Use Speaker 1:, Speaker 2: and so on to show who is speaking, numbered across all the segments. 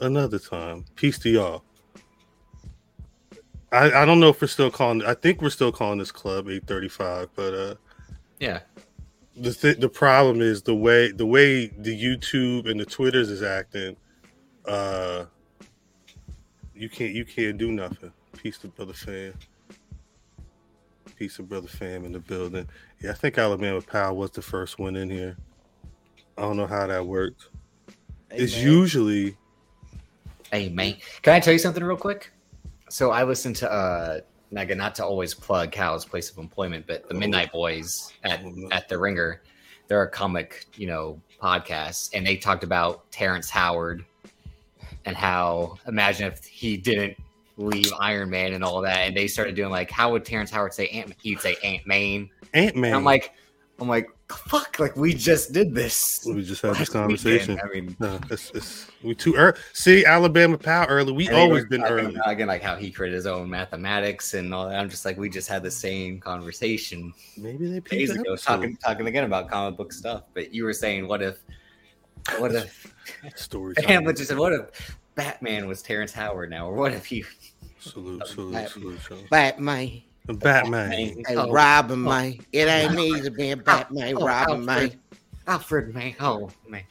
Speaker 1: another time. Peace to y'all. I, I don't know if we're still calling. I think we're still calling this club 835, but uh,
Speaker 2: Yeah.
Speaker 1: the th- the problem is the way the way the YouTube and the Twitters is acting. Uh, you can't you can't do nothing. Peace to brother fam. Peace to brother fam in the building. Yeah, I think Alabama Powell was the first one in here. I don't know how that worked. it's
Speaker 3: Amen.
Speaker 1: usually
Speaker 2: Hey, mate. Can I tell you something real quick? So I listened to uh Naga, not to always plug Cal's place of employment, but the Midnight Boys at at the Ringer, they're a comic, you know, podcast, and they talked about Terrence Howard and how imagine if he didn't leave Iron Man and all that, and they started doing like, how would Terrence Howard say Ant? He'd say Ant Man.
Speaker 1: Ant
Speaker 2: And
Speaker 1: Man.
Speaker 2: I'm like, I'm like, fuck, like we just did this.
Speaker 1: we just had this
Speaker 2: last
Speaker 1: conversation.
Speaker 2: weekend. I mean,
Speaker 1: No, it's, it's we too early. See, Alabama Powell early. We
Speaker 2: And they
Speaker 1: always
Speaker 2: were
Speaker 1: been
Speaker 2: talking
Speaker 1: early.
Speaker 2: about, Again, like how he created his own mathematics and all that. I'm just like, we just had the same conversation
Speaker 1: Maybe they
Speaker 2: days
Speaker 1: picked
Speaker 2: ago,
Speaker 1: up.
Speaker 2: talking talking again about comic book stuff. But you were saying, what if, what if
Speaker 1: story.
Speaker 2: Hamlet just said, what if Batman was Terrence Howard now, or what if he
Speaker 1: Salute, salute, salute, salute.
Speaker 3: Batman.
Speaker 1: Batman.
Speaker 3: Hey,
Speaker 2: oh,
Speaker 3: Robin, man. It ain't me to be a Batman.
Speaker 2: oh,
Speaker 3: Robin, man.
Speaker 2: Alfred. Alfred, man, oh man,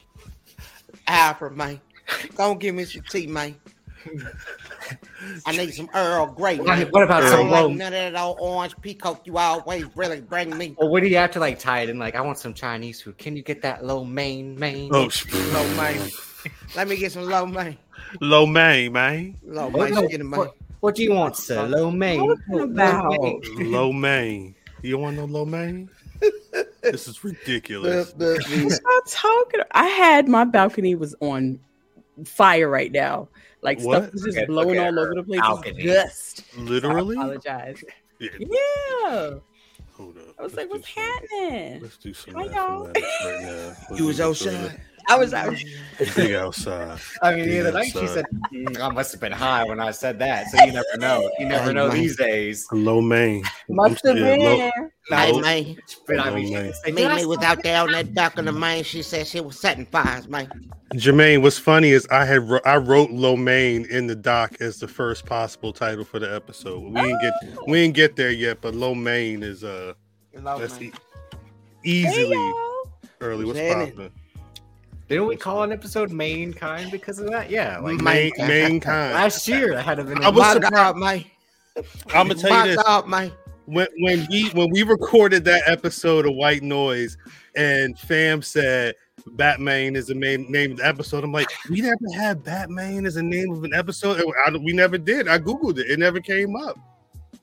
Speaker 3: Alfred, man. Go and give me some tea, man. I need some Earl Grey.
Speaker 2: what,
Speaker 3: man.
Speaker 2: what
Speaker 3: I
Speaker 2: about
Speaker 3: don't
Speaker 2: some
Speaker 3: like
Speaker 2: Rome?
Speaker 3: none of that old orange peacock you always really bring me.
Speaker 2: Or what do you have to like tie it in? Like, I want some Chinese food. Can you get that low main main?
Speaker 1: Oh, sh-
Speaker 3: Low man. Let me get some low man.
Speaker 1: low main, man.
Speaker 3: Low
Speaker 2: What,
Speaker 3: man,
Speaker 2: no,
Speaker 3: skinny man.
Speaker 2: what- what do you want, sir? Low main. Low main.
Speaker 1: Low main. You don't want no low main? This is
Speaker 3: The,
Speaker 1: ridiculous.
Speaker 3: the, the,
Speaker 4: Stop talking. I had my balcony was on fire right now. Like
Speaker 1: What?
Speaker 4: stuff was just
Speaker 2: Okay,
Speaker 4: blowing
Speaker 2: look at
Speaker 4: all over the place. Just
Speaker 2: balcony.
Speaker 4: Dust.
Speaker 1: Literally.
Speaker 4: I apologize.
Speaker 1: Yeah,
Speaker 4: Yeah.
Speaker 1: hold up.
Speaker 4: I was
Speaker 1: Let's
Speaker 4: like,
Speaker 1: do
Speaker 4: what's
Speaker 1: some-
Speaker 4: happening?
Speaker 1: Let's do some
Speaker 4: Hi, y'all.
Speaker 1: mathematics right now. Let's
Speaker 3: you
Speaker 1: do
Speaker 3: was
Speaker 1: this right
Speaker 3: outside.
Speaker 4: I was out.
Speaker 1: now. Dig outside.
Speaker 2: I mean,
Speaker 1: Yeah,
Speaker 2: the other night she
Speaker 1: so-
Speaker 2: said, "Mm, I must have been high when I said that. So you never know. You never know these days.
Speaker 1: Low main.
Speaker 4: Must
Speaker 1: Yeah,
Speaker 4: have been.
Speaker 1: low-
Speaker 3: Hey,
Speaker 1: Low-
Speaker 3: man.
Speaker 2: But I mean, she
Speaker 1: man.
Speaker 2: could say,
Speaker 3: Meet
Speaker 2: "Did I
Speaker 3: me
Speaker 2: say
Speaker 3: was out there on that balcony, man. She said she was setting fires, man.
Speaker 1: Jermaine, what's funny is I had wr- I wrote Lomaine in the doc as the first possible title for the episode. We didn't get we didn't get there yet, but Lomaine is uh
Speaker 3: Low
Speaker 1: that's e-
Speaker 3: man.
Speaker 1: easily
Speaker 4: Hey,
Speaker 1: early. What's
Speaker 3: Janet.
Speaker 1: popping?
Speaker 2: Didn't we call an episode Mankind because of that? Yeah. Like
Speaker 1: Main,
Speaker 3: Mankind.
Speaker 1: mankind.
Speaker 2: last year, I had a
Speaker 1: I was
Speaker 3: My
Speaker 2: vanilla.
Speaker 3: God, man.
Speaker 1: I'm gonna tell
Speaker 3: My
Speaker 1: you this
Speaker 3: God, man.
Speaker 1: when when we when we recorded that episode of White Noise and Fam said Batman is the main name of the episode. I'm like, we never had Batman as a name of an episode. And I, we never did. I googled it. It never came up.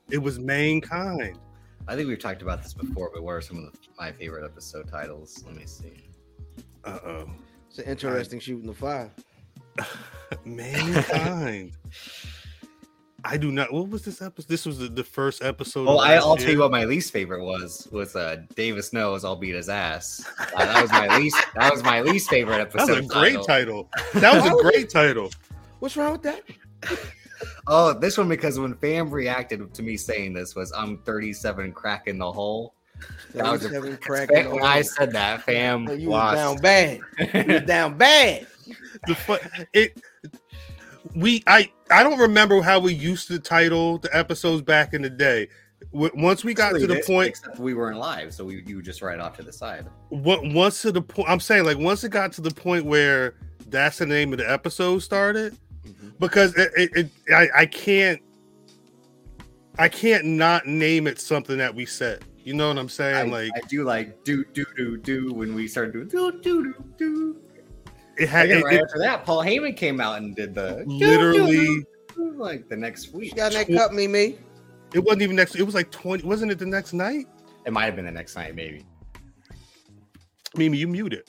Speaker 1: It was mankind.
Speaker 2: I think we've talked about this before, but what are some of the, my favorite episode titles? Let me see.
Speaker 1: Uh oh.
Speaker 3: It's an interesting shooting the fire.
Speaker 1: Mankind. I do not. What was this episode? This was the, the first episode. of
Speaker 2: Well, Oh, I,
Speaker 1: last
Speaker 2: I'll tell
Speaker 1: year.
Speaker 2: you what my least favorite was was uh Davis knows I'll beat his ass. Uh, that was my least. That was my least favorite
Speaker 1: That
Speaker 2: episode.
Speaker 1: was a great title. That was a great title.
Speaker 3: What's wrong with that?
Speaker 2: Oh, this one because when Fam reacted to me saying this was I'm 37 cracking the hole. That was a,
Speaker 3: 37
Speaker 2: crack
Speaker 3: cracking the
Speaker 2: when I
Speaker 3: hole.
Speaker 2: said that, Fam
Speaker 3: No, you was down
Speaker 2: lost.
Speaker 3: bad. You was down bad.
Speaker 1: the fu- it we I I don't remember how we used to title the episodes back in the day. W- once we got to the point,
Speaker 2: except we weren't live, so we, you were just right off to the side.
Speaker 1: what once to the point, I'm saying like once it got to the point where that's the name of the episode started
Speaker 3: Mm-hmm.
Speaker 1: because it, it, it I, I can't I can't not name it something that we said. You know what I'm
Speaker 2: I,
Speaker 1: saying? like
Speaker 2: I do like do do do do when we started doing do do do do.
Speaker 1: it had
Speaker 2: And
Speaker 1: it,
Speaker 2: right
Speaker 1: it
Speaker 2: after that, Paul Heyman came out and did the do, do,
Speaker 1: literally.
Speaker 2: do, like the next
Speaker 3: You
Speaker 2: week.
Speaker 3: got that cup, me, me.
Speaker 1: It wasn't even next. It was like 20. Wasn't it the next night?
Speaker 2: It might have been the next night, maybe.
Speaker 1: Mimi, you muted.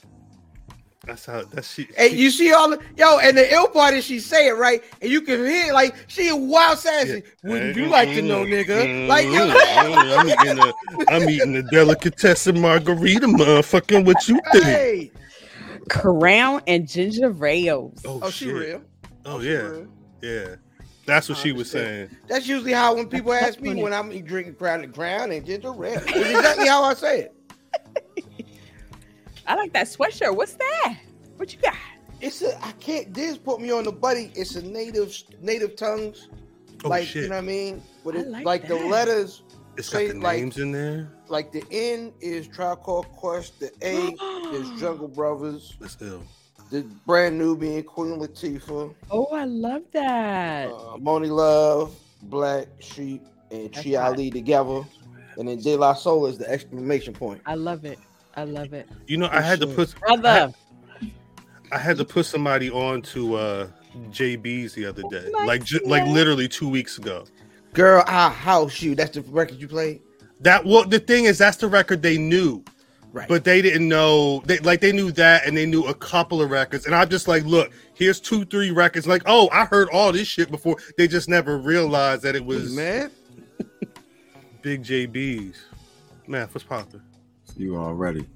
Speaker 1: That's how. That's she.
Speaker 3: And
Speaker 1: she-
Speaker 3: you see all the yo, and the ill part is she say it right, and you can hear it, like she a wild sassy. Wouldn't you like to know, nigga? Like yo,
Speaker 1: I'm eating a, I'm eating a delicatessen margarita, motherfucking. What you think?
Speaker 3: hey,
Speaker 4: Crown and ginger rails.
Speaker 3: oh she
Speaker 1: shit.
Speaker 3: real.
Speaker 1: Oh
Speaker 3: She
Speaker 1: yeah,
Speaker 3: real.
Speaker 1: yeah. That's what
Speaker 3: I
Speaker 1: she was saying.
Speaker 3: understand. That's usually how when people ask me when I'm drinking crown and crown and ginger red. It's exactly how I say it.
Speaker 4: I like that sweatshirt. What's that? What you got?
Speaker 3: it's a I can't. This put me on the buddy. It's a native native tongues.
Speaker 1: Oh,
Speaker 3: like
Speaker 1: shit.
Speaker 3: you know what I mean? But
Speaker 4: I
Speaker 3: it, like,
Speaker 4: like
Speaker 3: the
Speaker 4: that.
Speaker 3: letters,
Speaker 1: It's got
Speaker 3: say,
Speaker 1: the
Speaker 3: like-
Speaker 1: names in there.
Speaker 3: like the N is Trial Called Quest, the A is Jungle Brothers,
Speaker 1: That's ill.
Speaker 3: the brand new being Queen Latifah,
Speaker 4: Oh, I love that.
Speaker 3: uh, Moni Love, Black Sheep, and
Speaker 4: That's
Speaker 3: Chi Ali together, and then De La Soul is the exclamation point.
Speaker 4: I love it. I love it,
Speaker 1: You know, I had to
Speaker 3: sure.
Speaker 1: put
Speaker 4: brother.
Speaker 1: I had to put somebody on to uh JB's the other day.
Speaker 3: Oh,
Speaker 4: my
Speaker 1: like ju- like
Speaker 4: God.
Speaker 1: literally 2 weeks ago.
Speaker 3: Girl, I house you. That's the record you played,
Speaker 1: That well the thing is that's the record they knew,
Speaker 3: right?
Speaker 1: but they didn't know they like they knew that and they knew a couple of records and I'm just like, look, here's 2 3 records like, "Oh, I heard all this shit before." They just never realized that it was
Speaker 3: man,
Speaker 1: Big JB's. Man, what's poppin'?
Speaker 5: You already.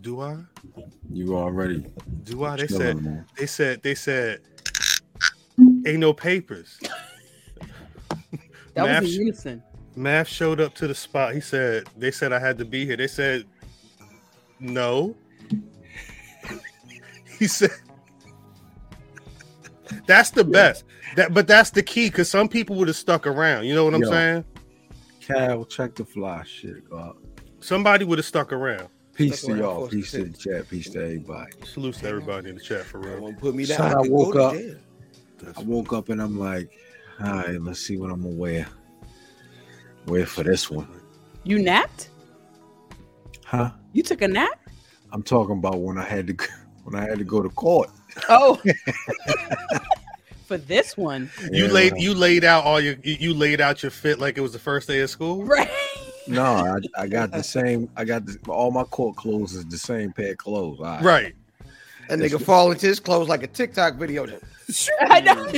Speaker 1: Do I?
Speaker 5: You already.
Speaker 1: Do I? They
Speaker 5: Chilling,
Speaker 1: said
Speaker 5: man.
Speaker 1: they said they said ain't no papers.
Speaker 4: That
Speaker 1: Math
Speaker 4: was in unison.
Speaker 1: Math showed up to the spot. He said, "They said I had to be here." They said, "No." he said, "That's the best." That, but that's the key because some people would have stuck around. You know what I'm
Speaker 5: Yeah.
Speaker 1: saying?
Speaker 5: Cal, check the fly shit. God.
Speaker 1: Somebody would have stuck around.
Speaker 5: Peace
Speaker 3: That's
Speaker 5: to
Speaker 3: what
Speaker 5: y'all.
Speaker 3: I'm
Speaker 5: Peace to the
Speaker 3: supposed
Speaker 5: chat. Peace to everybody.
Speaker 1: Salutes to everybody in the chat for real.
Speaker 3: Don't put me
Speaker 5: So
Speaker 3: down.
Speaker 5: I
Speaker 3: can
Speaker 5: woke
Speaker 3: go to
Speaker 5: up.
Speaker 3: jail.
Speaker 5: I woke up and I'm like, all right, let's see what I'm gonna wear. Wear for this one,
Speaker 4: You napped?
Speaker 5: huh?
Speaker 4: You took a nap?
Speaker 5: I'm talking about when I had to when I had to go to court.
Speaker 4: Oh, for this one,
Speaker 1: You
Speaker 5: Yeah,
Speaker 1: laid you laid out all your you you laid out your fit like it was the first day of school.
Speaker 4: right?
Speaker 5: No, I, I got the same. I got the, all my court clothes is the same pair of clothes. All right.
Speaker 1: Right.
Speaker 3: That nigga fall into his clothes like a TikTok video.
Speaker 4: Oh I know.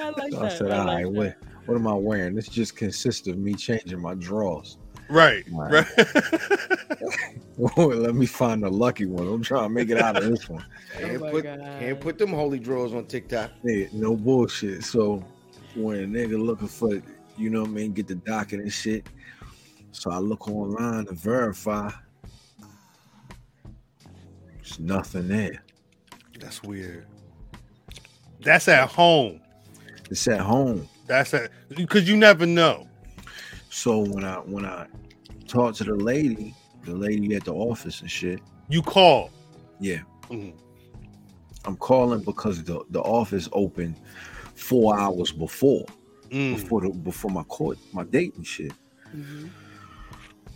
Speaker 4: I like
Speaker 5: So I
Speaker 4: that.
Speaker 5: said,
Speaker 4: I
Speaker 5: all
Speaker 4: like
Speaker 5: right,
Speaker 4: that.
Speaker 5: what, what am I wearing? This just consists of me changing my drawers.
Speaker 1: Right.
Speaker 5: Right.
Speaker 1: Right.
Speaker 5: Let me find a lucky one. I'm trying to make it out of this one.
Speaker 3: Can't,
Speaker 4: Oh my
Speaker 3: put,
Speaker 4: God.
Speaker 3: can't put them holy drawers on TikTok.
Speaker 5: Hey, no bullshit. So when a nigga looking for, you know what I mean, get the docket and shit. So I look online to verify. There's nothing there.
Speaker 1: That's weird. That's at home.
Speaker 5: It's at home.
Speaker 1: That's at because you never know.
Speaker 5: So when I when I talked to the lady, the lady at the office and shit,
Speaker 1: You call.
Speaker 5: yeah,
Speaker 1: Mhm.
Speaker 5: I'm calling because the, the office opened four hours before
Speaker 1: Mm.
Speaker 5: before the, before my court my date and shit.
Speaker 4: Mhm.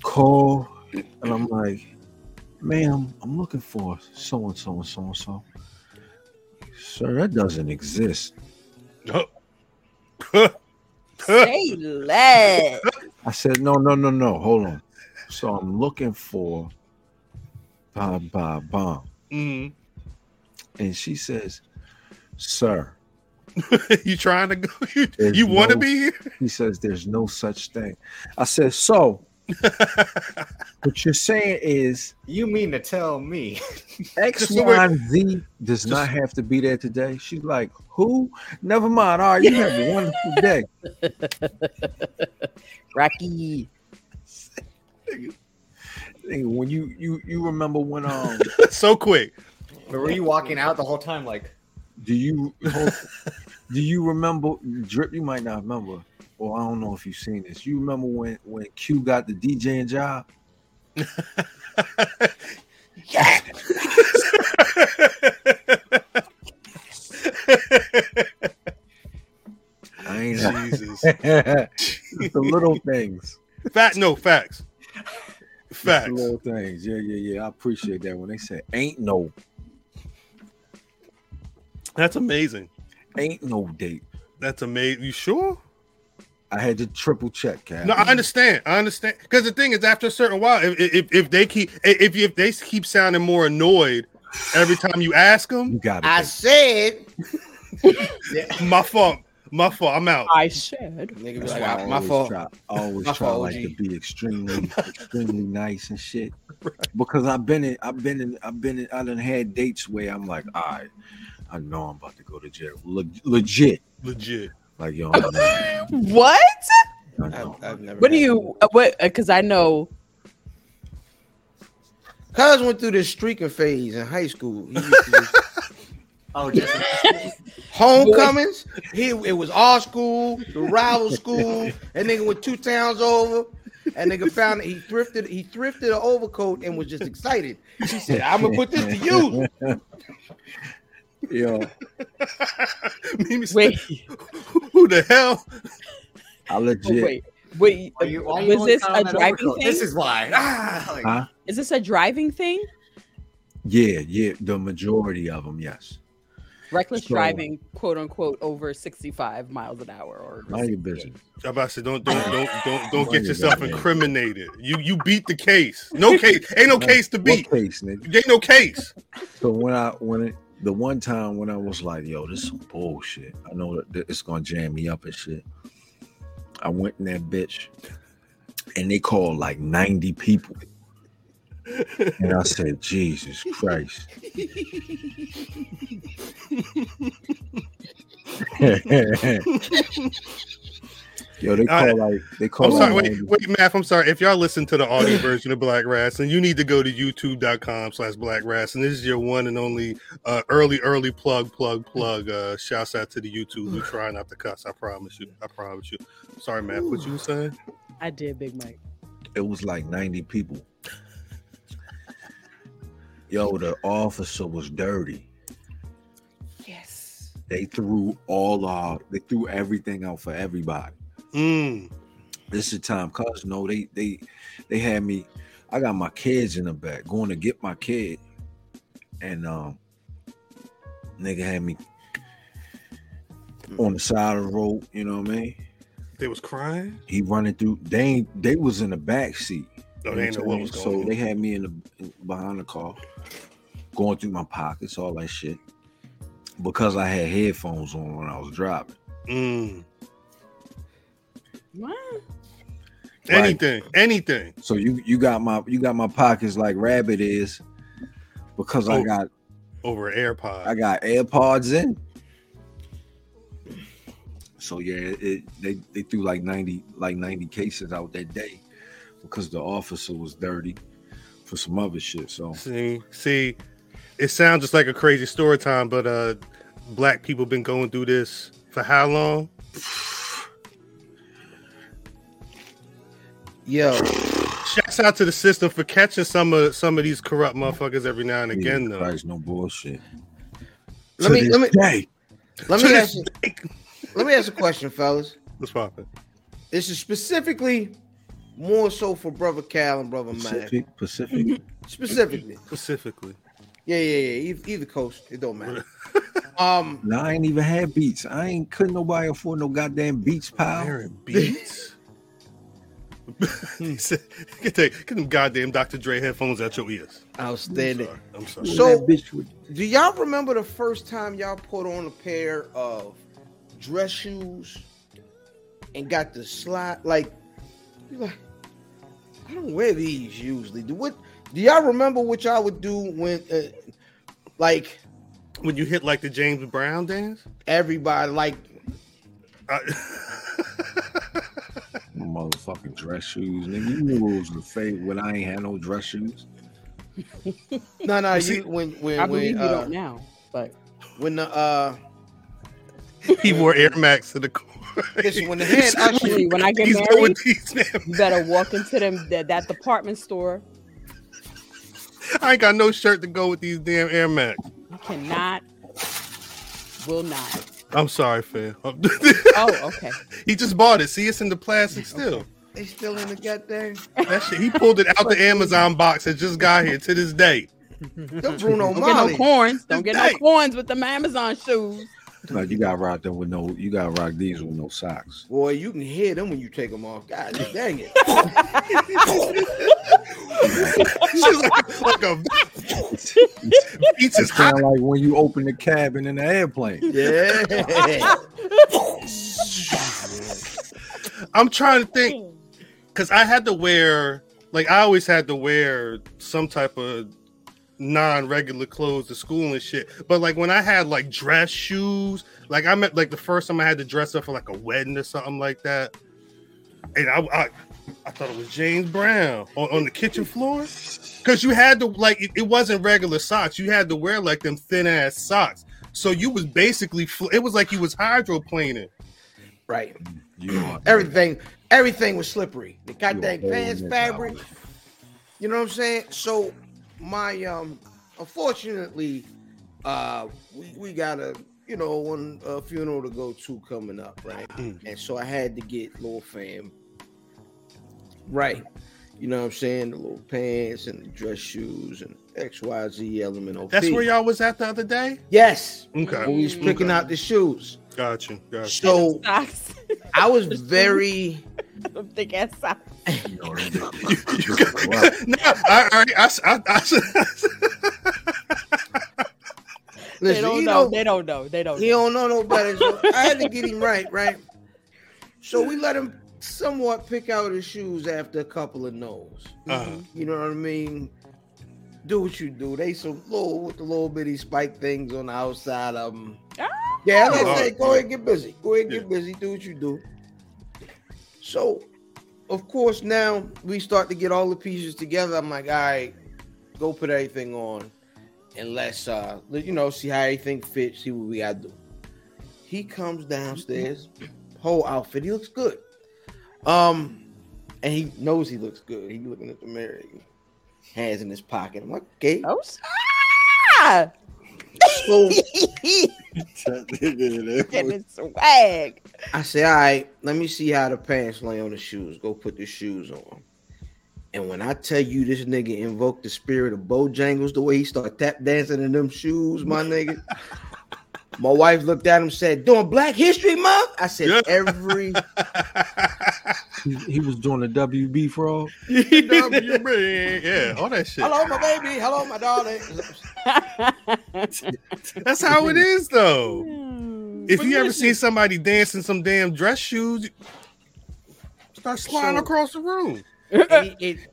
Speaker 5: call and I'm like, ma'am, I'm looking for so and so and so and so. Sir, that doesn't exist.
Speaker 4: Say less.
Speaker 5: I said, no, no, no, no, hold on. So I'm looking for Bob Bob Bomb.
Speaker 1: Mm.
Speaker 5: And she says, Sir,
Speaker 1: mm. you trying to go? You,
Speaker 5: There's
Speaker 1: you want to
Speaker 5: no-
Speaker 1: be here?
Speaker 5: he says, there's no such thing. I said, So what you're saying is
Speaker 2: You mean to tell me?
Speaker 5: X,
Speaker 1: Just
Speaker 5: Y,
Speaker 1: the way-
Speaker 5: and Z does not have to be there today. She's like, who? Never mind. All right, you have a wonderful day.
Speaker 4: Rocky.
Speaker 5: Hey, When you you you remember when um
Speaker 1: so quick.
Speaker 2: But were you walking out the whole time like
Speaker 5: do you hold- do you remember drip? You might not remember, or I don't know if you've seen this. You remember when when Q got the DJing job?
Speaker 1: yeah.
Speaker 5: I ain't
Speaker 1: Jesus.
Speaker 5: It's the little things.
Speaker 1: Fact. No facts.
Speaker 5: It's The
Speaker 1: Facts.
Speaker 5: little things. Yeah, yeah, yeah. I appreciate that when they say ain't no
Speaker 1: That's amazing.
Speaker 5: ain't no date.
Speaker 1: That's amazing. You sure?
Speaker 5: I had to triple check, Cal.
Speaker 1: No, I understand. I understand. Because the thing is, after a certain while, if if, if they keep if if they keep sounding more annoyed every time you ask them,
Speaker 5: you got
Speaker 3: I
Speaker 5: it.
Speaker 3: said,
Speaker 1: my fault, my fault. I'm out.
Speaker 4: I should.
Speaker 3: nigga, be
Speaker 5: That's
Speaker 3: like,
Speaker 5: why I
Speaker 3: "Ah,
Speaker 5: always
Speaker 3: my fault.
Speaker 5: Try, I always
Speaker 3: My
Speaker 5: try
Speaker 3: fault,
Speaker 5: like to
Speaker 3: OG.
Speaker 5: be extremely, extremely nice and shit. Because I've been in, I've been in, I've been in, I done had dates where I'm like, all right, I know I'm about to go to jail. Le- legit.
Speaker 1: Legit.
Speaker 5: Like, yo, I know,
Speaker 4: What?
Speaker 5: I
Speaker 3: I've,
Speaker 5: know.
Speaker 3: I've never
Speaker 4: What
Speaker 3: had
Speaker 4: uh, do you? uh, What? Because I know
Speaker 3: Cuz went through this streaking phase in high school. He used to do
Speaker 2: Oh, just
Speaker 3: homecomings. He it was our school, the rival school. That nigga went two towns over. And nigga found that he thrifted. He thrifted an overcoat and was just excited. He said, "I'm gonna put this to use."
Speaker 5: Yo,
Speaker 1: Mimi said,
Speaker 4: Wait,
Speaker 1: Who the hell?
Speaker 5: I legit.
Speaker 4: wait, wait.
Speaker 2: why you, why you
Speaker 4: was
Speaker 2: always
Speaker 4: this
Speaker 2: call
Speaker 4: a
Speaker 2: him an
Speaker 4: driving
Speaker 2: overcoat?
Speaker 4: thing?
Speaker 2: This is why. Ah, like,
Speaker 5: Huh?
Speaker 4: is this a driving thing?
Speaker 5: Yeah, yeah. The majority of them, yes.
Speaker 4: Reckless
Speaker 5: So-
Speaker 4: driving, quote unquote, over 65 miles an hour or over
Speaker 5: Mind your
Speaker 4: 68.
Speaker 5: business.
Speaker 1: I'm about to say, don't don't don't don't don't
Speaker 5: Why
Speaker 1: get
Speaker 5: you
Speaker 1: yourself
Speaker 5: got that?
Speaker 1: incriminated. You you beat the case. No case. Ain't no case to beat.
Speaker 5: What case, nigga?
Speaker 1: Ain't no case.
Speaker 5: So when I when it, the one time when I was like, yo, this some bullshit. I know that th- it's gonna jam me up and shit. I went in that bitch, and they called like ninety people, and I said, Jesus Christ. yo, they
Speaker 1: All
Speaker 5: call like they
Speaker 1: I'm
Speaker 5: call
Speaker 1: sorry.
Speaker 5: like
Speaker 1: Wait, wait, Math. I'm sorry. If y'all listen to the audio version of Black Rats, and you need to go to YouTube.com/slash Black Rats, and this is your one and only uh, early early plug plug plug. Uh, shouts out to the YouTube. We try not to cuss. I promise you. I promise you. Sorry, Math. What you were saying?
Speaker 4: I did, Big Mike.
Speaker 5: it was like 90 people. Yo, the officer was dirty.
Speaker 4: Yes.
Speaker 5: They threw all our they threw everything out for everybody.
Speaker 1: Mm.
Speaker 5: This is time cause no, they they they had me. I got my kids in the back going to get my kid. And um nigga had me on the side of the road, you know what I mean?
Speaker 1: They was crying.
Speaker 5: He running through they ain't, they was in the back seat.
Speaker 1: No, they ain't know what was going
Speaker 5: so
Speaker 1: on.
Speaker 5: they had me in the in- behind the car, going through my pockets, all that shit, because I had headphones on when I was driving.
Speaker 1: Mm.
Speaker 4: What?
Speaker 5: Right.
Speaker 1: Hmm, Anything, anything.
Speaker 5: So you you got my you got my pockets like rabbit is, because I
Speaker 1: Oh.
Speaker 5: got
Speaker 1: over AirPod.
Speaker 5: I got AirPods in. So yeah, it, it- they they threw like ninety like ninety cases out that day, because the officer was dirty, for some other shit. So
Speaker 1: see, see, it sounds just like a crazy story time, but uh, black people been going through this for how long?
Speaker 3: Yo,
Speaker 1: Shouts out to the system for catching some of some of these corrupt motherfuckers every now and again,
Speaker 5: Jesus
Speaker 1: though.
Speaker 5: Christ, no bullshit.
Speaker 3: let me
Speaker 5: To
Speaker 3: let me
Speaker 5: this day.
Speaker 3: let
Speaker 1: To
Speaker 3: me
Speaker 1: this
Speaker 3: ask you, let me ask a question, fellas.
Speaker 1: What's poppin'?
Speaker 3: This is specifically more so for brother Cal and brother Mac.
Speaker 5: Pacific, Pacific.
Speaker 3: Specifically,
Speaker 1: Specifically,
Speaker 3: yeah, yeah, yeah. Either, either coast, it don't matter. Um,
Speaker 5: No, I ain't even had beats. I ain't couldn't nobody afford no goddamn beats, pal.
Speaker 1: Aaron Beats. He said, get, that, get them goddamn Dr. Dre headphones out your ears.
Speaker 3: outstanding.
Speaker 1: Sorry, I'm sorry.
Speaker 5: That
Speaker 3: So-
Speaker 5: bitch would-
Speaker 3: Do y'all remember the first time y'all put on a pair of dress shoes and got the slide? Like, you're like, I don't wear these usually. Do what? Do y'all remember what y'all would do when, uh, like,
Speaker 1: When you hit like the James Brown dance,
Speaker 3: everybody like
Speaker 1: I,
Speaker 5: motherfucking dress shoes, nigga. You knew it was the fade when I ain't had no dress shoes.
Speaker 3: no no
Speaker 1: see-
Speaker 3: you when when
Speaker 4: I
Speaker 3: when
Speaker 4: believe you
Speaker 3: uh,
Speaker 4: don't now, but
Speaker 3: when the uh
Speaker 1: he wore Air Max to the core.
Speaker 3: listen when the head usher
Speaker 4: actually, when I get
Speaker 1: He's
Speaker 4: married,
Speaker 1: going these damn
Speaker 4: you better walk into them that, that department store.
Speaker 1: I ain't got no shirt to go with these damn Air Max.
Speaker 4: You cannot, will not.
Speaker 1: I'm sorry, fam.
Speaker 4: Oh, okay.
Speaker 1: he just bought it. See, it's in the plastic still.
Speaker 3: they still in the goddamn
Speaker 1: That shit, he pulled it out the Amazon box and just got here to this day.
Speaker 3: the Bruno
Speaker 4: Don't get no
Speaker 3: Mars.
Speaker 4: corns. Don't get no
Speaker 1: Dang.
Speaker 4: corns with them Amazon shoes.
Speaker 5: No, you gotta rock them with no you gotta rock these with no socks.
Speaker 3: Boy, you can hear them when you take them off. God dang it.
Speaker 1: She's like, like a beats
Speaker 5: It
Speaker 1: is hot.
Speaker 5: sound like when you open the cabin in the airplane.
Speaker 3: Yeah.
Speaker 1: I'm trying to think because I had to wear like I always had to wear some type of non-regular clothes to school and shit. But like when I had like dress shoes, like I met like the first time I had to dress up for like a wedding or something like that, and I, I I thought it was James Brown on, on the kitchen floor because you had to like it, it wasn't regular socks. You had to wear like them thin ass socks. So you was basically fl- it was like you was hydroplaning.
Speaker 3: Right.
Speaker 5: You are
Speaker 3: Everything, everything was slippery. The goddamn
Speaker 5: You a
Speaker 3: pants
Speaker 5: whole nigga.
Speaker 3: fabric. You know what I'm saying? So my um, unfortunately, uh, we, we got a you know one uh, funeral to go to coming up, right?
Speaker 1: Mm.
Speaker 3: And so I had to get little fam. Right. You know what I'm saying? The little pants and the dress shoes and X Y Z element. OP.
Speaker 1: That's where y'all Mm. was at the other day.
Speaker 3: Yes.
Speaker 1: Okay,
Speaker 3: When we was picking
Speaker 1: Okay.
Speaker 3: out the shoes.
Speaker 1: gotcha, gotcha.
Speaker 3: So
Speaker 4: Socks.
Speaker 3: I was very.
Speaker 4: Thick ass socks.
Speaker 5: you know, that nigga-
Speaker 1: no, I, already- I, I, I-
Speaker 4: They
Speaker 3: Listen,
Speaker 4: don't
Speaker 3: you
Speaker 4: know.
Speaker 3: know,
Speaker 4: They don't know. They don't
Speaker 3: He
Speaker 4: know.
Speaker 3: don't know no better. So I had to get him right, right? So we let him somewhat pick out his shoes after a couple of no's.
Speaker 1: Uh-huh.
Speaker 3: You know what I mean? Do what you do. They some little with the little bitty spike things on the outside of them.
Speaker 4: Ah.
Speaker 3: Yeah, I
Speaker 1: Oh,
Speaker 3: say, go ahead, get busy. Go ahead,
Speaker 1: Yeah.
Speaker 3: get busy. Do what you do. So, of course, now we start to get all the pieces together. I'm like, all right, go put everything on, and let's uh, let- you know, see how everything fits. See what we gotta do. He comes downstairs, whole outfit. He looks good. Um, and he knows he looks good. He looking at the mirror, hands in his pocket. I'm like, okay.
Speaker 4: Oh, s- ah!
Speaker 3: So
Speaker 5: that nigga, that
Speaker 4: Getting swag.
Speaker 3: I say, all right, let me see how the pants lay on the shoes. Go put the shoes on. And when I tell you this nigga invoked the spirit of Bojangles, the way he started tap dancing in them shoes, my nigga. My wife looked at him and said, Doing Black History Month? I said,
Speaker 1: Yeah.
Speaker 3: Every
Speaker 5: was- he was doing the WB frog.
Speaker 1: yeah, all that shit.
Speaker 3: hello, my baby. Hello, my darling.
Speaker 1: That's how it Mm. is, though. If
Speaker 3: But
Speaker 1: you ever
Speaker 3: listen-
Speaker 1: see somebody dancing some damn dress shoes, you- start sliding
Speaker 3: So-
Speaker 1: across the room.
Speaker 3: And he- it-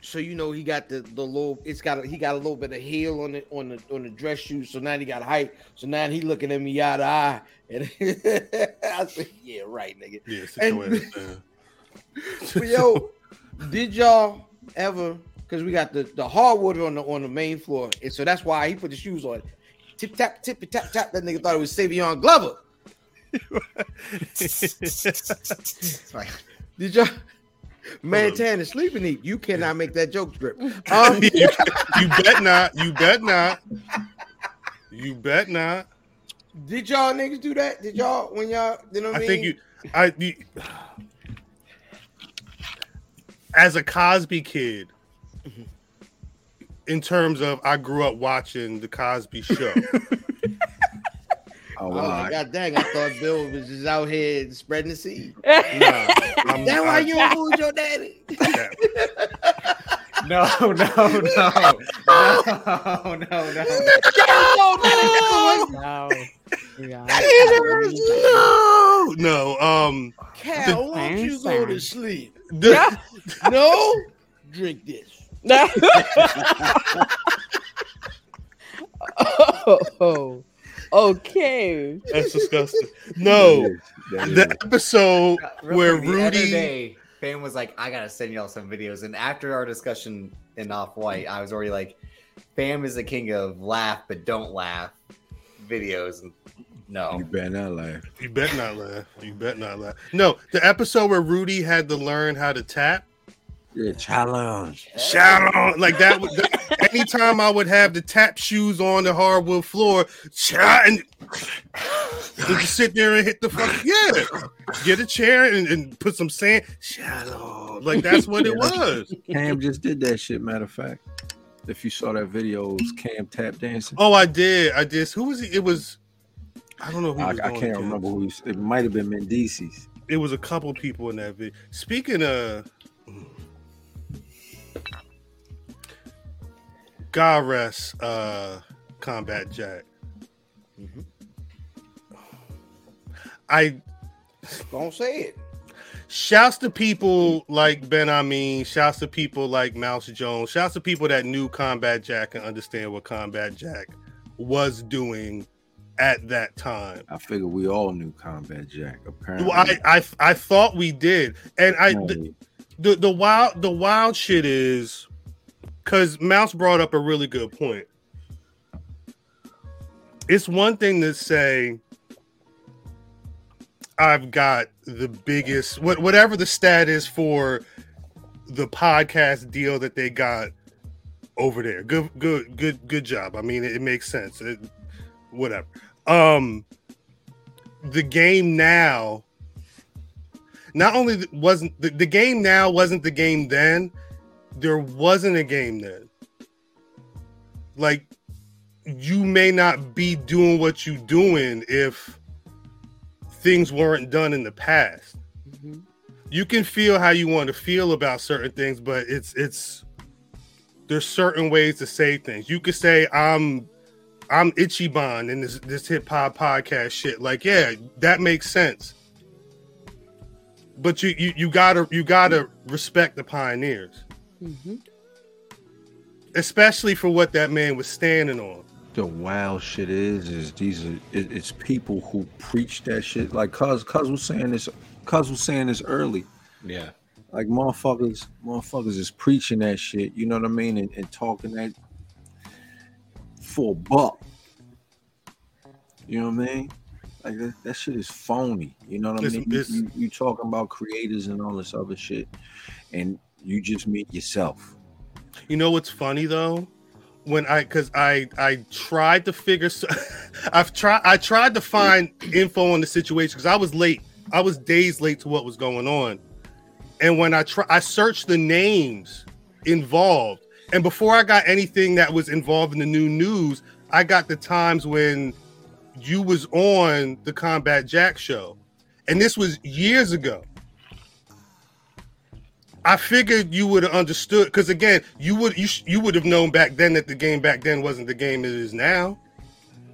Speaker 3: so you know he got the, the little it's got a, he got a little bit of heel on the on the on the dress shoes. So now he got height. So now he looking at me out of eye. And I said, Yeah, right, nigga.
Speaker 1: Yeah, sit
Speaker 3: And-
Speaker 1: your ass down.
Speaker 3: But yo, did y'all ever? Because we got the, the hardwood on the on the main floor, and so that's why he put the shoes on. Tip tap, tip tap tap. That nigga thought it was Savion Glover.
Speaker 2: It's like,
Speaker 3: Did y'all? Man, Tan is sleeping. Eat. You cannot make that joke script. Um,
Speaker 1: you, you bet not. You bet not. You bet not.
Speaker 3: did y'all niggas do that? Did y'all when y'all? You know what
Speaker 1: I
Speaker 3: I mean?
Speaker 1: think you, I, you, as a Cosby kid, in terms of I grew up watching the Cosby Show.
Speaker 5: Oh,
Speaker 3: Oh
Speaker 5: I-
Speaker 3: my god, dang! I thought Bill was just out here spreading the seed.
Speaker 1: nah, I'm,
Speaker 3: That's why
Speaker 1: I-
Speaker 3: you don't lose your daddy.
Speaker 1: that-
Speaker 2: no, no, no, no, no, no, no.
Speaker 4: No.
Speaker 1: no, no. Um,
Speaker 3: Cal, won't you go to sleep?
Speaker 1: the,
Speaker 3: No, drink this.
Speaker 4: oh, okay.
Speaker 1: that's disgusting. No,
Speaker 5: that is-
Speaker 1: the episode
Speaker 2: Real
Speaker 1: where
Speaker 2: quick, the other
Speaker 1: Rudy.
Speaker 2: day, Fan was like, "I gotta send y'all some videos." And after our discussion in Off White, I was already like, "Fam is the king of laugh but don't laugh videos." And
Speaker 5: you
Speaker 2: no,
Speaker 5: better not laugh.
Speaker 1: You bet not laugh. You bet not laugh. No, the episode where Rudy had to learn how to tap.
Speaker 5: Yeah, challenge.
Speaker 1: Shout on like that. Would, that- anytime I would have the tap shoes on the hardwood floor, shout and just sit there and hit the fuck yeah. Get a chair and, and put some sand. Shout on like that's what it was.
Speaker 5: Cam just did that shit. Matter of fact, if you saw that video, it was Cam tap dancing.
Speaker 1: Oh, I did. I did. Who was it? It was. I don't know who.
Speaker 5: I,
Speaker 1: was
Speaker 5: I
Speaker 1: on it,
Speaker 5: can't
Speaker 1: Cam.
Speaker 5: remember who. He, was- it might have been Mendices.
Speaker 1: It was a couple people in that video. Speaking of. God rest uh, Combat Jack.
Speaker 3: Mhm.
Speaker 1: I
Speaker 3: Don't say it.
Speaker 1: Shouts to people like Ben Amin. Shouts to people like Mouse Jones. Shouts to people that knew Combat Jack and understand what Combat Jack was doing at that time.
Speaker 5: I figure we all knew Combat Jack. Apparently,
Speaker 1: Well, I, I I thought we did, and I
Speaker 5: No,
Speaker 1: th- the the wild the wild shit is because Mouse brought up a really good point. It's one thing to say I've got the biggest what whatever the stat is for the podcast deal that they got over there. Good good good good job. I mean it, it makes sense. It, whatever. Um the game now not only th- wasn't the, the game now wasn't the game then there wasn't a game then like you may not be doing what you doing if things weren't done in the past
Speaker 4: Mhm.
Speaker 1: you can feel how you want to feel about certain things but it's it's there's certain ways to say things you could say i'm i'm ichiban in this this hip hop podcast shit like yeah that makes sense but you, you you gotta you gotta respect the pioneers
Speaker 4: Mhm.
Speaker 1: especially for what that man was standing on
Speaker 5: the wild shit is is these are it, it's people who preach that shit like cuz cuz was saying this cuz was saying this early
Speaker 2: Yeah.
Speaker 5: like motherfuckers motherfuckers is preaching that shit you know what i mean and, and talking that for a buck you know what i mean like that, that shit is phony you know what
Speaker 1: It's-
Speaker 5: i mean You-
Speaker 1: it's-
Speaker 5: you, you talking about creators and all this other shit and you just meet yourself
Speaker 1: You know what's funny though? When I cuz I I tried to figure s- I've tried I tried to find info on the situation cuz I was late. I was days late to what was going on. And when I try I searched the names involved and before I got anything that was involved in the new news, I got the times when you was on the Combat Jack show. And this was years ago. I figured you would have understood because again, you would you sh- you would have known back then that the game back then wasn't the game it is now.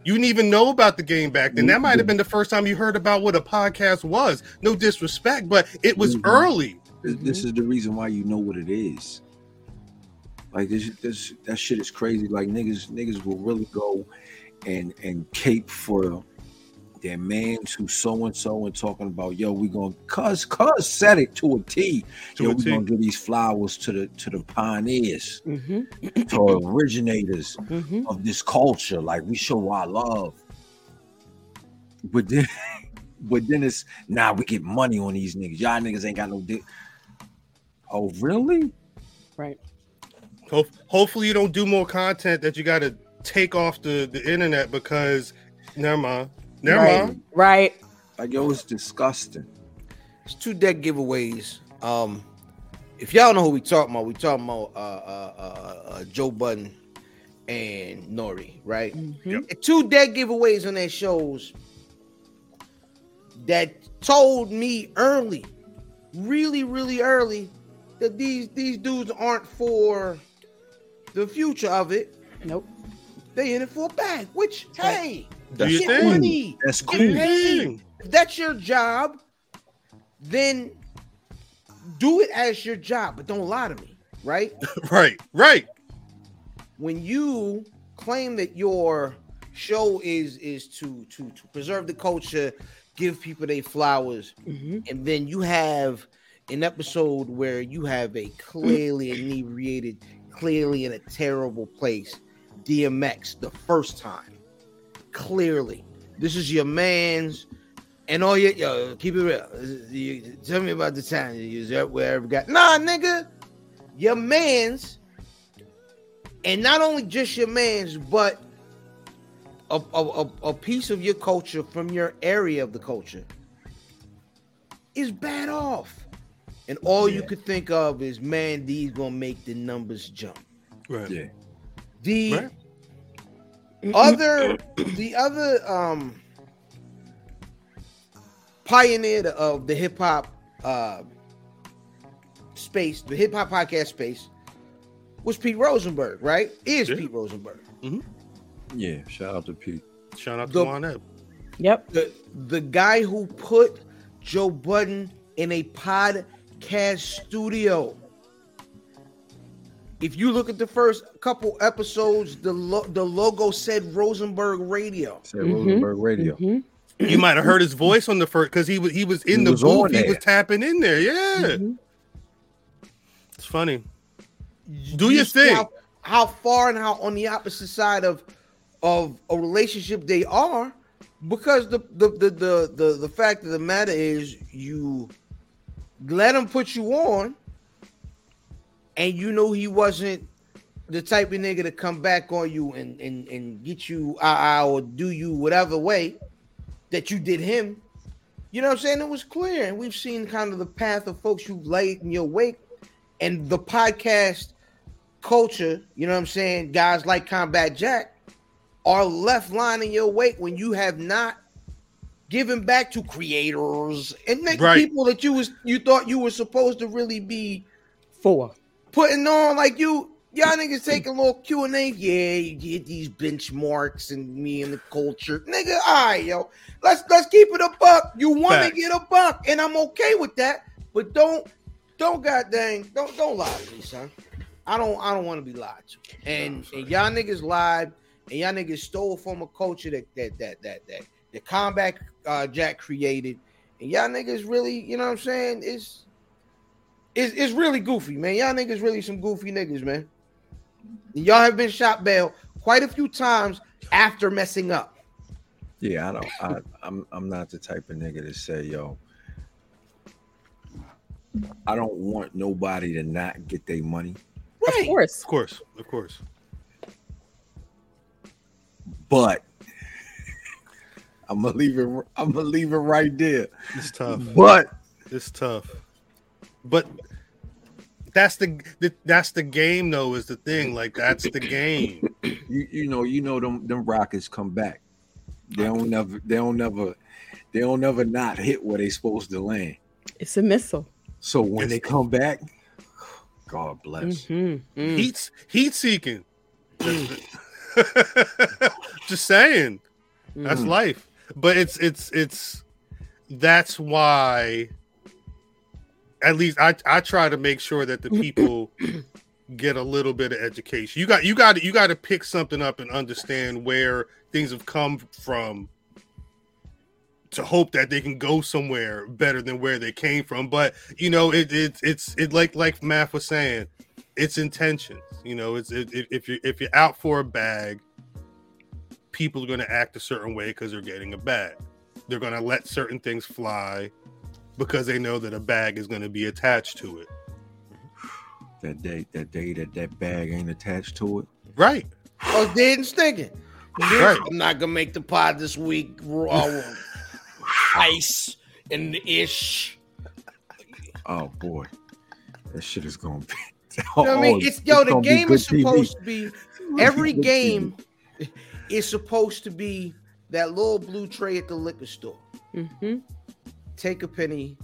Speaker 1: You didn't even know about the game back then. That might have been the first time you heard about what a podcast was. No disrespect, but it was
Speaker 5: Mhm.
Speaker 1: early.
Speaker 5: Th-
Speaker 1: Mm-hmm.
Speaker 5: This is the reason why you know what it is. Like this, this that shit is crazy. Like niggas, niggas will really go and and cape for their mans who so and so and talking about yo, we gonna cuz cuz said it to a T.
Speaker 1: To
Speaker 5: yo,
Speaker 1: a
Speaker 5: we
Speaker 1: T.
Speaker 5: gonna give these flowers to the to the pioneers,
Speaker 4: Mhm.
Speaker 5: to our originators
Speaker 4: Mhm.
Speaker 5: of this culture. Like we show our love. But then but then it's nah, we get money on these niggas. Y'all niggas ain't got no dick. Oh really?
Speaker 4: Right.
Speaker 1: Ho- hopefully, you don't do more content that you got to take off the the internet because never mind, never
Speaker 4: Right.
Speaker 1: mind.
Speaker 4: Right.
Speaker 5: Like yo, it's disgusting.
Speaker 3: It's two deck giveaways. Um, if y'all know who we talking about, we talking about uh, uh, uh, uh, Joe Budden and Nori, right?
Speaker 4: Mhm.
Speaker 1: Yep.
Speaker 3: Two dead giveaways on their shows that told me early, really, really early, that these these dudes aren't for the future of it.
Speaker 4: Nope.
Speaker 3: They in it for a bag. Which
Speaker 4: Right.
Speaker 3: hey,
Speaker 1: Do your
Speaker 3: get
Speaker 1: thing.
Speaker 3: money.
Speaker 5: That's
Speaker 3: Get
Speaker 1: Do your
Speaker 5: cool.
Speaker 3: paid.
Speaker 1: thing.
Speaker 3: If that's your job, then do it as your job, but don't lie to me, right?
Speaker 1: Right, right.
Speaker 3: when you claim that your show is is to to to preserve the culture, give people their flowers,
Speaker 4: Mhm.
Speaker 3: and then you have an episode where you have a clearly inebriated, clearly in a terrible place, DMX the first time. Clearly, this is your man's. And all your yo, keep it real. You- tell me about the time you was at where I got nah, nigga. Your man's and not only just your man's, but a, a, a, a piece of your culture from your area of the culture is bad off. And all you
Speaker 5: Yeah.
Speaker 3: could think of is, man, these gonna make the numbers jump.
Speaker 1: Right.
Speaker 5: Yeah.
Speaker 3: The
Speaker 1: Right.
Speaker 3: other, the other um pioneer of the hip hop uh space, the hip hop podcast space, was Pete Rosenberg, right? Is
Speaker 1: Yeah.
Speaker 3: Pete Rosenberg.
Speaker 5: Yeah. Shout out to Pete.
Speaker 1: Shout out to
Speaker 3: The-
Speaker 1: Juan Ebb.
Speaker 4: Yep.
Speaker 3: the the guy who put Joe Budden in a podcast studio. If you look at the first couple episodes, the lo- the logo said Rosenberg Radio.
Speaker 5: Said
Speaker 4: Mhm.
Speaker 5: Rosenberg Radio.
Speaker 4: Mhm.
Speaker 1: You might have heard his voice on Mm-hmm. the first because he was he was in
Speaker 5: He
Speaker 1: the
Speaker 5: was on
Speaker 1: booth. He
Speaker 5: there.
Speaker 4: mm-hmm.
Speaker 1: was tapping in there. Yeah.
Speaker 4: Mhm.
Speaker 1: It's funny. Do your thing.
Speaker 3: How, how far and how on the opposite side of of a relationship they are, because the the the the the, the fact of the matter is you let him put you on, and you know he wasn't the type of nigga to come back on you and and and get you ah ah or do you whatever way that you did him. You know what I'm saying? It was clear, and we've seen kind of the path of folks you laid in your wake, and the podcast culture. You know what I'm saying? Guys like Combat Jack are left lining your wake when you have not given back to creators and make
Speaker 1: Right.
Speaker 3: people that you was you thought you were supposed to really be
Speaker 4: Four.
Speaker 3: putting on like you y'all niggas taking a little Q and A. Yeah, you get these benchmarks and me and the culture, nigga. All right, yo, let's let's keep it a buck. You want to
Speaker 1: Facts.
Speaker 3: get a buck, and I'm okay with that. But don't don't god dang don't don't lie to me, son. I don't I don't want to be lied to. And and y'all niggas lied, and y'all niggas stole from a culture that that that that that the combat uh, Jack created. And y'all niggas really, you know what I'm saying? It's it's, it's really goofy, man. Y'all niggas really some goofy niggas, man. And y'all have been shot bail quite a few times after messing up.
Speaker 5: Yeah, I don't. I, I'm I'm not the type of nigga to say, yo, I don't want nobody to not get their money.
Speaker 4: Of course.
Speaker 1: Of course, of course.
Speaker 5: But I'm gonna leave it. I'm gonna leave it right there.
Speaker 1: It's tough.
Speaker 5: But
Speaker 1: It's tough. But that's the, the that's the game though, is the thing. Like that's the game.
Speaker 5: you you know you know them them Rockets come back. They don't never. They don't never. They don't never not hit where they supposed to land.
Speaker 4: It's a missile.
Speaker 5: So when they
Speaker 1: It's-
Speaker 5: come back, God bless.
Speaker 3: Mm-hmm.
Speaker 4: Mhm. Mm.
Speaker 1: Heat heat seeking. Just saying. That's
Speaker 5: Mhm.
Speaker 1: life. But it's it's it's that's why at least I I try to make sure that the people get a little bit of education. You got you got you got to pick something up and understand where things have come from to hope that they can go somewhere better than where they came from. But you know, it it it's it like like Math was saying, it's intentions. You know, it's it, it, if you if you're out for a bag, people are going to act a certain way because they're getting a bag. They're going to let certain things fly because they know that a bag is going to be attached to it.
Speaker 5: That day, that day that that bag ain't attached to it.
Speaker 1: Right.
Speaker 3: I was dead and stinking. Bitch,
Speaker 1: Right.
Speaker 3: I'm not gonna make the pod this week. Raw ice and ish.
Speaker 5: Oh boy, that shit is gonna be.
Speaker 3: You know what I mean? It's yo, the game is supposed to be
Speaker 5: to
Speaker 3: every game is supposed to be that little blue tray at the liquor store.
Speaker 4: Mhm.
Speaker 3: Take a penny,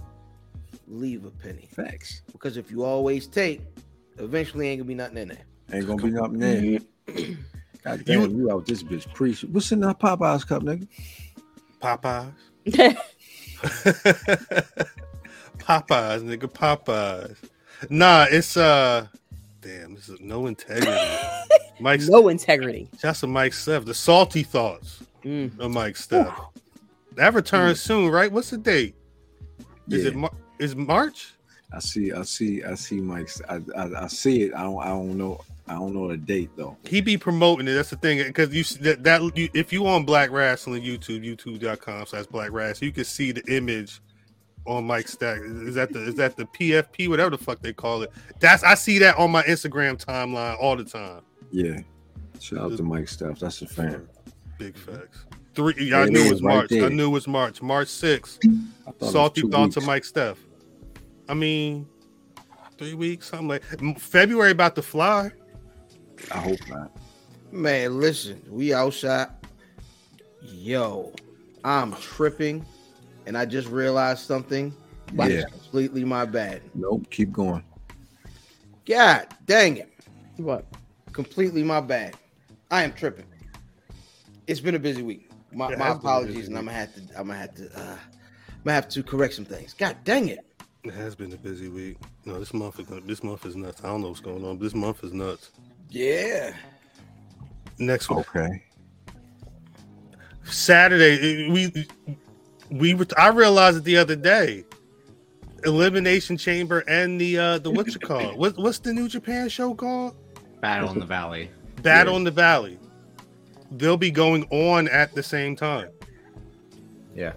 Speaker 3: leave a penny.
Speaker 5: Facts
Speaker 3: Because if you always take, eventually ain't gonna be nothing in there.
Speaker 5: ain't gonna be nothing there.
Speaker 1: Mm-hmm.
Speaker 5: God damn, you, out this bitch preach. What's in that Popeyes cup, nigga?
Speaker 1: Popeyes. Popeyes, nigga. Popeyes. Nah, it's uh, damn, this is no integrity. Mike's
Speaker 4: no integrity.
Speaker 1: that's a Mike Steph. The salty thoughts
Speaker 4: Mm.
Speaker 1: of Mike Steph. That returns soon, right? What's the date? Is
Speaker 5: Yeah.
Speaker 1: it Mar- is March?
Speaker 5: I see, I see, I see, Mike's. I, I, I see it. I don't, I don't know. I don't know the date though.
Speaker 1: he be promoting it. That's the thing because you see that, that you, if you on Black Wrestling YouTube, youtube.com slash Black Wrestling, you can see the image on Mike Stack. Is that the is that the PFP, whatever the fuck they call it? That's I see that on my Instagram timeline all the time.
Speaker 5: Yeah. Shout out to Mike Steph. That's a fan.
Speaker 1: Big facts. Three, yeah, I knew
Speaker 5: Yeah,
Speaker 1: it was
Speaker 5: right
Speaker 1: March. I
Speaker 5: there.
Speaker 1: knew it was March. March sixth.
Speaker 5: I thought it was
Speaker 1: Salty
Speaker 5: two
Speaker 1: thoughts
Speaker 5: weeks.
Speaker 1: of Mike Steph. I mean, three weeks, something like M- February about to fly.
Speaker 5: I hope not.
Speaker 3: Man, listen, we outside. Yo, I'm tripping, and I just realized something.
Speaker 5: Yeah.
Speaker 3: It's completely my bad.
Speaker 5: Nope. Keep going.
Speaker 3: God dang it.
Speaker 4: What?
Speaker 3: Completely my bad. I am tripping. It's been a busy week. My,
Speaker 1: It
Speaker 3: my
Speaker 1: has been a
Speaker 3: apologies,
Speaker 1: busy
Speaker 3: and I'm gonna have to. I'm gonna have to. Uh, I'm gonna have to correct some things. God dang it.
Speaker 1: It has been a busy week. No, this month is gonna- this month is nuts. I don't know what's going on. But this month is nuts.
Speaker 3: Yeah.
Speaker 1: Next one,
Speaker 5: Okay.
Speaker 1: Saturday. it- We we were- I realized it the other day. elimination chamber and the uh the what you call it? What, what's the New Japan show called?
Speaker 2: Battle in the Valley.
Speaker 1: Battle in the Valley. They'll be going on at the same time.
Speaker 2: Yeah.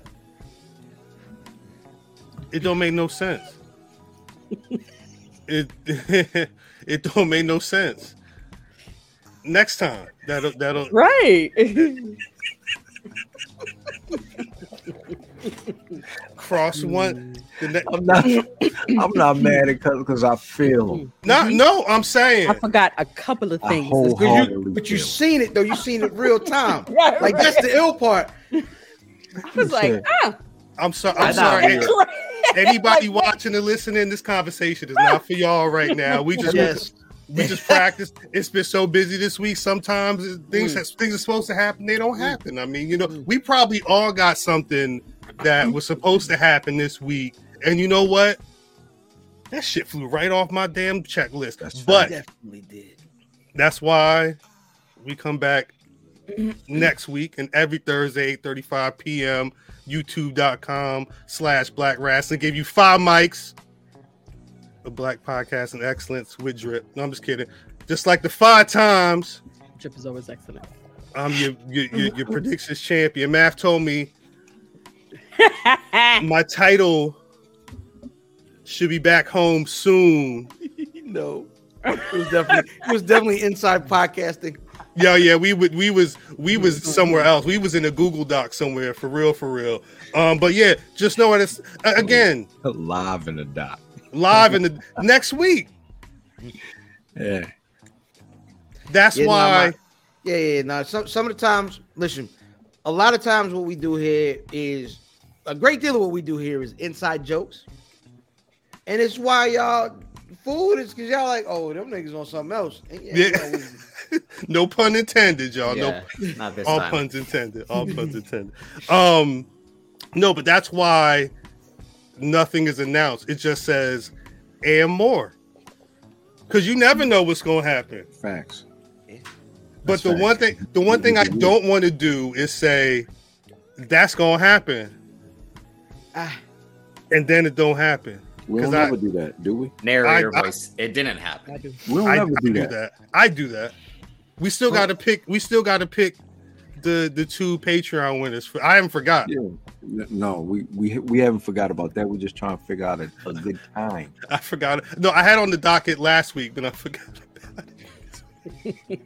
Speaker 1: It don't make no sense. it it don't make no sense. Next time that'll that'll
Speaker 4: Right.
Speaker 1: cross one. The ne-
Speaker 5: I'm not. I'm not mad at Cuz because I feel him.
Speaker 1: no, no, I'm saying
Speaker 4: I forgot a couple of
Speaker 5: I
Speaker 4: things.
Speaker 3: But
Speaker 5: wholeheartedly
Speaker 3: you, but you
Speaker 5: feel him.
Speaker 3: seen it though. You seen it real time.
Speaker 4: Right,
Speaker 3: Like
Speaker 4: right.
Speaker 3: that's the ill part.
Speaker 4: I was like, ah,
Speaker 1: I'm sorry.
Speaker 2: I
Speaker 1: I'm
Speaker 2: thought
Speaker 1: sorry.
Speaker 2: we were-
Speaker 1: Anybody watching and listening, this conversation is not for y'all right now. We just
Speaker 3: Yes.
Speaker 1: we just practice. It's been so busy this week. Sometimes it- things has- things are supposed to happen, they don't happen. I mean, you know, we probably all got something that was supposed to happen this week, and you know what? That shit flew right off my damn checklist.
Speaker 5: That's right.
Speaker 1: but
Speaker 3: Definitely did.
Speaker 1: that's why we come back next week and every Thursday, 8:35 p.m. YouTube.com slash Black Wrestling. Give you five mics of Black Podcast and Excellence with Drip. No, I'm just kidding. Just like the five times,
Speaker 4: Drip is always excellent.
Speaker 1: I'm your your, your, your predictions champion. Math told me my title should be back home soon.
Speaker 3: no. It was definitely it was definitely inside podcasting.
Speaker 1: Yeah, yeah, we would, we was, we was somewhere else. We was in a Google Doc somewhere, for real, for real. Um, but yeah, just know it's a- again
Speaker 5: live in the dock.
Speaker 1: live in the next week.
Speaker 5: Yeah,
Speaker 1: That's
Speaker 3: Yeah, no,
Speaker 1: why.
Speaker 3: I'm not- yeah, yeah. No, some some of the times, listen, a lot of times what we do here is a great deal of what we do here is inside jokes, and it's why y'all food is because y'all like, oh, them niggas on something else. And yeah,
Speaker 1: Yeah.
Speaker 3: you know, we-
Speaker 1: no pun intended, y'all. Oh, No
Speaker 2: Yeah, not this
Speaker 1: all
Speaker 2: time.
Speaker 1: puns intended all puns intended um no but that's why nothing is announced it just says and more because you never know what's going to happen
Speaker 5: facts.
Speaker 1: but
Speaker 5: That's
Speaker 1: the
Speaker 5: right.
Speaker 1: one thing the one thing i don't want to do is say that's going to happen
Speaker 3: ah,
Speaker 1: and then it don't happen
Speaker 5: We don't
Speaker 1: 'Cause I-
Speaker 5: ever do that, do we?
Speaker 2: Narrator
Speaker 1: I- I-
Speaker 2: voice. It didn't happen.
Speaker 5: We don't
Speaker 1: I,
Speaker 5: ever
Speaker 1: I
Speaker 5: do,
Speaker 1: do
Speaker 5: that.
Speaker 1: that i do that we still got to pick we still got to pick the the two patreon winners for i haven't forgot
Speaker 5: Yeah. N- No, we, we we haven't forgot about that. We're just trying to figure out a, a good time.
Speaker 1: I forgot. No, I had on the docket last week, but I forgot about it.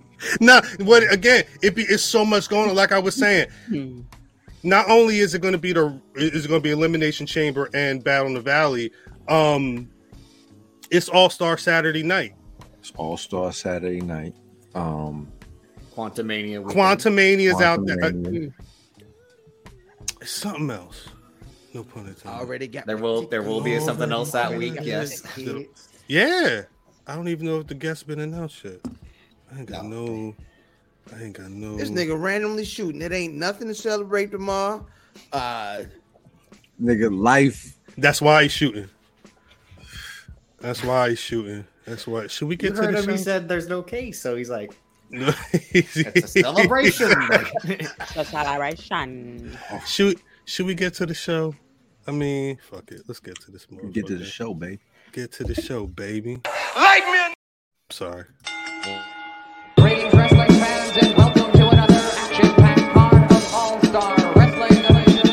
Speaker 1: now, what again? It be it's so much going on. Like I was saying,
Speaker 4: Hmm.
Speaker 1: not only is it going to be the is it going to be elimination chamber and battle in the valley, um, it's All Star Saturday night,
Speaker 5: It's All Star Saturday night. Um,
Speaker 2: Quantum Mania.
Speaker 1: Quantumania is out there. Uh,
Speaker 5: Quantumania.
Speaker 1: it's something else. No pun intended.
Speaker 3: I already got.
Speaker 2: There will there will be something else that week. Yes.
Speaker 1: Yeah, I don't even know if the guest been announced yet. I ain't got no. I ain't got no.
Speaker 3: This nigga randomly shooting. It ain't nothing to celebrate tomorrow. Uh,
Speaker 5: nigga, life.
Speaker 1: That's why he's shooting. That's why he's shooting. That's why. Should we
Speaker 2: You
Speaker 1: get
Speaker 2: heard
Speaker 1: to
Speaker 2: him. He
Speaker 1: the
Speaker 2: said there's no case, so he's like,
Speaker 1: show?
Speaker 2: it's a celebration.
Speaker 4: The celebration.
Speaker 1: should Should we get to the show? I mean, fuck it. Let's get to this.
Speaker 5: Get to
Speaker 1: motherfucker.
Speaker 5: the show, babe.
Speaker 1: Get to the show, baby. Light me. Sorry.
Speaker 6: Greetings, wrestling fans, and welcome to another action-packed part of All Star Wrestling Division.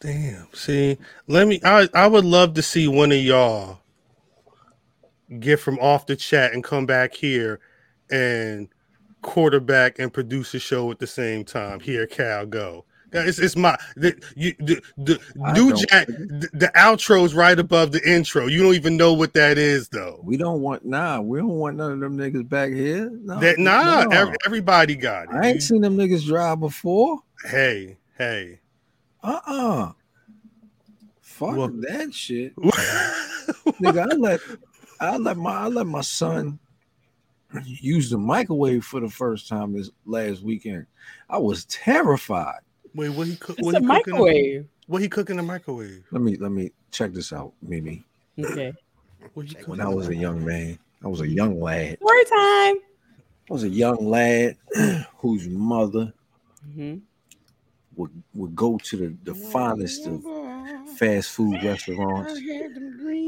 Speaker 1: Damn. See, let me. I I would love to see one of y'all get from off the chat and come back here and quarterback and produce a show at the same time. Here, Cal, go. Yeah, It's it's my the you the, the
Speaker 5: I
Speaker 1: New
Speaker 5: don't-
Speaker 1: Jack the, the outro's right above the intro. You don't even know what that is though.
Speaker 5: We don't want nah. We don't want none of them niggas back here. No,
Speaker 1: That nah,
Speaker 5: no.
Speaker 1: ev- everybody got it.
Speaker 5: I ain't
Speaker 1: You-
Speaker 5: seen them niggas drive before.
Speaker 1: hey, hey.
Speaker 5: Uh uh Fuck
Speaker 1: Well-
Speaker 5: that shit. nigga, I let I let my I let my son use the microwave for the first time this last weekend. I was terrified.
Speaker 1: Wait, what he cook?
Speaker 4: It's
Speaker 1: What
Speaker 4: a
Speaker 1: he cook in the-
Speaker 4: microwave.
Speaker 1: What he cook in the microwave?
Speaker 5: Let me let me check this out, Mimi.
Speaker 4: Okay.
Speaker 1: What he cook
Speaker 5: When
Speaker 1: in
Speaker 5: I
Speaker 1: the
Speaker 5: was a young man, I was a young lad.
Speaker 4: Story time.
Speaker 5: I was a young lad whose mother
Speaker 4: Mhm.
Speaker 5: would would go to the, the finest of fast food restaurants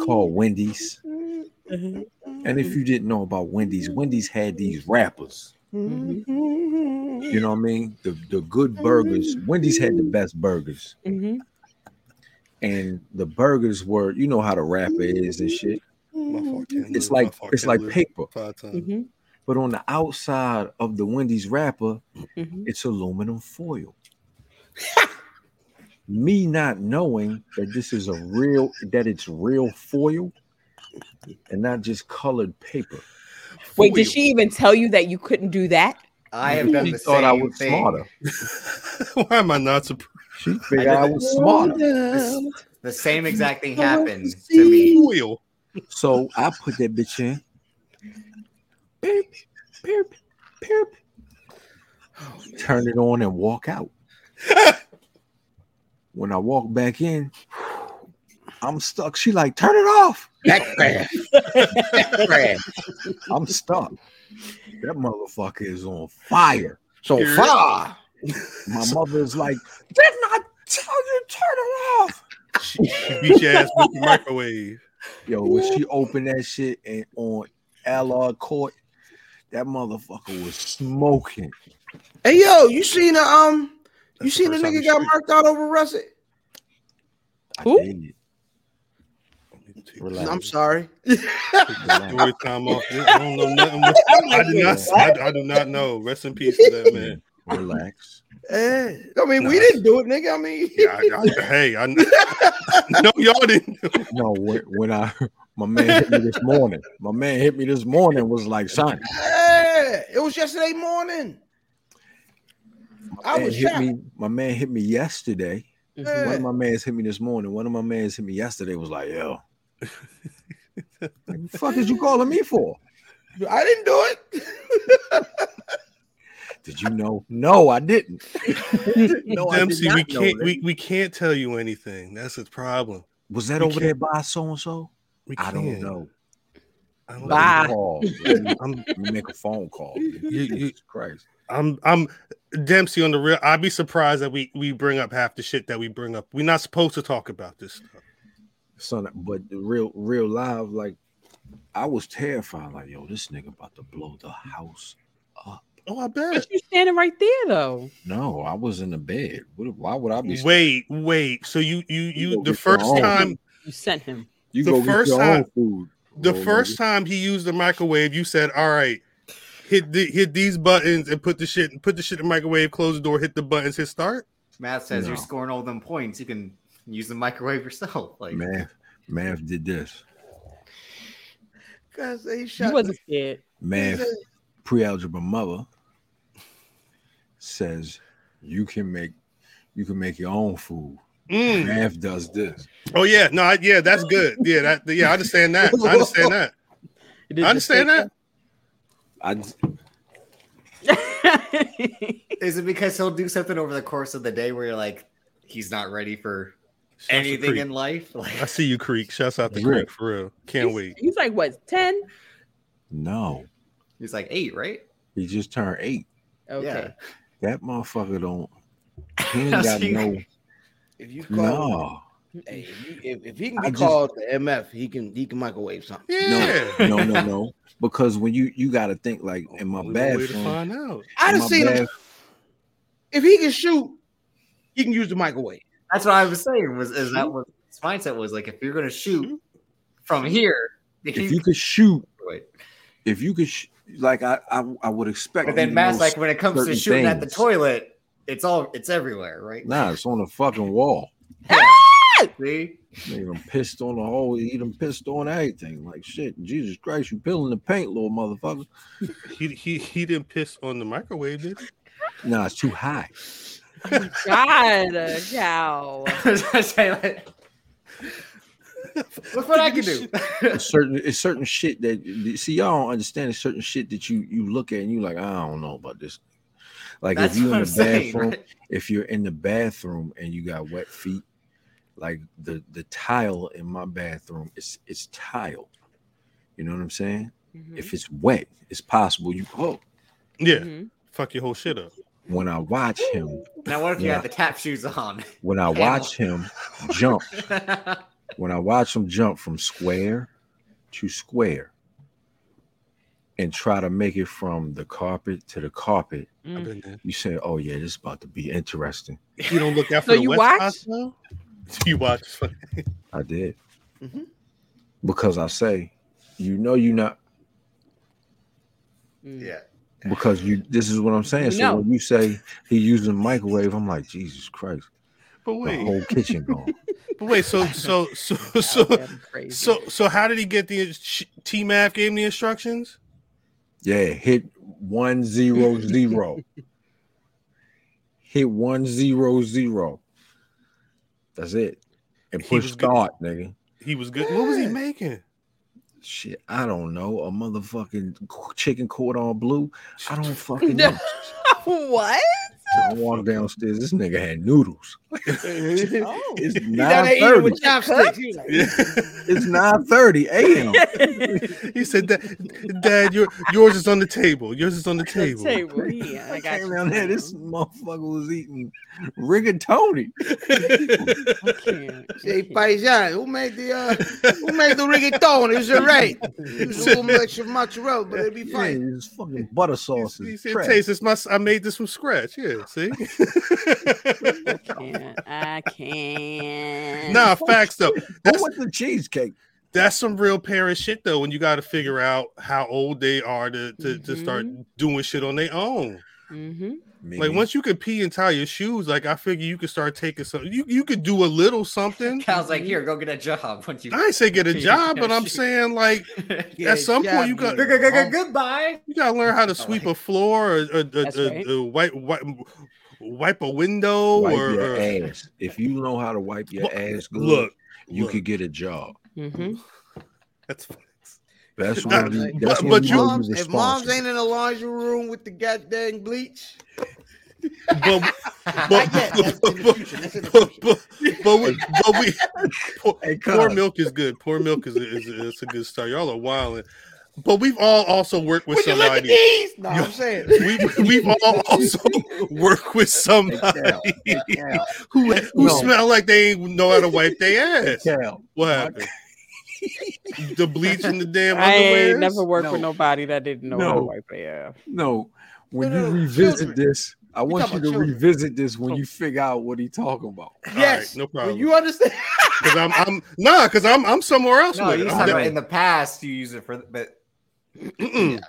Speaker 5: called Wendy's.
Speaker 4: Mhm.
Speaker 5: And if you didn't know about Wendy's, Wendy's had these wrappers.
Speaker 4: Mm-hmm.
Speaker 5: You know what I mean? The the good burgers. Wendy's had the best burgers.
Speaker 4: Mhm.
Speaker 5: and the burgers were, you know how the wrapper is and shit.
Speaker 3: Mm-hmm.
Speaker 1: microwave? My fucking lid,
Speaker 5: It's
Speaker 1: my
Speaker 5: like
Speaker 1: fucking
Speaker 5: it's like
Speaker 1: lid.
Speaker 5: paper,
Speaker 1: Five times.
Speaker 4: Mhm.
Speaker 5: but on the outside of the Wendy's wrapper,
Speaker 4: Mhm.
Speaker 5: it's aluminum foil. Me not knowing that this is a real that it's real foil and not just colored paper.
Speaker 4: Wait, did
Speaker 1: Foil.
Speaker 4: she even tell you that you couldn't do that?
Speaker 2: I have done
Speaker 5: She
Speaker 2: the
Speaker 5: thought
Speaker 2: same
Speaker 5: I was
Speaker 2: thing.
Speaker 5: smarter.
Speaker 3: Mm-hmm.
Speaker 1: Why am I not surprised?
Speaker 5: She figured
Speaker 2: did
Speaker 5: I,
Speaker 2: the-
Speaker 5: was smarter.
Speaker 2: The same exact thing happened to me.
Speaker 1: Foil.
Speaker 5: So I put that bitch in. Beep, beep, beep. turn it on and walk out. when I walk back in, I'm stuck. She like, turn it off.
Speaker 2: Neck crash. Neck crash.
Speaker 5: I'm stuck. That motherfucker is on fire.
Speaker 2: So
Speaker 1: Here.
Speaker 2: far.
Speaker 5: My mother is like, didn't I tell you to turn it off?
Speaker 1: She, she beat your ass with the microwave.
Speaker 5: Yo, when she opened that shit and on Allard Court, that motherfucker was smoking.
Speaker 3: Hey yo, you seen the um? you
Speaker 1: That's
Speaker 3: seen the
Speaker 1: first time
Speaker 3: nigga
Speaker 1: you
Speaker 3: got
Speaker 1: shoot.
Speaker 3: marked out over Russet?
Speaker 5: I
Speaker 4: Who?
Speaker 5: did. Relax.
Speaker 3: I'm sorry.
Speaker 1: Story time off. I don't know nothing. With, I do not. I, I do not know. Rest in peace to that man.
Speaker 5: Relax.
Speaker 3: Eh, I mean, we
Speaker 1: Nah.
Speaker 3: didn't do it, nigga. I mean,
Speaker 1: Yeah, I, I, hey, I no, y'all didn't.
Speaker 5: No, when, when I my man hit me this morning, my man hit me this morning was like, son,
Speaker 3: eh, it was yesterday morning. I
Speaker 5: man
Speaker 3: was
Speaker 5: hit
Speaker 3: shocked.
Speaker 5: me. My man hit me yesterday. One
Speaker 3: Eh,
Speaker 5: of my man's hit me this morning. One of my man's hit me yesterday. Was like, yo, like, the fuck is you calling me for?
Speaker 3: I didn't do it.
Speaker 5: Did you know? No, I didn't.
Speaker 3: Oh,
Speaker 5: no, I did
Speaker 1: Dempsey, we
Speaker 5: not know
Speaker 1: can't.
Speaker 5: that.
Speaker 1: We, we can't tell you anything. That's the problem.
Speaker 5: was that
Speaker 1: we
Speaker 5: over there by so and so?
Speaker 1: We
Speaker 5: I don't
Speaker 1: can't.
Speaker 5: know.
Speaker 1: I
Speaker 5: Let
Speaker 1: don't
Speaker 5: me
Speaker 4: Bye.
Speaker 5: call. Let me-
Speaker 1: I'm
Speaker 5: let me make a phone call.
Speaker 1: you-
Speaker 5: Jesus Christ.
Speaker 1: I'm I'm Dempsey on the real. I'd be surprised that we we bring up half the shit that we bring up. We're not supposed to talk about this stuff.
Speaker 5: son. But the real, real live, like I was terrified. Like, yo, this nigga about to blow the house up.
Speaker 1: Oh, I bet.
Speaker 4: But you standing right there though.
Speaker 5: No, I was in the bed. What, why would I be?
Speaker 1: Wait, wait. So you you you
Speaker 5: gonna
Speaker 1: the
Speaker 5: get your
Speaker 1: first
Speaker 5: own.
Speaker 1: time
Speaker 4: You sent him.
Speaker 5: You
Speaker 1: the
Speaker 5: go get
Speaker 1: first
Speaker 5: your
Speaker 1: time-
Speaker 5: own food.
Speaker 1: the
Speaker 5: little
Speaker 1: first
Speaker 5: nigga.
Speaker 1: time he used the microwave, you said, "All right, hit the, hit these buttons and put the shit put the shit in the microwave, close the door, hit the buttons, hit start."
Speaker 2: Math says you're
Speaker 5: No.
Speaker 2: scoring all them points. You can use the microwave yourself. Like
Speaker 5: Math, Math did this.
Speaker 3: Cause they
Speaker 4: You
Speaker 3: shot.
Speaker 4: wasn't scared.
Speaker 5: Math, pre-algebra mother, says you can make you can make your own food.
Speaker 1: Mm.
Speaker 5: Math does this.
Speaker 1: Oh yeah, no, I, yeah, that's good. Yeah, that yeah, I understand that. I understand that.
Speaker 4: You
Speaker 1: I
Speaker 4: did the
Speaker 1: understand
Speaker 4: same
Speaker 1: that.
Speaker 5: I j-
Speaker 4: thing.
Speaker 2: is it because he'll do something over the course of the day where you're like, he's not ready for
Speaker 1: Shouts to
Speaker 2: anything
Speaker 1: Creek.
Speaker 2: in life? Like
Speaker 1: I see you, Creek. Shouts out to
Speaker 5: Real.
Speaker 1: Creek for real. Can't
Speaker 4: he's,
Speaker 1: wait.
Speaker 4: He's like what, ten?
Speaker 5: no.
Speaker 2: he's like eight, right?
Speaker 5: He just turned eight.
Speaker 4: Okay.
Speaker 5: That motherfucker don't. He ain't
Speaker 2: I
Speaker 5: got
Speaker 2: see.
Speaker 5: no.
Speaker 3: If you call,
Speaker 5: No,
Speaker 3: hey, if, you, if, if he can
Speaker 5: I
Speaker 3: be
Speaker 5: just-
Speaker 3: called the MF, he can he can microwave something.
Speaker 1: Yeah.
Speaker 5: no, no, no. Because when you you got to think like in my
Speaker 1: Only one way to
Speaker 5: bathroom.
Speaker 1: find out.
Speaker 3: I
Speaker 5: in
Speaker 3: done
Speaker 5: my
Speaker 3: seen him.
Speaker 5: bath-
Speaker 3: If he can shoot, he can use the microwave.
Speaker 2: That's what I was saying. Was is that what his mindset was like? If you're gonna shoot from here,
Speaker 5: If you could shoot,
Speaker 2: do it.
Speaker 5: if you could, sh- like I, I, I would expect.
Speaker 2: but
Speaker 5: you
Speaker 2: then
Speaker 5: to
Speaker 2: Matt's
Speaker 5: know
Speaker 2: like, when it comes to
Speaker 5: certain
Speaker 2: shooting at the
Speaker 5: things.
Speaker 2: toilet, It's all it's everywhere, right?
Speaker 5: Nah, it's on the fucking wall.
Speaker 2: Ah! See?
Speaker 5: Nigga done pissed on the whole, he done pissed on everything. Like shit, Jesus Christ, you peeling the paint, little motherfucker.
Speaker 1: He he he didn't piss on the microwave, did he?
Speaker 5: Nah, it's too high.
Speaker 4: Oh, God, uh, cow.
Speaker 2: I was gonna say, like, look what I can do.
Speaker 5: It's certain it's certain shit that see y'all don't understand. It's certain shit that you you look at and you like, I don't know about this. Like
Speaker 2: That's
Speaker 5: if you
Speaker 2: what
Speaker 5: in
Speaker 2: I'm
Speaker 5: the
Speaker 2: saying.
Speaker 5: bathroom,
Speaker 2: right?
Speaker 5: if you're in the bathroom and you got wet feet, like the the tile in my bathroom is it's tile. You know what I'm saying?
Speaker 2: Mm-hmm.
Speaker 4: Mm-hmm.
Speaker 5: If it's wet, it's possible you oh.
Speaker 1: Yeah,
Speaker 4: Mhm.
Speaker 1: fuck your whole shit up.
Speaker 5: When I watch him,
Speaker 2: Now, what if you
Speaker 5: Yeah.
Speaker 2: had the tap shoes on?
Speaker 5: when I
Speaker 2: Hell.
Speaker 5: watch him jump, when I watch him jump from square to square and try to make it from the carpet to the carpet,
Speaker 1: I've
Speaker 4: Mm.
Speaker 1: been there.
Speaker 5: you say, Oh yeah, this is about to be interesting.
Speaker 1: You don't look out for
Speaker 4: So
Speaker 1: the
Speaker 4: you
Speaker 1: West
Speaker 4: watch?
Speaker 1: Coast, though? You watch? fuck-
Speaker 5: I did.
Speaker 3: Mhm.
Speaker 5: Because I say, you know you're not
Speaker 4: Mm.
Speaker 2: yeah.
Speaker 5: because you this is what I'm saying. So
Speaker 4: No.
Speaker 5: when you say he using microwave, I'm like, Jesus Christ,
Speaker 1: But
Speaker 5: the
Speaker 1: wait,
Speaker 5: whole kitchen gone.
Speaker 1: but wait. So so so
Speaker 4: Wow,
Speaker 1: so
Speaker 4: that's crazy.
Speaker 1: so so how did he get the T Math gave him the instructions?
Speaker 5: Yeah, hit one zero zero. hit one zero zero. That's it. And
Speaker 1: He
Speaker 5: push
Speaker 1: was good.
Speaker 5: start, nigga.
Speaker 1: He was good. What was he making?
Speaker 5: Shit, I don't know. A motherfucking chicken cordon bleu. I don't fucking know.
Speaker 4: what?
Speaker 5: I walk downstairs. This nigga had noodles.
Speaker 4: Oh.
Speaker 5: It's
Speaker 2: You gotta eat it
Speaker 5: 9:30.
Speaker 2: with chopsticks. You like,
Speaker 5: It's 9:30 a.m.
Speaker 1: he said that Dad, your yours is on the table. Yours is on the table.
Speaker 4: Table. Yeah, I
Speaker 5: I
Speaker 4: got
Speaker 5: came
Speaker 4: you.
Speaker 5: down there. This motherfucker was eating rigatoni.
Speaker 4: I can't.
Speaker 3: Say, Paisan, who made the uh, who made the rigatoni? It was all right. It was a little much of mozzarella, but it'd be
Speaker 5: Yeah,
Speaker 3: fine.
Speaker 5: it's fucking butter sauce.
Speaker 1: He
Speaker 5: is
Speaker 1: said,
Speaker 5: trash.
Speaker 1: "Taste, it's my. I made this from scratch. Yeah, see.
Speaker 4: I can't. I can't.
Speaker 1: nah, facts though.
Speaker 5: Who
Speaker 1: That's
Speaker 5: wants the cheesecake?
Speaker 1: that's some real parent shit though. When you got to figure out how old they are to to, to start
Speaker 3: Mm-hmm.
Speaker 1: doing shit on their own.
Speaker 4: Mm-hmm.
Speaker 1: Like once you could pee and tie your shoes, like I figure you could start taking some. You you could do a little something.
Speaker 2: Cal's like, here, go get a job. Once you
Speaker 1: I ain't say get a
Speaker 2: Pee and
Speaker 1: job,
Speaker 2: tie
Speaker 1: but I'm
Speaker 2: shoes.
Speaker 1: saying Oh. like
Speaker 3: Yeah,
Speaker 1: at some point you
Speaker 3: job,
Speaker 1: got
Speaker 3: dude.
Speaker 2: goodbye.
Speaker 1: You gotta learn how to sweep a floor, or, or, or,
Speaker 4: That's
Speaker 1: or-
Speaker 4: right.
Speaker 1: or wipe, wipe wipe a window,
Speaker 5: wipe
Speaker 1: or,
Speaker 5: your
Speaker 1: or-
Speaker 5: ass. If you know how to wipe your
Speaker 1: Look-
Speaker 5: ass good,
Speaker 1: look.
Speaker 5: you
Speaker 1: look,
Speaker 5: could get a job.
Speaker 4: Mm-hmm.
Speaker 1: That's
Speaker 5: That's
Speaker 1: Nah,
Speaker 5: what you.
Speaker 1: but-
Speaker 5: That's
Speaker 1: but
Speaker 5: when
Speaker 1: you-
Speaker 5: you know
Speaker 3: Moms,
Speaker 5: you're
Speaker 3: if moms
Speaker 5: responsible.
Speaker 3: ain't in the laundry room with the goddamn bleach,
Speaker 1: but
Speaker 3: not yet. That's in the future. That's in the
Speaker 1: but,
Speaker 3: future.
Speaker 1: but, but we, but we poor,
Speaker 5: Hey,
Speaker 1: poor
Speaker 5: Cuz.
Speaker 1: milk is good. Poor milk is is, is a good start. Y'all are wilding, but we've all also worked with
Speaker 3: Would you look at
Speaker 1: somebody.
Speaker 3: these? No, I'm saying.
Speaker 1: We, we've all also worked with somebody who who
Speaker 5: No.
Speaker 1: smell like they ain't know how to wipe their ass.
Speaker 5: Cal,
Speaker 1: What happened? the bleach in the damn
Speaker 4: I
Speaker 1: underwear.
Speaker 4: ain't never worked with
Speaker 5: No.
Speaker 4: nobody that didn't know how to
Speaker 5: No.
Speaker 4: wipe their ass.
Speaker 5: No, when
Speaker 3: No, no,
Speaker 5: you
Speaker 3: no,
Speaker 5: revisit
Speaker 3: children.
Speaker 5: this, I want
Speaker 3: talking
Speaker 5: you to
Speaker 3: about children.
Speaker 5: revisit this when you figure out what he talking about.
Speaker 3: Yes.
Speaker 1: no
Speaker 3: Well,
Speaker 1: problem.
Speaker 3: you understand?
Speaker 1: Cause I'm, I'm nah, cause I'm, I'm somewhere else
Speaker 2: No,
Speaker 1: with
Speaker 2: you
Speaker 1: it.
Speaker 2: was
Speaker 1: I'm
Speaker 2: talking
Speaker 1: de-
Speaker 2: about in the past you use it for, but
Speaker 1: Mm-mm.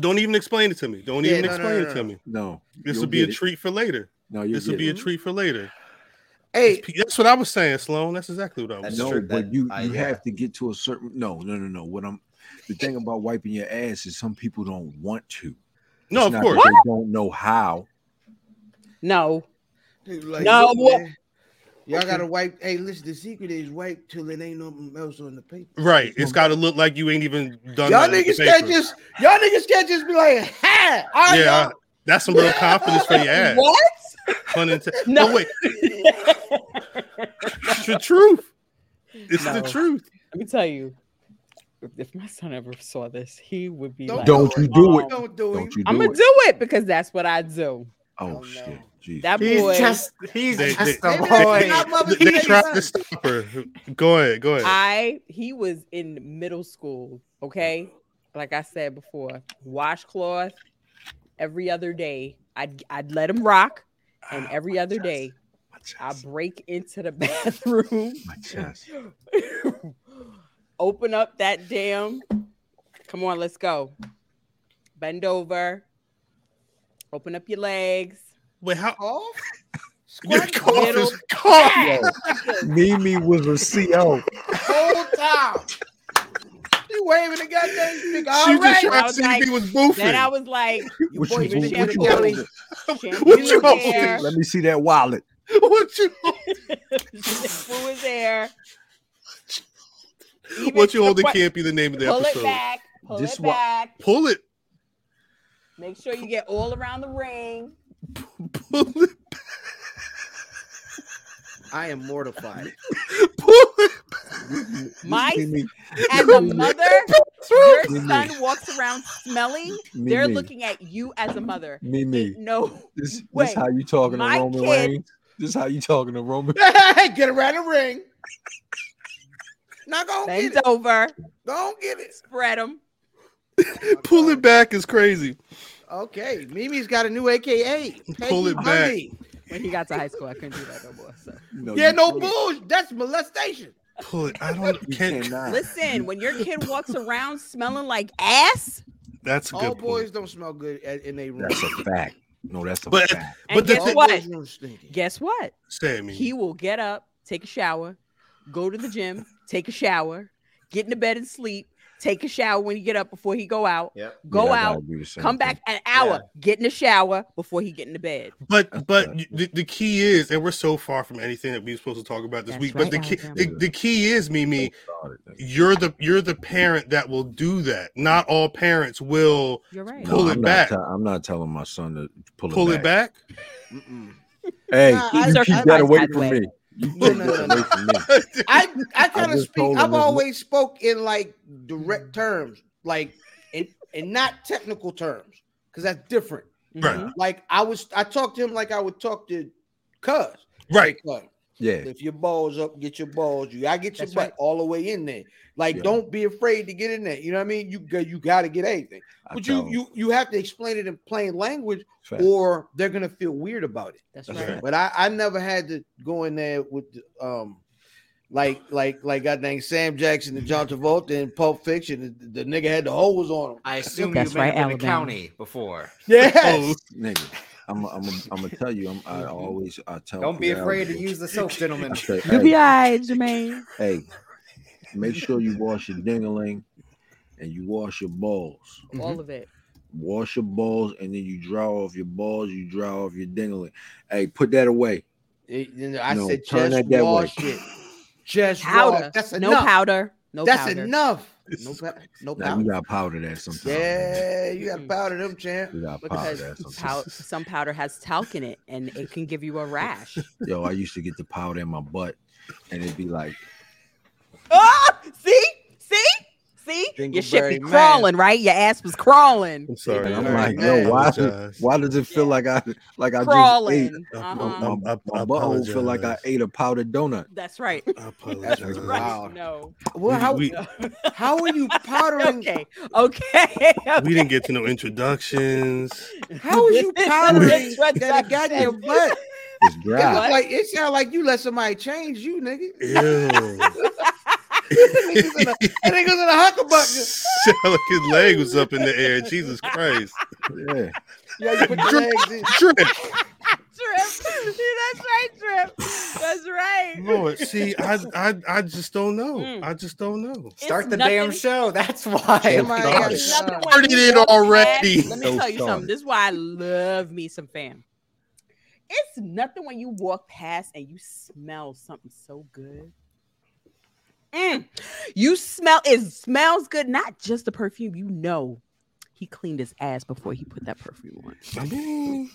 Speaker 1: Don't even explain it to me. Don't
Speaker 3: Yeah,
Speaker 1: even
Speaker 3: no, no,
Speaker 1: explain
Speaker 3: no,
Speaker 1: it
Speaker 3: no.
Speaker 1: to me.
Speaker 5: No,
Speaker 1: This
Speaker 5: you'll
Speaker 1: will be a
Speaker 5: get it.
Speaker 1: treat for later.
Speaker 5: No, you
Speaker 1: This will
Speaker 5: get
Speaker 1: be
Speaker 5: it.
Speaker 1: a treat for later.
Speaker 3: Hey,
Speaker 1: That's what I was saying, Sloan. That's exactly what I was.
Speaker 2: That's
Speaker 1: saying.
Speaker 5: no,
Speaker 2: true,
Speaker 5: but
Speaker 2: that-
Speaker 5: you
Speaker 2: I-
Speaker 5: you
Speaker 2: yeah.
Speaker 5: have to get to a certain. No, no, no, no. What I'm the thing about wiping your ass is some people don't want to.
Speaker 1: No,
Speaker 5: It's
Speaker 1: of
Speaker 5: not
Speaker 1: course.
Speaker 5: that They don't know how.
Speaker 4: No.
Speaker 3: like,
Speaker 4: No.
Speaker 3: look, man, Y'all gotta wipe. Hey, listen. The secret is wipe till it ain't nothing else on the paper.
Speaker 1: Right. It's got to look like you ain't even done.
Speaker 3: Y'all
Speaker 1: nothing with
Speaker 3: niggas
Speaker 1: the
Speaker 3: can't
Speaker 1: paper.
Speaker 3: just. Y'all niggas can't just be like, "Ha!" I
Speaker 1: Yeah,
Speaker 3: know.
Speaker 1: That's some real confidence for your ass.
Speaker 4: What?
Speaker 1: Pun intended.
Speaker 4: No.
Speaker 1: But wait, it's the truth. It's the
Speaker 4: No.
Speaker 1: truth.
Speaker 4: Let me tell you, if, if my son ever saw this, he would be like,
Speaker 5: Don't you do it.
Speaker 3: Don't do it.
Speaker 5: Don't you do
Speaker 4: I'm gonna
Speaker 5: it.
Speaker 4: do it because that's what I do.
Speaker 5: Oh,
Speaker 3: Oh,
Speaker 5: shit.
Speaker 3: no.
Speaker 5: Jesus.
Speaker 4: That
Speaker 2: he's
Speaker 4: boy,
Speaker 2: just he's
Speaker 1: They-
Speaker 2: just
Speaker 1: they-
Speaker 2: a
Speaker 3: Maybe that's
Speaker 2: boy.
Speaker 3: not what we
Speaker 1: They
Speaker 3: need.
Speaker 1: tried to stop her. Go ahead. Go ahead.
Speaker 4: I he was in middle school. Okay, like I said before, washcloth every other day. I'd I'd let him rock, and
Speaker 5: Ah,
Speaker 4: every
Speaker 5: my
Speaker 4: other
Speaker 5: chest,
Speaker 4: day
Speaker 5: My
Speaker 4: I
Speaker 5: chest.
Speaker 4: break into the bathroom,
Speaker 5: My chest.
Speaker 4: open up that damn. Come on, let's go. Bend over. Open up your legs.
Speaker 1: Wait, how?
Speaker 3: Cough?
Speaker 1: Your
Speaker 3: Squat
Speaker 1: cough
Speaker 3: middle
Speaker 1: is cough.
Speaker 5: Mimi was a CO.
Speaker 3: whole time. You waving the goddamn stick. All
Speaker 1: She just
Speaker 3: right.
Speaker 1: tried
Speaker 4: I
Speaker 1: to
Speaker 4: was
Speaker 1: see if
Speaker 4: like,
Speaker 1: he was boofing.
Speaker 4: Then I was like,
Speaker 3: Your
Speaker 5: What
Speaker 3: boy
Speaker 5: you,
Speaker 4: been
Speaker 5: what,
Speaker 3: Michelle
Speaker 5: what you
Speaker 3: Kelly.
Speaker 5: holding?
Speaker 1: what you
Speaker 4: Shit,
Speaker 1: holding?
Speaker 4: yeah.
Speaker 5: Let me see that wallet.
Speaker 1: What you holding?
Speaker 4: who was there? Even
Speaker 1: What you holding
Speaker 4: what-
Speaker 1: can't be the name of the
Speaker 4: pull
Speaker 1: episode.
Speaker 4: it back. Pull
Speaker 5: This
Speaker 4: it
Speaker 5: wa-
Speaker 4: back.
Speaker 1: Pull it.
Speaker 4: Make sure you get all around the ring.
Speaker 1: Pull it.
Speaker 3: I am mortified.
Speaker 1: Pull it.
Speaker 4: My
Speaker 5: Mimi,
Speaker 4: as a mother, your
Speaker 5: Mimi.
Speaker 4: son walks around smelling. They're
Speaker 5: Mimi,
Speaker 4: looking at you as a mother.
Speaker 5: Mimi.
Speaker 4: No,
Speaker 5: This, this
Speaker 4: Wait,
Speaker 5: how you talking to
Speaker 4: my
Speaker 5: Roman
Speaker 4: kid-
Speaker 5: Reigns? This how you talking to Roman?
Speaker 3: get around the ring. Now go and get
Speaker 4: bend
Speaker 3: it.
Speaker 4: over,
Speaker 3: Go and get it.
Speaker 4: spread them.
Speaker 1: Pull it back is crazy.
Speaker 3: Okay. Mimi's got a new AKA.
Speaker 1: Pull
Speaker 3: Hey,
Speaker 1: it back.
Speaker 3: honey.
Speaker 4: When he got to high school, I couldn't do that no more. So.
Speaker 5: No,
Speaker 3: Yeah,
Speaker 5: you
Speaker 3: no
Speaker 5: can't.
Speaker 3: bullshit. That's molestation.
Speaker 1: Pull it. I don't.
Speaker 5: You
Speaker 1: Can't.
Speaker 5: cannot.
Speaker 4: Listen, when your kid walks around smelling like ass
Speaker 1: That's a
Speaker 3: All
Speaker 1: good
Speaker 3: boys
Speaker 1: point.
Speaker 3: don't smell good at, in their room.
Speaker 5: That's a fact. No, that's a
Speaker 1: But-
Speaker 5: fact.
Speaker 4: and
Speaker 1: But the
Speaker 4: guess
Speaker 1: thing-
Speaker 3: All
Speaker 4: what?
Speaker 3: boys' rooms stinky.
Speaker 4: Guess what?
Speaker 1: Sammy.
Speaker 4: He will get up, take a shower, go to the gym, take a shower, get into bed and sleep, take a shower when you get up before he go out,
Speaker 2: Yep.
Speaker 4: go
Speaker 5: Yeah, I gotta
Speaker 4: out,
Speaker 5: do the same
Speaker 4: come
Speaker 5: thing.
Speaker 4: back an hour, get in the shower before he get into bed.
Speaker 1: But but
Speaker 5: right.
Speaker 1: the, the key is, and we're so far from anything that we're supposed to talk about this
Speaker 4: That's
Speaker 1: week.
Speaker 4: right, Oh,
Speaker 1: but the key
Speaker 4: Alabama.
Speaker 1: the, the key is, Mimi,
Speaker 5: Started that.
Speaker 1: you're the you're the parent that will do that. Not all parents will
Speaker 4: You're right.
Speaker 1: Pull it
Speaker 5: I'm
Speaker 1: back.
Speaker 5: Not i I'm not telling my son to pull,
Speaker 1: pull it back.
Speaker 3: Mm-mm.
Speaker 5: Hey,
Speaker 3: Nah, I-
Speaker 5: you keep
Speaker 4: I-
Speaker 5: that
Speaker 4: I-
Speaker 5: away
Speaker 4: I-
Speaker 5: from me. You
Speaker 3: No,
Speaker 5: keep
Speaker 3: no,
Speaker 5: that
Speaker 3: no,
Speaker 5: away from me.
Speaker 3: I I kind of
Speaker 5: just told
Speaker 3: speak.
Speaker 5: him
Speaker 3: I've
Speaker 5: there's no-
Speaker 3: always spoke in like direct terms, like in and not technical terms, because that's different.
Speaker 1: Right.
Speaker 4: Mhm.
Speaker 3: Like I was, I talked to him like I would talk to Cuz.
Speaker 1: Right.
Speaker 3: Like,
Speaker 5: Yeah,
Speaker 3: if your balls up, get your balls. You, I get your
Speaker 4: That's
Speaker 3: butt
Speaker 4: right.
Speaker 3: all the way in there. Like,
Speaker 5: Yeah.
Speaker 3: don't be afraid to get in there. You know what I mean? You go- you got to get anything,
Speaker 5: I
Speaker 3: but
Speaker 5: tell
Speaker 3: you
Speaker 5: him.
Speaker 3: you you have to explain it in plain language,
Speaker 5: Fact.
Speaker 3: or they're gonna feel weird about it.
Speaker 4: That's
Speaker 5: That's
Speaker 4: right.
Speaker 5: right.
Speaker 3: But I, I never had to go in there with the, um like like like God dang Sam Jackson and John Travolta and Pulp Fiction. The, the nigga had the hose on him.
Speaker 2: I assume
Speaker 4: That's
Speaker 2: you've been
Speaker 4: right,
Speaker 2: up in the
Speaker 4: Alabama.
Speaker 2: county before.
Speaker 5: Oh.
Speaker 3: Yes.
Speaker 5: nigga. I'm I'm I'm gonna tell you. I'm, I always I tell.
Speaker 2: Don't be
Speaker 5: Corral,
Speaker 2: afraid to
Speaker 5: I
Speaker 2: use the soap, gentlemen.
Speaker 5: say,
Speaker 4: You'll be
Speaker 5: hey,
Speaker 4: all right, Jermaine.
Speaker 5: hey, make sure you wash your dingling, and you wash your balls.
Speaker 4: All of it.
Speaker 5: Wash your balls, and then you draw off your balls. You draw off your dingling. Hey, put that away.
Speaker 3: It- you know, I
Speaker 5: No,
Speaker 3: said
Speaker 5: turn
Speaker 3: just
Speaker 5: that that way.
Speaker 3: wash it. Just wash.
Speaker 4: Powder.
Speaker 3: That's
Speaker 4: no
Speaker 3: enough.
Speaker 4: powder. No
Speaker 3: That's
Speaker 4: powder.
Speaker 3: enough. No, pow- no
Speaker 5: Now you
Speaker 3: powder.
Speaker 5: got powder that sometimes.
Speaker 3: Yeah, you got powder them, champ.
Speaker 5: You got powder
Speaker 4: Because
Speaker 5: that sometimes.
Speaker 4: pow- some powder has talc in it and it can give you a rash.
Speaker 5: Yo, I used to get the powder in my butt, and it'd be like,
Speaker 4: Oh, see, see, see, your shit be
Speaker 3: Dingleberry man.
Speaker 4: crawling, right? Your ass was crawling,
Speaker 1: I'm sorry.
Speaker 5: and I'm
Speaker 3: All right,
Speaker 5: like, yo,
Speaker 3: man.
Speaker 5: why?
Speaker 1: Apologize.
Speaker 5: Why does it feel like I like I just ate?
Speaker 4: crawling.
Speaker 1: I'm-
Speaker 4: Uh-huh.
Speaker 5: My,
Speaker 1: Um,
Speaker 5: my,
Speaker 1: I- I
Speaker 5: my butthole feel like I
Speaker 1: apologize.
Speaker 5: ate a powdered donut.
Speaker 4: That's right.
Speaker 1: I
Speaker 4: That's
Speaker 1: apologize.
Speaker 4: right.
Speaker 3: Wow.
Speaker 4: No.
Speaker 3: Well, how
Speaker 1: We-
Speaker 3: how are you powdering?
Speaker 4: Okay. Okay.
Speaker 1: We didn't get to no introductions.
Speaker 3: How are you
Speaker 4: This is
Speaker 3: powdering
Speaker 4: what I
Speaker 3: that goddamn
Speaker 4: said.
Speaker 3: butt?
Speaker 5: It's
Speaker 3: It
Speaker 5: dry.
Speaker 3: look
Speaker 4: What?
Speaker 3: like it sound like you let somebody change you, nigga.
Speaker 1: Ew.
Speaker 3: That nigga's in a, that nigga's in a huckabuck.
Speaker 1: Sound like his leg was up in the air. Jesus Christ.
Speaker 5: yeah.
Speaker 3: Yeah, you put your legs in.
Speaker 1: Drip.
Speaker 4: Trip. See, that's right, Trip. That's right.
Speaker 1: Lord, see, I, I, I just don't know.
Speaker 4: Mm.
Speaker 1: I just don't know.
Speaker 2: Start
Speaker 4: It's
Speaker 2: the damn
Speaker 4: nothing-
Speaker 2: show. That's why.
Speaker 3: Somebody got
Speaker 4: it's
Speaker 3: shot.
Speaker 4: nothing when
Speaker 1: Started
Speaker 4: you
Speaker 1: it
Speaker 4: don't
Speaker 1: already.
Speaker 4: Have, let me
Speaker 5: So
Speaker 4: tell you
Speaker 5: started.
Speaker 4: something. This is why I love me some fam. It's nothing when you walk past and you smell something so good. Mm. You smell it smells good, not just the perfume. You know, he cleaned his ass before he put that perfume on.
Speaker 1: I mean,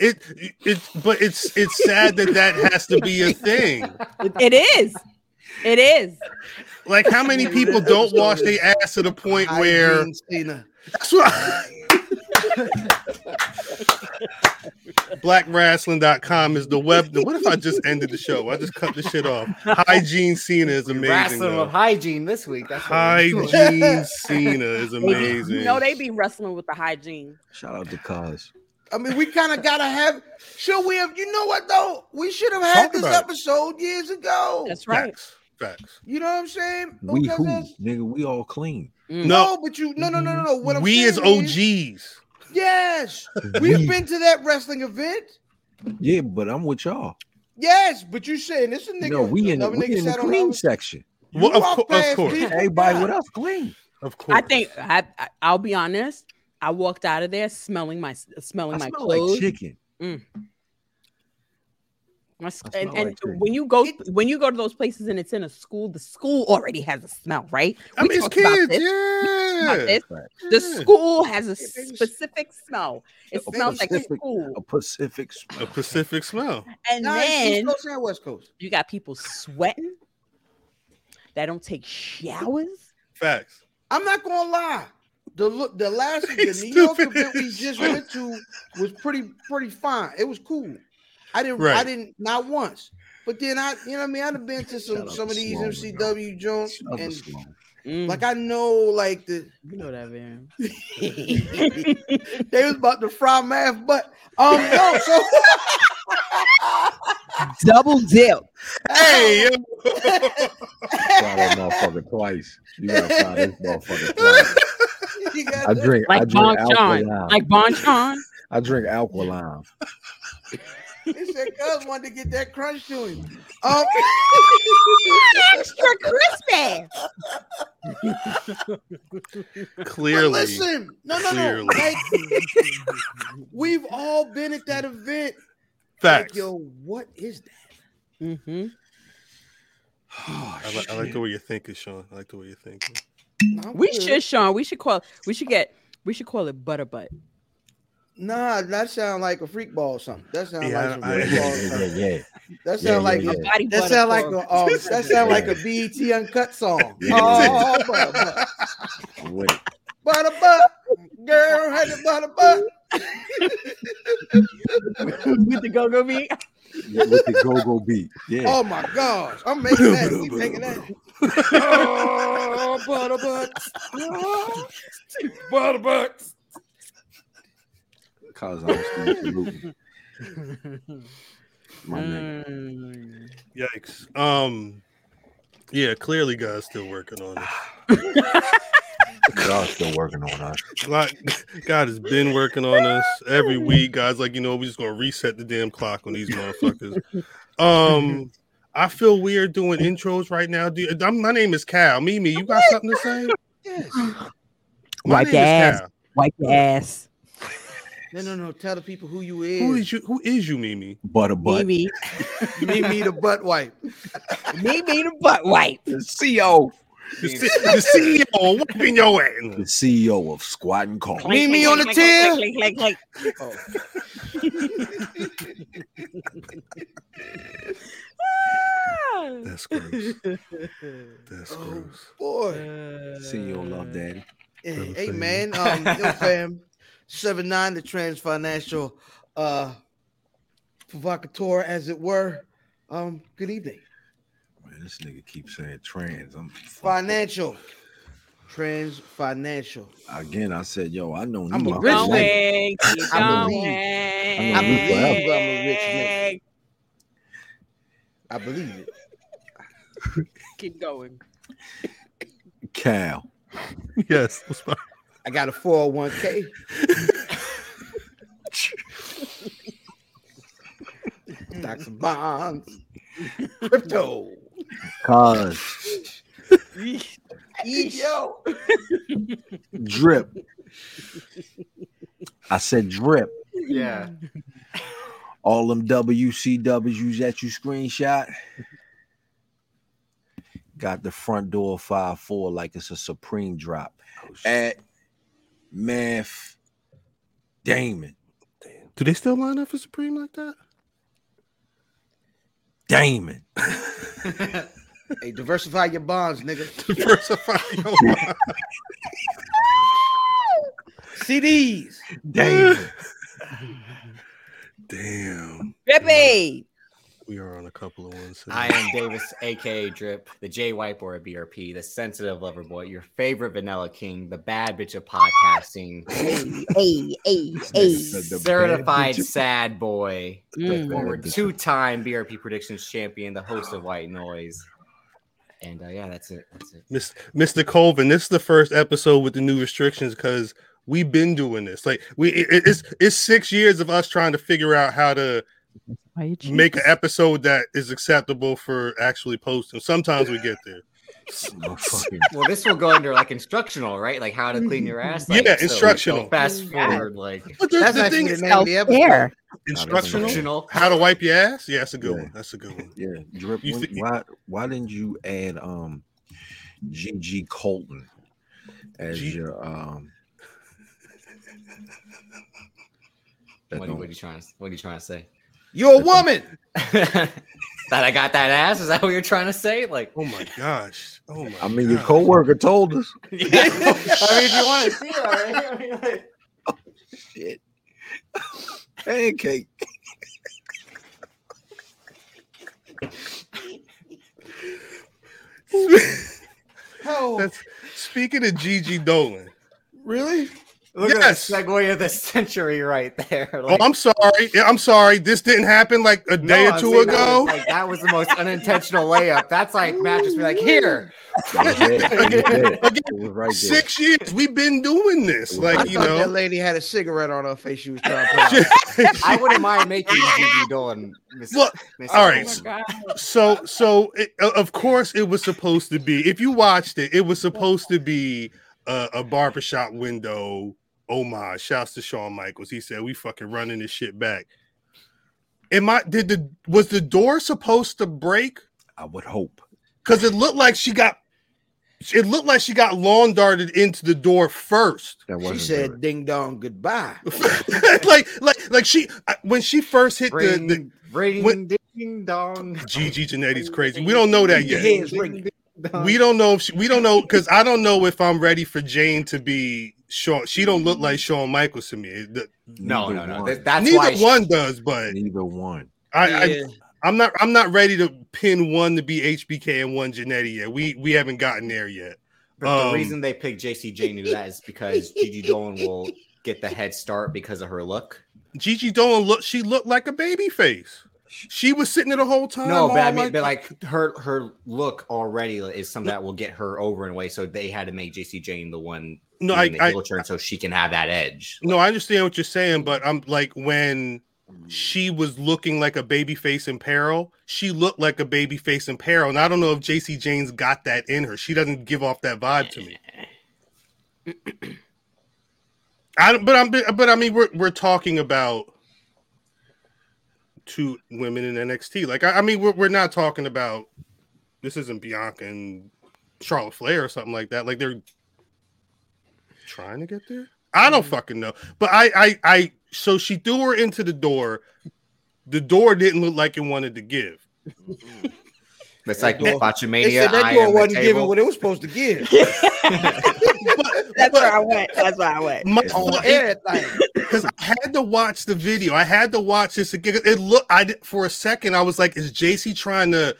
Speaker 1: it, it, but it's, it's sad that that has to be a thing.
Speaker 4: It is. It is.
Speaker 1: Like, how many people don't wash their ass to the point where
Speaker 3: Hygiene Cena.
Speaker 1: That's what I- BlackWrestling.com is the web. What if I just ended the show? I just cut the shit off. Hygiene Cena is amazing.
Speaker 2: Wrestling with
Speaker 1: though.
Speaker 2: hygiene this week. That's what we're doing.
Speaker 1: Hygiene Cena is
Speaker 4: They-
Speaker 1: amazing.
Speaker 4: You know, they be wrestling with the hygiene.
Speaker 5: Shout out to Cuz.
Speaker 3: I mean, we kind of gotta have. Should we have? You know what though? We should have had
Speaker 1: Talk
Speaker 3: this
Speaker 1: about it.
Speaker 3: episode years ago.
Speaker 4: That's right.
Speaker 1: Facts. Facts.
Speaker 3: You know what I'm saying?
Speaker 5: We
Speaker 3: Because
Speaker 5: who
Speaker 3: that's-
Speaker 4: Mm.
Speaker 5: nigga, we all clean.
Speaker 1: No,
Speaker 3: No, but you. No, no, no, no. no. What I'm
Speaker 1: we
Speaker 3: saying
Speaker 1: as
Speaker 3: is-
Speaker 1: OGs.
Speaker 3: Yes, we've been to that wrestling event.
Speaker 5: Yeah, but I'm with y'all.
Speaker 3: Yes, but you saying this a nigga?
Speaker 5: No, we in,
Speaker 3: another
Speaker 5: we
Speaker 3: nigga
Speaker 5: in the
Speaker 3: sat on
Speaker 5: clean
Speaker 3: our-
Speaker 5: section.
Speaker 3: You
Speaker 1: Well, of
Speaker 3: walk
Speaker 1: cou- of
Speaker 3: past
Speaker 1: course.
Speaker 3: people,
Speaker 5: Everybody
Speaker 3: God.
Speaker 5: with us clean.
Speaker 1: Of course.
Speaker 4: I think I, I I'll be honest. I walked out of there smelling my smelling
Speaker 5: I
Speaker 4: my
Speaker 5: smell
Speaker 4: clothes.
Speaker 5: like chicken.
Speaker 4: My s-
Speaker 5: I
Speaker 4: and
Speaker 5: smell
Speaker 4: and
Speaker 5: like chicken.
Speaker 4: when you go
Speaker 3: It-
Speaker 4: when you go to those places and it's in a school, the school already has a smell, right?
Speaker 1: I mean, it's
Speaker 4: talked about
Speaker 1: kids.
Speaker 4: this. Not
Speaker 1: Yeah.
Speaker 4: this. The
Speaker 1: yeah.
Speaker 4: school has a
Speaker 3: Yeah, they-
Speaker 4: specific smell. It
Speaker 5: A
Speaker 4: smells like
Speaker 5: specific-
Speaker 4: school.
Speaker 5: A Pacific. smell.
Speaker 1: A Pacific smell.
Speaker 4: And
Speaker 3: Nah, it's East
Speaker 4: then
Speaker 3: Coast and West Coast.
Speaker 4: you got people sweating that don't take showers.
Speaker 1: Facts.
Speaker 3: I'm not gonna lie. The look, the last
Speaker 1: He's
Speaker 3: the New York
Speaker 1: stupid
Speaker 3: event we
Speaker 1: as
Speaker 3: just
Speaker 1: shit.
Speaker 3: went to was pretty pretty fine. It was cool. I didn't I
Speaker 1: Right.
Speaker 3: didn't not once. But then I you know what I mean I've been to some
Speaker 5: Shout out
Speaker 3: some
Speaker 5: to
Speaker 3: of these
Speaker 5: Sloan,
Speaker 3: MCW joints
Speaker 5: Smell
Speaker 3: and
Speaker 5: the smell.
Speaker 4: Mm.
Speaker 3: like I know like the
Speaker 4: you know that, man.
Speaker 3: they was about to fry math, but um no so
Speaker 4: Double dip.
Speaker 1: Hey,
Speaker 5: Fry that motherfucker twice. You gotta fry this motherfucker twice.
Speaker 3: you got
Speaker 5: I drink. I
Speaker 4: Like
Speaker 5: drink
Speaker 4: Bonchon.
Speaker 5: alkaline.
Speaker 4: Like Bonchon.
Speaker 5: I drink alkaline.
Speaker 3: They said cuz wanted to get that crunch to him. Um,
Speaker 4: Extra crispy.
Speaker 1: yo.
Speaker 3: But
Speaker 1: Clearly.
Speaker 3: listen, no, no, no.
Speaker 1: Clearly.
Speaker 3: Like, we've all been at that event. Like,
Speaker 1: Facts.
Speaker 3: yo, what is that?
Speaker 4: Mm-hmm.
Speaker 5: Oh,
Speaker 1: I, li- I like
Speaker 5: shit.
Speaker 1: the way you're thinking, Sean. I like the way you're thinking.
Speaker 3: I'm
Speaker 4: We
Speaker 3: good.
Speaker 4: should, Sean. We should call. We should get. We should call it butter butt.
Speaker 3: Nah, that sound like a freak ball or something. That sound
Speaker 1: Yeah,
Speaker 3: like some
Speaker 1: I-
Speaker 3: freak
Speaker 5: yeah,
Speaker 3: ball. or
Speaker 5: yeah,
Speaker 3: something.
Speaker 5: yeah, yeah.
Speaker 3: That sound
Speaker 5: Yeah, yeah,
Speaker 3: like
Speaker 5: yeah.
Speaker 3: a,
Speaker 4: Body
Speaker 3: that
Speaker 4: butter
Speaker 3: sound like
Speaker 4: called-
Speaker 3: a um, that sound like a BET uncut song.
Speaker 5: Yeah.
Speaker 3: Oh, butter, butter,
Speaker 5: Wait,
Speaker 3: butter, butter, girl, had the butter, butter.
Speaker 4: with the go go beat.
Speaker 5: yeah, with the go-go beat. Yeah,
Speaker 3: Oh my gosh, I'm making that. We making that. Oh, butter, butter, oh, butter, butter.
Speaker 5: cause I'm Steve Salutin, my nigga.
Speaker 4: Mm.
Speaker 1: Yikes. Um. Yeah, clearly God's still working on it.
Speaker 5: Y'all still working on us.
Speaker 1: Like, God has been working on us every week. God's like, you know, we just gonna reset the damn clock on these motherfuckers. Um, I feel weird doing intros right now. Do you- I'm, my name is Cal. Mimi, you got something to say?
Speaker 3: Yes.
Speaker 1: My
Speaker 4: Wipe
Speaker 1: name
Speaker 4: your
Speaker 1: is
Speaker 4: ass.
Speaker 1: Cal.
Speaker 4: Wipe your ass.
Speaker 3: No, no, no. Tell the people who you
Speaker 1: Who
Speaker 3: is.
Speaker 1: is you? Who is you, Mimi?
Speaker 5: Butter butt.
Speaker 4: Mimi,
Speaker 3: Meet me the butt wipe.
Speaker 4: Mimi the butt wipe.
Speaker 5: The CEO.
Speaker 1: The, C- the CEO whooping your
Speaker 5: The
Speaker 1: ass.
Speaker 5: CEO of Squat and Call.
Speaker 3: Meet me on the tail.
Speaker 4: Like, like, like,
Speaker 3: Oh.
Speaker 1: That's gross. That's
Speaker 3: Oh.
Speaker 1: gross.
Speaker 3: Boy.
Speaker 5: CEO E Love Daddy.
Speaker 3: Hey,
Speaker 1: Brother Fam.
Speaker 3: man. Um, yo, fam. Seven nine, the trans financial uh provocateur, as it were. Um, good evening.
Speaker 5: Man, this nigga keeps saying trans. I'm
Speaker 3: Financial. Trans financial.
Speaker 5: again. I said, yo, I know
Speaker 3: I'm a
Speaker 5: my
Speaker 3: rich
Speaker 5: whole life.
Speaker 3: nigga.
Speaker 4: Going, keep
Speaker 3: I'm a
Speaker 4: going.
Speaker 5: I'm a rich forever.
Speaker 3: I'm a rich nigga. I believe it.
Speaker 4: Keep going.
Speaker 5: Cal.
Speaker 1: Yes. What's my-
Speaker 3: I got a 401k. Stocks and bonds. Crypto.
Speaker 5: Cause
Speaker 3: Yo.
Speaker 5: drip. I said drip.
Speaker 7: Yeah.
Speaker 5: All them WCWs that you screenshot. Got the front door 5-4 like it's a supreme drop. At Math Damon.
Speaker 1: Do they still line up for Supreme like that?
Speaker 5: Damon.
Speaker 3: Hey, diversify your bonds, nigga.
Speaker 1: Diversify your life.
Speaker 3: CDs.
Speaker 5: Damon.
Speaker 1: Damn.
Speaker 4: Rippy.
Speaker 1: We are on a couple of ones. today.
Speaker 2: I am Davis, aka Drip, the J Wipe or a BRP, the sensitive lover boy, your favorite vanilla king, the bad bitch of podcasting,
Speaker 4: Hey, hey,
Speaker 5: hey. The bad
Speaker 2: certified
Speaker 5: bitch of-
Speaker 2: sad boy,
Speaker 4: Mm.
Speaker 2: the former two time BRP predictions champion, the host of White Noise. And uh, yeah, that's it. That's it.
Speaker 1: Mis- Mr. Colvin, this is the first episode with the new restrictions because We've been doing this. Like we, it, it's it's six years of us trying to figure out how to
Speaker 4: Why you cheat?
Speaker 1: make an episode that is acceptable for actually posting. Sometimes we get there.
Speaker 5: Motherfucking-
Speaker 2: Well, this will go under like instructional, right? Like how to clean your ass. Like,
Speaker 1: Yeah,
Speaker 2: so,
Speaker 1: instructional.
Speaker 2: fast
Speaker 4: Yeah.
Speaker 2: forward, like
Speaker 1: But the,
Speaker 2: That's
Speaker 1: the
Speaker 2: actually
Speaker 1: thing
Speaker 2: the
Speaker 1: is,
Speaker 2: name
Speaker 4: Self
Speaker 2: of the episode.
Speaker 4: care.
Speaker 1: instructional.
Speaker 2: Instructional.
Speaker 1: How to wipe your ass? Yeah, that's a good
Speaker 5: Yeah.
Speaker 1: one. That's a good one.
Speaker 5: yeah, drip.
Speaker 1: You
Speaker 5: when-
Speaker 1: thi-
Speaker 5: why why didn't you add um GG Colton as
Speaker 1: G-
Speaker 5: your um that
Speaker 2: What,
Speaker 5: don't-
Speaker 2: what are you trying to? What are you trying to say?
Speaker 3: You're a woman.
Speaker 2: that I got that ass? Is that what you're trying to say? Like,
Speaker 1: Oh my gosh. Oh my.
Speaker 5: I mean your
Speaker 1: gosh.
Speaker 5: coworker told us.
Speaker 2: I mean, if you want to see it already, I mean, like,
Speaker 5: Shit. Pancake.
Speaker 3: Hell,
Speaker 1: That's speaking of Gigi Dolan.
Speaker 3: really?
Speaker 2: look
Speaker 1: Yes.
Speaker 2: at the segue of the century right there.
Speaker 1: Oh,
Speaker 2: Like,
Speaker 1: I'm sorry. Yeah, I'm sorry. This didn't happen like a
Speaker 2: no,
Speaker 1: day
Speaker 2: I'm
Speaker 1: or two
Speaker 2: saying that was,
Speaker 1: ago.
Speaker 2: like, that was the most unintentional layup. That's like Matt just be like, here.
Speaker 5: That was it. That was it. It was right there.
Speaker 1: Six years. We've been doing this.
Speaker 5: I
Speaker 3: I
Speaker 1: Like you
Speaker 3: thought that
Speaker 1: know.
Speaker 3: lady had a cigarette on her face. She was trying to put out.
Speaker 2: I wouldn't mind making Gigi Dolan. Miss,
Speaker 1: Well,
Speaker 2: Miss
Speaker 1: all
Speaker 4: Oh
Speaker 1: right.
Speaker 4: my
Speaker 2: Dolan.
Speaker 4: god.
Speaker 1: so so it, o- of course it was supposed to be if you watched it it was supposed to be a, a barbershop window homage shouts to Shawn Michaels he said we fucking running this shit back am I did the was the door supposed to break
Speaker 5: I would hope.
Speaker 1: because it looked like she got it looked like she got lawn darted into the door first
Speaker 5: That
Speaker 3: She
Speaker 5: wasn't
Speaker 3: said,
Speaker 5: good.
Speaker 3: "Ding dong, goodbye."
Speaker 1: like like like she I- when she first hit
Speaker 2: Ring,
Speaker 1: the,
Speaker 2: ring,
Speaker 1: when-
Speaker 2: ding, dong.
Speaker 1: the Gigi Genetti's crazy we don't know that
Speaker 3: Your
Speaker 1: yet
Speaker 3: head's ringing.
Speaker 1: we don't know if she, we don't know because I don't know if I'm ready for Jane to be Shawn. She don't look like Shawn Michaels to me. The-
Speaker 2: No, no,
Speaker 5: Neither
Speaker 2: no.
Speaker 5: one.
Speaker 2: That- That's why
Speaker 1: neither
Speaker 2: she-
Speaker 1: one does, but
Speaker 5: Neither one.
Speaker 1: I, I
Speaker 3: Yeah.
Speaker 1: I'm not I'm not ready to pin one to be HBK and one Janetti yet. We we haven't gotten there yet.
Speaker 2: But
Speaker 1: Um,
Speaker 2: the reason they picked JCJ knew that is because Gigi Dolan will get the head start because of her look.
Speaker 1: Gigi Dolan look she looked like a baby face. She was sitting there the whole time.
Speaker 2: No, but I
Speaker 1: all
Speaker 2: mean, but like her her look already is something that will get her over in a way. So they had to make JC Jane the one
Speaker 1: no,
Speaker 2: in
Speaker 1: I,
Speaker 2: the
Speaker 1: I
Speaker 2: heel turn so she can have that edge.
Speaker 1: no, I understand what you're saying, but I'm like when she was looking like a baby face in peril, she looked like a baby face in peril. And I don't know if JC Jane's got that in her. She doesn't give off that vibe to me. I don't, but I'm but I mean we're we're talking about two women in NXT. Like I, I mean we're we're not talking about this isn't Bianca and Charlotte Flair or something like that. Like they're trying to get there. I
Speaker 3: Mm-hmm.
Speaker 1: don't fucking know. But I I I so she threw her into the door. The door didn't look like it wanted to give.
Speaker 2: It's like
Speaker 3: That door- They
Speaker 2: Botchamania.
Speaker 3: said that
Speaker 2: I
Speaker 3: door
Speaker 2: am the
Speaker 3: wasn't giving
Speaker 2: table.
Speaker 3: what it was supposed to give.
Speaker 4: That's where I went. That's where I went.
Speaker 1: My,
Speaker 5: On
Speaker 1: my-
Speaker 3: Everything.
Speaker 1: because I had to watch the video. I had to watch this again. It looked I did, for a second. I was like, is JC trying to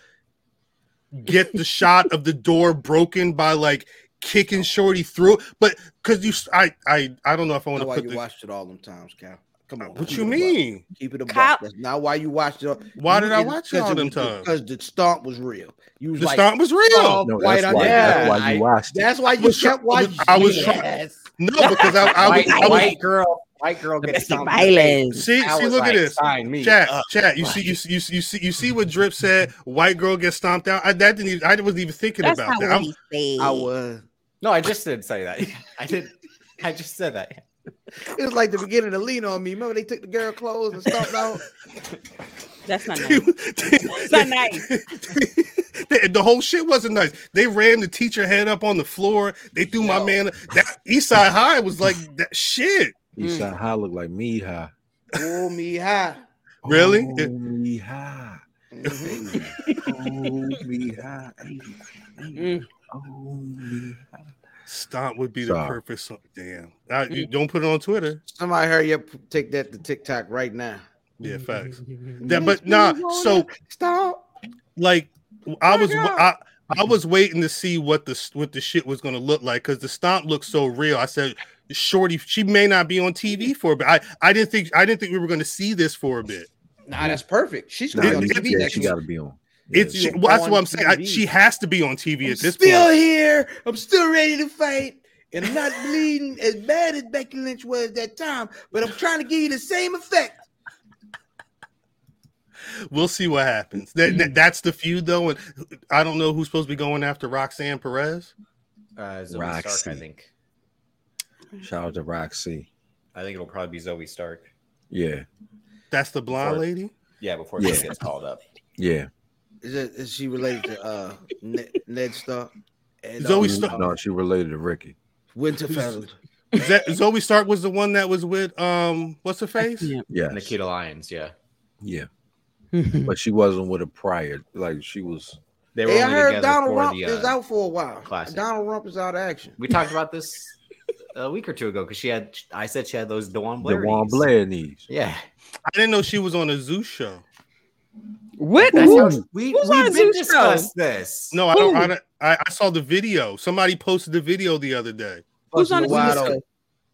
Speaker 1: get the shot of the door broken by like kicking Shorty through? But because you, s- I, I, I don't know if I want
Speaker 3: That's
Speaker 1: to
Speaker 3: why
Speaker 1: put
Speaker 3: you
Speaker 1: the.
Speaker 3: watched it all them times, Cal. Come on.
Speaker 1: what
Speaker 3: keep
Speaker 1: you
Speaker 3: it a buck.
Speaker 1: mean?
Speaker 3: Keep it a
Speaker 4: Cal-
Speaker 3: buck. That's not why you watched it. All.
Speaker 1: Why did I watch it all them times?
Speaker 3: Because the stomp was real. You was
Speaker 1: The
Speaker 3: like,
Speaker 1: stunt was real.
Speaker 3: Oh,
Speaker 5: No,
Speaker 3: White
Speaker 5: that's why, that's why
Speaker 3: Idea.
Speaker 5: you watched it.
Speaker 3: That's why you
Speaker 1: Was try-
Speaker 3: kept watching.
Speaker 1: I was try-
Speaker 3: yes.
Speaker 1: no, because I, I,
Speaker 2: white,
Speaker 1: was, I was.
Speaker 2: white girl, white girl gets
Speaker 4: Domestic
Speaker 2: stomped.
Speaker 4: violence.
Speaker 1: See,
Speaker 2: I
Speaker 1: see,
Speaker 2: was
Speaker 1: look
Speaker 2: like,
Speaker 1: at this.
Speaker 2: Sign me.
Speaker 1: Chat,
Speaker 2: up.
Speaker 1: chat. You see, you see, you see, you see, you see what Drip said. White girl gets stomped out. I that didn't even. I wasn't even thinking
Speaker 4: That's
Speaker 1: about
Speaker 4: not
Speaker 1: that.
Speaker 4: what
Speaker 1: I'm-
Speaker 4: he said.
Speaker 3: I was.
Speaker 2: No, I just didn't say that. I did. I just said that.
Speaker 3: It was like the beginning of Lean on Me. Remember they took the girl clothes and stomped out?
Speaker 4: That's not nice.
Speaker 1: it's
Speaker 4: not nice.
Speaker 1: the, the whole shit wasn't nice. They ran the teacher head up on the floor. They threw my man. That Eastside High was like that shit.
Speaker 5: You
Speaker 2: mm.
Speaker 5: said high look like me high.
Speaker 3: Pull me high.
Speaker 1: Really?
Speaker 5: Oh,
Speaker 1: It-
Speaker 5: me high.
Speaker 3: Mhm.
Speaker 2: Mm.
Speaker 5: Oh, me high. Oh, me high.
Speaker 1: Stomp would be the
Speaker 5: Stop.
Speaker 1: perfect song. Damn. I, you
Speaker 2: Mm.
Speaker 1: don't put it on Twitter.
Speaker 3: Somebody hurry up, take that to TikTok right now.
Speaker 2: Mm-hmm.
Speaker 1: Yeah, facts. That, but nah. So
Speaker 3: Stop.
Speaker 1: like I
Speaker 3: Why
Speaker 1: was
Speaker 3: not?
Speaker 1: I, I was waiting to see what the what the shit was gonna look like because the stomp looked so real. I said, "Shorty, she may not be on TV for a bit." I, I didn't think I didn't think we were gonna see this for a bit.
Speaker 3: Nah, that's perfect. She's
Speaker 5: Nah,
Speaker 3: gonna be on
Speaker 5: you-
Speaker 3: TV
Speaker 5: yeah,
Speaker 3: next
Speaker 5: she
Speaker 3: week.
Speaker 5: got to be on. Yeah,
Speaker 1: It's
Speaker 5: she-
Speaker 1: she, well, that's
Speaker 3: on
Speaker 1: what I'm saying. I,
Speaker 3: TV.
Speaker 1: she has to be on TV
Speaker 3: I'm
Speaker 1: at this
Speaker 3: still
Speaker 1: point.
Speaker 3: here. I'm still ready to fight. And I'm not bleeding as bad as Becky Lynch was that time, but I'm trying to give you the same effect.
Speaker 1: We'll see what happens. That,
Speaker 3: Mm.
Speaker 1: that- that's the feud, though. And I don't know who's supposed to be going after Roxanne Perez.
Speaker 2: Uh, Zoe Stark,
Speaker 5: Roxy.
Speaker 2: I think.
Speaker 5: Shout out to Roxy.
Speaker 2: I think it'll probably be Zoe Stark.
Speaker 5: Yeah,
Speaker 1: That's the blonde
Speaker 2: Or-
Speaker 1: lady.
Speaker 2: Yeah, before
Speaker 5: Yeah.
Speaker 2: she gets called up.
Speaker 5: yeah.
Speaker 3: Is, it, is she related to uh, Ned, Ned Stark? And,
Speaker 1: Zoe
Speaker 3: uh,
Speaker 1: Stark-
Speaker 5: No, she related to Ricky.
Speaker 3: Winterfell.
Speaker 1: Is that Zoe Stark was the one that was with um what's her face?
Speaker 4: Yeah.
Speaker 5: Yeah,
Speaker 2: Nikita Lyons, yeah.
Speaker 5: yeah. But she wasn't with a prior. Like she was.
Speaker 2: They were
Speaker 3: Hey, I
Speaker 2: only
Speaker 3: heard
Speaker 2: together
Speaker 3: Donald
Speaker 2: for
Speaker 3: Rump
Speaker 2: the,
Speaker 3: is
Speaker 2: uh,
Speaker 3: out for a while.
Speaker 2: classic.
Speaker 3: Donald Rump is out of action.
Speaker 2: We talked about this a week or two ago because she had. I said she had those Dewan Blair.
Speaker 5: Dewan
Speaker 2: knees.
Speaker 5: Blair knees.
Speaker 2: Yeah.
Speaker 1: I didn't know she was on a zoo show.
Speaker 4: What?
Speaker 2: That's how
Speaker 5: Ooh.
Speaker 2: we
Speaker 4: Who's on
Speaker 2: we
Speaker 4: a
Speaker 2: did
Speaker 4: Zeus
Speaker 2: discuss this.
Speaker 1: No, I don't. I, don't- I, I saw the video. Somebody posted the video the other day.
Speaker 4: Who's on
Speaker 3: the
Speaker 4: the
Speaker 3: wild
Speaker 4: show?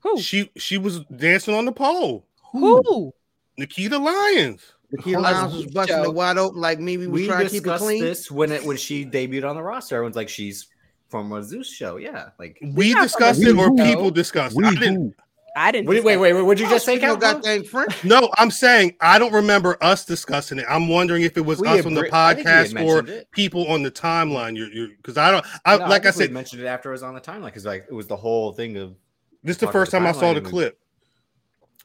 Speaker 4: Who?
Speaker 1: She she was dancing on the pole.
Speaker 4: Who?
Speaker 1: Nikita Lyons.
Speaker 3: Nikita
Speaker 2: Hold on.
Speaker 3: Lyons was busting
Speaker 4: Joe.
Speaker 3: it wide open like me. We was
Speaker 2: we
Speaker 3: trying to keep it
Speaker 2: discussed
Speaker 3: clean.
Speaker 2: this when it when she debuted on the roster. Everyone's like, she's from a Zeus show. Yeah. Like.
Speaker 1: We
Speaker 4: not
Speaker 1: discussed
Speaker 5: from the
Speaker 1: it, or
Speaker 5: zoo.
Speaker 1: people discussed it. I didn't.
Speaker 4: I didn't.
Speaker 2: Wait, wait, wait. What'd you just say,
Speaker 3: You know,
Speaker 2: Captain?
Speaker 3: goddamn French.
Speaker 1: No, I'm saying I don't remember us discussing it. I'm wondering if it was
Speaker 2: We
Speaker 1: us
Speaker 2: had
Speaker 1: on the
Speaker 2: br- I think we had
Speaker 1: podcast or
Speaker 2: mentioned it.
Speaker 1: people on the timeline. You're because I don't. I
Speaker 2: No,
Speaker 1: like I,
Speaker 2: think we
Speaker 1: said,
Speaker 2: mentioned it after it was on the timeline because like it was the whole thing of
Speaker 1: this is the
Speaker 2: on
Speaker 1: first
Speaker 2: the
Speaker 1: time I saw
Speaker 2: timeline
Speaker 1: the
Speaker 2: and we-
Speaker 1: clip.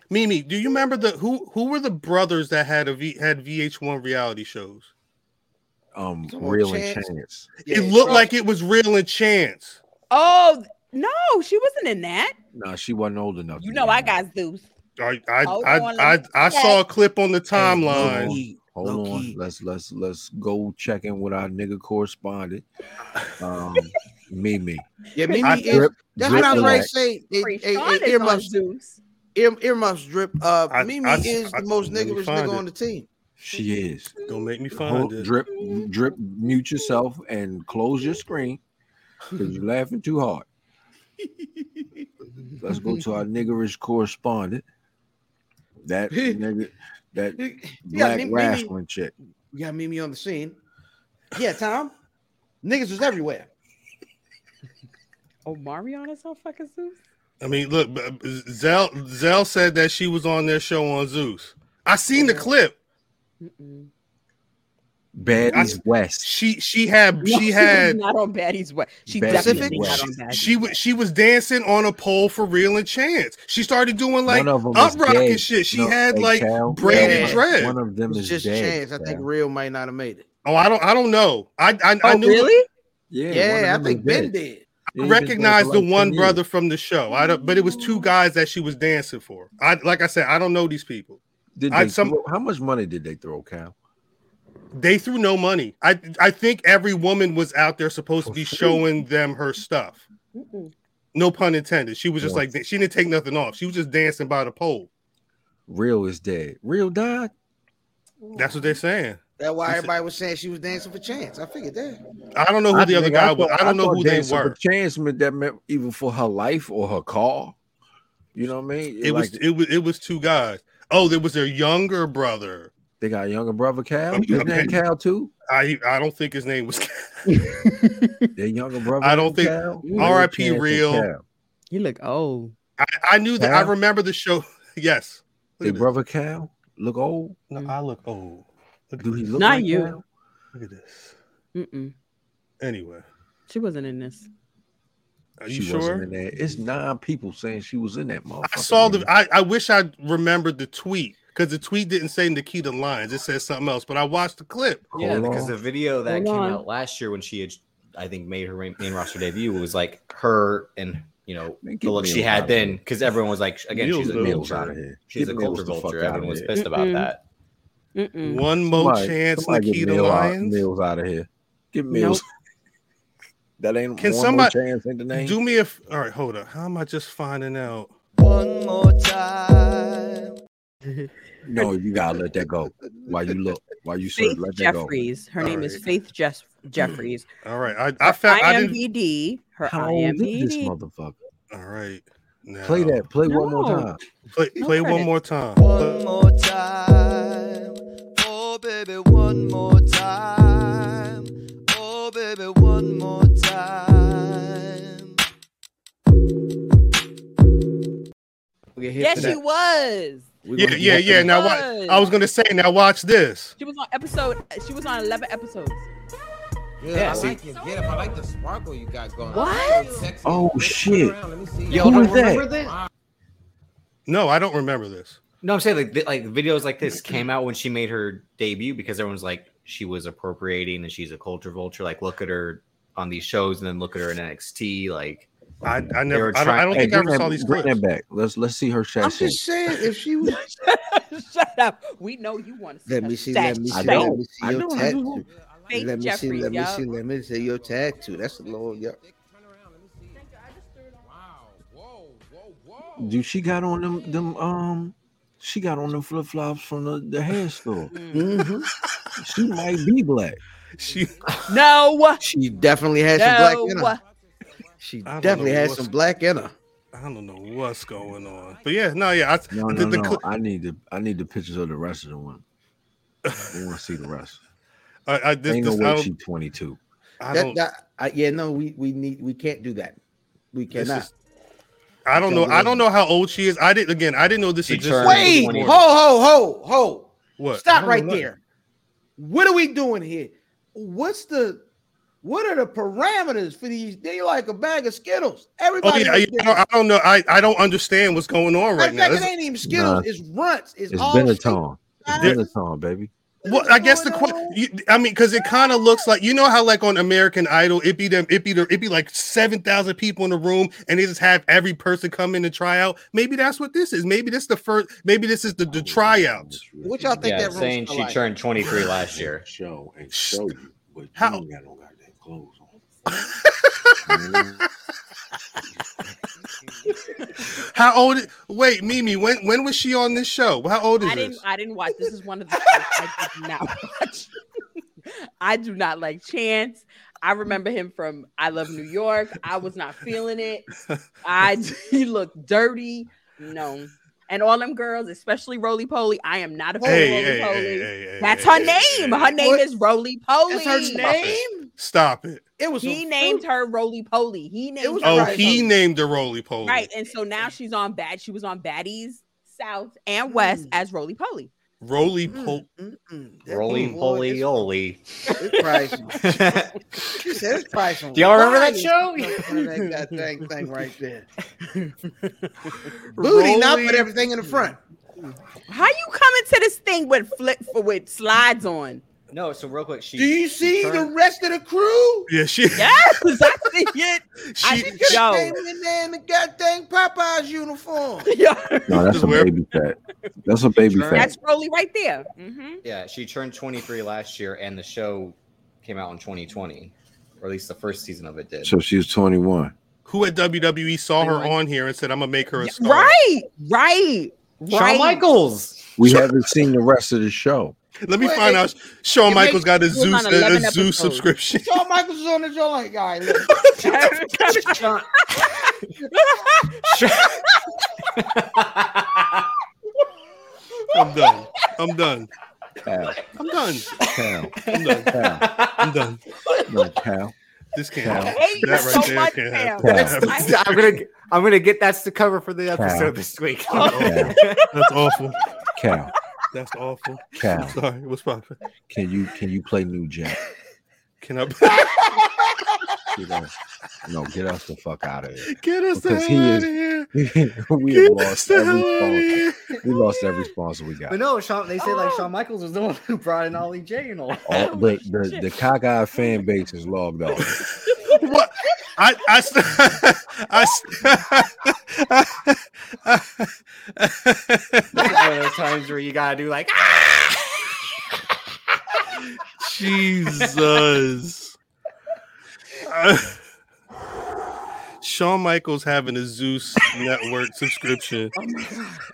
Speaker 1: Mimi, do you remember the who who were the brothers that had a V had VH1 reality shows?
Speaker 5: Um,
Speaker 3: Come on,
Speaker 5: real and
Speaker 3: Chance.
Speaker 5: chance.
Speaker 1: it
Speaker 3: Yeah,
Speaker 1: looked
Speaker 3: Trump.
Speaker 1: like it was real and chance.
Speaker 4: Oh no, she wasn't in that.
Speaker 5: No, she wasn't old enough.
Speaker 4: You
Speaker 5: to
Speaker 4: know,
Speaker 5: be
Speaker 4: I
Speaker 5: in
Speaker 4: got
Speaker 5: that.
Speaker 4: Zeus.
Speaker 1: I I
Speaker 4: Hold
Speaker 1: I,
Speaker 4: Oh, on,
Speaker 1: I,
Speaker 4: let me
Speaker 1: I
Speaker 4: check.
Speaker 1: saw a clip on the timeline.
Speaker 3: Low-key,
Speaker 5: Hold
Speaker 3: low-key.
Speaker 5: on. Let's let's let's go check in with our nigga correspondent. Um, Mimi.
Speaker 3: Yeah, Mimi.
Speaker 1: I
Speaker 3: is-
Speaker 5: Drip,
Speaker 3: that's
Speaker 5: drip
Speaker 3: what I was
Speaker 5: and
Speaker 3: right
Speaker 5: whack.
Speaker 3: say. They,
Speaker 4: Free
Speaker 3: they,
Speaker 4: Sean
Speaker 3: they
Speaker 4: is on
Speaker 3: earmuffs,
Speaker 4: Zeus.
Speaker 3: ear, earmuffs drip. Uh,
Speaker 1: I-
Speaker 3: Mimi
Speaker 1: I-
Speaker 3: is
Speaker 1: I-
Speaker 3: the most
Speaker 1: let me
Speaker 3: niggerous
Speaker 1: find
Speaker 3: nigga
Speaker 1: it.
Speaker 3: on the team.
Speaker 5: She is.
Speaker 1: Don't make me find
Speaker 5: Hold,
Speaker 1: it.
Speaker 5: drip, drip, mute yourself and close your screen because you're laughing too hard. Let's go to our niggerish correspondent. That nigga, that
Speaker 3: We got,
Speaker 5: black
Speaker 3: Mimi, Mimi-
Speaker 5: wrestling chick.
Speaker 3: we got Mimi on the scene. Yeah, Tom. Niggas was everywhere.
Speaker 4: Oh, Marion is on fucking Zeus.
Speaker 1: I mean, look, b- b- Zell Zell said that she was on their show on Zeus. I seen the clip.
Speaker 4: Mm-mm.
Speaker 5: Baddies West.
Speaker 1: She she had
Speaker 4: No,
Speaker 1: she
Speaker 4: was
Speaker 1: had
Speaker 4: not on Baddie's Way. She
Speaker 5: Baddie's
Speaker 4: definitely
Speaker 5: Way.
Speaker 4: not on Baddie's
Speaker 1: she
Speaker 4: Way.
Speaker 1: was she was dancing on a pole for real and chance. She started doing like
Speaker 5: One of 'em is
Speaker 1: up rock
Speaker 5: gay.
Speaker 1: and shit. She
Speaker 5: No,
Speaker 1: had
Speaker 5: hey,
Speaker 1: like
Speaker 5: Cal,
Speaker 1: braided
Speaker 5: one-
Speaker 1: dread.
Speaker 5: One of them
Speaker 3: It was
Speaker 5: is
Speaker 3: just
Speaker 5: dead,
Speaker 3: chance. I think
Speaker 5: Cal.
Speaker 3: real might not have made it.
Speaker 1: oh, I don't I don't know. I I, I
Speaker 4: Oh,
Speaker 1: knew
Speaker 4: really?
Speaker 5: Yeah,
Speaker 3: Yeah,
Speaker 5: one of
Speaker 3: I
Speaker 5: them
Speaker 3: think
Speaker 5: is
Speaker 3: Ben
Speaker 5: dead.
Speaker 3: did.
Speaker 5: He
Speaker 1: I
Speaker 5: was dead for
Speaker 1: recognized the
Speaker 5: like 10
Speaker 1: one
Speaker 5: years.
Speaker 1: brother from the show. I don't, but it was two guys that she was dancing for. I like I said, I don't know these people.
Speaker 5: Did
Speaker 1: I-
Speaker 5: they
Speaker 1: some-
Speaker 5: throw- how much money did they throw, Cal?
Speaker 1: They threw no money. I I think every woman was out there supposed to be showing them her stuff.
Speaker 4: Mm-mm.
Speaker 1: No pun intended. She was just
Speaker 5: Yeah.
Speaker 1: like she didn't take nothing off. She was just dancing by the pole.
Speaker 5: Real is dead. Real died.
Speaker 1: That's what they're saying.
Speaker 3: That's
Speaker 1: He
Speaker 3: why
Speaker 1: said-
Speaker 3: everybody was saying she was dancing for chance. I figured that.
Speaker 1: I don't know who the other
Speaker 5: think-
Speaker 1: guy
Speaker 5: thought-
Speaker 1: was. I don't know
Speaker 5: thought
Speaker 1: who they
Speaker 5: Dancing with
Speaker 1: were.
Speaker 5: Chance meant that meant even for her life or her car. You know what I mean?
Speaker 1: It was
Speaker 5: Like,
Speaker 1: it was it was two guys. Oh, there was their younger brother.
Speaker 5: they got a younger brother Cal.
Speaker 1: I'm-
Speaker 5: His
Speaker 1: I'm-
Speaker 5: name Cal too.
Speaker 1: I I don't think his name was.
Speaker 5: Their younger brother.
Speaker 1: I don't think-
Speaker 5: Cal?
Speaker 4: Mm.
Speaker 1: R.I.P.
Speaker 5: Chance and
Speaker 1: Real.
Speaker 5: Cal.
Speaker 4: You look old.
Speaker 1: I, I knew that. I
Speaker 5: Cal?
Speaker 1: remember the show. Yes. Look
Speaker 5: Their
Speaker 1: at this.
Speaker 5: brother Cal look old.
Speaker 1: No, I look old. Look
Speaker 5: Mm. Do
Speaker 1: at
Speaker 5: he
Speaker 1: this.
Speaker 5: look
Speaker 4: Not
Speaker 5: like
Speaker 4: you.
Speaker 5: Cal?
Speaker 1: Look at this.
Speaker 4: Mm-mm.
Speaker 1: Anyway,
Speaker 4: She wasn't in this.
Speaker 1: are you
Speaker 5: she
Speaker 1: sure?
Speaker 5: wasn't in there. It's nine people saying she was in that motherfucker.
Speaker 1: I saw the.
Speaker 5: man.
Speaker 1: I, I wish I remembered the tweet because the tweet didn't say Nikita Lyons. It said something else. But I watched the clip.
Speaker 5: Hold
Speaker 2: Yeah, because
Speaker 5: on.
Speaker 2: the video that
Speaker 4: Hold
Speaker 2: came
Speaker 4: on.
Speaker 2: out last year when she had, I think, made her main main roster debut was like her and you know
Speaker 5: Man,
Speaker 2: the
Speaker 5: get
Speaker 2: look she
Speaker 5: Mills
Speaker 2: had
Speaker 5: outta here.
Speaker 2: then, because everyone was like, again,
Speaker 1: Mills
Speaker 2: she's a
Speaker 1: though.
Speaker 5: Mills
Speaker 2: culture,
Speaker 5: outta here.
Speaker 2: she's
Speaker 5: Get
Speaker 2: a
Speaker 5: Mills
Speaker 2: culture
Speaker 5: the fuck
Speaker 2: vulture.
Speaker 5: outta
Speaker 2: Everyone was
Speaker 5: here.
Speaker 2: pissed about
Speaker 4: Mm-mm.
Speaker 2: that.
Speaker 4: Mm-mm.
Speaker 1: One more
Speaker 5: Somebody-
Speaker 1: chance,
Speaker 5: somebody get
Speaker 1: Nikita
Speaker 5: Mill out-
Speaker 1: Lyons.
Speaker 5: Mills out of here. Get Mills. that ain't
Speaker 1: Can
Speaker 5: one
Speaker 1: somebody-
Speaker 5: more chance ain't the name.
Speaker 1: Do me a. f- All right, hold up. How am I just finding out?
Speaker 7: One more time.
Speaker 5: No, you gotta let that go. While you look, while you search,
Speaker 4: Faith
Speaker 5: let that go.
Speaker 4: Jeffries. Her name is
Speaker 1: Alright.
Speaker 4: Faith Jeff- Jeffries.
Speaker 1: All right, I I
Speaker 4: Her
Speaker 1: found. I didn't.
Speaker 4: IMDb. Her
Speaker 5: How old
Speaker 8: E
Speaker 5: is this
Speaker 4: IMDb.
Speaker 5: motherfucker?
Speaker 1: All right, now
Speaker 5: Play that. Play one more
Speaker 4: No.
Speaker 5: time.
Speaker 1: Play,
Speaker 4: No
Speaker 1: play one
Speaker 4: credits.
Speaker 1: more time. Uh,
Speaker 7: One more time. Oh, baby, one more time. Oh, baby, one more time.
Speaker 5: get hit
Speaker 4: Yes,
Speaker 5: for
Speaker 4: she
Speaker 5: that.
Speaker 4: was.
Speaker 5: We
Speaker 1: Yeah,
Speaker 5: gonna get
Speaker 1: yeah,
Speaker 5: hit for
Speaker 1: yeah.
Speaker 5: that.
Speaker 1: Now what? I was gonna say. Now watch this.
Speaker 4: She was on episode. She was on eleven episodes.
Speaker 9: Good.
Speaker 2: Yeah,
Speaker 9: I
Speaker 2: see-
Speaker 9: like your get up. I like the sparkle you got going.
Speaker 4: What?
Speaker 9: You're sexy.
Speaker 5: Oh,
Speaker 9: Look- look
Speaker 5: shit.
Speaker 9: around. Let me see.
Speaker 2: Y'all
Speaker 5: Who
Speaker 2: don't
Speaker 5: is that?
Speaker 2: remember that?
Speaker 1: No, I don't remember this.
Speaker 2: No, I'm saying like th- like videos like this came out when she made her debut because everyone's like she was appropriating and she's a culture vulture. Like look at her on these shows and then look at her in NXT. Like
Speaker 1: I, I never.
Speaker 2: were
Speaker 1: I don't, I
Speaker 2: trying-
Speaker 1: don't
Speaker 5: Hey,
Speaker 1: think I
Speaker 5: bring
Speaker 1: ever saw
Speaker 5: that,
Speaker 1: these
Speaker 5: bring
Speaker 1: clips.
Speaker 5: that back. Let's let's see her
Speaker 8: I'm
Speaker 5: shot. shake.
Speaker 8: just saying, if she was,
Speaker 4: Shut up. We know you want to.
Speaker 3: Let me see, let me
Speaker 5: I
Speaker 3: see,
Speaker 5: know.
Speaker 3: let me see
Speaker 5: I
Speaker 3: your
Speaker 5: know, I know.
Speaker 3: tattoo.
Speaker 4: Fake
Speaker 3: Let me see,
Speaker 4: Jeffrey,
Speaker 3: let me
Speaker 4: yup.
Speaker 3: see, let me see your tattoo. That's a little, yeah.
Speaker 9: Turn around. Let me see. Wow. Whoa, whoa, whoa.
Speaker 5: Do she got on them them um? She got on them flip flops from the, the hair store.
Speaker 4: Mm. Mm-hmm.
Speaker 3: hmm
Speaker 5: She might be black.
Speaker 1: She,
Speaker 4: No.
Speaker 3: She definitely had some black in her.
Speaker 4: No.
Speaker 3: She
Speaker 1: I don't
Speaker 3: definitely
Speaker 1: know
Speaker 3: had
Speaker 1: what's-
Speaker 3: some black in her.
Speaker 1: I don't know what's going on. But yeah, no, yeah. I,
Speaker 5: No,
Speaker 1: the,
Speaker 5: no,
Speaker 1: the
Speaker 5: no.
Speaker 1: clip-
Speaker 5: I need the I need the pictures of the rest of the one. We want to see the rest.
Speaker 1: I, I, this,
Speaker 5: Ain't
Speaker 1: this,
Speaker 5: no
Speaker 1: I
Speaker 5: way
Speaker 1: don't.
Speaker 5: she twenty two.
Speaker 1: I
Speaker 3: That,
Speaker 1: don't,
Speaker 3: that, I, yeah, no, we, we need, we can't do that. We
Speaker 1: this
Speaker 3: cannot.
Speaker 1: is- I don't know. I don't know how old she is. I didn't. Again, I didn't know this
Speaker 2: She
Speaker 1: existed.
Speaker 2: turned-
Speaker 3: Wait, ho,
Speaker 2: 21.
Speaker 3: ho, ho, ho.
Speaker 1: What?
Speaker 3: Stop right there. What are we doing here? What's the what are the parameters for these? They like a bag of Skittles.
Speaker 1: Oh
Speaker 3: Everybody,
Speaker 1: yeah, I, I don't, I don't know. I, I don't understand what's going on right now.
Speaker 3: it
Speaker 1: This-
Speaker 3: ain't even Skittles.
Speaker 5: Nah.
Speaker 3: It's runts. It's,
Speaker 5: It's
Speaker 1: Oh,
Speaker 3: all
Speaker 5: Benetton. It's
Speaker 3: There-
Speaker 5: Benetton, baby.
Speaker 1: Well, I guess the question. I mean, because it kind of looks like you know how like on American Idol, it be them, it be the, it be like seven thousand people in the room, and they just have every person come in and try out. Maybe that's what this is. Maybe this the first. Maybe this is the the tryouts.
Speaker 3: What y'all think
Speaker 2: yeah,
Speaker 3: that room's
Speaker 2: saying she
Speaker 3: like?
Speaker 2: turned 23 last year.
Speaker 5: Show and
Speaker 1: show
Speaker 5: you, but
Speaker 1: How-
Speaker 5: got no goddamn clothes
Speaker 1: How old? Wait, Mimi, when when was she on this show? How old is
Speaker 4: I didn't.
Speaker 1: this?
Speaker 4: I didn't watch. This is one of the. I did not watch. I do not like Chance. I remember him from I Love New York. I was not feeling it. I he looked dirty. No, and all them girls, especially Roly Poly. I am not a fan
Speaker 1: Hey,
Speaker 4: of Roly
Speaker 1: hey,
Speaker 4: Poly.
Speaker 1: hey, hey, hey,
Speaker 4: That's
Speaker 1: hey,
Speaker 4: her
Speaker 1: hey,
Speaker 4: name.
Speaker 1: hey,
Speaker 4: Her name
Speaker 3: What?
Speaker 4: is Roly Poly.
Speaker 3: That's her name.
Speaker 1: Stop it.
Speaker 3: It was.
Speaker 4: He
Speaker 3: a-
Speaker 4: named her Roly Poly. He named
Speaker 3: was
Speaker 4: her
Speaker 1: Oh,
Speaker 3: Right.
Speaker 4: Roly
Speaker 1: he
Speaker 4: Poly.
Speaker 1: named the roly poly.
Speaker 4: right. And so now she's on bad. She was on Baddies South
Speaker 1: Hmm.
Speaker 4: and West as Roly Poly.
Speaker 1: Roly poly.
Speaker 3: Mm, mm, mm. That
Speaker 2: Roly
Speaker 3: boy
Speaker 2: poly
Speaker 3: is-
Speaker 2: oly.
Speaker 3: it's probably some-
Speaker 2: Do
Speaker 3: she said it's probably some
Speaker 2: y'all remember that
Speaker 3: fire
Speaker 2: show?
Speaker 3: stuff under That goddamn thing right there. Booty, not put everything in the front.
Speaker 4: How you coming to this thing with flip with slides on?
Speaker 2: No, so real quick, she
Speaker 3: Do you
Speaker 2: she
Speaker 3: see the
Speaker 2: turned-
Speaker 3: rest of the crew?
Speaker 1: Yeah, she.
Speaker 4: Yes, I see it. I
Speaker 1: she
Speaker 4: think
Speaker 3: Just
Speaker 4: Yo.
Speaker 3: came in there in the goddamn Popeyes uniform.
Speaker 4: Yo,
Speaker 5: No, that's
Speaker 1: Just
Speaker 5: a
Speaker 1: wear-
Speaker 5: baby fat. That's a baby
Speaker 2: Sure.
Speaker 5: fat.
Speaker 4: that's Rolly right there. hmm
Speaker 2: Yeah, she turned 23 last year, and the show came out in 2020, or at least the first season of it did.
Speaker 5: So she was twenty one.
Speaker 1: Who at WWE saw her
Speaker 2: Anyone?
Speaker 1: on here and said, "I'm gonna make her a star"?
Speaker 4: Right, right,
Speaker 2: Shawn
Speaker 4: right.
Speaker 2: Michaels.
Speaker 5: We haven't seen the rest of the show.
Speaker 1: Let me
Speaker 3: Well,
Speaker 1: find
Speaker 3: it-
Speaker 1: out. Shawn
Speaker 4: it
Speaker 1: Michaels
Speaker 4: makes-
Speaker 1: got a
Speaker 4: it was
Speaker 1: Zeus
Speaker 4: on
Speaker 1: a,
Speaker 4: 11
Speaker 1: a Zeus
Speaker 4: episodes.
Speaker 1: subscription.
Speaker 3: Shawn Michaels is on the show like, all right, look,
Speaker 2: Shawn-
Speaker 1: I'm done. I'm done.
Speaker 5: Cal,
Speaker 1: I'm done.
Speaker 5: Cal,
Speaker 1: I'm done.
Speaker 5: Cal,
Speaker 1: I'm done.
Speaker 5: no, Cal.
Speaker 1: This can't
Speaker 5: Cal.
Speaker 4: I
Speaker 1: happen.
Speaker 4: hate you
Speaker 1: That
Speaker 4: so
Speaker 1: right there
Speaker 4: much,
Speaker 1: can't
Speaker 4: Sam.
Speaker 1: happen.
Speaker 5: Cal.
Speaker 1: That right there-
Speaker 2: I'm gonna I'm gonna get that's the cover for the
Speaker 5: Cow.
Speaker 2: episode this week.
Speaker 1: Oh.
Speaker 5: Cal,
Speaker 1: That's awful.
Speaker 5: Cal,
Speaker 1: That's awful. I'm
Speaker 5: Cal.
Speaker 1: sorry. What's poppin'?
Speaker 5: Can you can you play New Jack?
Speaker 1: Can I
Speaker 5: Get us, no, get us the fuck out of here.
Speaker 1: get us the
Speaker 5: Because
Speaker 1: hell
Speaker 5: he
Speaker 1: out of
Speaker 5: is-
Speaker 1: here?
Speaker 5: we have
Speaker 1: Get us
Speaker 5: lost
Speaker 1: the
Speaker 5: every
Speaker 1: hell out of
Speaker 5: sponsor.
Speaker 1: here.
Speaker 5: We lost every sponsor we got.
Speaker 2: But no, Shawn, they say like
Speaker 4: Oh.
Speaker 2: Shawn Michaels was the one who brought in Ollie J and all.
Speaker 5: All the the, the cockeyed fan base is logged off.
Speaker 1: What? I I st- I, st-
Speaker 2: This is one of those times where you gotta do like ah!
Speaker 1: Jesus. Uh, Shawn Michaels having a Zeus network subscription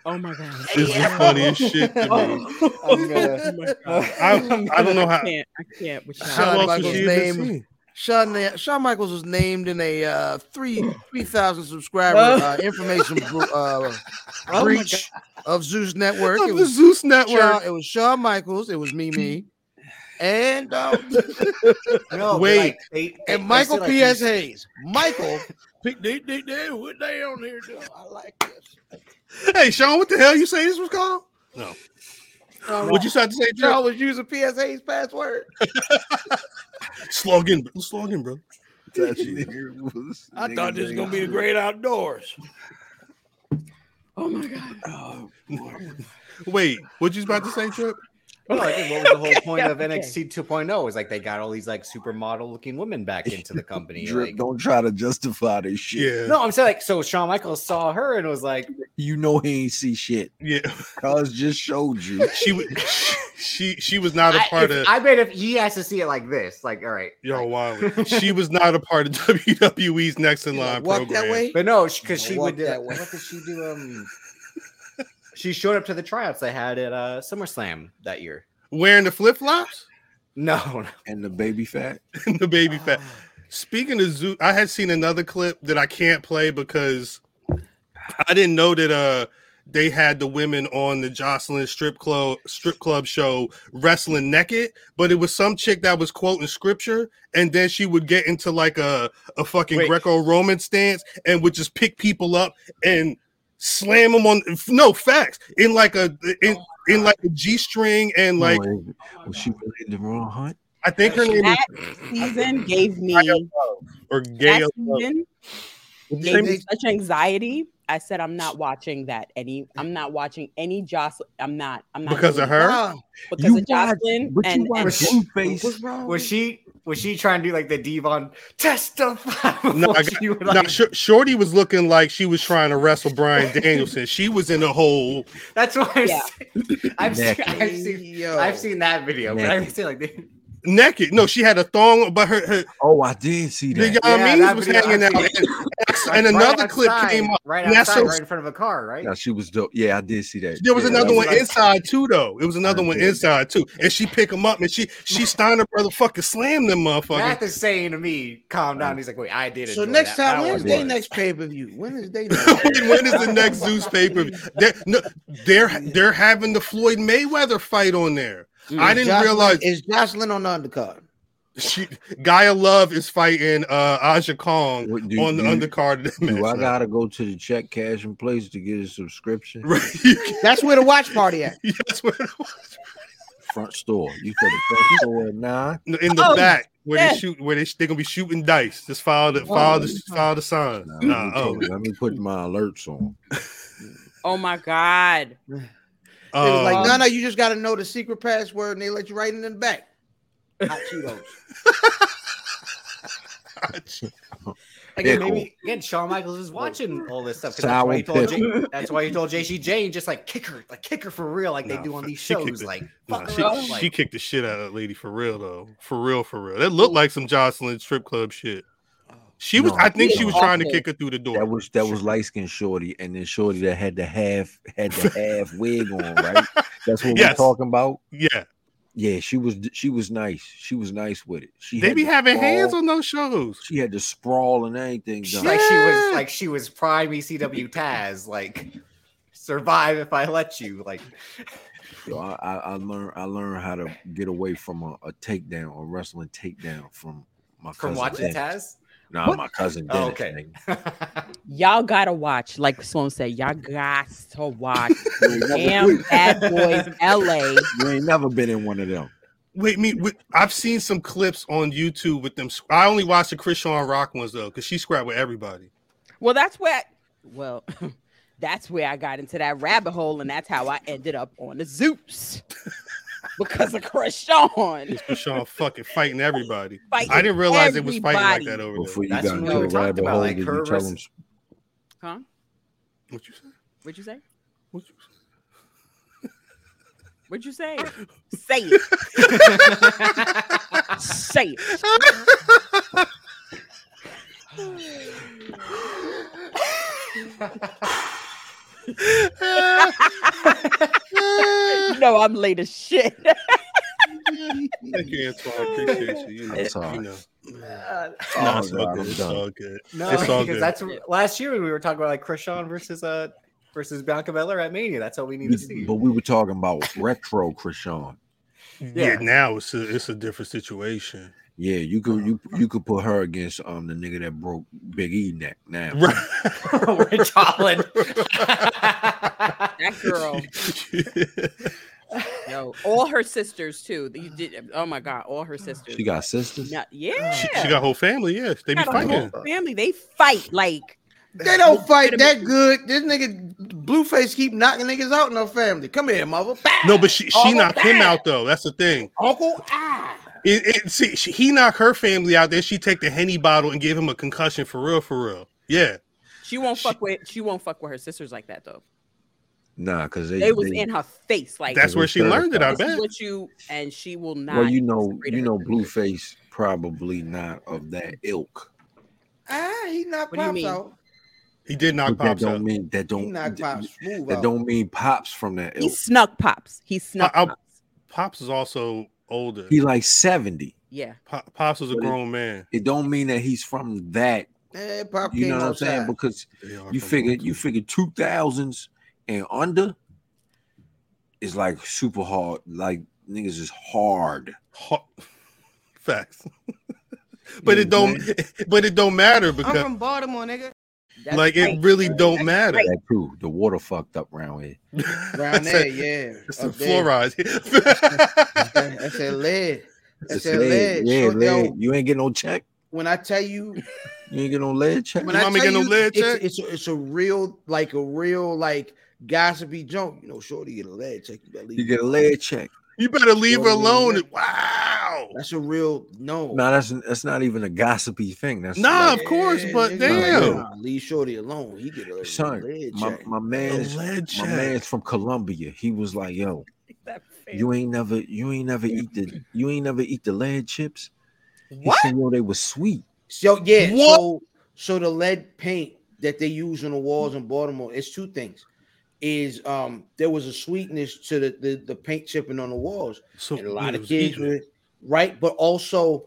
Speaker 4: Oh my god.
Speaker 1: is the funniest shit to me.
Speaker 2: I'm gonna-
Speaker 1: I, I don't know how.
Speaker 4: I can't. I can't with
Speaker 1: How
Speaker 4: y'all.
Speaker 3: Shawn
Speaker 1: else is
Speaker 3: Michaels'
Speaker 1: she even
Speaker 3: name.
Speaker 1: seen?
Speaker 3: Shawn, Shawn Michaels was named in a uh, three three thousand subscriber uh, information bro-
Speaker 10: Oh
Speaker 3: uh, breach of Zeus Network. It
Speaker 1: Of the
Speaker 3: was
Speaker 1: Zeus network.
Speaker 3: Shawn, it was Shawn Michaels. It was me, me, and uh,
Speaker 2: no, but,
Speaker 1: Wait.
Speaker 2: like, they- they-
Speaker 3: and Michael
Speaker 2: they said, like,
Speaker 3: P.S. Hayes. Michael
Speaker 10: Pick they, they, they, what they on here doing? I like this.
Speaker 1: Hey, Sean, what the hell you say this was called? No.
Speaker 10: Um,
Speaker 1: What'd you start to say,
Speaker 10: y'all
Speaker 1: Joe?
Speaker 10: was using PSA's password.
Speaker 1: Slogan, slogan, bro.
Speaker 5: That nigga was-
Speaker 10: I
Speaker 5: nigga
Speaker 10: thought this was
Speaker 5: made
Speaker 10: gonna be the
Speaker 5: shit.
Speaker 10: great outdoors.
Speaker 4: Oh my god.
Speaker 5: Oh, boy.
Speaker 1: Wait, what you was about to say, Trip?
Speaker 2: Well, Oh, I think what was the whole point of
Speaker 4: okay.
Speaker 2: NXT 2.0 is like they got all these like supermodel looking women back into the company.
Speaker 5: Drip,
Speaker 2: like-
Speaker 5: don't try to justify this shit.
Speaker 1: Yeah.
Speaker 2: no, I'm saying like so Shawn Michaels saw her and was like,
Speaker 5: You know he ain't see shit.
Speaker 1: Yeah.
Speaker 5: Cuz just showed you.
Speaker 1: She was she she was not a
Speaker 2: I,
Speaker 1: part
Speaker 2: if-
Speaker 1: of
Speaker 2: I bet if he has to see it like this, like all right.
Speaker 1: Yo, Wiley. She was not a part of WWE's next in line
Speaker 3: Walk
Speaker 1: program.
Speaker 3: that way.
Speaker 2: But no, because she
Speaker 3: Walk
Speaker 2: would do
Speaker 3: that way.
Speaker 2: what did she do? Um she showed up to the tryouts they had at uh SummerSlam that year.
Speaker 1: Wearing the flip flops
Speaker 2: No,
Speaker 5: And the baby fat.
Speaker 1: and the baby fat. Speaking of Zeus, I had seen another clip that I can't play because I didn't know that uh they had the women on the Jocelyn strip club strip club show wrestling naked, but it was some chick that was quoting scripture, and then she would get into like a a fucking
Speaker 2: Wait.
Speaker 1: Greco-Roman stance and would just pick people up and slam them on no facts in like a in in like a G string and like
Speaker 5: oh, was she really in the wrong hunt?
Speaker 1: I think her name is
Speaker 4: That season gave me
Speaker 1: or
Speaker 4: that
Speaker 1: Gail.
Speaker 4: season
Speaker 1: What's her
Speaker 4: gave
Speaker 1: name?
Speaker 4: me such anxiety. I said I'm not watching that any. I'm not watching any Jocelyn. I'm not. I'm not
Speaker 1: Because
Speaker 4: doing
Speaker 1: of her.
Speaker 4: it because
Speaker 5: You
Speaker 4: of
Speaker 5: watch-
Speaker 4: Jocelyn
Speaker 5: But
Speaker 4: and,
Speaker 5: you watch
Speaker 2: and-
Speaker 5: Blueface.
Speaker 3: wrong?
Speaker 10: Um,
Speaker 2: was she was she trying to do like the Devon testify?
Speaker 1: No,
Speaker 2: before
Speaker 1: I got-
Speaker 2: she would,
Speaker 1: No,
Speaker 2: like-
Speaker 1: Sh- Shorty was looking like she was trying to wrestle Brian Danielson. She was in a hole.
Speaker 2: That's what I'm
Speaker 4: Yeah.
Speaker 2: saying. I've seen,
Speaker 5: Naked.
Speaker 2: I've seen
Speaker 10: Oh.
Speaker 3: Yo.
Speaker 2: I've seen that video, but I'm
Speaker 5: Naked.
Speaker 2: saying like they-
Speaker 1: naked. No, she had a thong, but her, her
Speaker 5: Oh, I did see
Speaker 1: the
Speaker 5: that.
Speaker 1: Yamis
Speaker 2: that
Speaker 1: was
Speaker 2: video
Speaker 1: hanging
Speaker 2: I
Speaker 1: out.
Speaker 2: see.
Speaker 1: And, and
Speaker 2: like, right
Speaker 1: another clip
Speaker 2: outside-
Speaker 1: came up.
Speaker 2: right
Speaker 1: and that's
Speaker 2: outside,
Speaker 1: so-
Speaker 2: right in front of a car, right?
Speaker 5: Yeah, she was dope. Yeah, I did see that.
Speaker 1: There was
Speaker 5: Yeah, that
Speaker 1: another
Speaker 2: was
Speaker 1: one
Speaker 2: like-
Speaker 1: inside too, though. It was another
Speaker 5: I
Speaker 1: one
Speaker 5: did.
Speaker 1: inside too, and she pick him up, and she she Steiner brother fucking slammed them motherfucker.
Speaker 2: Math is saying to me, calm
Speaker 1: Um,
Speaker 2: down. He's like, wait, I did it.
Speaker 10: So next
Speaker 2: that.
Speaker 10: time,
Speaker 2: That
Speaker 10: when is
Speaker 2: was
Speaker 5: they
Speaker 10: their
Speaker 2: worse.
Speaker 10: next pay per view? When is they?
Speaker 1: when, when is the next Zeus paper? They're, no, they're they're having the Floyd Mayweather fight on there. I didn't realize
Speaker 10: Is Jocelyn on the undercard?
Speaker 1: she, Gaia Love is fighting uh, Aja Kong
Speaker 5: What do
Speaker 1: on the
Speaker 5: you-
Speaker 1: undercard of that match.
Speaker 5: Do I
Speaker 1: now.
Speaker 5: gotta go to the check cash and place to get a subscription?
Speaker 1: Right. You can-
Speaker 10: That's where the watch party at.
Speaker 1: That's what it was.
Speaker 5: Front store. You said the front store at nine.
Speaker 1: No, In the
Speaker 4: Oh,
Speaker 1: back where they
Speaker 4: shit.
Speaker 1: shoot where they they're gonna be shooting dice. Just file the file the file the sign.
Speaker 5: Nah,
Speaker 1: Nah,
Speaker 5: let, me
Speaker 1: oh,
Speaker 5: put- let me put my alerts on.
Speaker 4: Oh my god.
Speaker 10: They was like,
Speaker 1: um,
Speaker 10: no, no, you just got to know the secret password, and they let you write it in the back. Hot Cheetos.
Speaker 2: Again,
Speaker 5: Pickle.
Speaker 2: maybe again, Shawn Michaels is watching all this stuff. 'cause That's
Speaker 5: Sour
Speaker 2: why, he told J- that's why he told JC Jane just like kick her, like kick her for real, like
Speaker 1: No,
Speaker 2: they do on these
Speaker 1: she kicked
Speaker 2: shows.
Speaker 1: it.
Speaker 2: Like
Speaker 1: nah,
Speaker 2: fuck
Speaker 1: she,
Speaker 2: her up. Like,
Speaker 1: she kicked the shit out of that lady for real though. For real, for real. That looked like some Jocelyn strip club shit. She was
Speaker 5: No,
Speaker 1: I think she
Speaker 5: no.
Speaker 1: was trying to
Speaker 4: Awful.
Speaker 1: kick her through the door.
Speaker 5: That was that was light skin shorty, and then shorty that had the half had the half wig on, right? That's what
Speaker 1: Yes.
Speaker 5: we're talking about.
Speaker 1: yeah.
Speaker 5: Yeah, she was she was nice. She was nice with it. She
Speaker 1: They
Speaker 5: had
Speaker 1: be
Speaker 5: the
Speaker 1: having hands
Speaker 5: sprawl.
Speaker 1: on those shows.
Speaker 5: She had the sprawl and everything.
Speaker 2: She's
Speaker 5: Done.
Speaker 2: like she
Speaker 1: Yeah.
Speaker 2: was like she was prime ECW Taz, like survive if I let you. Like
Speaker 5: Yo, I, I, I learned I learned how to get away from a, a takedown, a wrestling takedown from my
Speaker 2: from
Speaker 5: cousin
Speaker 2: watching Taz.
Speaker 5: Dennis. Nah,
Speaker 2: What?
Speaker 5: my cousin
Speaker 2: Oh,
Speaker 5: Dennis.
Speaker 2: okay.
Speaker 5: nigga.
Speaker 4: Y'all gotta watch, like Sloan said, y'all got to watch
Speaker 5: You ain't never-
Speaker 4: Damn Bad Boys LA.
Speaker 5: You ain't never been in one of them.
Speaker 1: Wait, me with, I've seen some clips on YouTube with them. sc- I only watched the Chris Shawn Rock ones though, because she scrapped with everybody.
Speaker 4: Well, that's where, well, that's where I got into that rabbit hole, and that's how I ended up on the Zeus because of Chris Sean.
Speaker 1: Chris Shawn fucking fighting everybody.
Speaker 4: Fighting
Speaker 1: I didn't realize it was fighting like
Speaker 4: everybody.
Speaker 1: that over there.
Speaker 5: Before you
Speaker 2: That's
Speaker 5: got
Speaker 2: when
Speaker 5: into
Speaker 2: we were
Speaker 5: the
Speaker 2: talking
Speaker 5: rabbit
Speaker 2: about,
Speaker 5: hole,
Speaker 2: like,
Speaker 5: did
Speaker 2: her
Speaker 5: you tell them
Speaker 2: versus-
Speaker 4: Huh?
Speaker 1: What you say?
Speaker 4: What'd you say?
Speaker 1: What you
Speaker 4: What'd you say? Say it. say it. You know I'm late as shit.
Speaker 1: Thank you, Antoine. I appreciate you. You know,
Speaker 5: That's all
Speaker 1: you
Speaker 5: right.
Speaker 1: know.
Speaker 2: no,
Speaker 1: Nah,
Speaker 5: Oh,
Speaker 1: it's all
Speaker 5: God,
Speaker 1: good.
Speaker 5: I'm
Speaker 1: It's
Speaker 5: done.
Speaker 1: all good. It's all
Speaker 2: because
Speaker 1: good.
Speaker 2: that's last year when we were talking about like Krishan versus uh versus Bianca Belair at Mania. That's all we need to see.
Speaker 5: But we were talking about retro Krishan.
Speaker 1: yeah. now it's a it's a different situation.
Speaker 5: Yeah, you could you you could put her against um the nigga that broke Big E neck now.
Speaker 1: Right.
Speaker 2: Rich Holland.
Speaker 4: That girl. Yo, all her sisters too. You did. Oh my god, all her sisters.
Speaker 5: She got sisters.
Speaker 4: Not- yeah.
Speaker 1: She, she got whole family. Yes, they be
Speaker 4: Got a whole
Speaker 1: fighting.
Speaker 4: family. They fight like
Speaker 3: They don't fight that good. This nigga Blueface keep knocking niggas out in her family. Come here, mother. Bam!
Speaker 1: No, but she, she
Speaker 3: All
Speaker 1: knocked him
Speaker 3: bad.
Speaker 1: out though. That's the thing.
Speaker 3: Uncle Ah.
Speaker 1: It, it, see, she, he knocked her family out. Then she take the henny bottle and gave him a concussion for real, for real. Yeah,
Speaker 4: she won't fuck with she won't fuck with her sisters like that though.
Speaker 5: Nah, because they,
Speaker 4: They was
Speaker 5: they-
Speaker 4: in her face like
Speaker 1: that's where she learned it. I
Speaker 4: this is
Speaker 1: bet.
Speaker 4: what you and she will not.
Speaker 5: well, you know,
Speaker 4: separate
Speaker 5: you
Speaker 4: her
Speaker 5: know,
Speaker 4: sisters.
Speaker 5: Blueface probably not of that ilk.
Speaker 3: Ah, he knocked
Speaker 4: What do you
Speaker 3: pops
Speaker 4: mean?
Speaker 3: out.
Speaker 1: He did knock
Speaker 5: But that
Speaker 1: pops out.
Speaker 5: don't mean that
Speaker 3: He
Speaker 5: don't
Speaker 3: knocked
Speaker 5: that,
Speaker 3: pops smooth
Speaker 5: that
Speaker 3: out.
Speaker 5: don't mean pops from that
Speaker 4: He
Speaker 5: ilk.
Speaker 4: snuck pops. He snuck
Speaker 1: I- I-
Speaker 4: pops.
Speaker 1: Pops is also older.
Speaker 5: He like seventy.
Speaker 4: Yeah.
Speaker 1: Pop, Pops was a
Speaker 5: But it-
Speaker 1: grown man.
Speaker 5: It don't mean that he's from that.
Speaker 3: Eh, pop
Speaker 5: You
Speaker 3: came
Speaker 5: know what I'm saying?
Speaker 3: outside.
Speaker 5: Because
Speaker 1: They are
Speaker 5: you
Speaker 1: from
Speaker 5: figure
Speaker 1: older.
Speaker 5: you figure two thousands and under is like super hard. Like niggas is hard.
Speaker 1: Ho- facts. but it don't. But it don't matter
Speaker 11: I'm
Speaker 1: because
Speaker 11: from Baltimore, nigga.
Speaker 4: That's
Speaker 1: like it
Speaker 4: right.
Speaker 1: really don't matter.
Speaker 5: That too. The water fucked up round here.
Speaker 3: Round
Speaker 1: That's
Speaker 3: there,
Speaker 1: it.
Speaker 3: yeah.
Speaker 1: It's
Speaker 3: Up
Speaker 1: some
Speaker 3: there.
Speaker 1: fluoride.
Speaker 3: That- That's that lead. That's
Speaker 5: It's
Speaker 3: that
Speaker 5: lead.
Speaker 3: lead.
Speaker 5: Yeah,
Speaker 3: Short
Speaker 5: lead.
Speaker 3: down.
Speaker 5: You ain't get no check.
Speaker 3: When I tell you,
Speaker 5: You ain't get no lead check.
Speaker 3: when
Speaker 1: Your
Speaker 3: I
Speaker 1: mama
Speaker 3: tell
Speaker 1: get no
Speaker 3: you,
Speaker 1: lead check?
Speaker 3: it's, it's, a, it's a real, like a real, like gossipy junk. You know, shorty get a lead check. You better leave.
Speaker 5: You get a lead check.
Speaker 1: you better leave her
Speaker 3: Well,
Speaker 1: alone.
Speaker 3: yeah.
Speaker 1: Wow.
Speaker 3: That's a real no.
Speaker 5: No, that's that's not even a gossipy thing. That's
Speaker 1: Nah,
Speaker 5: like,
Speaker 1: of course, but
Speaker 3: nigga,
Speaker 1: damn.
Speaker 3: nah, leave shorty alone. He get a
Speaker 5: Son,
Speaker 3: lead
Speaker 5: my,
Speaker 3: check.
Speaker 5: my
Speaker 1: A
Speaker 5: man's my
Speaker 1: lead check.
Speaker 5: man's from Colombia. He was like, yo,
Speaker 4: That
Speaker 5: you ain't never you ain't never eat the you ain't never eat the lead chips. He
Speaker 4: What?
Speaker 5: said, yo, they were sweet.
Speaker 3: So yeah,
Speaker 1: What?
Speaker 3: so so the lead paint that they use on the walls in Baltimore, it's two things. Is um there was a sweetness to the the, the paint chipping on the walls,
Speaker 1: So
Speaker 3: and a lot
Speaker 1: it
Speaker 3: of
Speaker 1: was
Speaker 3: kids
Speaker 1: eating it.
Speaker 3: were right, but also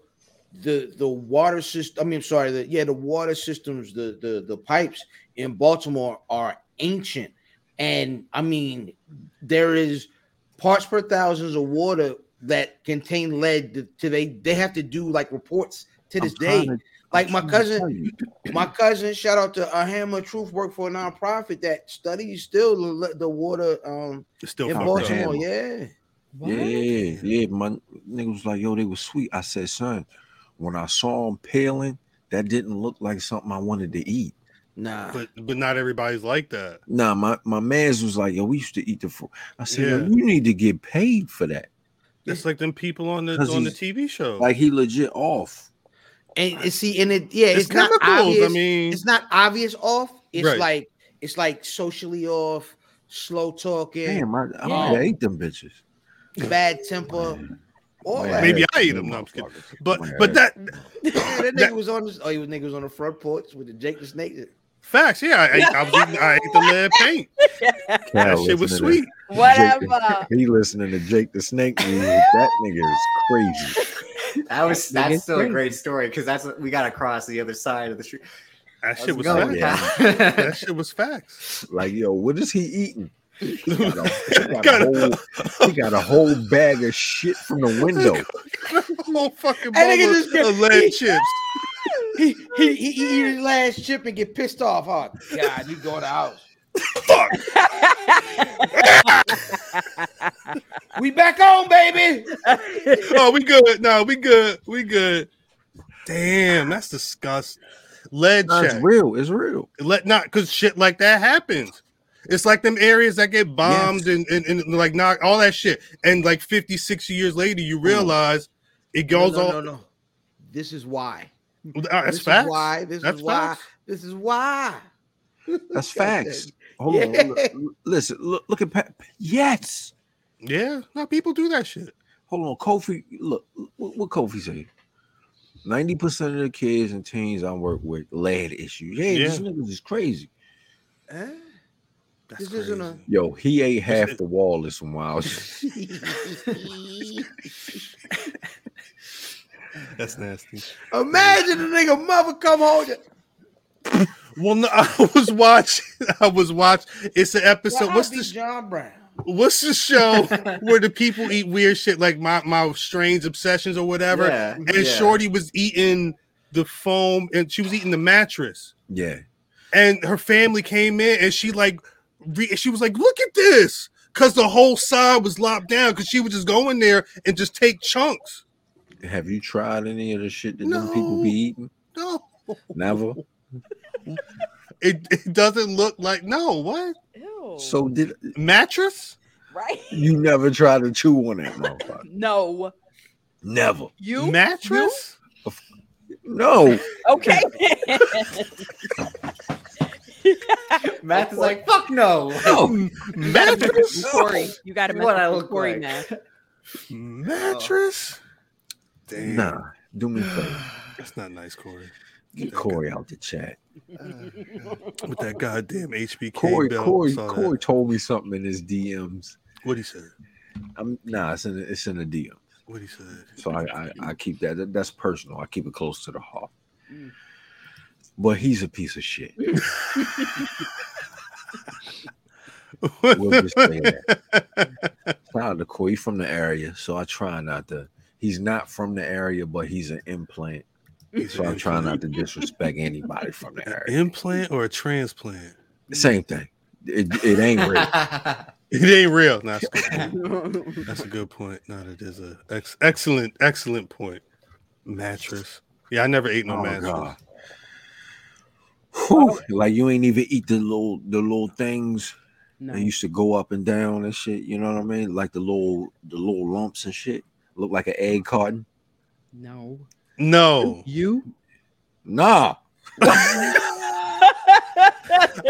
Speaker 3: the the water system. I mean, I'm sorry, the yeah, the water systems, the the the pipes in Baltimore are ancient, and I mean, there is parts per thousands of water that contain lead. To, to they they have to do like reports to
Speaker 5: I'm
Speaker 3: this
Speaker 5: trying
Speaker 3: day.
Speaker 5: to- I'm
Speaker 3: like my
Speaker 5: trying to
Speaker 3: cousin,
Speaker 5: tell you.
Speaker 3: my cousin, shout out to a hammer truth work for a nonprofit that studies still the, the water um
Speaker 1: It's still
Speaker 3: in
Speaker 1: fucked
Speaker 5: Baltimore,
Speaker 1: up.
Speaker 3: Baltimore. Yeah.
Speaker 5: Yeah, yeah, yeah. My nigga was like, yo, they was sweet. I said, son, when I saw him paling, that didn't look like something I wanted to eat.
Speaker 3: Nah.
Speaker 1: But but not everybody's like that.
Speaker 5: Nah, my, my man's was like, yo, we used to eat the food. I said, yo,
Speaker 1: Yeah.
Speaker 5: you need to get paid for that.
Speaker 1: That's like them people on the
Speaker 5: 'Cause
Speaker 1: on the
Speaker 5: he's-
Speaker 1: TV show.
Speaker 5: Like he legit off.
Speaker 3: And, and see, and it yeah,
Speaker 1: it's,
Speaker 3: it's, not
Speaker 1: chemicals.
Speaker 3: obvious.
Speaker 1: I mean,
Speaker 3: it's not obvious off. It's
Speaker 1: Right.
Speaker 3: like it's like socially off, slow talking,
Speaker 5: Damn, I, I might
Speaker 3: Yeah.
Speaker 5: have ate them bitches.
Speaker 3: bad temper. All
Speaker 5: Might
Speaker 3: that.
Speaker 5: have
Speaker 1: Maybe
Speaker 5: had
Speaker 1: I
Speaker 5: some
Speaker 1: ate
Speaker 5: of
Speaker 1: them. No, I'm just kidding.
Speaker 5: motherfuckers.
Speaker 1: but
Speaker 5: Might have
Speaker 1: but
Speaker 5: had-
Speaker 1: that
Speaker 3: Yeah, that nigga
Speaker 1: that-
Speaker 3: was on this. Oh, he was nigga was on the front porch with the Jake the Snake.
Speaker 1: facts. Yeah, I, ate- I was eating, I ate the lead paint. That
Speaker 5: Cal
Speaker 1: shit was sweet.
Speaker 5: listening to
Speaker 4: Whatever.
Speaker 5: He listening to Jake the Snake music. That nigga is crazy.
Speaker 2: That was
Speaker 3: That
Speaker 2: that's
Speaker 3: is
Speaker 2: still a
Speaker 3: crazy.
Speaker 2: great story because that's what we got across the other side of the street.
Speaker 1: That shit was
Speaker 2: Let's go,
Speaker 1: facts.
Speaker 5: yeah.
Speaker 2: Cal.
Speaker 1: That shit was facts.
Speaker 5: Like, yo, what is he eating? He got a, he got
Speaker 1: Got
Speaker 5: a
Speaker 1: a-
Speaker 5: whole, he got a whole bag of shit from the window.
Speaker 1: Whole fucking bowl
Speaker 3: That nigga
Speaker 1: of,
Speaker 3: just get-
Speaker 1: of lead chips.
Speaker 3: He he he eat his last chip and get pissed off. Huh? God, you go to the house.
Speaker 1: Fuck.
Speaker 3: We back on, baby.
Speaker 1: Oh, we good. No, we good. We good. Damn, that's disgusting. Lead
Speaker 5: Nah,
Speaker 1: check.
Speaker 5: it's real. It's real.
Speaker 1: Let not because shit like that happens. It's like them areas that get bombed and, and, and like knock all that shit. And like 50, 60 years later,
Speaker 5: Mm.
Speaker 1: you realize it
Speaker 3: No,
Speaker 1: goes
Speaker 3: no,
Speaker 1: all
Speaker 3: no, no. This is why.
Speaker 1: Ah,
Speaker 3: This
Speaker 1: that's
Speaker 3: is
Speaker 1: facts.
Speaker 3: why. This
Speaker 1: That's
Speaker 3: is why.
Speaker 1: facts.
Speaker 3: This is why.
Speaker 5: That's
Speaker 3: Goddamn.
Speaker 5: facts. Hold
Speaker 3: Yeah.
Speaker 5: on. Look, listen, look, look at Pat. Yes.
Speaker 1: Yeah, no, people do that shit.
Speaker 5: Hold on. Kofi, look, what, what Kofi say? 90% of the kids and teens I work with lead issues. Yeah, these
Speaker 1: Yeah.
Speaker 5: niggas is crazy.
Speaker 3: Huh?
Speaker 1: That's
Speaker 3: This isn't a-
Speaker 1: crazy.
Speaker 5: Yo, he ate half the wall this one while.
Speaker 1: That's nasty.
Speaker 3: Imagine the nigga mother come home.
Speaker 1: Well, no, I was watching. I was watching. It's an episode.
Speaker 3: Why
Speaker 1: what's
Speaker 3: be
Speaker 1: this?
Speaker 3: John Brown?
Speaker 1: What's the show where the people eat weird shit like my my strange obsessions or whatever?
Speaker 5: Yeah,
Speaker 1: and
Speaker 5: yeah.
Speaker 1: Shorty was eating the foam and she was eating the mattress.
Speaker 5: Yeah.
Speaker 1: And her family came in and she like re- she was like, look at this. Cause the whole side was lopped down because she would just go in there and just take chunks.
Speaker 5: Have you tried any of the shit that them people be
Speaker 1: No.
Speaker 5: eating?
Speaker 1: No,
Speaker 5: Never.
Speaker 1: it, it doesn't look like no what
Speaker 4: Ew.
Speaker 5: So did
Speaker 1: mattress?
Speaker 4: right?
Speaker 5: you never try to chew on that motherfucker?
Speaker 4: No.
Speaker 5: Never.
Speaker 4: You
Speaker 1: mattress?
Speaker 5: No.
Speaker 4: okay?
Speaker 2: Math is like, fuck no.
Speaker 5: No.
Speaker 1: Mm, Mattress?
Speaker 4: Corey, you got to
Speaker 2: You
Speaker 4: mess
Speaker 2: wanna
Speaker 4: with
Speaker 2: look
Speaker 4: Corey
Speaker 2: like-
Speaker 4: now.
Speaker 1: Mattress? Oh. Damn.
Speaker 5: Nah. Do me a favor.
Speaker 1: That's not nice, Corey.
Speaker 5: Get Corey out the chat.
Speaker 1: With that goddamn HBK
Speaker 5: Corey,
Speaker 1: belt.
Speaker 5: Corey,
Speaker 1: saw that.
Speaker 5: Corey told me something in his DMs.
Speaker 1: What he said?
Speaker 5: I'm nah, it's in it's in a DM.
Speaker 1: What he said?
Speaker 5: So I, I, I keep that. that- That's personal. I keep it close to the heart. But he's a piece of shit. We'll just say that. Shout out to Corey He from the area, so I try not to. He's not from the area, but he's an implant,
Speaker 1: He's
Speaker 5: so
Speaker 1: an
Speaker 5: I try
Speaker 1: implant.
Speaker 5: not to disrespect anybody from the
Speaker 1: An
Speaker 5: area.
Speaker 1: implant or a transplant?
Speaker 5: Same thing. It, it ain't real.
Speaker 1: It ain't real. Nah, that's, a good point. That's a good point. No, that is a ex- excellent, excellent point. Mattress. Yeah, I never ate no
Speaker 5: Oh
Speaker 1: mattress.
Speaker 5: god. Whew, like you ain't even eat the little the little things
Speaker 4: No.
Speaker 5: They used to go up and down and shit. You know what I mean? Like the little the little lumps and shit. Look like an egg carton.
Speaker 4: No.
Speaker 1: No,
Speaker 4: You?
Speaker 5: Nah.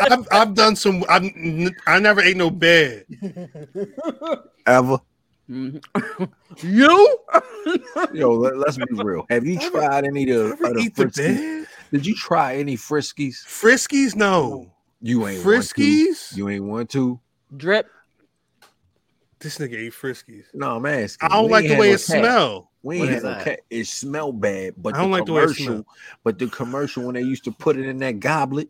Speaker 1: I've, I've done some. I've, n- I never ate no bed.
Speaker 5: Ever.
Speaker 4: Mm-hmm. You?
Speaker 5: Yo, let, us be real. Have you tried any of the,
Speaker 1: Ever
Speaker 5: of the
Speaker 1: eat the
Speaker 5: friskies?
Speaker 1: bed?
Speaker 5: Did you try any friskies?
Speaker 1: Friskies? No.
Speaker 5: You ain't want to.
Speaker 1: Friskies?
Speaker 5: You ain't want to.
Speaker 4: Drip.
Speaker 1: This nigga ate Friskies.
Speaker 5: No, I'm asking.
Speaker 1: I don't
Speaker 5: We
Speaker 1: like
Speaker 5: ain't
Speaker 1: the
Speaker 5: had
Speaker 1: way
Speaker 5: no
Speaker 1: it
Speaker 5: cat.
Speaker 1: smell.
Speaker 5: We
Speaker 2: What
Speaker 5: ain't
Speaker 2: is
Speaker 5: had no
Speaker 2: that?
Speaker 5: cat. It smell bad, but
Speaker 1: I don't
Speaker 5: the
Speaker 1: like the way it
Speaker 5: commercial,
Speaker 1: smell.
Speaker 5: but the commercial when they used to put it in that goblet.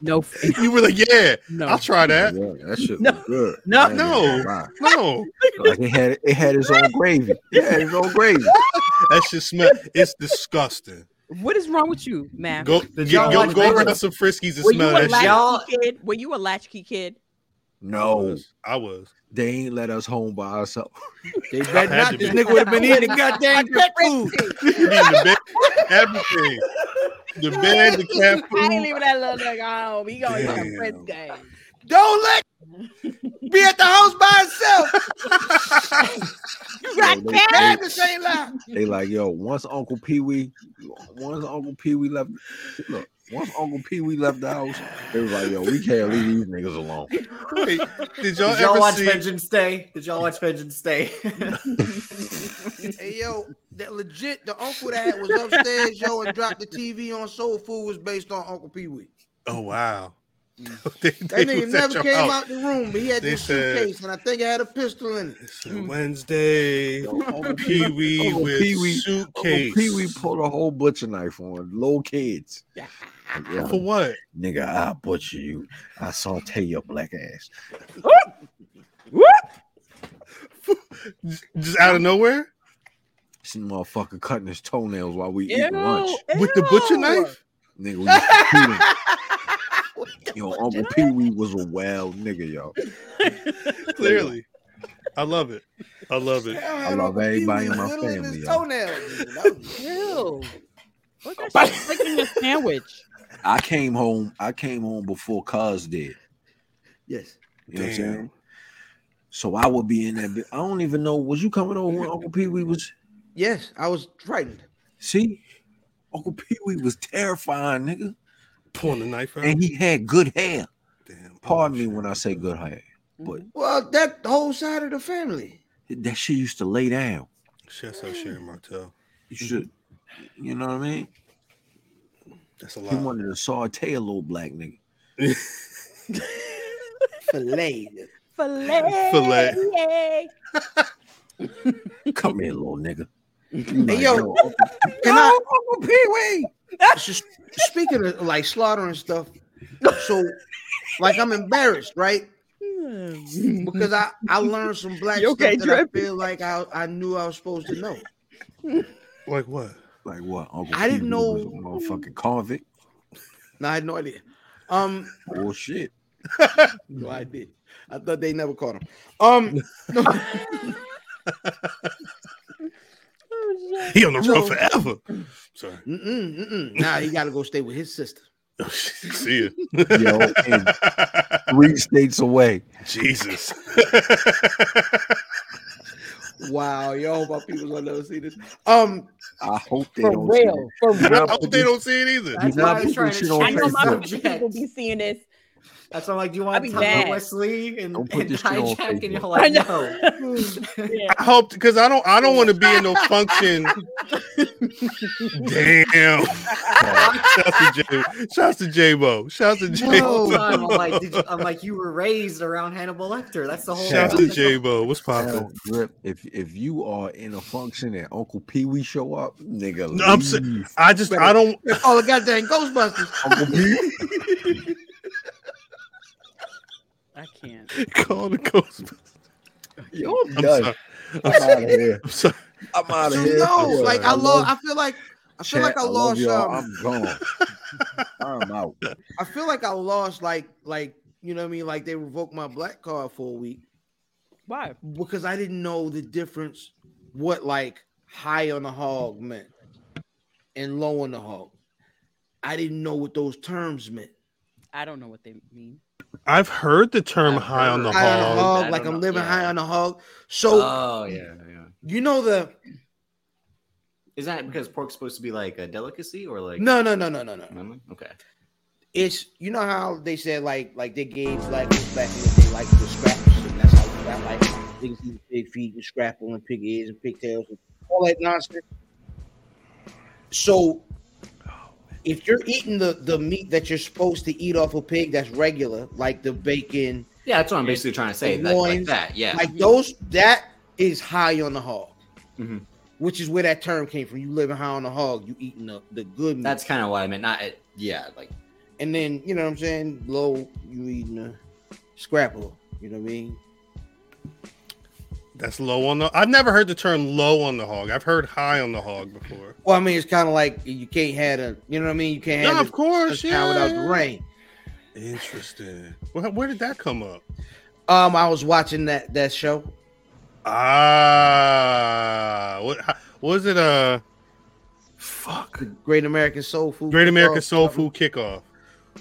Speaker 4: No.
Speaker 1: You were like, yeah,
Speaker 4: No.
Speaker 1: I'll try that.
Speaker 5: Yeah, that shit
Speaker 4: No.
Speaker 5: was good.
Speaker 4: No.
Speaker 5: I ain't
Speaker 1: No.
Speaker 5: gonna lie.
Speaker 1: No,
Speaker 5: Like it had it had its own gravy. It had its own gravy.
Speaker 1: that shit smell. It's disgusting.
Speaker 4: What is wrong with you, man?
Speaker 1: Go,
Speaker 2: Did
Speaker 1: yeah,
Speaker 2: y'all
Speaker 1: go,
Speaker 2: watch
Speaker 1: go
Speaker 2: Matrix?
Speaker 1: grab some Friskies and
Speaker 4: Were you
Speaker 1: smell
Speaker 4: a
Speaker 1: that shit.
Speaker 4: latchkey kid? Were you a latchkey kid?
Speaker 1: I
Speaker 5: No,
Speaker 1: was. I was.
Speaker 5: they ain't let us home by ourselves.
Speaker 10: They
Speaker 1: I
Speaker 10: better
Speaker 1: had
Speaker 10: not.
Speaker 1: to
Speaker 10: This
Speaker 1: be.
Speaker 10: nigga would have been eating the goddamn cat food.
Speaker 1: You need the bed, everything. The bed, the cat
Speaker 4: I ain't
Speaker 1: food.
Speaker 4: leaving that little nigga at home. He gonna eat
Speaker 1: Damn.
Speaker 4: a French game.
Speaker 10: Don't let be at the house by itself.
Speaker 4: You
Speaker 5: Yeah,
Speaker 4: got
Speaker 5: they-
Speaker 4: cat?
Speaker 10: Damn, this ain't loud.
Speaker 5: They like, yo, once Uncle Pee Wee, once Uncle Pee Wee left, look, once Uncle Pee Wee left the house, they was like, yo, we can't leave these niggas alone.
Speaker 1: Wait, did y'all
Speaker 2: Did y'all
Speaker 1: ever
Speaker 2: watch
Speaker 1: see?
Speaker 2: Vengeance Day? Did y'all watch Vengeance Day?
Speaker 10: Hey yo, that legit. The uncle that had was upstairs, yo, and dropped the TV on Soul Food was based on Uncle Pee Wee.
Speaker 1: Oh wow. They-
Speaker 10: That
Speaker 1: they
Speaker 10: nigga
Speaker 1: was at
Speaker 10: never
Speaker 1: your
Speaker 10: came
Speaker 1: house.
Speaker 10: out the room, but he had
Speaker 1: They
Speaker 10: this
Speaker 1: said-
Speaker 10: suitcase, and I think it had a pistol in it.
Speaker 1: It's a Wednesday. Pee Wee
Speaker 5: Uncle
Speaker 1: with
Speaker 5: Pee Wee- Uncle
Speaker 1: suitcase.
Speaker 5: Pee Wee pulled a whole butcher knife on little kids. Like, yo,
Speaker 1: for what?
Speaker 5: nigga, I butcher you. I saute your black ass.
Speaker 1: Just, just out of nowhere
Speaker 5: This motherfucker cutting his toenails while we
Speaker 4: Ew,
Speaker 5: eating lunch.
Speaker 1: with the butcher
Speaker 4: ew.
Speaker 1: knife?
Speaker 5: Nigga, we used to shoot him. Yo, Uncle Pee Wee was a wild nigga, yo.
Speaker 1: Clearly, I love it. I love it.
Speaker 10: I
Speaker 5: love everybody in my family, y'all.
Speaker 4: Ew. What's that shit clicking your sandwich?
Speaker 5: I came home. I came home before Cuz did.
Speaker 10: Yes.
Speaker 5: You know what I'm
Speaker 1: Damn.
Speaker 5: saying? So I would be in that. bi- I don't even know. Was you coming over when Uncle Pee Wee was?
Speaker 10: Yes, I was frightened.
Speaker 5: See, Uncle Pee Wee was terrifying, nigga,
Speaker 1: Pulling the knife out.
Speaker 5: and he had good hair.
Speaker 1: Damn.
Speaker 5: Pardon me when I say good hair, but
Speaker 10: Well, that whole side of the family.
Speaker 5: that shit used to lay down.
Speaker 1: Shouts out Sherry Martel.
Speaker 5: You should, you know what I mean?
Speaker 1: That's a
Speaker 5: He
Speaker 1: lot.
Speaker 5: wanted to saute a little black nigga.
Speaker 10: Filet.
Speaker 4: Filet.
Speaker 1: Filet.
Speaker 5: Come here, little nigga.
Speaker 10: Hey, yo.
Speaker 5: Uncle,
Speaker 10: Can I,
Speaker 5: Uncle Pee Wee.
Speaker 10: s- speaking of like slaughtering stuff, so like I'm embarrassed, right?
Speaker 4: Mm.
Speaker 3: because I, I learned some black
Speaker 4: You okay,
Speaker 3: stuff that
Speaker 4: Drippy?
Speaker 3: I feel like I, I knew I was supposed to know.
Speaker 1: Like what?
Speaker 5: Like what? Uncle
Speaker 3: I didn't
Speaker 5: Pee-wee
Speaker 3: know-
Speaker 5: was a motherfucking convict.
Speaker 3: No, I had no idea. Um,
Speaker 5: Oh shit.
Speaker 3: no idea. I thought they never caught him. Um,
Speaker 1: He on the
Speaker 3: So-
Speaker 1: road forever. Sorry.
Speaker 3: mm-mm, mm-mm. Nah, he got to go stay with his sister.
Speaker 1: See
Speaker 5: Yo, in
Speaker 1: ya.
Speaker 5: three states away.
Speaker 1: Jesus.
Speaker 3: Wow, yo, my people will never see this. Um,
Speaker 5: I hope they
Speaker 4: For
Speaker 5: don't
Speaker 4: real, for
Speaker 1: I
Speaker 4: real.
Speaker 1: hope they don't see it either.
Speaker 5: See
Speaker 2: That's
Speaker 5: it.
Speaker 2: why I
Speaker 5: Not
Speaker 2: was trying to
Speaker 5: people shit
Speaker 4: I
Speaker 5: on
Speaker 2: check
Speaker 4: know my
Speaker 5: Facebook.
Speaker 4: people will be seeing this.
Speaker 2: That's why I'm like, do you
Speaker 4: I'd
Speaker 2: want
Speaker 4: be
Speaker 2: to top
Speaker 4: mad.
Speaker 2: Wesley and,
Speaker 5: Don't
Speaker 2: and
Speaker 5: put this shit on
Speaker 2: hijack? And you're
Speaker 5: Facebook.
Speaker 4: I
Speaker 2: like, no.
Speaker 4: know. yeah.
Speaker 1: I hope because I don't I don't want to be in no function. Damn. Shouts to J Shouts to J Bo. Shouts to J
Speaker 2: Whole
Speaker 1: Bo.
Speaker 2: time, I'm like, did you, I'm like, you were raised around Hannibal Lecter. That's the whole.
Speaker 1: Shouts to J Bo. What's
Speaker 5: Now,
Speaker 1: poppin'?
Speaker 5: Drip, if if you are in a function and Uncle Pee Wee show up, nigga,
Speaker 1: No, I'm sa-
Speaker 5: leave.
Speaker 1: I just I don't
Speaker 3: oh, the goddamn Ghostbusters.
Speaker 5: Uncle Pee
Speaker 4: I can't.
Speaker 1: call the ghost.
Speaker 5: Yo, I'm,
Speaker 1: I'm
Speaker 5: done.
Speaker 1: sorry.
Speaker 5: I'm out of here.
Speaker 1: I'm sorry.
Speaker 5: I'm out of
Speaker 3: You
Speaker 5: here.
Speaker 3: know, like I, lost.
Speaker 5: love
Speaker 3: I feel like I feel
Speaker 5: chat.
Speaker 3: like I,
Speaker 5: love
Speaker 3: lost.
Speaker 5: y'all.
Speaker 3: um,
Speaker 5: I'm gone. I'm out.
Speaker 3: I feel like I lost. Like like you know what I mean. Like they revoked my black card for a week
Speaker 4: Why?
Speaker 3: because I didn't know the difference. What like high on the hog meant and low on the hog. I didn't know what those terms meant.
Speaker 4: I don't know what they mean.
Speaker 1: I've heard the term
Speaker 2: I've
Speaker 1: high on the
Speaker 2: heard-
Speaker 3: High on the
Speaker 1: hog.
Speaker 2: I
Speaker 3: hog, like
Speaker 2: don't
Speaker 3: I'm
Speaker 2: know.
Speaker 3: living
Speaker 2: Yeah.
Speaker 3: high on the hog. So
Speaker 2: Oh yeah, yeah.
Speaker 3: you know the
Speaker 2: Is that because pork's supposed to be like a delicacy or like?
Speaker 3: no no no no no no.
Speaker 2: Remember? Okay.
Speaker 3: it's you know how they said like like they gave like back in the day like the scraps and that's how we got like niggas eating pig feet and scrapple and pig ears and pigtails and all that nonsense. So if you're eating the the meat that you're supposed to eat off a pig that's regular, like the bacon,
Speaker 2: Yeah, that's what I'm basically trying to say.
Speaker 3: The
Speaker 2: Like, like
Speaker 3: loins,
Speaker 2: that. Yeah.
Speaker 3: like those that is high on the hog.
Speaker 2: Mhm.
Speaker 3: Which is where that term came from. You living high on the hog, you eating the, the good meat.
Speaker 2: that's kind of what I meant. Not. It, yeah. Like.
Speaker 3: And then, you know what I'm saying? Low, you eating a scrapple. You know what I mean?
Speaker 1: That's low on the. I've never heard the term low on the hog. I've heard high on the hog before.
Speaker 3: Well, I mean, it's kind of like you can't have a, you know what I mean? You can't have
Speaker 1: No,
Speaker 3: a
Speaker 1: of course.
Speaker 3: touchdown without the
Speaker 1: Yeah.
Speaker 3: rain.
Speaker 1: Interesting. Where, where did that come up?
Speaker 3: Um, I was watching that that show.
Speaker 1: Ah, what how- was it? Uh,
Speaker 5: Fuck.
Speaker 3: Great American Soul Food.
Speaker 1: Great American
Speaker 3: Kickoff.
Speaker 1: Soul Food Kickoff.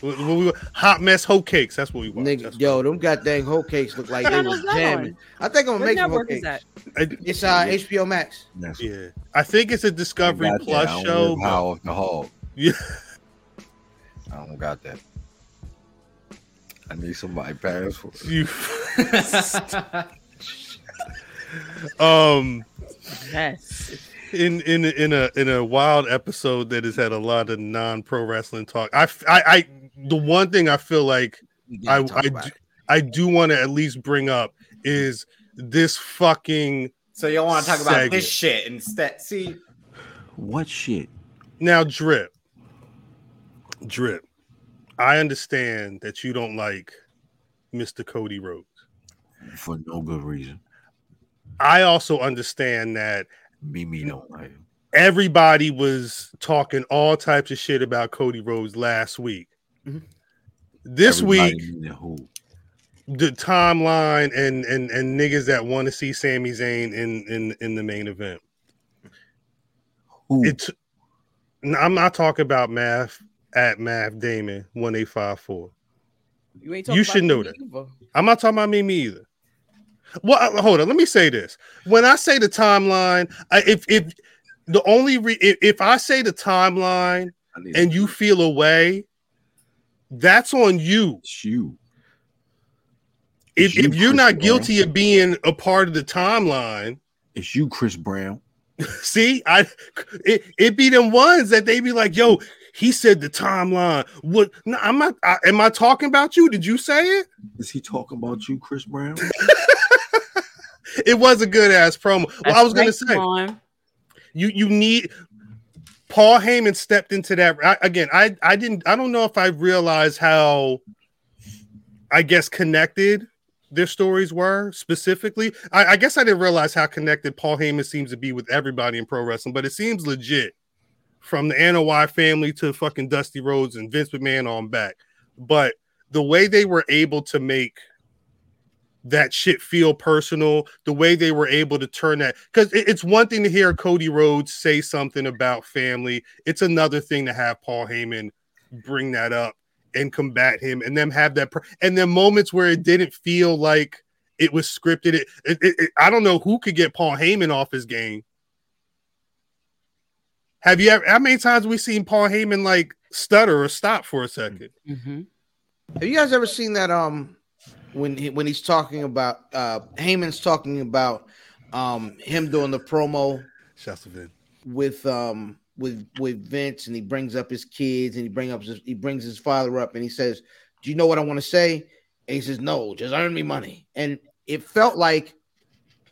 Speaker 1: What- what we- hot mess hoe cakes. That's what we watched.
Speaker 3: Nigga,
Speaker 1: That's
Speaker 3: yo, them goddamn whole cakes look like they
Speaker 4: What
Speaker 3: was
Speaker 4: channel is that
Speaker 3: jamming. I think I'm gonna
Speaker 4: What
Speaker 3: make some whole
Speaker 4: network is
Speaker 3: cakes.
Speaker 4: that?
Speaker 1: what- I-
Speaker 3: It's uh HBO Max.
Speaker 5: That's
Speaker 1: yeah, I think it's a Discovery
Speaker 5: I got that. I
Speaker 1: Plus
Speaker 5: don't
Speaker 1: show.
Speaker 5: live high off the hog.
Speaker 1: Yeah.
Speaker 5: I don't got that. I need somebody pass for
Speaker 1: but You, um,
Speaker 4: Yes.
Speaker 1: in in in a in a wild episode that has had a lot of non pro wrestling talk. I, f- I I the one thing I feel like
Speaker 3: We
Speaker 1: I
Speaker 3: gotta
Speaker 1: I
Speaker 3: talk about
Speaker 1: do, I do want to at least bring up is this fucking
Speaker 2: so y'all want to talk about
Speaker 1: Sag
Speaker 2: this
Speaker 1: it.
Speaker 2: shit instead? See.
Speaker 5: what shit?
Speaker 1: Now, drip, drip. I understand that you don't like Mr. Cody Rhodes.
Speaker 5: For no good reason.
Speaker 1: I also understand that
Speaker 5: Me, me, don't like it.
Speaker 1: everybody was talking all types of shit about Cody Rhodes last week.
Speaker 3: Mhm.
Speaker 1: This
Speaker 5: Everybody
Speaker 1: week,
Speaker 5: meaning who?
Speaker 1: the timeline and and and niggas that want to see Sami Zayn in in in the main event.
Speaker 5: Who?
Speaker 1: It's no, I'm not talking about math at math Damon one eight five four.
Speaker 4: You ain't
Speaker 1: You should know that. I'm not talking about me, me either. Well, uh, hold on. Let me say this. When I say the timeline, I, if if the only re- if, if I say the timeline
Speaker 5: I need
Speaker 1: and you feel away, that's on you.
Speaker 5: it's you.
Speaker 1: If,
Speaker 5: You,
Speaker 1: if you're
Speaker 5: Chris
Speaker 1: not
Speaker 5: Brown.
Speaker 1: guilty of being a part of the timeline,
Speaker 5: It's you, Chris Brown.
Speaker 1: see, I it, it be them ones that they be like, yo, he said the timeline. What? No, I'm not. I, am I talking about you? Did you say it?
Speaker 5: Is he talking about you, Chris Brown?
Speaker 1: It was a good ass promo. Well, I was gonna say.
Speaker 4: On.
Speaker 1: You you need Paul Heyman stepped into that I, again. I I didn't I don't know if I realized how I guess connected their stories were specifically. I, I guess I didn't realize how connected Paul Heyman seems to be with everybody in pro wrestling, but it seems legit from the NOI family to fucking Dusty Rhodes and Vince McMahon on back. But the way they were able to make that shit feel personal, the way they were able to turn that because it's one thing to hear Cody Rhodes say something about family, it's another thing to have Paul Heyman bring that up and combat him and them have that pr- and then moments where it didn't feel like it was scripted. It, it, it- I don't know who could get Paul Heyman off his game. Have you ever? How many times we seen Paul Heyman like stutter or stop for a second?
Speaker 3: Have you guys ever seen that? Um, when he, when he's talking about uh, Heyman's talking about um him doing the promo
Speaker 1: Shouts to Vin.
Speaker 3: with um with with Vince and he brings up his kids and he bring up his, he brings his father up and he says, "Do you know what I want to say?" And he says, "No, just earn me money." And it felt like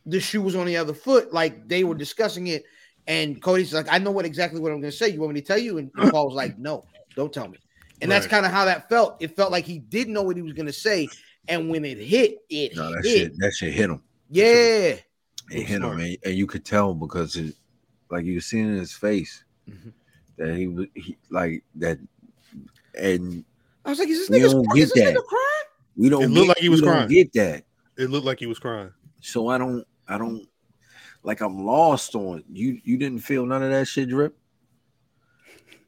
Speaker 3: the shoe was on the other foot, like they were discussing it. And Cody's like, "I know what exactly what I'm going to say. You want me to tell you?" And Paul was like, "No, don't tell me." And that's
Speaker 1: Right.
Speaker 3: kind of how that felt. It felt like he did know what he was going to say, and when it hit, it
Speaker 5: No, that
Speaker 3: hit.
Speaker 5: shit, that shit hit him.
Speaker 3: Yeah.
Speaker 5: It hit
Speaker 1: Smart.
Speaker 5: him, and, and you could tell because, it, like you seen in his face,
Speaker 1: Mm-hmm.
Speaker 3: Mhm.
Speaker 5: that he was he, like that, and
Speaker 3: I was like, "Is
Speaker 5: We
Speaker 3: this nigga?
Speaker 5: don't
Speaker 3: Is
Speaker 5: get
Speaker 3: this
Speaker 5: that.
Speaker 3: nigga crying?"
Speaker 5: we don't.
Speaker 1: It looked
Speaker 5: get,
Speaker 1: like he was
Speaker 5: we don't
Speaker 1: crying.
Speaker 5: Get that?
Speaker 1: It looked like he was crying.
Speaker 5: So I don't. I don't. Like I'm lost on you. You didn't feel none of that shit, drip.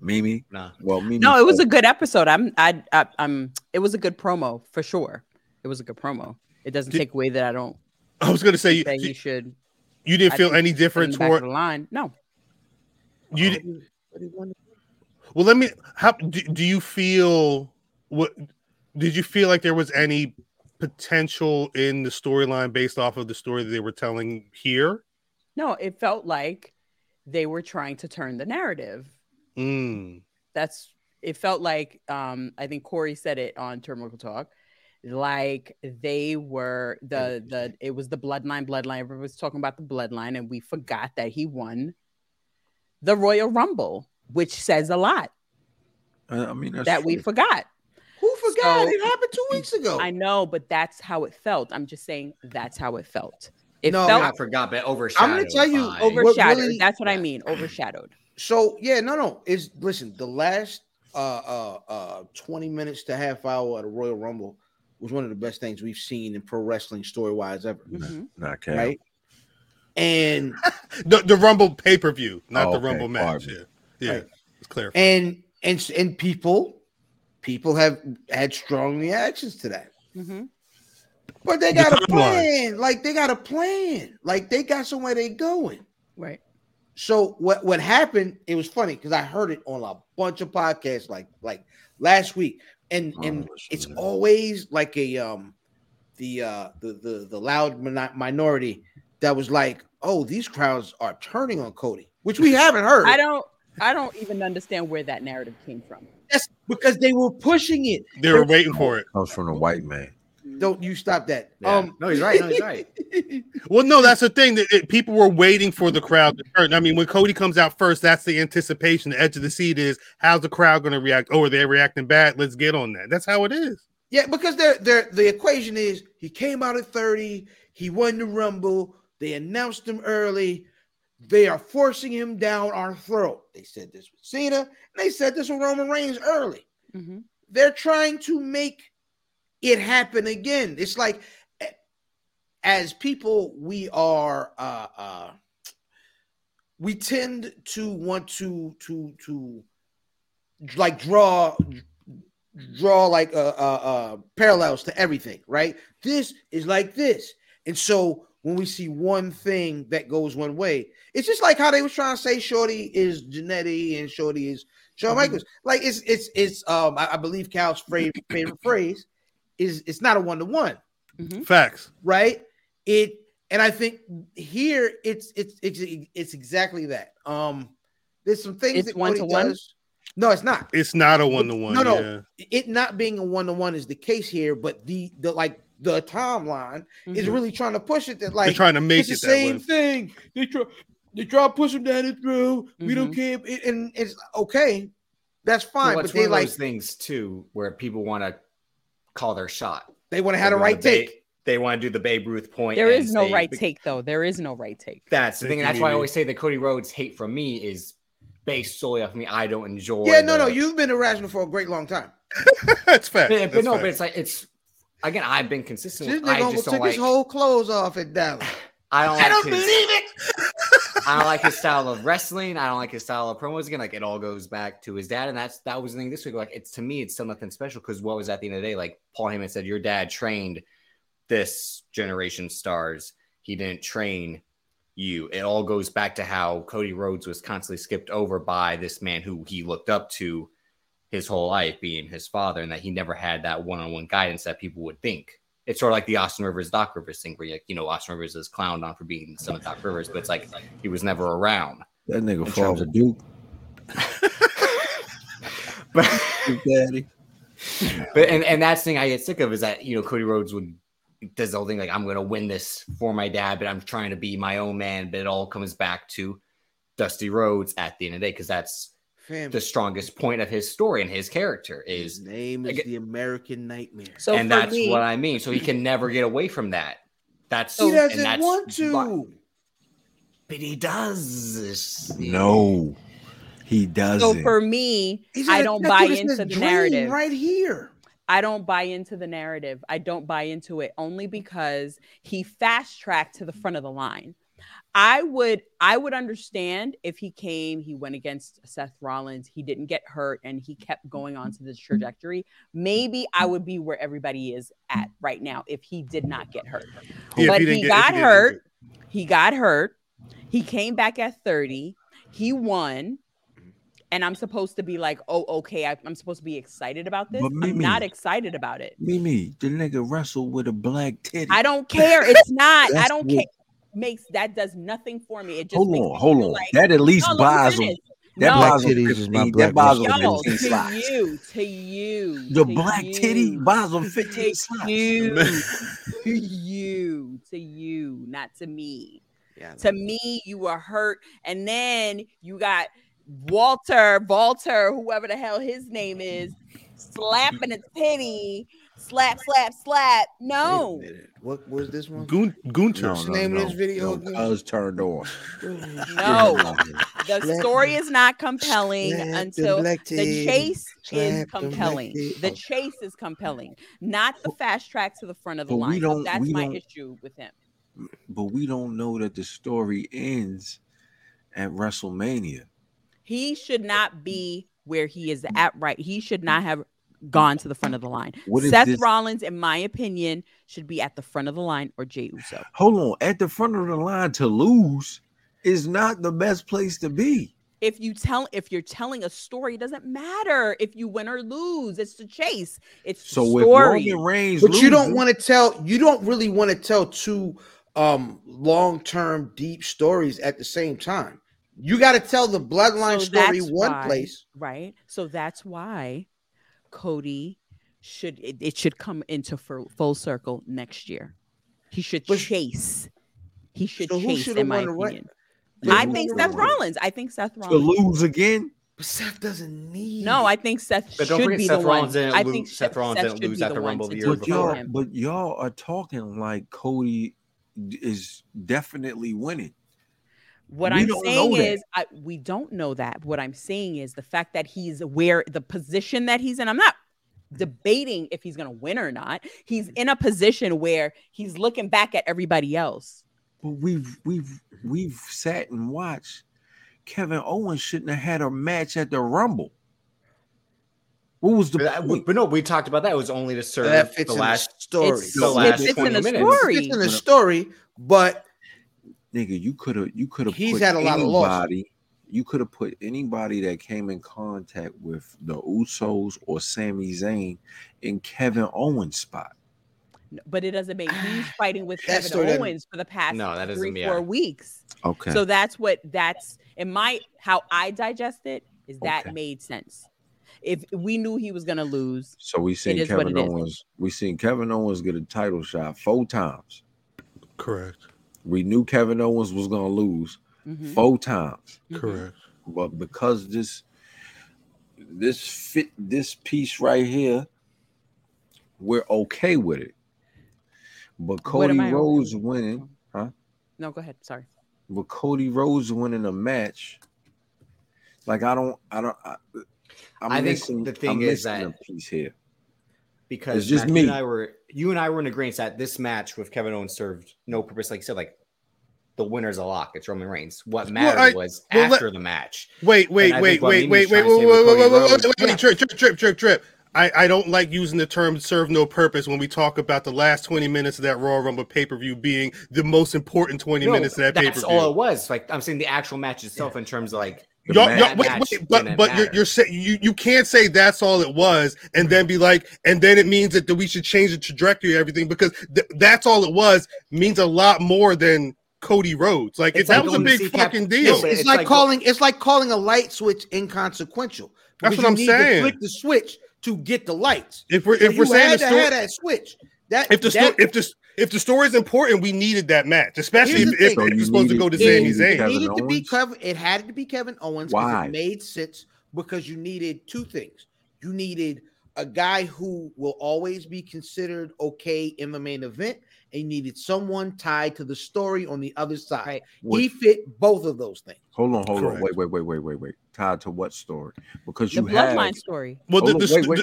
Speaker 5: Mimi.
Speaker 2: Nah.
Speaker 5: Well, Mimi.
Speaker 4: No, it was a
Speaker 5: felt-
Speaker 4: good episode. I'm I, I I'm it was a good promo for sure. It was a good promo. It doesn't
Speaker 1: Did-
Speaker 4: take away that I don't
Speaker 1: I was gonna say you,
Speaker 4: say he
Speaker 1: you,
Speaker 4: should
Speaker 1: you didn't
Speaker 4: I
Speaker 1: feel
Speaker 4: think
Speaker 1: any
Speaker 4: put him
Speaker 1: different
Speaker 4: back of
Speaker 1: toward
Speaker 4: the line. No,
Speaker 1: you. di- Well, let me. How do, do you feel? What did you feel like there was any potential in the storyline based off of the story that they were telling here?
Speaker 4: no, it felt like they were trying to turn the narrative.
Speaker 1: Mm.
Speaker 4: That's it felt like um I think Corey said it on Terminal Talk. Like they were the the it was the bloodline bloodline. Everyone was talking about the bloodline, and we forgot that he won the Royal Rumble, which says a lot
Speaker 5: I I mean, that's
Speaker 4: that we
Speaker 5: true.
Speaker 4: forgot.
Speaker 3: Who forgot?
Speaker 4: So-
Speaker 3: it happened two weeks ago.
Speaker 4: I know, but that's how it felt. I'm just saying that's how it felt. It
Speaker 3: No,
Speaker 4: felt
Speaker 2: I forgot, but overshadowed.
Speaker 3: I'm gonna tell you,
Speaker 2: by-
Speaker 3: over-
Speaker 4: overshadowed.
Speaker 3: really-
Speaker 4: that's what I
Speaker 2: Yeah.
Speaker 4: mean, overshadowed.
Speaker 3: So yeah, no, no. It's listen. The last uh uh uh twenty minutes to half hour of the Royal Rumble was one of the best things we've seen in pro wrestling story wise ever.
Speaker 4: Mhm.
Speaker 5: Nah, Cal.
Speaker 3: Right. And
Speaker 1: The, the Rumble pay per view, not the
Speaker 5: Oh, Okay,
Speaker 1: Rumble match.
Speaker 5: pardon me.
Speaker 1: Yeah, yeah.
Speaker 3: Right.
Speaker 1: It's clear.
Speaker 3: and and and people, people have had strong reactions to that.
Speaker 4: Mhm.
Speaker 3: But they
Speaker 1: The
Speaker 3: got a
Speaker 1: timeline.
Speaker 3: plan. Like they got a plan. Like they got somewhere they going.
Speaker 4: Right.
Speaker 3: So what what happened? It was funny because I heard it on a bunch of podcasts like like last week, and
Speaker 5: Oh,
Speaker 3: and
Speaker 5: listen
Speaker 3: it's
Speaker 5: to that.
Speaker 3: always like a um the uh the the the loud mino- minority that was like, oh, these crowds are turning on Cody, which we haven't heard.
Speaker 4: I don't I don't even understand where that narrative came from.
Speaker 3: That's because they were pushing it.
Speaker 1: They were waiting for it.
Speaker 5: Comes from the white man.
Speaker 3: Don't you stop that? Um,
Speaker 2: Yeah. no, he's right. No, he's right.
Speaker 1: Well, no, that's the thing that it- people were waiting for the crowd to turn. I mean, when Cody comes out first, that's the anticipation. The edge of the seat is how's the crowd going to react? Oh, are they reacting bad? Let's get on that. That's how it is.
Speaker 3: Yeah, because they're, they're, the equation is he came out at 30, he won the Rumble, they announced him early, they are forcing him down our throat. They said this with Cena, and they said this with Roman Reigns early.
Speaker 4: Mhm.
Speaker 3: They're trying to make it happen again. It's like, eh, as people, we are, uh, uh, we tend to want to, to, to, like draw draw like uh, uh, uh, parallels to everything, right? This is like this, and so when we see one thing that goes one way, it's just like how they was trying to say Shorty is Janetti and Shorty is Shawn Michaels. Like it's it's it's um I, I believe Cal's favorite favorite phrase is it's not a one to one,
Speaker 1: Facts.
Speaker 3: right? It and I think here it's it's it's it's exactly that. Um, there's some things
Speaker 4: It's
Speaker 3: that Cody
Speaker 4: one-to-one?
Speaker 3: does- No, it's not
Speaker 1: It's not a one to one.
Speaker 3: No, no.
Speaker 1: Yeah.
Speaker 3: it not being a one to one is the case here, but the the like the timeline is
Speaker 2: Mm-hmm.
Speaker 4: Mhm.
Speaker 3: really trying to push it that
Speaker 1: They're
Speaker 3: like
Speaker 1: trying to make
Speaker 3: it's the
Speaker 1: it that
Speaker 3: same
Speaker 1: way.
Speaker 3: thing. They try they try to push him down his throat. We don't care, It- and it's okay. That's
Speaker 2: Mm-hmm. Well,
Speaker 3: fine, but
Speaker 2: it's
Speaker 3: they
Speaker 2: one of
Speaker 3: like
Speaker 2: those things too, where people want to call their shot.
Speaker 3: they want to have
Speaker 2: They
Speaker 3: the
Speaker 2: wanna
Speaker 3: right
Speaker 2: debate-
Speaker 3: take.
Speaker 2: they want to do the Babe Ruth point.
Speaker 4: There
Speaker 2: and
Speaker 4: is no
Speaker 2: say-
Speaker 4: right
Speaker 2: be-
Speaker 4: take though. There is no right take.
Speaker 2: That's the
Speaker 1: Thank
Speaker 2: thing.
Speaker 1: you,
Speaker 2: That's why I
Speaker 1: Mimi.
Speaker 2: always say that Cody Rhodes' hate from me is based solely off me. I don't enjoy.
Speaker 10: Yeah, no, no,
Speaker 2: the-
Speaker 10: you've been irrational for a great long time.
Speaker 1: That's fact.
Speaker 2: But, but
Speaker 1: That's
Speaker 2: no,
Speaker 1: fact.
Speaker 2: but it's like it's again. I've been consistent.
Speaker 10: This
Speaker 2: With, I
Speaker 10: nigga almost
Speaker 2: just don't
Speaker 10: took
Speaker 2: like.
Speaker 10: his whole clothes off at Dallas.
Speaker 2: I don't.
Speaker 10: I
Speaker 2: Like
Speaker 10: don't
Speaker 2: his,
Speaker 10: believe it.
Speaker 2: I don't like his style of wrestling. I don't like his style of promos. Again, like it all goes back to his dad, and that's that was the thing this week. Like it's to me, it's still nothing special because what was at the end of the day? Like Paul Heyman said, your dad trained this generation stars. He didn't train you. It all goes back to how Cody Rhodes was constantly skipped over by this man who he looked up to his whole life, being his father, and that he never had that one-on-one guidance that people would think. It's sort of like the Austin Rivers Doc Rivers thing, where you, you know Austin Rivers is clowned on for being the son of Doc Rivers, but it's like he was never around.
Speaker 5: That nigga
Speaker 2: In terms
Speaker 5: father
Speaker 2: of-
Speaker 5: Duke,
Speaker 2: But
Speaker 5: Duke Daddy.
Speaker 2: but and, and that's the thing I get sick of is that you know Cody Rhodes would does the whole thing like I'm gonna win this for my dad, but I'm trying to be my own man. But it all comes back to Dusty Rhodes at the end of the day because that's
Speaker 10: Fam,
Speaker 2: the strongest point of his story and his character
Speaker 10: his
Speaker 2: is,
Speaker 10: name is
Speaker 2: Again-
Speaker 10: the American Nightmare.
Speaker 4: So
Speaker 2: and
Speaker 4: for
Speaker 2: that's
Speaker 4: me,
Speaker 2: what I mean. So he can never get away from that. That's
Speaker 10: he
Speaker 2: and
Speaker 10: doesn't
Speaker 2: that's
Speaker 10: want
Speaker 2: why-
Speaker 10: to.
Speaker 2: but he does.
Speaker 5: No, he
Speaker 4: so
Speaker 5: doesn't.
Speaker 4: for me,
Speaker 10: He's
Speaker 4: I
Speaker 10: like,
Speaker 4: don't
Speaker 10: "That's
Speaker 4: buy
Speaker 10: what it
Speaker 4: into
Speaker 10: says,
Speaker 4: the
Speaker 10: dream
Speaker 4: narrative.
Speaker 10: right here.
Speaker 4: I don't buy into the narrative. I don't buy into it only because he fast tracked to the front of the line. I would I would understand if he came, he went against Seth Rollins, he didn't get hurt and he kept going on to this trajectory. Maybe I would be where everybody is at right now if he did not get hurt.
Speaker 1: Yeah, if
Speaker 4: but
Speaker 1: you didn't
Speaker 4: he
Speaker 1: get- if
Speaker 4: got
Speaker 1: you didn't
Speaker 4: hurt. He got hurt. He came back at 30. He won. And I'm supposed to be like, oh, okay. I, I'm supposed to be excited about this.
Speaker 5: But
Speaker 4: I'm
Speaker 5: Mimi-
Speaker 4: not excited about it.
Speaker 5: Mimi, the nigga wrestled with a black titty.
Speaker 4: I don't care. It's not. I
Speaker 5: That's
Speaker 4: don't
Speaker 5: what-
Speaker 4: care. Makes that does nothing for me. It just
Speaker 5: hold
Speaker 4: makes
Speaker 5: on,
Speaker 4: me
Speaker 5: hold
Speaker 4: feel
Speaker 5: on.
Speaker 4: like,
Speaker 5: that at least
Speaker 4: "Oh, look who
Speaker 5: buys
Speaker 4: it
Speaker 5: him.
Speaker 4: is."
Speaker 5: That
Speaker 4: no,
Speaker 5: buys him
Speaker 10: Titties is
Speaker 5: 15,
Speaker 10: my black
Speaker 5: that buys him
Speaker 4: yo,
Speaker 5: 15
Speaker 4: to
Speaker 5: slots.
Speaker 4: you, to you,
Speaker 5: The
Speaker 4: to
Speaker 5: black
Speaker 4: you,
Speaker 5: titty buys him 15
Speaker 4: to
Speaker 5: slots.
Speaker 4: you,
Speaker 1: get-
Speaker 4: to you, to you, not to me.
Speaker 10: Yeah,
Speaker 4: To me, you were hurt, and then you got Walter, Walter, whoever the hell his name is, slapping a titty, slap, slap, slap. No,
Speaker 10: Wait a minute. What was this one?
Speaker 1: Gun- Gunter.
Speaker 5: No,
Speaker 10: What's the
Speaker 5: no,
Speaker 10: name of
Speaker 5: no,
Speaker 10: this video
Speaker 5: no,
Speaker 10: again?
Speaker 3: uh,
Speaker 5: cuz turned on.
Speaker 4: no. The
Speaker 10: Slap
Speaker 4: story
Speaker 10: me.
Speaker 4: is not compelling
Speaker 10: Slap the
Speaker 4: until
Speaker 10: black
Speaker 4: the
Speaker 10: titty.
Speaker 4: chase is
Speaker 10: Slap the black
Speaker 4: compelling.
Speaker 10: titty.
Speaker 4: The
Speaker 10: Oh.
Speaker 4: chase is compelling, not the fast track to the front of the
Speaker 5: But we
Speaker 4: line. So
Speaker 5: don't-
Speaker 4: That's
Speaker 5: we
Speaker 4: my
Speaker 5: don't-
Speaker 4: issue with him.
Speaker 5: But we don't know that the story ends at WrestleMania.
Speaker 4: He should not be where he is at right. He should not have gone to the front of the line.
Speaker 5: What if
Speaker 4: Seth
Speaker 5: this-
Speaker 4: Rollins, in my opinion, should be at the front of the line or Jey Uso.
Speaker 5: Hold on, at the front of the line to lose is not the best place to be.
Speaker 4: If you tell if you're telling a story, it doesn't matter if you win or lose. It's the chase. It's the
Speaker 5: So with
Speaker 4: story.
Speaker 5: Roman Reigns,
Speaker 10: But you don't
Speaker 5: losing-
Speaker 10: want to tell. You don't really want to tell two um long-term deep stories at the same time. You got to tell the bloodline
Speaker 4: So
Speaker 10: story
Speaker 4: that's
Speaker 10: one
Speaker 4: why-
Speaker 10: place.
Speaker 4: right? So that's why Cody should it, it should come into fu- full circle next year. He should
Speaker 10: But-
Speaker 4: chase. He should
Speaker 10: So who
Speaker 4: chase,
Speaker 10: should've
Speaker 4: in my
Speaker 10: won the ra-
Speaker 4: opinion.
Speaker 10: But
Speaker 4: I
Speaker 10: who
Speaker 4: think
Speaker 10: should've
Speaker 4: Seth
Speaker 10: won?
Speaker 4: Rollins. I think Seth
Speaker 5: to
Speaker 4: Rollins.
Speaker 5: lose again.
Speaker 10: But Seth doesn't need.
Speaker 4: No, I think Seth
Speaker 2: But don't
Speaker 4: should
Speaker 2: forget
Speaker 4: be
Speaker 2: Seth
Speaker 4: the
Speaker 2: Rollins
Speaker 4: one.
Speaker 2: didn't
Speaker 4: I
Speaker 2: lose-
Speaker 4: think
Speaker 2: Seth Rollins didn't
Speaker 4: should
Speaker 2: lose
Speaker 4: be
Speaker 2: at the
Speaker 4: one
Speaker 2: Rumble
Speaker 4: to
Speaker 2: the
Speaker 4: do
Speaker 2: year
Speaker 4: it
Speaker 5: But
Speaker 4: for
Speaker 2: before.
Speaker 5: y'all,
Speaker 4: him.
Speaker 5: but y'all are talking like Cody is definitely winning.
Speaker 4: What
Speaker 5: We
Speaker 4: I'm
Speaker 5: don't know
Speaker 4: saying
Speaker 5: that.
Speaker 4: is, I, we don't know that. What I'm saying is the fact that he's aware the position that he's in. I'm not debating if he's going to win or not. He's in a position where he's looking back at everybody else.
Speaker 5: But we've we've we've sat and watched. Kevin Owens shouldn't have had a match at the Rumble. What was the
Speaker 2: But, that-
Speaker 5: point?
Speaker 2: but no, we talked about that. It was only to serve
Speaker 10: that fits
Speaker 2: the
Speaker 10: in
Speaker 2: last.
Speaker 10: the story.
Speaker 4: It's-
Speaker 2: The last
Speaker 4: it's in
Speaker 2: 20
Speaker 4: the
Speaker 2: minutes.
Speaker 4: story.
Speaker 10: It's in the story, but
Speaker 5: nigga? You could have you could have
Speaker 10: He's
Speaker 5: put
Speaker 10: had a lot of losses.
Speaker 5: anybody. you could have put anybody that came in contact with the Usos or Sami Zayn in Kevin Owens' spot.
Speaker 4: N- But it doesn't make he's fighting with
Speaker 10: That
Speaker 4: Kevin
Speaker 10: story doesn't-
Speaker 4: Owens for the past
Speaker 2: No, that doesn't-
Speaker 4: three,
Speaker 2: yeah.
Speaker 4: four weeks.
Speaker 5: Okay.
Speaker 4: So that's what that's in my how I digest it is that
Speaker 5: Okay.
Speaker 4: made sense. If we knew he was going to lose,
Speaker 5: So we seen
Speaker 4: is what
Speaker 5: Kevin
Speaker 4: it is.
Speaker 5: Owens. We seen Kevin Owens get a title shot four times.
Speaker 1: Correct.
Speaker 5: We knew Kevin Owens was gonna lose
Speaker 4: mhm,
Speaker 5: four times,
Speaker 4: mhm.
Speaker 1: Correct.
Speaker 5: but because this this fit this piece right here, we're okay with it. But
Speaker 4: What
Speaker 5: Cody
Speaker 4: am I over?
Speaker 5: Rhodes winning, huh?
Speaker 4: No, go ahead. Sorry.
Speaker 5: But Cody Rhodes winning a match, like I don't, I don't. I, I'm
Speaker 2: I think
Speaker 5: missing,
Speaker 2: the thing
Speaker 5: I'm
Speaker 2: is
Speaker 5: missing
Speaker 2: that-
Speaker 5: a piece here.
Speaker 2: because
Speaker 5: It's just
Speaker 2: Matt, You and
Speaker 5: me.
Speaker 2: I were you and I were in agreement that this match with Kevin Owens served no purpose. Like you said, like the winner's a lock. It's Roman Reigns. What mattered
Speaker 1: I-
Speaker 2: was
Speaker 1: well, let-
Speaker 2: after the match.
Speaker 1: Wait, wait,
Speaker 2: I
Speaker 1: wait,
Speaker 2: think what
Speaker 1: wait,
Speaker 2: Mimi's
Speaker 1: wait, wait, wait,
Speaker 2: trying to
Speaker 1: wait,
Speaker 2: say with
Speaker 1: wait,
Speaker 2: Cody
Speaker 1: wait, wait,
Speaker 2: Rhodes-
Speaker 1: wait,
Speaker 2: Yeah.
Speaker 1: wait, trip, trip, trip, trip, trip. I, I don't like using the term serve no purpose when we talk about the last 20 minutes of that Raw Rumble pay per view being the most important 20
Speaker 2: No,
Speaker 1: minutes of that pay per
Speaker 2: that's all
Speaker 1: view.
Speaker 2: it was. Like I'm saying, the actual match itself in terms of like
Speaker 5: The
Speaker 1: Y'all,
Speaker 5: match-
Speaker 1: y'all, wait,
Speaker 2: match
Speaker 1: wait, but
Speaker 2: didn't
Speaker 1: but you're,
Speaker 2: matter.
Speaker 1: you're saying you, you can't say that's all it was and then be like and then it means that, that we should change the trajectory of everything because th- that's all it was means a lot more than Cody Rhodes like it,
Speaker 2: It's
Speaker 1: that
Speaker 2: like
Speaker 1: was a
Speaker 2: going to
Speaker 1: big
Speaker 2: see Cap-
Speaker 1: fucking
Speaker 2: No,
Speaker 1: deal
Speaker 2: but
Speaker 10: it's,
Speaker 2: it's
Speaker 10: like,
Speaker 2: like-
Speaker 10: calling it's like calling a light switch inconsequential.
Speaker 1: That's
Speaker 10: because
Speaker 1: what
Speaker 10: you
Speaker 1: I'm
Speaker 10: need
Speaker 1: saying.
Speaker 10: To flick the switch to get the lights.
Speaker 1: if we're
Speaker 10: So
Speaker 1: if we're
Speaker 10: you
Speaker 1: saying
Speaker 10: had
Speaker 1: the
Speaker 10: to
Speaker 1: story-
Speaker 10: have that switch. That
Speaker 1: if the
Speaker 10: that,
Speaker 1: sto- if the if the story is important, we needed that match, especially
Speaker 10: Here's
Speaker 1: if,
Speaker 10: the
Speaker 1: if
Speaker 10: thing. So
Speaker 1: it's
Speaker 5: you
Speaker 1: supposed to
Speaker 5: needed-
Speaker 1: go to
Speaker 5: you
Speaker 1: Sami
Speaker 5: needed
Speaker 1: Zayn.
Speaker 5: Kevin
Speaker 10: needed to be
Speaker 5: Owens?
Speaker 10: Kevin. It had to be Kevin Owens. 'cause
Speaker 5: Why?
Speaker 10: It made sense because you needed two things. You needed a guy who will always be considered okay in the main event, and you needed someone tied to the story on the other side.
Speaker 4: Right.
Speaker 5: What-
Speaker 10: He fit both of those things.
Speaker 5: hold on, hold on,
Speaker 1: Correct.
Speaker 5: wait, wait, wait, wait, wait, wait. Tied to what story? Because
Speaker 4: The
Speaker 5: you have.
Speaker 4: bloodline story.
Speaker 1: Well, the,
Speaker 5: Hold
Speaker 1: the,
Speaker 5: on, wait, wait.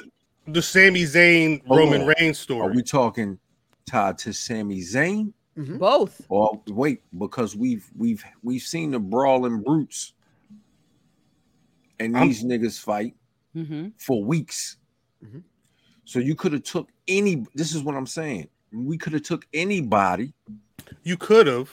Speaker 1: the the Sami Zayn
Speaker 5: Hold
Speaker 1: Roman
Speaker 5: on.
Speaker 1: Reigns
Speaker 5: Are
Speaker 1: story.
Speaker 5: we talking tied to Sami Zayn?
Speaker 4: Both.
Speaker 5: Or wait, because we've we've we've seen the brawling brutes and
Speaker 1: I'm-
Speaker 5: these niggas fight
Speaker 4: Mm-hmm.
Speaker 5: for weeks.
Speaker 1: Mm-hmm.
Speaker 10: Mhm.
Speaker 5: So you could have took any. This is what I'm saying. We could have took anybody
Speaker 1: you could have,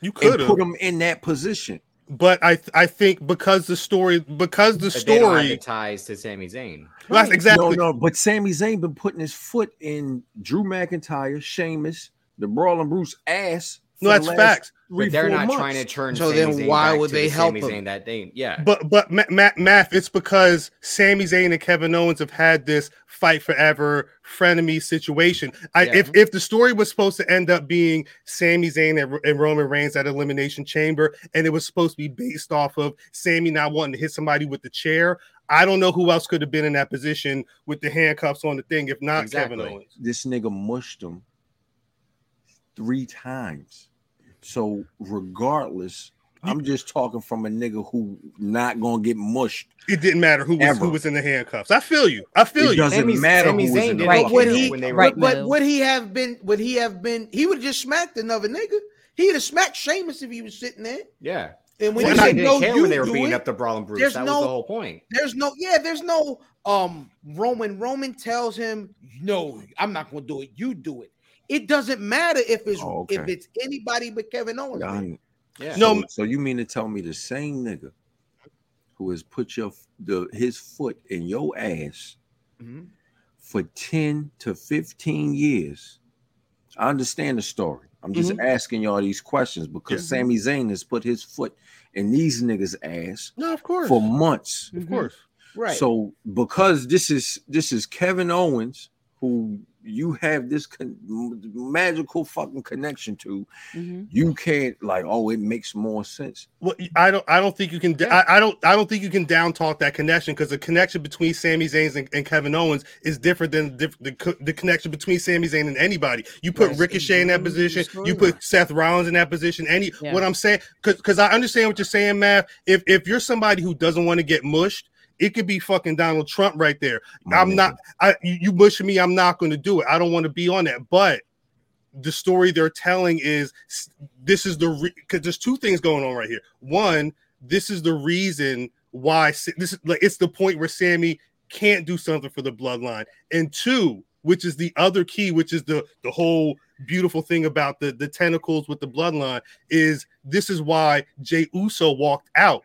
Speaker 1: you could
Speaker 5: and
Speaker 1: have,
Speaker 5: put them in that position.
Speaker 1: but I I think because the story because the
Speaker 2: but they don't have the
Speaker 1: story
Speaker 2: ties to Sami Zayn.
Speaker 1: that's exactly
Speaker 5: No, no. But Sami Zayn been putting his foot in Drew McIntyre, Sheamus, the Brawling Bruce ass.
Speaker 1: No,
Speaker 5: for the
Speaker 1: that's
Speaker 5: last
Speaker 1: facts.
Speaker 5: Three,
Speaker 2: but they're
Speaker 5: four
Speaker 2: not
Speaker 5: months.
Speaker 2: trying to turn.
Speaker 10: So
Speaker 2: Sami
Speaker 10: then
Speaker 2: Zayn
Speaker 10: why
Speaker 2: back
Speaker 10: would
Speaker 2: to
Speaker 10: they
Speaker 2: the
Speaker 10: help
Speaker 2: Sami
Speaker 10: him?
Speaker 2: Zayn that day? Yeah,
Speaker 1: But but ma- ma- math, it's because Sami Zayn and Kevin Owens have had this fight forever frenemy situation. I
Speaker 2: Yeah.
Speaker 1: if if the story was supposed to end up being Sami Zayn and, and Roman Reigns at Elimination Chamber, and it was supposed to be based off of Sammy not wanting to hit somebody with the chair, I don't know who else could have been in that position with the handcuffs on the thing, if not Kevin
Speaker 2: Exactly.
Speaker 1: Owens.
Speaker 5: this nigga mushed him three times. So regardless, I'm just talking from a nigga who not gonna get mushed.
Speaker 1: It didn't matter who was
Speaker 5: Ever.
Speaker 1: who was in the handcuffs. I feel you. I feel
Speaker 5: It
Speaker 1: you.
Speaker 5: doesn't
Speaker 2: Sami-
Speaker 5: matter
Speaker 2: Sami
Speaker 5: who was
Speaker 2: Zayn
Speaker 5: in the
Speaker 2: didn't
Speaker 5: fucking
Speaker 10: But would
Speaker 5: room.
Speaker 10: he?
Speaker 2: when they were-
Speaker 10: but, but
Speaker 4: Right,
Speaker 10: would he have been? Would he have been? He would have just smacked another nigga. He'd have smacked Sheamus if he was sitting there.
Speaker 2: yeah.
Speaker 10: And when
Speaker 1: Well,
Speaker 10: he
Speaker 2: Sami
Speaker 1: I
Speaker 2: Zayn
Speaker 10: said,
Speaker 2: didn't
Speaker 10: "No,
Speaker 2: care
Speaker 10: you
Speaker 2: when they were
Speaker 10: do
Speaker 2: beating
Speaker 10: it,"
Speaker 2: up the Brawling Brutes.
Speaker 10: There's
Speaker 2: That was
Speaker 10: no-
Speaker 2: the whole point.
Speaker 10: There's no, yeah, there's no um Roman. Roman tells him, No, I'm not gonna do it, you do it. It doesn't matter if it's
Speaker 5: Oh, okay.
Speaker 10: if it's anybody but Kevin Owens. man.
Speaker 5: Y'all-
Speaker 2: Yeah.
Speaker 1: No,
Speaker 5: so, so you mean to tell me the same nigga who has put your the his foot in your ass
Speaker 10: Mhm.
Speaker 5: for 10 to 15 years? I understand the story. I'm just asking y'all these questions because
Speaker 1: Yeah.
Speaker 5: Sami Zayn has put his foot in these niggas' ass
Speaker 1: No, of course.
Speaker 5: for months.
Speaker 1: of course.
Speaker 10: Right.
Speaker 5: So because this is this is Kevin Owens, who you have this con- magical fucking connection to,
Speaker 4: Mm-hmm.
Speaker 5: you can't like, oh, it makes more sense.
Speaker 1: Well, I don't. I don't think you can. I, I don't. I don't think you can down talk that connection because the connection between Sami Zayn and, and Kevin Owens is different than the, the co- the connection between Sami Zayn and anybody. You put
Speaker 10: Right.
Speaker 1: Ricochet in that
Speaker 10: Mhm.
Speaker 1: position. You
Speaker 10: Storyline.
Speaker 1: put Seth Rollins in that position. Any
Speaker 4: Yeah.
Speaker 1: what I'm saying because I understand what you're saying, Matt. If if you're somebody who doesn't want to get mushed, it could be fucking Donald Trump right there.
Speaker 5: My
Speaker 1: I'm
Speaker 5: nigga.
Speaker 1: not. I you, you mushing me. I'm not going to do it. I don't want to be on that. But the story they're telling is s- this is the because there's two things going on right here. One, this is the reason why S- this is like it's the point where Sammy can't do something for the bloodline, and two, which is the other key, which is the the whole beautiful thing about the the tentacles with the bloodline is this is why Jay Uso walked out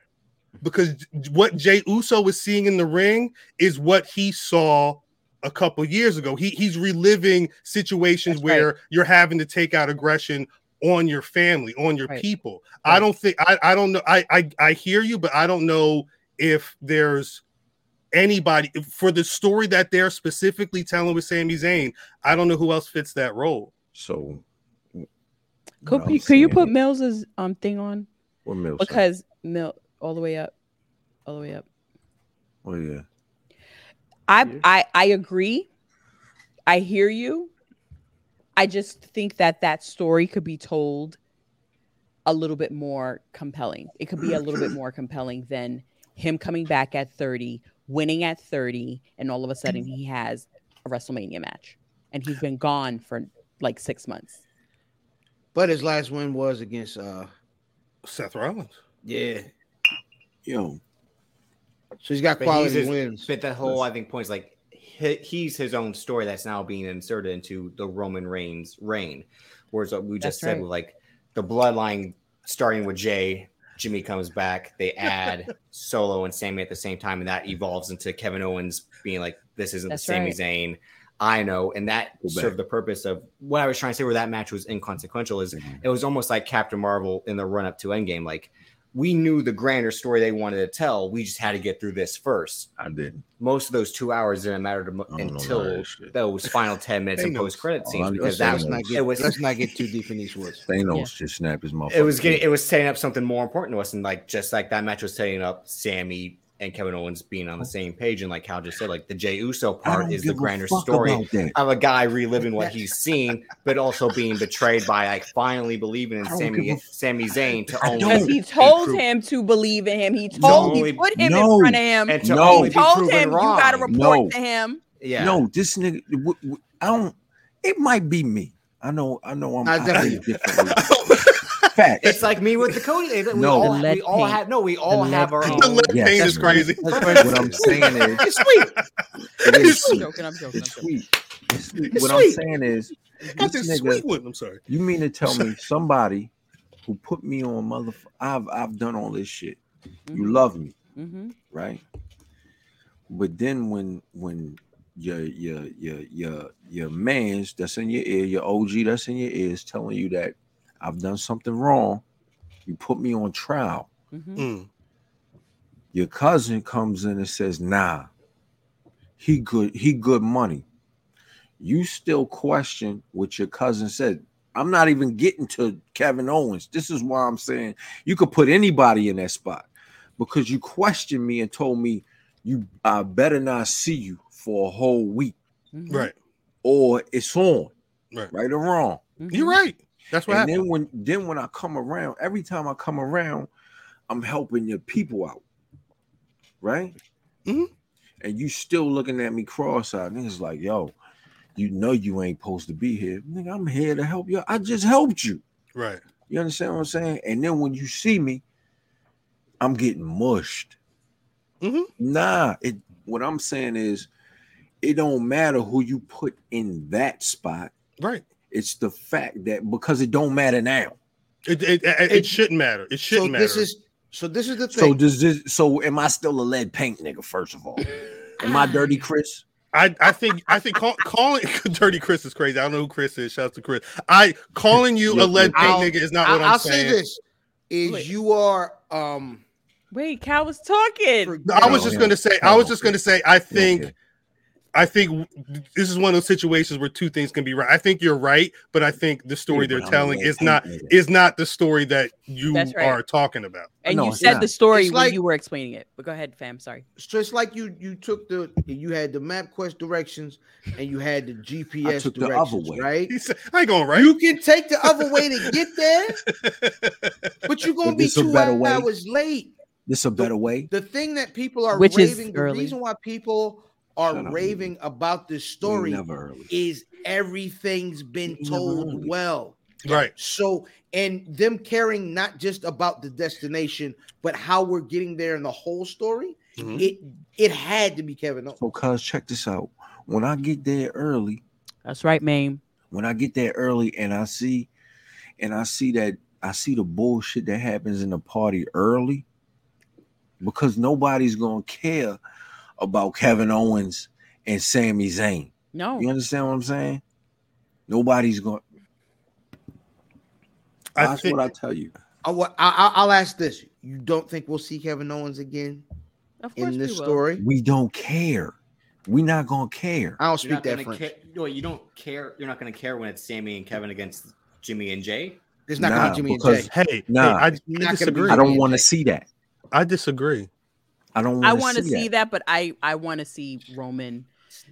Speaker 1: because j- what Jay Uso was seeing in the ring is what he saw a couple years ago. He he's reliving situations
Speaker 4: That's right.
Speaker 1: where you're having to take out aggression on your family, on your
Speaker 4: Right.
Speaker 1: people. I
Speaker 4: Right.
Speaker 1: don't think I I don't know I, I I hear you, but I don't know if there's anybody for the story that they're specifically telling with Sami Zayn. I don't know who else fits that role.
Speaker 5: So
Speaker 4: Could,
Speaker 5: what I'm
Speaker 4: you- could you
Speaker 5: saying-
Speaker 4: put Mills's um thing on
Speaker 5: what Mills said?
Speaker 4: because Mill all the way up, all the way up.
Speaker 5: Oh yeah,
Speaker 4: I I I agree. I hear you. I just think that that story could be told a little bit more compelling. It could be a little bit more compelling than him coming back at 30, winning at 30, and all of a sudden he has a WrestleMania match. And he's been gone for like six months.
Speaker 10: But his last win was against uh
Speaker 1: Seth Rollins.
Speaker 10: yeah.
Speaker 5: Yo,
Speaker 10: So he's got
Speaker 2: But
Speaker 10: quality
Speaker 2: he's his-
Speaker 10: wins.
Speaker 2: But the whole, I think, point is like he, he's his own story that's now being inserted into the Roman Reigns reign. Whereas what we just said,
Speaker 4: That's right.
Speaker 2: with like the bloodline starting with Jay, Jimmy comes back, they add Solo and Sammy at the same time, and that evolves into Kevin Owens being like, "This isn't
Speaker 4: That's
Speaker 2: the Sami
Speaker 4: right.
Speaker 2: Zayn." I know, and that
Speaker 5: Go back.
Speaker 2: served the purpose of what I was trying to say. Where that match was inconsequential is it was almost like Captain Marvel in the run up to Endgame. Like we knew the grander story they wanted to tell. We just had to get through this first.
Speaker 5: I didn't.
Speaker 2: Most of those two hours didn't matter to, mo-
Speaker 5: I don't know none of
Speaker 2: until
Speaker 5: that shit.
Speaker 2: those final ten minutes
Speaker 1: They
Speaker 2: and
Speaker 1: know.
Speaker 2: post credit
Speaker 5: All
Speaker 2: scenes
Speaker 5: I'm-
Speaker 2: because that
Speaker 5: that's
Speaker 10: Let's
Speaker 2: was
Speaker 5: all
Speaker 10: not
Speaker 2: it
Speaker 10: get
Speaker 2: was-
Speaker 10: let's not get too deep in these woods.
Speaker 5: Thanos
Speaker 4: Yeah.
Speaker 5: just snapped his motherfucking.
Speaker 2: it was getting
Speaker 5: head.
Speaker 2: it was setting up something more important to us and like just like that match was setting up Sammy and Kevin Owens being on the same page and like Hal just said like the Jey Uso
Speaker 5: I
Speaker 2: part
Speaker 5: don't
Speaker 2: is the
Speaker 5: give a
Speaker 2: grander
Speaker 5: fuck
Speaker 2: story
Speaker 5: about that.
Speaker 2: of a guy reliving what he's seen, but also being betrayed by like finally believing in
Speaker 5: I don't
Speaker 2: Sammy
Speaker 5: give a-
Speaker 2: Sammy Zayn to
Speaker 5: I
Speaker 2: only
Speaker 4: Because
Speaker 5: don't-
Speaker 4: he
Speaker 2: be
Speaker 4: told
Speaker 2: proved-
Speaker 4: him to believe in him. He
Speaker 5: No.
Speaker 4: told he put him
Speaker 5: No.
Speaker 4: in front of him.
Speaker 2: and to
Speaker 5: No.
Speaker 2: only
Speaker 4: he
Speaker 2: be
Speaker 4: told
Speaker 2: proven
Speaker 4: him
Speaker 2: wrong.
Speaker 4: you got to report
Speaker 5: No.
Speaker 4: to him.
Speaker 2: yeah,
Speaker 5: No, this nigga. W- w- I don't. It might be me. I know. I know. I'm.
Speaker 10: Nah, it's
Speaker 5: I
Speaker 10: definitely
Speaker 5: think differently. Facts.
Speaker 2: it's like me with the Cody. We
Speaker 5: No.
Speaker 2: all,
Speaker 4: The
Speaker 2: we all
Speaker 4: lead
Speaker 2: have no, we all
Speaker 4: The
Speaker 2: have our
Speaker 4: lead
Speaker 2: own.
Speaker 1: The left
Speaker 5: yes.
Speaker 1: pain is crazy.
Speaker 5: what I'm saying is,
Speaker 4: It's sweet.
Speaker 5: it is
Speaker 4: I'm
Speaker 5: sweet.
Speaker 4: joking. I'm joking. I'm
Speaker 5: It's
Speaker 4: joking.
Speaker 5: sweet. It's sweet.
Speaker 1: It's
Speaker 5: What
Speaker 1: sweet.
Speaker 5: I'm saying is,
Speaker 1: Got
Speaker 5: this
Speaker 1: this
Speaker 5: nigga-
Speaker 1: sweet one. I'm sorry.
Speaker 5: you mean to tell me somebody who put me on motherfucker? I've I've done all this shit. You love me.
Speaker 4: Mhm.
Speaker 5: right? But then when when your your your your your man's that's in your ear, your OG that's in your ear is telling you that I've done something wrong, you put me on trial.
Speaker 4: Mhm.
Speaker 1: Mm.
Speaker 5: Your cousin comes in and says, "Nah, he good, he good money." You still question what your cousin said. I'm not even getting to Kevin Owens. This is why I'm saying you could put anybody in that spot because you questioned me and told me you I better not see you for a whole week
Speaker 4: Mhm.
Speaker 1: Mm, Right.
Speaker 5: or it's on,
Speaker 1: Right.
Speaker 5: right or wrong.
Speaker 4: Mhm.
Speaker 1: You're right. That's what
Speaker 5: And
Speaker 1: happened.
Speaker 5: then when then when I come around, every time I come around, I'm helping your people out, right?
Speaker 1: Mhm.
Speaker 5: And you still looking at me cross-eyed. Niggas like, yo, you know you ain't supposed to be here. Nigga, I'm here to help you. I just helped you.
Speaker 1: Right.
Speaker 5: You understand what I'm saying? And then when you see me, I'm getting mushed.
Speaker 1: Mhm.
Speaker 5: Nah, it. What I'm saying is, it don't matter who you put in that spot.
Speaker 1: Right.
Speaker 5: It's the fact that because it don't matter now.
Speaker 1: It it, it, it,
Speaker 10: It-
Speaker 1: shouldn't matter. It
Speaker 10: So
Speaker 1: shouldn't matter.
Speaker 10: this is so this is the
Speaker 5: So
Speaker 10: thing.
Speaker 5: does this? So am I still a lead paint nigga? First of all, am I dirty, Chris?
Speaker 1: I, I think I think call, calling Dirty Chris is crazy. I don't know who Chris is. Shout out to Chris. I calling you a lead
Speaker 10: I'll-
Speaker 1: paint nigga is not
Speaker 10: I,
Speaker 1: what I'm
Speaker 10: will say
Speaker 1: saying.
Speaker 10: this is
Speaker 4: Wait.
Speaker 10: you are um
Speaker 4: Wait, Cal was talking.
Speaker 1: No, I was
Speaker 5: No,
Speaker 1: just
Speaker 5: no.
Speaker 1: gonna say. I was
Speaker 5: No.
Speaker 1: just gonna say. I think.
Speaker 5: Okay.
Speaker 1: I think this is one of those situations where two things can be right. I think you're right, but I think the story
Speaker 5: Yeah,
Speaker 1: they're
Speaker 5: but I'm a
Speaker 1: telling
Speaker 5: lead
Speaker 1: is
Speaker 5: paint
Speaker 1: not
Speaker 5: nigga.
Speaker 1: is not the story that you
Speaker 4: That's right.
Speaker 1: are talking about.
Speaker 4: And
Speaker 5: No,
Speaker 4: you
Speaker 5: it's
Speaker 4: said
Speaker 5: not.
Speaker 4: the story
Speaker 10: It's
Speaker 4: when
Speaker 10: like-
Speaker 4: you were explaining it. But go ahead, fam. Sorry.
Speaker 10: it's just like you you took the you had the map quest directions and you had the GPS
Speaker 5: I took the
Speaker 10: directions,
Speaker 5: other way.
Speaker 10: right?
Speaker 1: He said, "I ain't going right."
Speaker 10: You can take the other way to get there, but you're gonna
Speaker 5: But
Speaker 10: be
Speaker 5: this a
Speaker 10: two
Speaker 5: better way.
Speaker 10: hours late.
Speaker 5: This a better way.
Speaker 10: The thing that people are
Speaker 4: Which is
Speaker 10: raving,
Speaker 4: early.
Speaker 10: the reason why people are
Speaker 5: Shut up.
Speaker 10: raving about this
Speaker 5: We
Speaker 10: story
Speaker 5: never early.
Speaker 10: is everything's been
Speaker 5: Never
Speaker 10: told
Speaker 5: early.
Speaker 10: well.
Speaker 1: right.
Speaker 10: So, and them caring not just about the destination, but how we're getting there and the whole story,
Speaker 5: Mm-hmm.
Speaker 1: Mhm.
Speaker 10: it it had to be Kevin Owens.
Speaker 5: So, cuz check this out. When I get there early,
Speaker 4: That's right, Mame.
Speaker 5: when I get there early and I see and I see that I see the bullshit that happens in the party early because nobody's gonna care about Kevin Owens and Sami Zayn.
Speaker 4: No.
Speaker 5: You understand what I'm saying? Nobody's gonna
Speaker 1: I
Speaker 5: that's
Speaker 1: think
Speaker 5: what I tell you.
Speaker 10: I, wa- I, I- I'll ask this: You don't think we'll see Kevin Owens again
Speaker 4: Of course
Speaker 10: in
Speaker 4: we
Speaker 10: this
Speaker 4: will.
Speaker 10: story?
Speaker 5: We don't care. We not gonna care.
Speaker 10: I don't
Speaker 2: You're
Speaker 10: speak
Speaker 2: not
Speaker 10: that
Speaker 2: gonna
Speaker 10: French.
Speaker 2: care. No, you don't care. You're not going to care when it's Sammy and Kevin against Jimmy and Jay.
Speaker 10: It's not
Speaker 5: Nah,
Speaker 10: gonna be Jimmy and
Speaker 5: because-
Speaker 10: Jay.
Speaker 1: hey,
Speaker 5: Nah.
Speaker 1: hey, I-
Speaker 10: Not
Speaker 1: I,
Speaker 10: gonna be
Speaker 1: disagree.
Speaker 5: I don't
Speaker 10: Yeah,
Speaker 5: want to
Speaker 10: yeah.
Speaker 5: see that.
Speaker 1: I disagree.
Speaker 5: I don't
Speaker 4: I
Speaker 5: want
Speaker 4: want to see
Speaker 5: that.
Speaker 4: that, but I I want to see Roman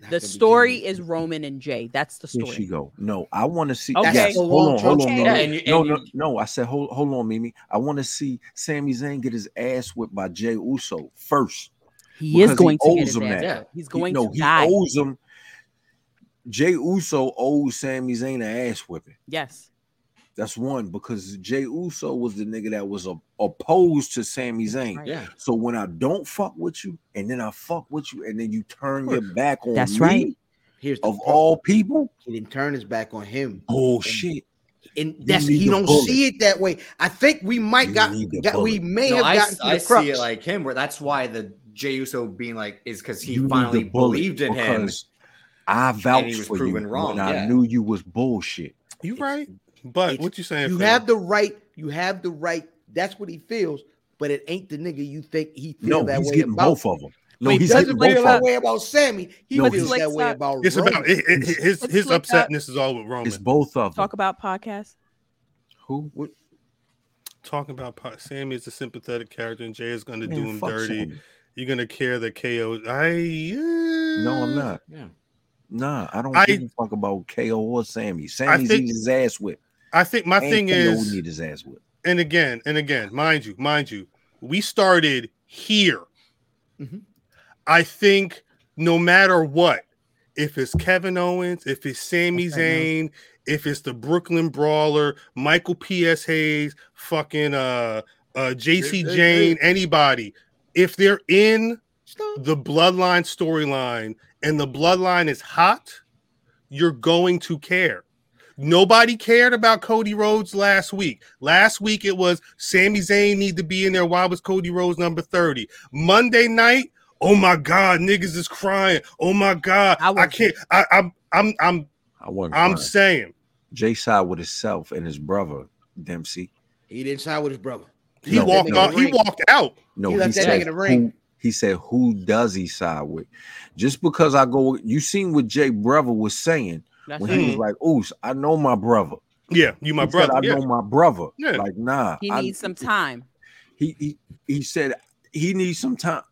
Speaker 4: The story is Roman and Jay. That's the
Speaker 5: Here she
Speaker 4: story.
Speaker 5: go. No, I want to see.
Speaker 4: Okay.
Speaker 5: Yes,
Speaker 4: So
Speaker 5: hold on, hold on,
Speaker 4: Okay.
Speaker 5: Mimi.
Speaker 4: Yeah,
Speaker 2: and you-
Speaker 5: no,
Speaker 2: and
Speaker 5: no,
Speaker 2: you-
Speaker 5: no. I said, hold, hold on, Mimi. I want to see Sami Zayn get his ass whipped by Jay Uso first.
Speaker 4: He is
Speaker 5: because he
Speaker 4: going to
Speaker 5: owes
Speaker 4: get his
Speaker 5: him
Speaker 4: ass
Speaker 5: that.
Speaker 4: up. He's going
Speaker 5: no,
Speaker 4: to
Speaker 5: he
Speaker 4: die.
Speaker 5: owes him. Jay Uso owes Sami Zayn an ass whipping.
Speaker 4: yes.
Speaker 5: That's one because Jay Uso was the nigga that was a, opposed to Sami Zayn.
Speaker 4: Right.
Speaker 2: Yeah.
Speaker 5: So when I don't fuck with you, and then I fuck with you, and then you turn your back on
Speaker 4: That's
Speaker 5: me,
Speaker 4: right.
Speaker 3: Here's the
Speaker 5: of
Speaker 3: problem.
Speaker 5: all people, oh,
Speaker 3: he didn't turn his back on him.
Speaker 5: bullshit.
Speaker 3: and that's
Speaker 5: need
Speaker 3: he
Speaker 5: a
Speaker 3: don't
Speaker 5: bullet.
Speaker 3: see it that way. I think we might
Speaker 5: You
Speaker 3: got,
Speaker 5: need a
Speaker 3: got we
Speaker 5: bullet.
Speaker 3: may
Speaker 2: No,
Speaker 3: have
Speaker 2: I,
Speaker 3: gotten
Speaker 2: I
Speaker 3: to the crux.
Speaker 2: see it like him, where that's why the Jey Uso being like is because he
Speaker 5: You need
Speaker 2: finally
Speaker 5: the bullet
Speaker 2: believed in him.
Speaker 5: because I vouched
Speaker 2: was
Speaker 5: for you
Speaker 2: proven
Speaker 5: when
Speaker 2: wrong,
Speaker 5: I
Speaker 2: yeah.
Speaker 5: knew you was bullshit.
Speaker 1: You right, but
Speaker 3: it's-
Speaker 1: what you saying?
Speaker 3: you
Speaker 1: fam?
Speaker 3: have the right. You have the right. That's what he feels, but it ain't the nigga you think he feel
Speaker 5: No,
Speaker 3: that
Speaker 5: he's
Speaker 3: way
Speaker 5: getting
Speaker 3: about.
Speaker 5: both of them. No,
Speaker 4: Wait,
Speaker 5: he's
Speaker 3: doesn't
Speaker 5: getting both
Speaker 3: feel
Speaker 5: of
Speaker 3: that
Speaker 5: them.
Speaker 3: way about Sammy. He
Speaker 5: No,
Speaker 3: feels
Speaker 4: he's-
Speaker 3: that way
Speaker 4: Let's
Speaker 3: about.
Speaker 1: It's
Speaker 3: Roman.
Speaker 1: about it, it, his
Speaker 4: Let's
Speaker 1: his
Speaker 4: look up-
Speaker 1: upsetness is all with Roman
Speaker 5: It's both of them.
Speaker 4: Talk about podcasts.
Speaker 5: Who?
Speaker 1: talking about. po- Sammy is a sympathetic character, and Jay is going to do
Speaker 5: Man,
Speaker 1: him
Speaker 5: fuck
Speaker 1: dirty.
Speaker 5: Sammy.
Speaker 1: You're gonna care that KO. I uh,
Speaker 5: No, I'm not.
Speaker 2: Yeah.
Speaker 5: Nah, I don't
Speaker 1: I-
Speaker 5: give a fuck about KO or Sammy. Sammy's
Speaker 1: think-
Speaker 5: eating his ass whip.
Speaker 1: I think my
Speaker 5: and
Speaker 1: thing
Speaker 5: KO
Speaker 1: is,
Speaker 5: need his ass whip.
Speaker 1: and again, and again, mind you, mind you, we started here.
Speaker 3: Mhm.
Speaker 1: I think no matter what, if it's Kevin Owens, if it's Sami Zayn, if it's the Brooklyn Brawler, Michael P.S. Hayes, fucking uh, uh, J.C.
Speaker 3: Yeah, yeah,
Speaker 1: Jane, anybody, if they're in
Speaker 3: Stop.
Speaker 1: the bloodline storyline and the bloodline is hot, you're going to care. Nobody cared about Cody Rhodes last week. Last week it was Sami Zayn need to be in there. Why was Cody Rhodes number 30? Monday night, oh my god, niggas is crying. Oh my god,
Speaker 4: I
Speaker 1: I,
Speaker 4: wasn't.
Speaker 1: can't. I, I'm I'm I'm
Speaker 5: I wasn't.
Speaker 1: I'm
Speaker 5: crying.
Speaker 1: saying
Speaker 5: Jay side with himself and his brother Dempsey.
Speaker 3: He didn't side with his brother.
Speaker 1: he
Speaker 5: No.
Speaker 1: walked
Speaker 3: No.
Speaker 1: off, he walked out.
Speaker 5: No,
Speaker 3: He
Speaker 5: he,
Speaker 3: left that nigga
Speaker 5: said
Speaker 3: in the ring.
Speaker 5: Who, he said, "Who does he side with?" Just because I go, you seen what Jay brother was saying
Speaker 4: That's
Speaker 5: when
Speaker 4: right.
Speaker 5: he was like, "Oh, I know my brother."
Speaker 1: Yeah, you my
Speaker 5: He said,
Speaker 1: brother.
Speaker 5: I
Speaker 1: yeah.
Speaker 5: know my brother.
Speaker 1: Yeah.
Speaker 5: Like, nah.
Speaker 4: He
Speaker 5: I-
Speaker 4: needs some time.
Speaker 5: He, he he said he needs some time.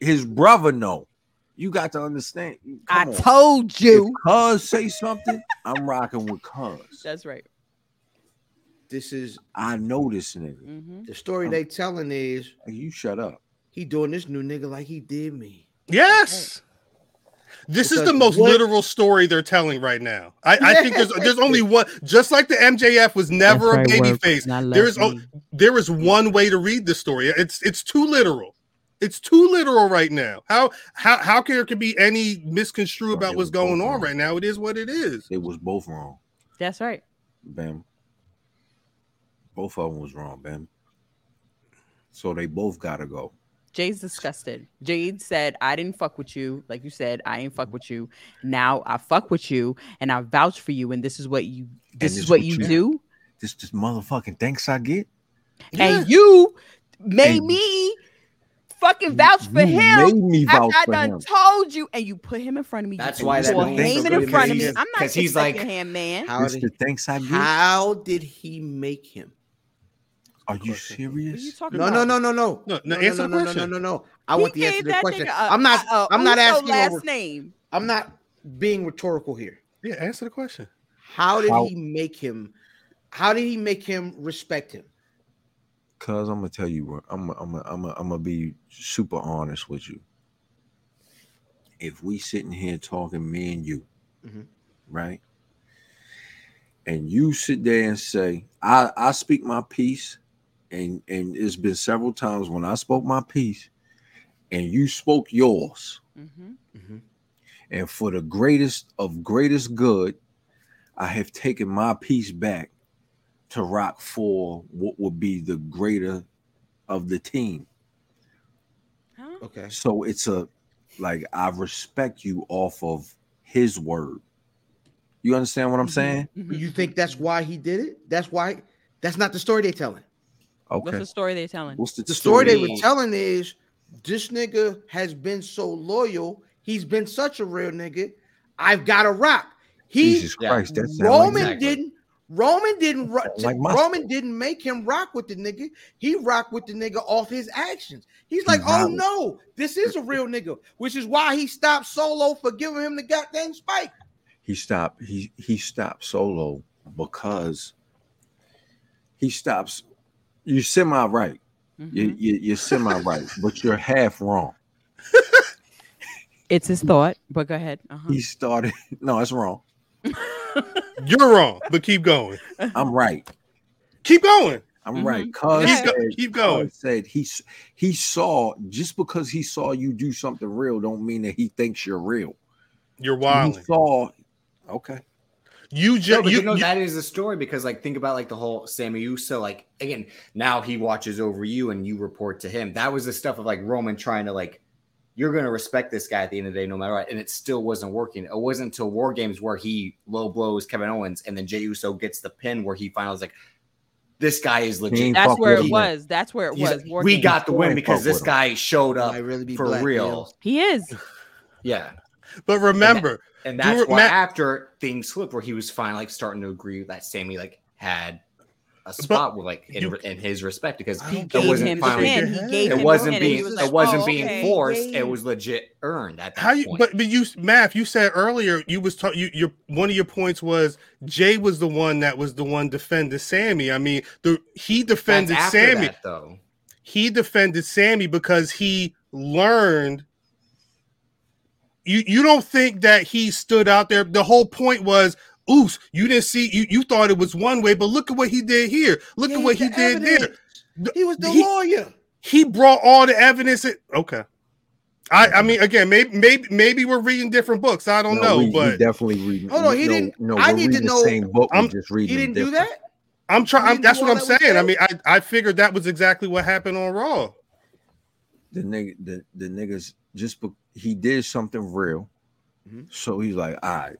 Speaker 5: His brother know. You got to understand. Come
Speaker 4: I
Speaker 5: on.
Speaker 4: told
Speaker 5: If
Speaker 4: you.
Speaker 5: Cuz say something, I'm rocking with Cuz.
Speaker 4: That's right.
Speaker 3: This is
Speaker 5: I know this nigga.
Speaker 4: hmm
Speaker 3: the story they telling is
Speaker 5: Like, you shut up.
Speaker 3: he doing this new nigga like he did me.
Speaker 1: Yes. This is the
Speaker 3: Because
Speaker 1: most
Speaker 3: what-
Speaker 1: literal story they're telling right now. I, I think there's there's only one. Just like the MJF was never a baby face. There is o- there is one way to read this story. It's it's too literal. It's too literal right now. How how how can there could be any misconstrue
Speaker 5: Bro,
Speaker 1: about
Speaker 5: it
Speaker 1: what's
Speaker 5: was both
Speaker 1: going on
Speaker 5: wrong.
Speaker 1: right now? It is what it is.
Speaker 5: They was both wrong,
Speaker 4: That's right.
Speaker 5: Bam. Both of them was wrong, Bam. So they both gotta go.
Speaker 4: Jay's disgusted. Jade said, I didn't fuck with you. Like you said, I ain't fuck with you. Now I fuck with you and I vouch for you. And this is what you this
Speaker 5: this
Speaker 4: is what
Speaker 5: what
Speaker 4: you
Speaker 5: you-
Speaker 4: do.
Speaker 5: This this motherfucking thanks I get.
Speaker 1: Yeah.
Speaker 4: And you made
Speaker 5: And-
Speaker 4: me fucking vouch for
Speaker 5: You
Speaker 4: him.
Speaker 5: Made me
Speaker 4: After
Speaker 5: vouch
Speaker 4: I
Speaker 5: for
Speaker 4: done
Speaker 5: him.
Speaker 4: told you, and you put him in front of me. You
Speaker 2: That's why
Speaker 5: that
Speaker 4: threw a
Speaker 5: man was
Speaker 4: Heyman
Speaker 5: so
Speaker 4: in front of me.
Speaker 2: amazing.
Speaker 4: I'm not
Speaker 2: 'Cause he's
Speaker 4: he's
Speaker 2: like-
Speaker 4: like hand man.
Speaker 3: How
Speaker 5: This
Speaker 3: did,
Speaker 5: the thanks I get.
Speaker 3: how did he make him?
Speaker 5: Are you
Speaker 4: What are you
Speaker 5: serious?
Speaker 4: talking
Speaker 3: No,
Speaker 4: about?
Speaker 3: no, no, no, no.
Speaker 1: No, no, answer the
Speaker 3: no, no, no,
Speaker 1: question.
Speaker 3: no, no. I
Speaker 4: He
Speaker 3: want the answer
Speaker 4: gave
Speaker 3: to the
Speaker 4: that
Speaker 3: question.
Speaker 4: nigga a-
Speaker 3: I'm not.
Speaker 4: a- a
Speaker 3: I'm not
Speaker 4: Uso
Speaker 3: asking.
Speaker 4: last
Speaker 3: over-
Speaker 4: name.
Speaker 3: I'm not being rhetorical here.
Speaker 1: Yeah, answer the question.
Speaker 3: How did
Speaker 5: How-
Speaker 3: he make him? How did he make him respect him?
Speaker 5: Cuz I'm gonna tell you what I'm i I'm i I'm i am I'm gonna be super honest with you. If we sitting here talking me and you,
Speaker 3: Mhm.
Speaker 5: right? And you sit there and say, I I speak my piece and and it's been several times when I spoke my piece and you spoke yours.
Speaker 4: Mhm.
Speaker 5: and for the greatest of greatest good, I have taken my piece back to rock for what would be the greater of the team.
Speaker 4: Huh?
Speaker 3: Okay.
Speaker 5: So it's a like I respect you off of his word. You understand what I'm saying?
Speaker 4: Mhm.
Speaker 3: You think that's why he did it? That's why. That's not the story they're telling.
Speaker 4: What's
Speaker 5: Okay.
Speaker 4: the story they're telling?
Speaker 5: What's the,
Speaker 3: The story they were
Speaker 2: Story.
Speaker 3: telling is this nigga has been so loyal. He's been such a real nigga. I've got to rock. He
Speaker 5: Jesus Christ, that's
Speaker 3: Roman
Speaker 2: Exactly.
Speaker 3: didn't.
Speaker 10: Roman didn't ro-
Speaker 5: Like my-
Speaker 10: Roman didn't make him rock with the nigga. He rocked with the nigga off his actions. He's like, oh
Speaker 5: valid.
Speaker 10: no, this is a real nigga, which is why he stopped Solo for giving him the goddamn spike.
Speaker 5: he stopped he he stopped solo because he stops you're semi right
Speaker 4: Mm-hmm.
Speaker 5: you,
Speaker 10: Mm-hmm.
Speaker 5: you, you're semi right but you're half wrong
Speaker 4: It's his thought, but go ahead. Uh-huh.
Speaker 5: he started no it's wrong
Speaker 1: You're wrong, but keep going.
Speaker 5: i'm right
Speaker 1: Keep going.
Speaker 5: i'm
Speaker 10: Mm-hmm.
Speaker 4: Mhm.
Speaker 5: right cuz
Speaker 4: Yeah.
Speaker 1: Keep, go- keep going.
Speaker 5: said he s- he saw just because he saw you do something real don't mean that he thinks you're real
Speaker 1: You're
Speaker 5: he
Speaker 1: wilding.
Speaker 5: saw okay
Speaker 1: You
Speaker 2: No,
Speaker 1: just
Speaker 2: but you,
Speaker 1: you,
Speaker 2: know
Speaker 1: you-
Speaker 2: that is the story because like think about like the whole Sammy Uso like again now he watches over you and you report to him. That was the stuff of like Roman trying to like you're going to respect this guy at the end of the day no matter what, and it still wasn't working. It wasn't until War Games where he low blows Kevin Owens and then Jey Uso gets the pin where he finally is like this guy is legit.
Speaker 5: ain't
Speaker 4: That's
Speaker 5: fuck
Speaker 4: where
Speaker 5: with
Speaker 4: it
Speaker 5: him.
Speaker 4: was. That's where it
Speaker 2: He's-
Speaker 4: was. War
Speaker 2: we
Speaker 4: Games.
Speaker 2: got the win
Speaker 5: Fuck
Speaker 2: because this
Speaker 5: with him.
Speaker 2: guy showed up
Speaker 10: Might really be
Speaker 2: for
Speaker 10: black
Speaker 2: real.
Speaker 10: males.
Speaker 4: He is.
Speaker 2: Yeah.
Speaker 1: but remember,
Speaker 2: And
Speaker 1: Do
Speaker 2: that's
Speaker 1: it,
Speaker 2: why
Speaker 1: Matt.
Speaker 2: after things slipped, where he was finally like starting to agree that Sammy like had a spot with like in,
Speaker 1: you-
Speaker 2: in his respect because
Speaker 1: I don't think
Speaker 2: it
Speaker 4: Gave
Speaker 2: wasn't
Speaker 4: him the
Speaker 2: finally
Speaker 4: pin.
Speaker 1: Yeah.
Speaker 4: He gave
Speaker 2: it
Speaker 4: him
Speaker 2: wasn't
Speaker 4: the pin, and he
Speaker 2: being
Speaker 4: was
Speaker 2: it
Speaker 4: like,
Speaker 2: wasn't
Speaker 4: oh,
Speaker 2: being
Speaker 4: okay,
Speaker 2: forced.
Speaker 4: yeah, yeah.
Speaker 2: It was legit earned at that
Speaker 1: how you?
Speaker 2: point.
Speaker 1: But but you, math. You said earlier you was talking. You, your one of your points was Jay was the one that was the one defending Sammy. I mean, the he
Speaker 2: That's
Speaker 1: defended
Speaker 2: after
Speaker 1: Sammy.
Speaker 2: that, though.
Speaker 1: he defended Sammy because he learned. You you don't think that he stood out there? The whole point was, oops, you didn't see. You you thought it was one way, but look at what he did here. Look at
Speaker 10: Yeah,
Speaker 1: what he
Speaker 10: he's the
Speaker 1: did there.
Speaker 10: evidence. He was the
Speaker 1: He-
Speaker 10: lawyer.
Speaker 1: He brought all the evidence. in- okay. I, I mean again maybe maybe maybe we're reading different books I don't know
Speaker 5: we, we
Speaker 1: but
Speaker 5: definitely reading
Speaker 10: Hold on,
Speaker 5: we-
Speaker 10: he
Speaker 5: no,
Speaker 10: didn't-
Speaker 5: no
Speaker 10: I
Speaker 5: we're
Speaker 10: need to
Speaker 5: reading
Speaker 10: know-
Speaker 5: the same book
Speaker 1: I'm-
Speaker 5: we're just reading
Speaker 10: He
Speaker 5: them
Speaker 10: didn't do
Speaker 5: different.
Speaker 10: that.
Speaker 1: I'm
Speaker 10: You
Speaker 1: trying
Speaker 10: didn't
Speaker 1: that's
Speaker 10: do
Speaker 1: what
Speaker 10: all
Speaker 1: I'm
Speaker 10: that we
Speaker 1: saying I
Speaker 10: said?
Speaker 1: mean I, I figured that was exactly what happened on Raw
Speaker 5: the nigga the, the niggas just be, he did something real.
Speaker 10: Mhm.
Speaker 5: So he's like, all right.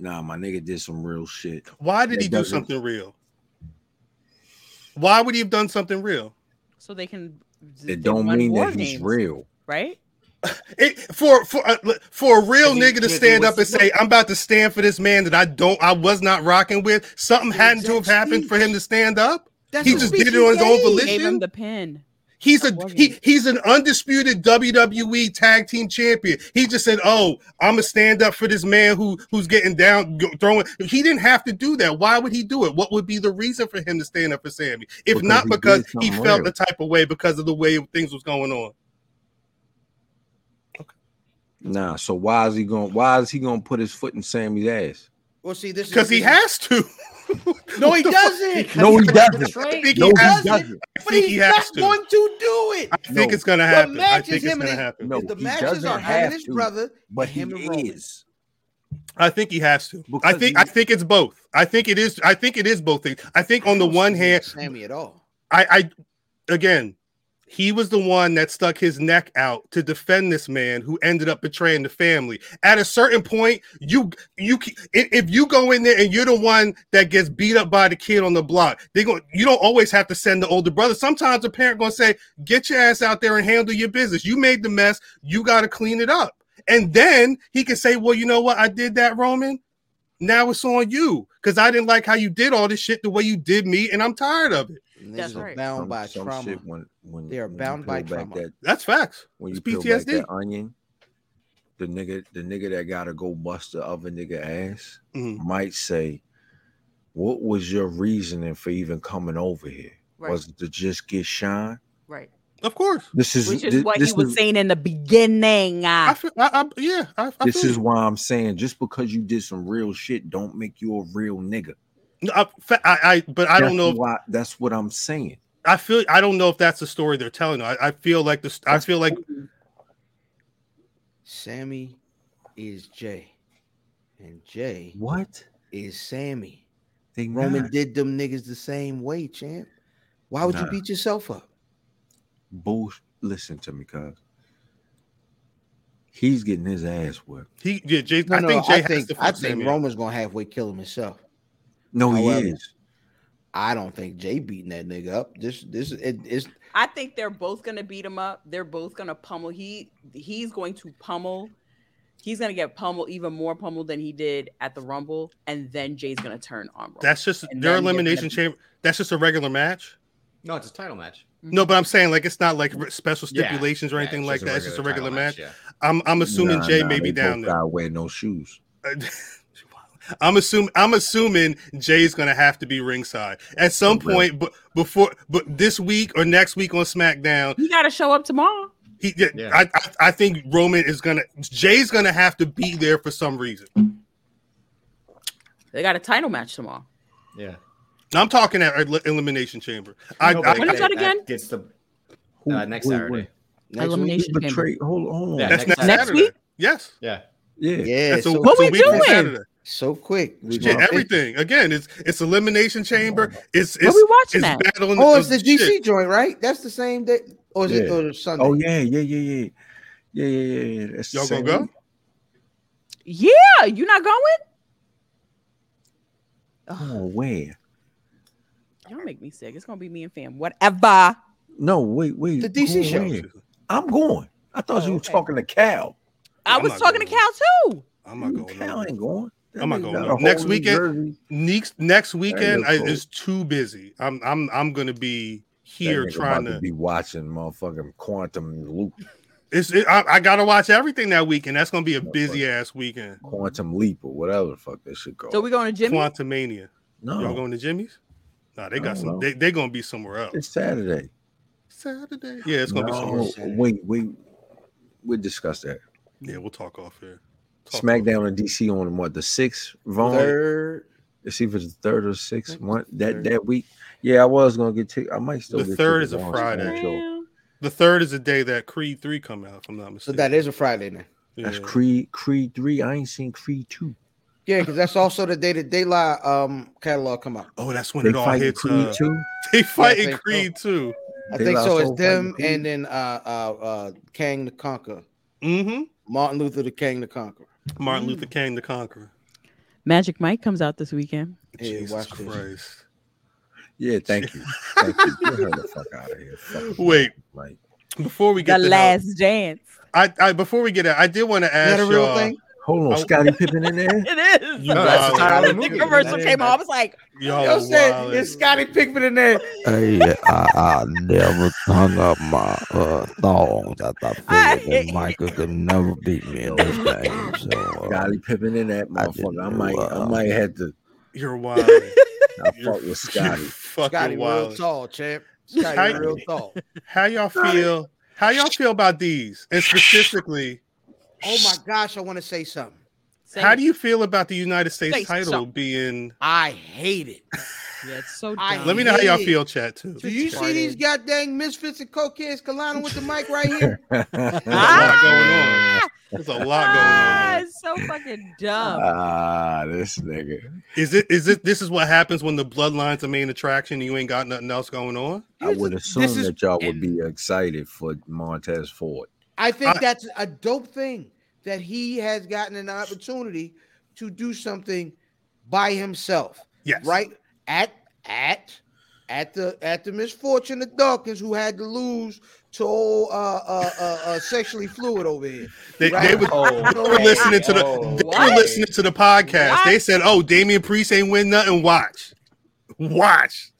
Speaker 5: Nah, my nigga did some real shit.
Speaker 1: why did
Speaker 5: That
Speaker 1: he do
Speaker 5: doesn't-
Speaker 1: something real why would he have done something real
Speaker 4: So they can. they
Speaker 5: It don't
Speaker 4: won
Speaker 5: mean
Speaker 4: War
Speaker 5: that he's
Speaker 4: Games,
Speaker 5: real.
Speaker 4: right?
Speaker 1: It, for for uh, for a real
Speaker 2: Because you
Speaker 1: nigga to
Speaker 2: can't do
Speaker 1: stand
Speaker 2: what's
Speaker 1: up and
Speaker 2: supposed-
Speaker 1: say I'm about to stand for this man that I don't I was not rocking with something hadn't to have
Speaker 10: Exact
Speaker 1: happened for him to stand up
Speaker 10: That's
Speaker 1: he
Speaker 10: the
Speaker 1: just
Speaker 10: speech
Speaker 1: did it on his own
Speaker 10: gave.
Speaker 1: volition
Speaker 4: Gave him the pin.
Speaker 1: he's a
Speaker 4: That wasn't
Speaker 1: he
Speaker 4: it.
Speaker 1: he's an undisputed WWE tag team champion he just said oh I'm gonna stand up for this man who who's getting down go- throwing he didn't have to do that why would he do it what would be the reason for him to stand up for Sammy if
Speaker 5: Because
Speaker 1: not
Speaker 5: he did
Speaker 1: because he
Speaker 5: something
Speaker 1: felt
Speaker 5: real.
Speaker 1: the type of way because of the way things was going on
Speaker 5: Nah, so why is he going why is he gonna put his foot in Sammy's ass?
Speaker 10: Well, see, this is-
Speaker 1: because he
Speaker 10: this is-
Speaker 1: has to
Speaker 10: No,
Speaker 1: What
Speaker 10: he
Speaker 1: the fuck?
Speaker 10: doesn't.
Speaker 5: No, he doesn't.
Speaker 1: I think
Speaker 5: No,
Speaker 1: he has
Speaker 5: he
Speaker 1: to.
Speaker 5: doesn't.
Speaker 1: I
Speaker 10: But
Speaker 1: think
Speaker 10: he's
Speaker 1: he
Speaker 10: not
Speaker 1: has to.
Speaker 10: going to do it.
Speaker 1: I think
Speaker 5: No.
Speaker 1: it's gonna
Speaker 10: The
Speaker 1: happen. I
Speaker 10: matches
Speaker 1: think it's
Speaker 10: him and
Speaker 1: gonna
Speaker 10: his-
Speaker 1: happen.
Speaker 5: No,
Speaker 10: If the
Speaker 5: he
Speaker 10: matches
Speaker 5: doesn't
Speaker 10: are him
Speaker 5: have
Speaker 10: and his
Speaker 5: to,
Speaker 10: brother,
Speaker 5: but
Speaker 10: and
Speaker 5: he
Speaker 10: him and Roman.
Speaker 5: is.
Speaker 1: I think he has to. I
Speaker 5: Because
Speaker 1: think
Speaker 5: he-
Speaker 1: I think it's both. I think it is. I think it is both things. I think on the
Speaker 10: I don't
Speaker 1: one
Speaker 10: see
Speaker 1: hand,
Speaker 10: Sammy at all.
Speaker 1: I, I again, he was the one that stuck his neck out to defend this man who ended up betraying the family. At a certain point, you you c- i- if you go in there and you're the one that gets beat up by the kid on the block, they go. You don't always have to send the older brother. Sometimes a parent gonna say, "Get your ass out there and handle your business. You made the mess. You got to clean it up." And then he can say, "Well, you know what? I did that, Roman." Now it's on you because I didn't like how you did all this shit the way you did me, and I'm tired of it.
Speaker 4: That's
Speaker 10: Niggas are
Speaker 4: right.
Speaker 10: Bound
Speaker 5: Some-
Speaker 10: by
Speaker 5: some
Speaker 10: trauma.
Speaker 5: shit when, when,
Speaker 10: They are
Speaker 5: when you
Speaker 10: bound by
Speaker 5: peel back
Speaker 10: trauma.
Speaker 5: That,
Speaker 1: That's facts.
Speaker 5: when you
Speaker 1: It's
Speaker 5: peel back
Speaker 1: PTSD.
Speaker 5: that onion, the nigga, the nigga that gotta go bust the other nigga ass
Speaker 1: Mhm.
Speaker 5: might say, What was your reasoning for even coming over here?
Speaker 4: Right.
Speaker 5: Was it to just get shine?
Speaker 4: Right.
Speaker 1: Of course.
Speaker 5: This is
Speaker 4: Which
Speaker 5: thi-
Speaker 4: is what
Speaker 5: this
Speaker 4: he was
Speaker 5: is,
Speaker 4: saying in the beginning.
Speaker 1: I
Speaker 4: Uh,
Speaker 1: feel, I, I, yeah, I, I
Speaker 5: This
Speaker 1: feel
Speaker 5: is why I'm saying just because you did some real shit don't make you a real nigga.
Speaker 1: you. No, I, fa- I, I, but I don't
Speaker 5: That's
Speaker 1: know. If,
Speaker 5: why that's what I'm saying.
Speaker 1: I feel, I don't know if that's the story they're telling. I, I feel like this. I feel like
Speaker 10: Sammy is Jay, and Jay
Speaker 5: What?
Speaker 10: is Sammy.
Speaker 5: They
Speaker 10: Roman
Speaker 5: not.
Speaker 10: did them niggas the same way, champ. Why would you
Speaker 5: Nah.
Speaker 10: beat yourself up?
Speaker 5: Bull, listen to me, cuz. He's getting his ass whipped.
Speaker 1: he, yeah, Jay,
Speaker 10: No,
Speaker 1: I
Speaker 10: no,
Speaker 1: think Jay
Speaker 10: I
Speaker 1: has
Speaker 10: think
Speaker 1: to
Speaker 10: I
Speaker 1: fight
Speaker 10: think
Speaker 1: Sammy.
Speaker 10: Roman's gonna halfway kill him himself.
Speaker 1: Oh,
Speaker 5: No,
Speaker 10: However,
Speaker 5: he is.
Speaker 10: I don't think Jay beating that nigga up. This this it, it's
Speaker 4: I think they're both gonna beat him up. They're both gonna pummel. He he's going to pummel He's gonna get pummeled, even more pummeled than he did at the Rumble, and then Jay's gonna turn on. Roman.
Speaker 1: That's just
Speaker 4: And
Speaker 1: their
Speaker 4: then you're
Speaker 1: elimination
Speaker 4: gonna-
Speaker 1: chamber. That's just a regular match.
Speaker 2: No, it's a title match.
Speaker 4: Mm-hmm.
Speaker 1: No, but I'm saying like it's not like r- special
Speaker 2: Yeah.
Speaker 1: stipulations or
Speaker 2: Yeah,
Speaker 1: anything
Speaker 2: it's
Speaker 1: like that. It's just a regular
Speaker 2: title
Speaker 1: match.
Speaker 2: yeah.
Speaker 1: I'm I'm assuming
Speaker 5: Nah,
Speaker 1: Jay
Speaker 5: nah,
Speaker 1: may be
Speaker 5: they
Speaker 1: down
Speaker 5: both
Speaker 1: there.
Speaker 5: gotta wear no shoes.
Speaker 1: I'm assuming I'm assuming Jay's gonna have to be ringside at some
Speaker 5: Really?
Speaker 1: point, but before but this week or next week on SmackDown,
Speaker 4: He gotta show up tomorrow.
Speaker 1: he
Speaker 2: Yeah.
Speaker 1: I, I I think Roman is gonna Jay's gonna have to be there for some reason.
Speaker 4: They got a title match tomorrow.
Speaker 2: Yeah.
Speaker 1: And I'm talking at El- Elimination Chamber. I,
Speaker 2: No,
Speaker 1: I,
Speaker 2: but
Speaker 4: When is
Speaker 2: that-
Speaker 4: that again?
Speaker 2: Gets the
Speaker 5: Who-
Speaker 2: uh, next
Speaker 5: who-
Speaker 2: Saturday.
Speaker 3: Next week?
Speaker 4: Elimination
Speaker 5: But
Speaker 4: chamber.
Speaker 5: Trey, hold on, hold on.
Speaker 2: Yeah,
Speaker 1: that's next,
Speaker 2: next
Speaker 4: Saturday.
Speaker 1: Saturday.
Speaker 4: Next week?
Speaker 1: Yes.
Speaker 2: Yeah.
Speaker 5: yeah.
Speaker 3: Yeah,
Speaker 1: That's a-
Speaker 3: so,
Speaker 4: What
Speaker 1: it's a
Speaker 4: we
Speaker 1: week from
Speaker 4: doing?
Speaker 1: Saturday.
Speaker 3: so quick. We
Speaker 1: Shit,
Speaker 3: gonna-
Speaker 1: everything again. It's it's elimination chamber. It's
Speaker 4: Where
Speaker 1: it's,
Speaker 4: we watching
Speaker 1: it's
Speaker 4: that?
Speaker 1: battle. in
Speaker 3: Oh, it's the
Speaker 1: shit.
Speaker 3: GC joint, right? That's the same day. Or is it
Speaker 5: Yeah.
Speaker 3: or the Sunday?
Speaker 5: Oh yeah, yeah, yeah, yeah, yeah, yeah, yeah. yeah. That's the
Speaker 1: Y'all gonna
Speaker 5: same
Speaker 1: go?
Speaker 5: week.
Speaker 4: Yeah, you not going?
Speaker 5: Oh where?
Speaker 4: Y'all make me sick. It's gonna be me and fam. Whatever.
Speaker 5: No, wait, wait.
Speaker 3: The DC
Speaker 5: go
Speaker 3: show.
Speaker 5: where? I'm going. I thought
Speaker 4: Oh,
Speaker 5: you were
Speaker 4: okay.
Speaker 5: talking to Cal.
Speaker 4: I
Speaker 1: I'm
Speaker 4: was
Speaker 1: not
Speaker 4: talking to
Speaker 1: going.
Speaker 4: Cal too.
Speaker 1: I'm not going.
Speaker 5: Cal
Speaker 1: nowhere.
Speaker 5: ain't going. That
Speaker 1: I'm not
Speaker 5: nigga
Speaker 1: going
Speaker 5: got a
Speaker 1: nowhere.
Speaker 5: whole
Speaker 1: Next
Speaker 5: New
Speaker 1: weekend-
Speaker 5: Jersey.
Speaker 1: Next next weekend I,
Speaker 5: cool.
Speaker 1: is too busy. I'm I'm I'm gonna be
Speaker 5: That
Speaker 1: here
Speaker 5: nigga
Speaker 1: trying
Speaker 5: about
Speaker 1: to.
Speaker 5: be watching motherfucking Quantum Loop,
Speaker 1: It's it, I, I gotta watch everything that weekend. That's gonna be a busy ass weekend.
Speaker 3: Mm-hmm.
Speaker 5: Quantum Leap, or whatever the fuck that shit called.
Speaker 4: So we going to Jimmy?
Speaker 1: Quantumania. Y'all
Speaker 5: no,
Speaker 1: going to Jimmy's? Nah, they
Speaker 5: Oh.
Speaker 1: got
Speaker 5: I don't
Speaker 1: some.
Speaker 5: know.
Speaker 1: They they gonna be somewhere else.
Speaker 5: it's Saturday.
Speaker 1: Saturday. Yeah, it's gonna be somewhere.
Speaker 5: no,
Speaker 1: else.
Speaker 5: wait, wait. We'll discuss that.
Speaker 1: Yeah, we'll talk off here. Talk
Speaker 5: SmackDown in DC on what the sixth? Vaughn.
Speaker 3: Third.
Speaker 5: It's either the third or sixth
Speaker 3: Think
Speaker 5: month
Speaker 3: it's the
Speaker 5: that
Speaker 3: third.
Speaker 5: that week. Yeah, I was gonna get tickets. I might still.
Speaker 1: The
Speaker 5: get
Speaker 1: third
Speaker 5: tickets
Speaker 1: is a
Speaker 5: on
Speaker 1: Friday.
Speaker 5: Show.
Speaker 4: Well,
Speaker 1: The third is the day that Creed three come out. If I'm not
Speaker 3: So
Speaker 1: mistaken.
Speaker 3: that is a Friday now.
Speaker 5: That's
Speaker 1: Yeah.
Speaker 5: Creed Creed three. I ain't seen Creed two.
Speaker 3: Yeah, because that's also the day that Daylight um catalog come out.
Speaker 1: Oh, that's when
Speaker 5: They
Speaker 1: it all
Speaker 5: fight
Speaker 1: hits.
Speaker 5: Creed
Speaker 1: uh,
Speaker 5: two.
Speaker 1: They fighting
Speaker 3: they-
Speaker 1: Creed too.
Speaker 3: I
Speaker 5: They
Speaker 3: think
Speaker 5: lost
Speaker 3: so. It's
Speaker 5: all fighting
Speaker 3: them
Speaker 5: Creed.
Speaker 3: and then uh uh uh Kang the Conqueror.
Speaker 1: Mm-hmm.
Speaker 3: Martin Luther the King the Conqueror. Mm.
Speaker 1: Martin Luther King the Conqueror.
Speaker 4: Magic Mike comes out this weekend.
Speaker 3: Yeah,
Speaker 1: Jesus
Speaker 3: watch this.
Speaker 1: Christ.
Speaker 5: Yeah, thank you. Thank you. Get her the fuck out of here. Fucking
Speaker 1: Wait.
Speaker 5: like
Speaker 1: Before we
Speaker 4: The
Speaker 1: get the
Speaker 4: last dance.
Speaker 1: I, I before we get it, I did want to
Speaker 3: Is
Speaker 1: ask
Speaker 3: that a real
Speaker 1: y'all,
Speaker 3: thing?
Speaker 5: hold on,
Speaker 1: I-
Speaker 5: Scotty Pippen in there.
Speaker 4: It is.
Speaker 1: You
Speaker 2: No,
Speaker 1: wild.
Speaker 2: that's the title of the
Speaker 4: the
Speaker 2: movie.
Speaker 4: commercial came on. I was like,
Speaker 1: Y'all,
Speaker 3: Yo, said
Speaker 1: wildin'.
Speaker 3: it's Scotty Pickford in there.
Speaker 12: Hey, I, I never hung up my uh, thongs. I thought
Speaker 4: I-
Speaker 12: Philip and Michael could never beat me in this game. So, uh,
Speaker 5: Scotty Pippen in that
Speaker 12: I didn't
Speaker 5: motherfucker. I,
Speaker 12: know,
Speaker 5: might I
Speaker 12: uh,
Speaker 5: might have to
Speaker 1: you're wild. You're,
Speaker 5: I fuck with Scotty.
Speaker 1: fucking
Speaker 3: Scotty real
Speaker 1: wild.
Speaker 3: tall, champ.
Speaker 1: Scotty.
Speaker 3: Scotty real tall.
Speaker 1: How y'all feel? How y'all feel about these? And specifically,
Speaker 3: Oh my gosh, I want to say something.
Speaker 4: say
Speaker 1: how
Speaker 4: it.
Speaker 1: do you feel about the United States
Speaker 4: Say
Speaker 1: title
Speaker 4: something.
Speaker 1: being?
Speaker 3: I hate it.
Speaker 4: Yeah, it's so
Speaker 3: I-
Speaker 4: dumb.
Speaker 1: Let me know how y'all
Speaker 3: Hey.
Speaker 1: feel, chat too.
Speaker 3: Do you see these goddamn misfits and cokeheads colliding with the mic right here?
Speaker 1: lot
Speaker 4: Ah!
Speaker 1: There's a lot going on.
Speaker 4: Ah,
Speaker 1: man.
Speaker 4: it's so fucking dumb.
Speaker 5: ah, this nigga.
Speaker 1: Is it? Is it? This is what happens when the bloodline's the main attraction. and You ain't got nothing else going on.
Speaker 5: I would assume
Speaker 3: This is-
Speaker 5: that y'all would be excited for Montez Ford.
Speaker 3: I think
Speaker 1: I-
Speaker 3: that's a dope thing that he has gotten an opportunity to do something by himself.
Speaker 1: Yes.
Speaker 3: Right at at at the at the misfortune of Dawkins who had to lose to old, uh, uh, uh, uh, sexually fluid over here.
Speaker 1: They,
Speaker 3: Right.
Speaker 1: they were,
Speaker 2: Oh,
Speaker 1: they were listening to the
Speaker 2: Oh,
Speaker 1: they
Speaker 4: what?
Speaker 1: were listening to the podcast.
Speaker 4: What?
Speaker 1: They said, "Oh, Damian Priest ain't win nothing. Watch, watch.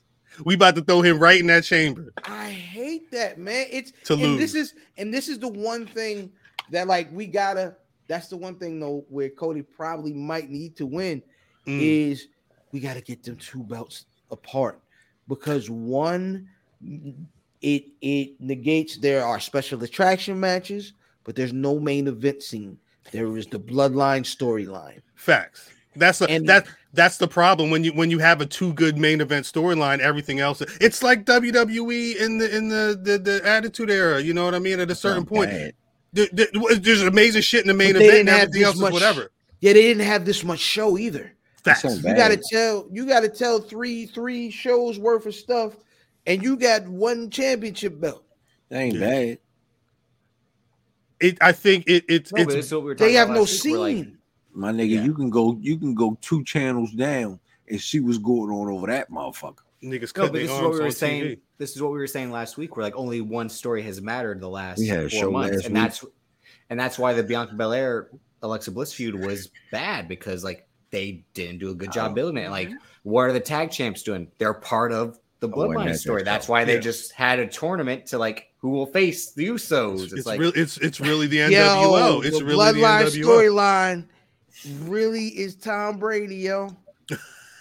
Speaker 1: We about to throw him right in that chamber."
Speaker 3: I hate that, man. It's
Speaker 1: To
Speaker 3: and
Speaker 1: lose.
Speaker 3: this is and this is the one thing that like we gotta. That's the one thing though where Cody probably might need to win
Speaker 1: Mm.
Speaker 3: is we gotta get them two belts apart because one it it negates there are special attraction matches, but there's no main event scene. There is the bloodline storyline.
Speaker 1: Facts. That's a,
Speaker 3: And-
Speaker 1: that that's the problem when you when you have a too good main event storyline. Everything else, it's like WWE in the in the the, the Attitude Era. You know what I mean? At a certain
Speaker 5: I'm
Speaker 1: point,
Speaker 5: bad.
Speaker 1: there- there- there's amazing shit in the main
Speaker 3: But they
Speaker 1: event, and
Speaker 3: didn't have
Speaker 1: everything
Speaker 3: this
Speaker 1: else is
Speaker 3: much-
Speaker 1: whatever.
Speaker 3: Yeah, they didn't have this much show either.
Speaker 1: Facts.
Speaker 5: It's
Speaker 3: You
Speaker 5: Bad.
Speaker 3: gotta tell you gotta tell three three shows worth of stuff, and you got one championship belt.
Speaker 5: That ain't
Speaker 1: Yeah.
Speaker 5: bad.
Speaker 1: It, I think it, it
Speaker 2: No,
Speaker 1: it's
Speaker 2: but it's what we were
Speaker 3: They
Speaker 2: talking
Speaker 3: have
Speaker 2: about
Speaker 3: no
Speaker 2: last week. We're like,
Speaker 3: scene.
Speaker 5: My nigga,
Speaker 2: Yeah.
Speaker 5: you can go you can go two channels down and see what's going on over that motherfucker.
Speaker 1: niggas
Speaker 2: No,
Speaker 1: cutting
Speaker 2: but this
Speaker 1: their
Speaker 2: is
Speaker 1: arms
Speaker 2: what we
Speaker 1: on
Speaker 2: were
Speaker 1: TV.
Speaker 2: saying. This is what we were saying last week. Where like only one story has mattered the last
Speaker 5: We had a
Speaker 2: four
Speaker 5: show
Speaker 2: months,
Speaker 5: last
Speaker 2: and
Speaker 5: week.
Speaker 2: that's and that's why the Bianca Belair Alexa Bliss feud was bad because like they didn't do a good
Speaker 5: Oh,
Speaker 2: job building it. Like, what are the tag champs doing? They're part of the
Speaker 5: Oh,
Speaker 2: bloodline
Speaker 1: that
Speaker 2: story.
Speaker 1: didn't
Speaker 2: That's
Speaker 1: help.
Speaker 2: why they
Speaker 1: Yeah.
Speaker 2: just had a tournament to like who will face the Usos. It's,
Speaker 1: It's,
Speaker 2: like
Speaker 1: real- it's it's really the
Speaker 3: Yo,
Speaker 1: NWO. it's
Speaker 3: the
Speaker 1: really
Speaker 3: bloodline
Speaker 1: the NWO.
Speaker 3: storyline. Really is Tom Brady, yo.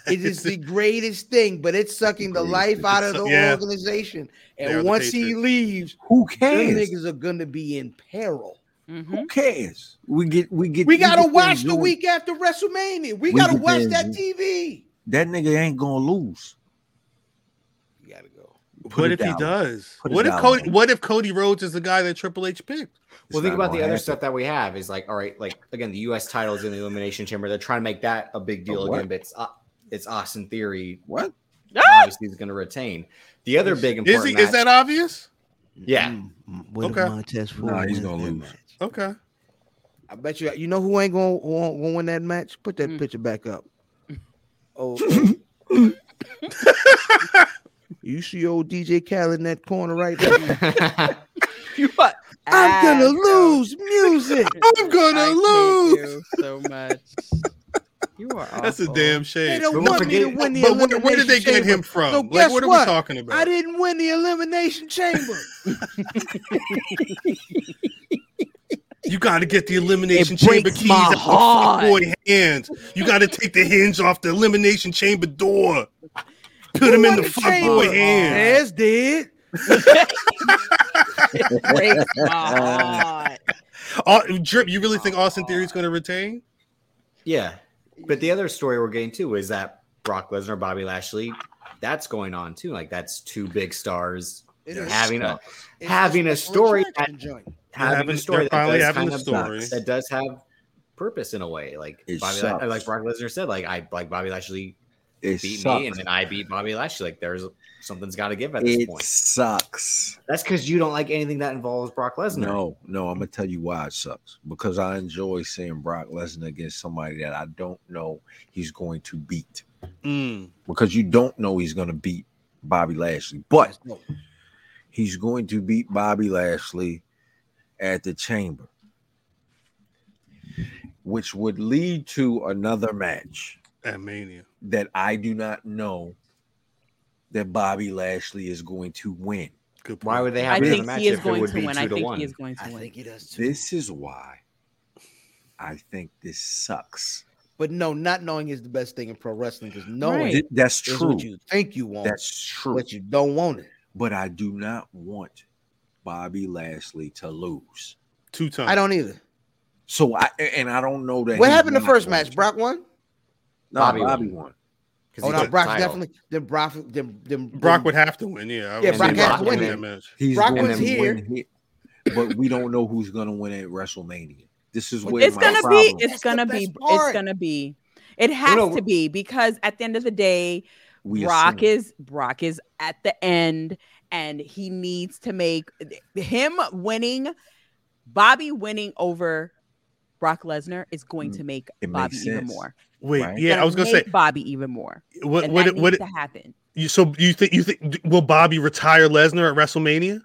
Speaker 3: It is the greatest thing, but it's sucking the life out of the
Speaker 1: Yeah.
Speaker 3: organization. And
Speaker 1: They're the
Speaker 3: once he
Speaker 1: Patriots.
Speaker 3: leaves,
Speaker 5: who
Speaker 3: them
Speaker 5: cares?
Speaker 3: niggas are gonna be in peril.
Speaker 4: Mm-hmm.
Speaker 5: Who cares? We get we get
Speaker 3: We gotta
Speaker 5: get
Speaker 3: watch the
Speaker 5: enjoy-
Speaker 3: week after WrestleMania. We,
Speaker 5: We
Speaker 3: gotta
Speaker 5: get
Speaker 3: watch
Speaker 5: to
Speaker 3: that
Speaker 5: enjoy-
Speaker 3: TV.
Speaker 5: That nigga ain't gonna lose.
Speaker 3: You gotta go.
Speaker 5: Put
Speaker 1: What
Speaker 5: a
Speaker 1: if he
Speaker 5: dollar.
Speaker 1: does?
Speaker 5: Put a
Speaker 1: what if
Speaker 5: dollar
Speaker 1: Cody?
Speaker 5: on it.
Speaker 1: What if Cody Rhodes is the guy that Triple H picked?
Speaker 2: well,
Speaker 5: It's
Speaker 2: think
Speaker 5: not
Speaker 2: about the
Speaker 5: gonna
Speaker 2: other
Speaker 5: happen.
Speaker 2: stuff that we have is like, all right, like again, the U.S. titles in the Elimination Chamber. They're trying to make that a big deal
Speaker 5: what?
Speaker 2: again, but it's uh, it's Austin Theory.
Speaker 5: What?
Speaker 4: Ah,
Speaker 2: Obviously, he's going to retain. The other big
Speaker 1: Oh! Is
Speaker 2: important
Speaker 1: he?
Speaker 2: match,
Speaker 1: Is that obvious?
Speaker 2: yeah,
Speaker 3: Mm-hmm.
Speaker 12: With
Speaker 1: Okay.
Speaker 12: a Montez Ford
Speaker 5: Nah, he's
Speaker 12: wins
Speaker 5: gonna
Speaker 12: that
Speaker 5: lose.
Speaker 12: match.
Speaker 1: Okay.
Speaker 3: I bet you. You know who ain't gonna, who ain't gonna win that match? Put that
Speaker 4: Hmm.
Speaker 3: picture back up. Oh, you see old DJ Khaled in that corner right there. Ah,
Speaker 4: You what?
Speaker 3: I'm gonna lose music.
Speaker 1: I'm gonna lose.
Speaker 4: so much. You are awful.
Speaker 1: That's a damn shame.
Speaker 3: They don't
Speaker 2: But
Speaker 3: want me to
Speaker 2: forget-
Speaker 3: win the
Speaker 1: But where,
Speaker 3: elimination
Speaker 1: where did they get
Speaker 3: chamber.
Speaker 1: him from?
Speaker 3: So
Speaker 1: like,
Speaker 3: guess
Speaker 1: what, are we
Speaker 3: what?
Speaker 1: talking about?
Speaker 3: I didn't win the elimination chamber.
Speaker 1: You got to get the elimination
Speaker 4: It
Speaker 1: chamber
Speaker 4: breaks
Speaker 1: keys
Speaker 4: my
Speaker 1: out the
Speaker 4: heart.
Speaker 1: fuckboy hands. You got to take the hinge off the elimination chamber door. Put him in
Speaker 3: won
Speaker 1: the
Speaker 3: the
Speaker 1: fuckboy
Speaker 3: chamber?
Speaker 1: hands.
Speaker 3: As did
Speaker 4: Breaks my heart.
Speaker 1: Au- Drip, you really think Austin Theory's going to retain?
Speaker 2: yeah. But the other story we're getting too is that Brock Lesnar, Bobby Lashley, that's going on too. Like that's two big stars
Speaker 3: It
Speaker 5: Yes.
Speaker 3: is-
Speaker 2: having a
Speaker 3: it's
Speaker 2: having a
Speaker 3: just
Speaker 2: story
Speaker 3: attraction joint.
Speaker 2: having,
Speaker 1: having-
Speaker 2: a story
Speaker 1: they're
Speaker 2: that
Speaker 1: finally
Speaker 2: does
Speaker 1: having
Speaker 2: kind
Speaker 1: a
Speaker 2: of
Speaker 1: story.
Speaker 2: that does have purpose in a way. Like
Speaker 5: It
Speaker 2: Bobby,
Speaker 5: sucks.
Speaker 2: La- like Brock Lesnar said, like I like Bobby Lashley
Speaker 5: It
Speaker 2: beat
Speaker 5: sucks.
Speaker 2: me, and then I beat Bobby Lashley. Like there's something's got to give at this
Speaker 5: it
Speaker 2: point.
Speaker 5: sucks.
Speaker 2: That's because you don't like anything that involves Brock Lesnar.
Speaker 5: No, no, I'm gonna tell you why it sucks because I enjoy seeing Brock Lesnar against somebody that I don't know he's going to beat because you don't know he's gonna beat Bobby Lashley, but he's going to beat Bobby Lashley at the chamber, which would lead to another match
Speaker 1: At Mania.
Speaker 5: that I do not know that Bobby Lashley is going to win.
Speaker 1: Good point.
Speaker 2: Why would they
Speaker 4: I
Speaker 2: have another
Speaker 4: think
Speaker 2: match
Speaker 4: he is
Speaker 2: if it
Speaker 4: going
Speaker 2: would
Speaker 4: to
Speaker 2: be
Speaker 4: win.
Speaker 2: two
Speaker 4: I
Speaker 2: to
Speaker 4: think
Speaker 2: one?
Speaker 4: he is going
Speaker 10: I
Speaker 4: to win.
Speaker 10: think it does too.
Speaker 5: This is why I think this sucks.
Speaker 3: But no, not knowing is the best thing in pro wrestling because knowing
Speaker 4: Right.
Speaker 5: Th- that's
Speaker 3: is
Speaker 5: true.
Speaker 3: what you think you want,
Speaker 5: That's true.
Speaker 3: but you don't want it.
Speaker 5: But I do not want Bobby Lashley to lose.
Speaker 1: Two times.
Speaker 3: I don't either.
Speaker 5: So I and I don't know that.
Speaker 3: What
Speaker 5: he's
Speaker 3: happened the
Speaker 5: not
Speaker 3: first
Speaker 5: going
Speaker 3: match?
Speaker 5: to.
Speaker 3: Brock won.
Speaker 5: No,
Speaker 2: Bobby
Speaker 5: Bobby,
Speaker 2: won.
Speaker 5: won.
Speaker 2: 'Cause
Speaker 3: Oh
Speaker 2: he
Speaker 3: no,
Speaker 2: took the
Speaker 3: Brock
Speaker 2: title.
Speaker 3: definitely. Then Brock. Then, then
Speaker 1: Brock would
Speaker 3: then-
Speaker 1: have to win. Yeah. I
Speaker 3: Yeah,
Speaker 1: would
Speaker 3: Brock
Speaker 1: say
Speaker 3: has to
Speaker 1: would
Speaker 3: win
Speaker 1: that
Speaker 3: it.
Speaker 1: match.
Speaker 5: He's
Speaker 3: Brock
Speaker 5: going
Speaker 3: was
Speaker 5: to
Speaker 3: here.
Speaker 5: win here, but we don't know who's going to win at WrestleMania. This is where
Speaker 4: It's
Speaker 5: my
Speaker 4: gonna
Speaker 5: problem.
Speaker 4: be. It's
Speaker 3: That's the
Speaker 4: gonna
Speaker 3: best
Speaker 4: be. It's
Speaker 3: part.
Speaker 4: gonna be. It has
Speaker 2: no,
Speaker 4: to be because at the end of the day,
Speaker 5: we
Speaker 4: Brock
Speaker 5: assume.
Speaker 4: is Brock is at the end, and he needs to make him winning, Bobby winning over Brock Lesnar is going to make
Speaker 5: It
Speaker 4: Bobby
Speaker 5: makes
Speaker 4: even
Speaker 5: sense.
Speaker 4: more.
Speaker 1: Wait.
Speaker 5: Right?
Speaker 4: It's
Speaker 1: Yeah. I was going to say,
Speaker 4: make Bobby even more.
Speaker 1: what,
Speaker 4: And
Speaker 1: what,
Speaker 4: that
Speaker 1: what,
Speaker 4: needs to happen.
Speaker 1: you, so you think, you think, will Bobby retire Lesnar at WrestleMania?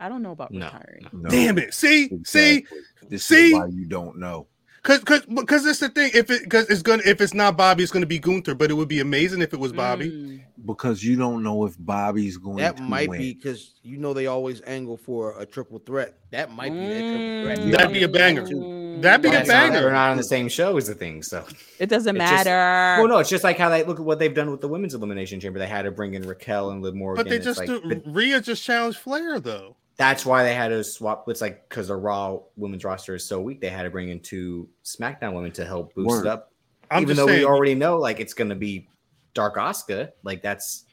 Speaker 4: I don't know about
Speaker 2: No,
Speaker 4: retiring.
Speaker 5: No,
Speaker 1: Damn it. See, see,
Speaker 5: exactly. This
Speaker 1: See?
Speaker 5: is why you don't know.
Speaker 1: Cause, cause, because it's the thing. If it, cause it's gonna, if it's not Bobby, it's gonna be Gunther. But it would be amazing if it was Bobby.
Speaker 4: Mm.
Speaker 5: because you don't know if Bobby's going
Speaker 3: That
Speaker 5: to
Speaker 3: might
Speaker 5: win.
Speaker 3: be because you know they always angle for a triple threat. That might be that triple
Speaker 4: Mm.
Speaker 3: threat.
Speaker 1: That'd be a banger. That'd be
Speaker 2: Well,
Speaker 1: a
Speaker 2: it's not-
Speaker 1: banger.
Speaker 2: They're not on the same show is the thing. So
Speaker 4: It doesn't
Speaker 2: It just-
Speaker 4: matter.
Speaker 2: well, Oh, no, it's just like how they look at what they've done with the women's elimination chamber. They had to bring in Raquel and Liv Morgan.
Speaker 1: But they
Speaker 2: It's
Speaker 1: just
Speaker 2: like,
Speaker 1: do,
Speaker 2: but
Speaker 1: Rhea just challenged Flair though.
Speaker 2: that's why they had to swap. It's like because the Raw women's roster is so weak, they had to bring in two SmackDown women to help boost
Speaker 5: Word.
Speaker 2: it up.
Speaker 1: I'm
Speaker 2: Even
Speaker 1: just
Speaker 2: though
Speaker 1: saying.
Speaker 2: we already know, like it's going to be Dark Oscar, like that's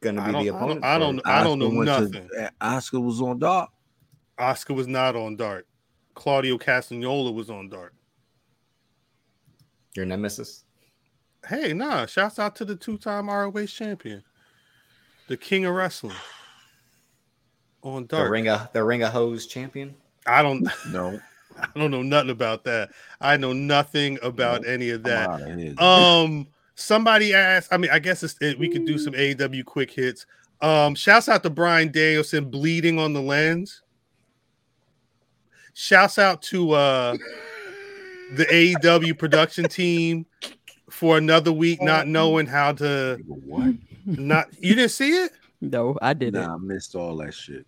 Speaker 2: going to
Speaker 1: I
Speaker 2: be
Speaker 1: don't, I
Speaker 2: the
Speaker 1: don't,
Speaker 2: opponent.
Speaker 1: I don't, I don't know
Speaker 5: went to-
Speaker 1: nothing.
Speaker 5: uh, Oscar was on dark.
Speaker 1: Oscar was not on Dark. Claudio Castagnoli was on Dark.
Speaker 2: Your nemesis.
Speaker 1: Hey, nah. Shouts out to the two-time ROH champion, the King of Wrestling. On
Speaker 2: The
Speaker 1: Dark.
Speaker 2: ring of the ring of hose champion.
Speaker 1: I don't,
Speaker 5: No,
Speaker 1: I don't know nothing about that. I know nothing about any of that.
Speaker 5: Come on, it is.
Speaker 1: Um, somebody asked. I mean, I guess it's, it, we could do some AEW quick hits. Um, shouts out to Brian Danielson bleeding on the lens. Shouts out to uh the AEW production team for another week, not knowing how to
Speaker 5: what?
Speaker 1: Not you didn't see it?
Speaker 4: No, I didn't.
Speaker 5: Nah, I missed all that shit.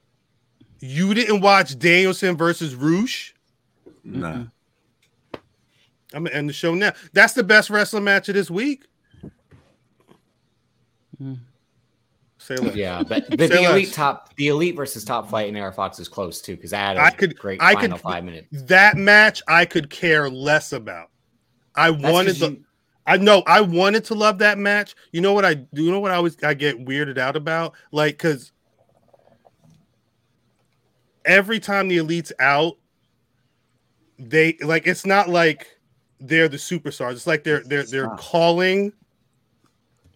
Speaker 1: You didn't watch Danielson versus Roosh?
Speaker 5: Nah.
Speaker 1: I'm gonna end the show now. That's the best wrestling match of this week. Say less.
Speaker 2: Yeah, but,
Speaker 1: Say
Speaker 2: but the
Speaker 1: less.
Speaker 2: elite top, the elite versus top flight and Air Fox is close too because I had a
Speaker 1: I could-
Speaker 2: great
Speaker 1: I
Speaker 2: final
Speaker 1: could-
Speaker 2: five minutes.
Speaker 1: that match I could care less about. I wanted
Speaker 2: 'cause
Speaker 1: the
Speaker 2: you-
Speaker 1: I know I wanted to love that match. You know what I you know what I always I get weirded out about? Like cuz every time the elite's out, they like it's not like they're the superstars. It's like they're they're they're calling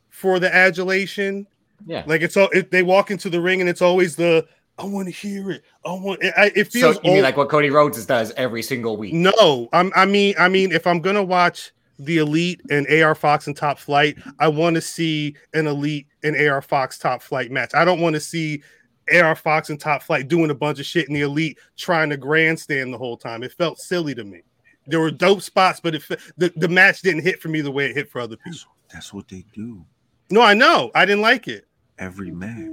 Speaker 1: for the adulation.
Speaker 2: Yeah.
Speaker 1: Like it's all it, they walk into the ring and it's always the I want to hear it. I want it. I- It
Speaker 2: So
Speaker 1: feels
Speaker 2: you mean
Speaker 1: old-
Speaker 2: like what Cody Rhodes does every single week?
Speaker 1: no, I'm, I mean, I mean, if I'm gonna watch the Elite and AR Fox and Top Flight, I want to see an Elite and AR Fox Top Flight match. I don't want to see AR Fox and Top Flight doing a bunch of shit in the Elite trying to grandstand the whole time. It felt silly to me. There were dope spots, but it, fe- the the match didn't hit for me the way it hit for other people.
Speaker 5: That's what they do
Speaker 1: No, I know, I didn't like it.
Speaker 5: every match.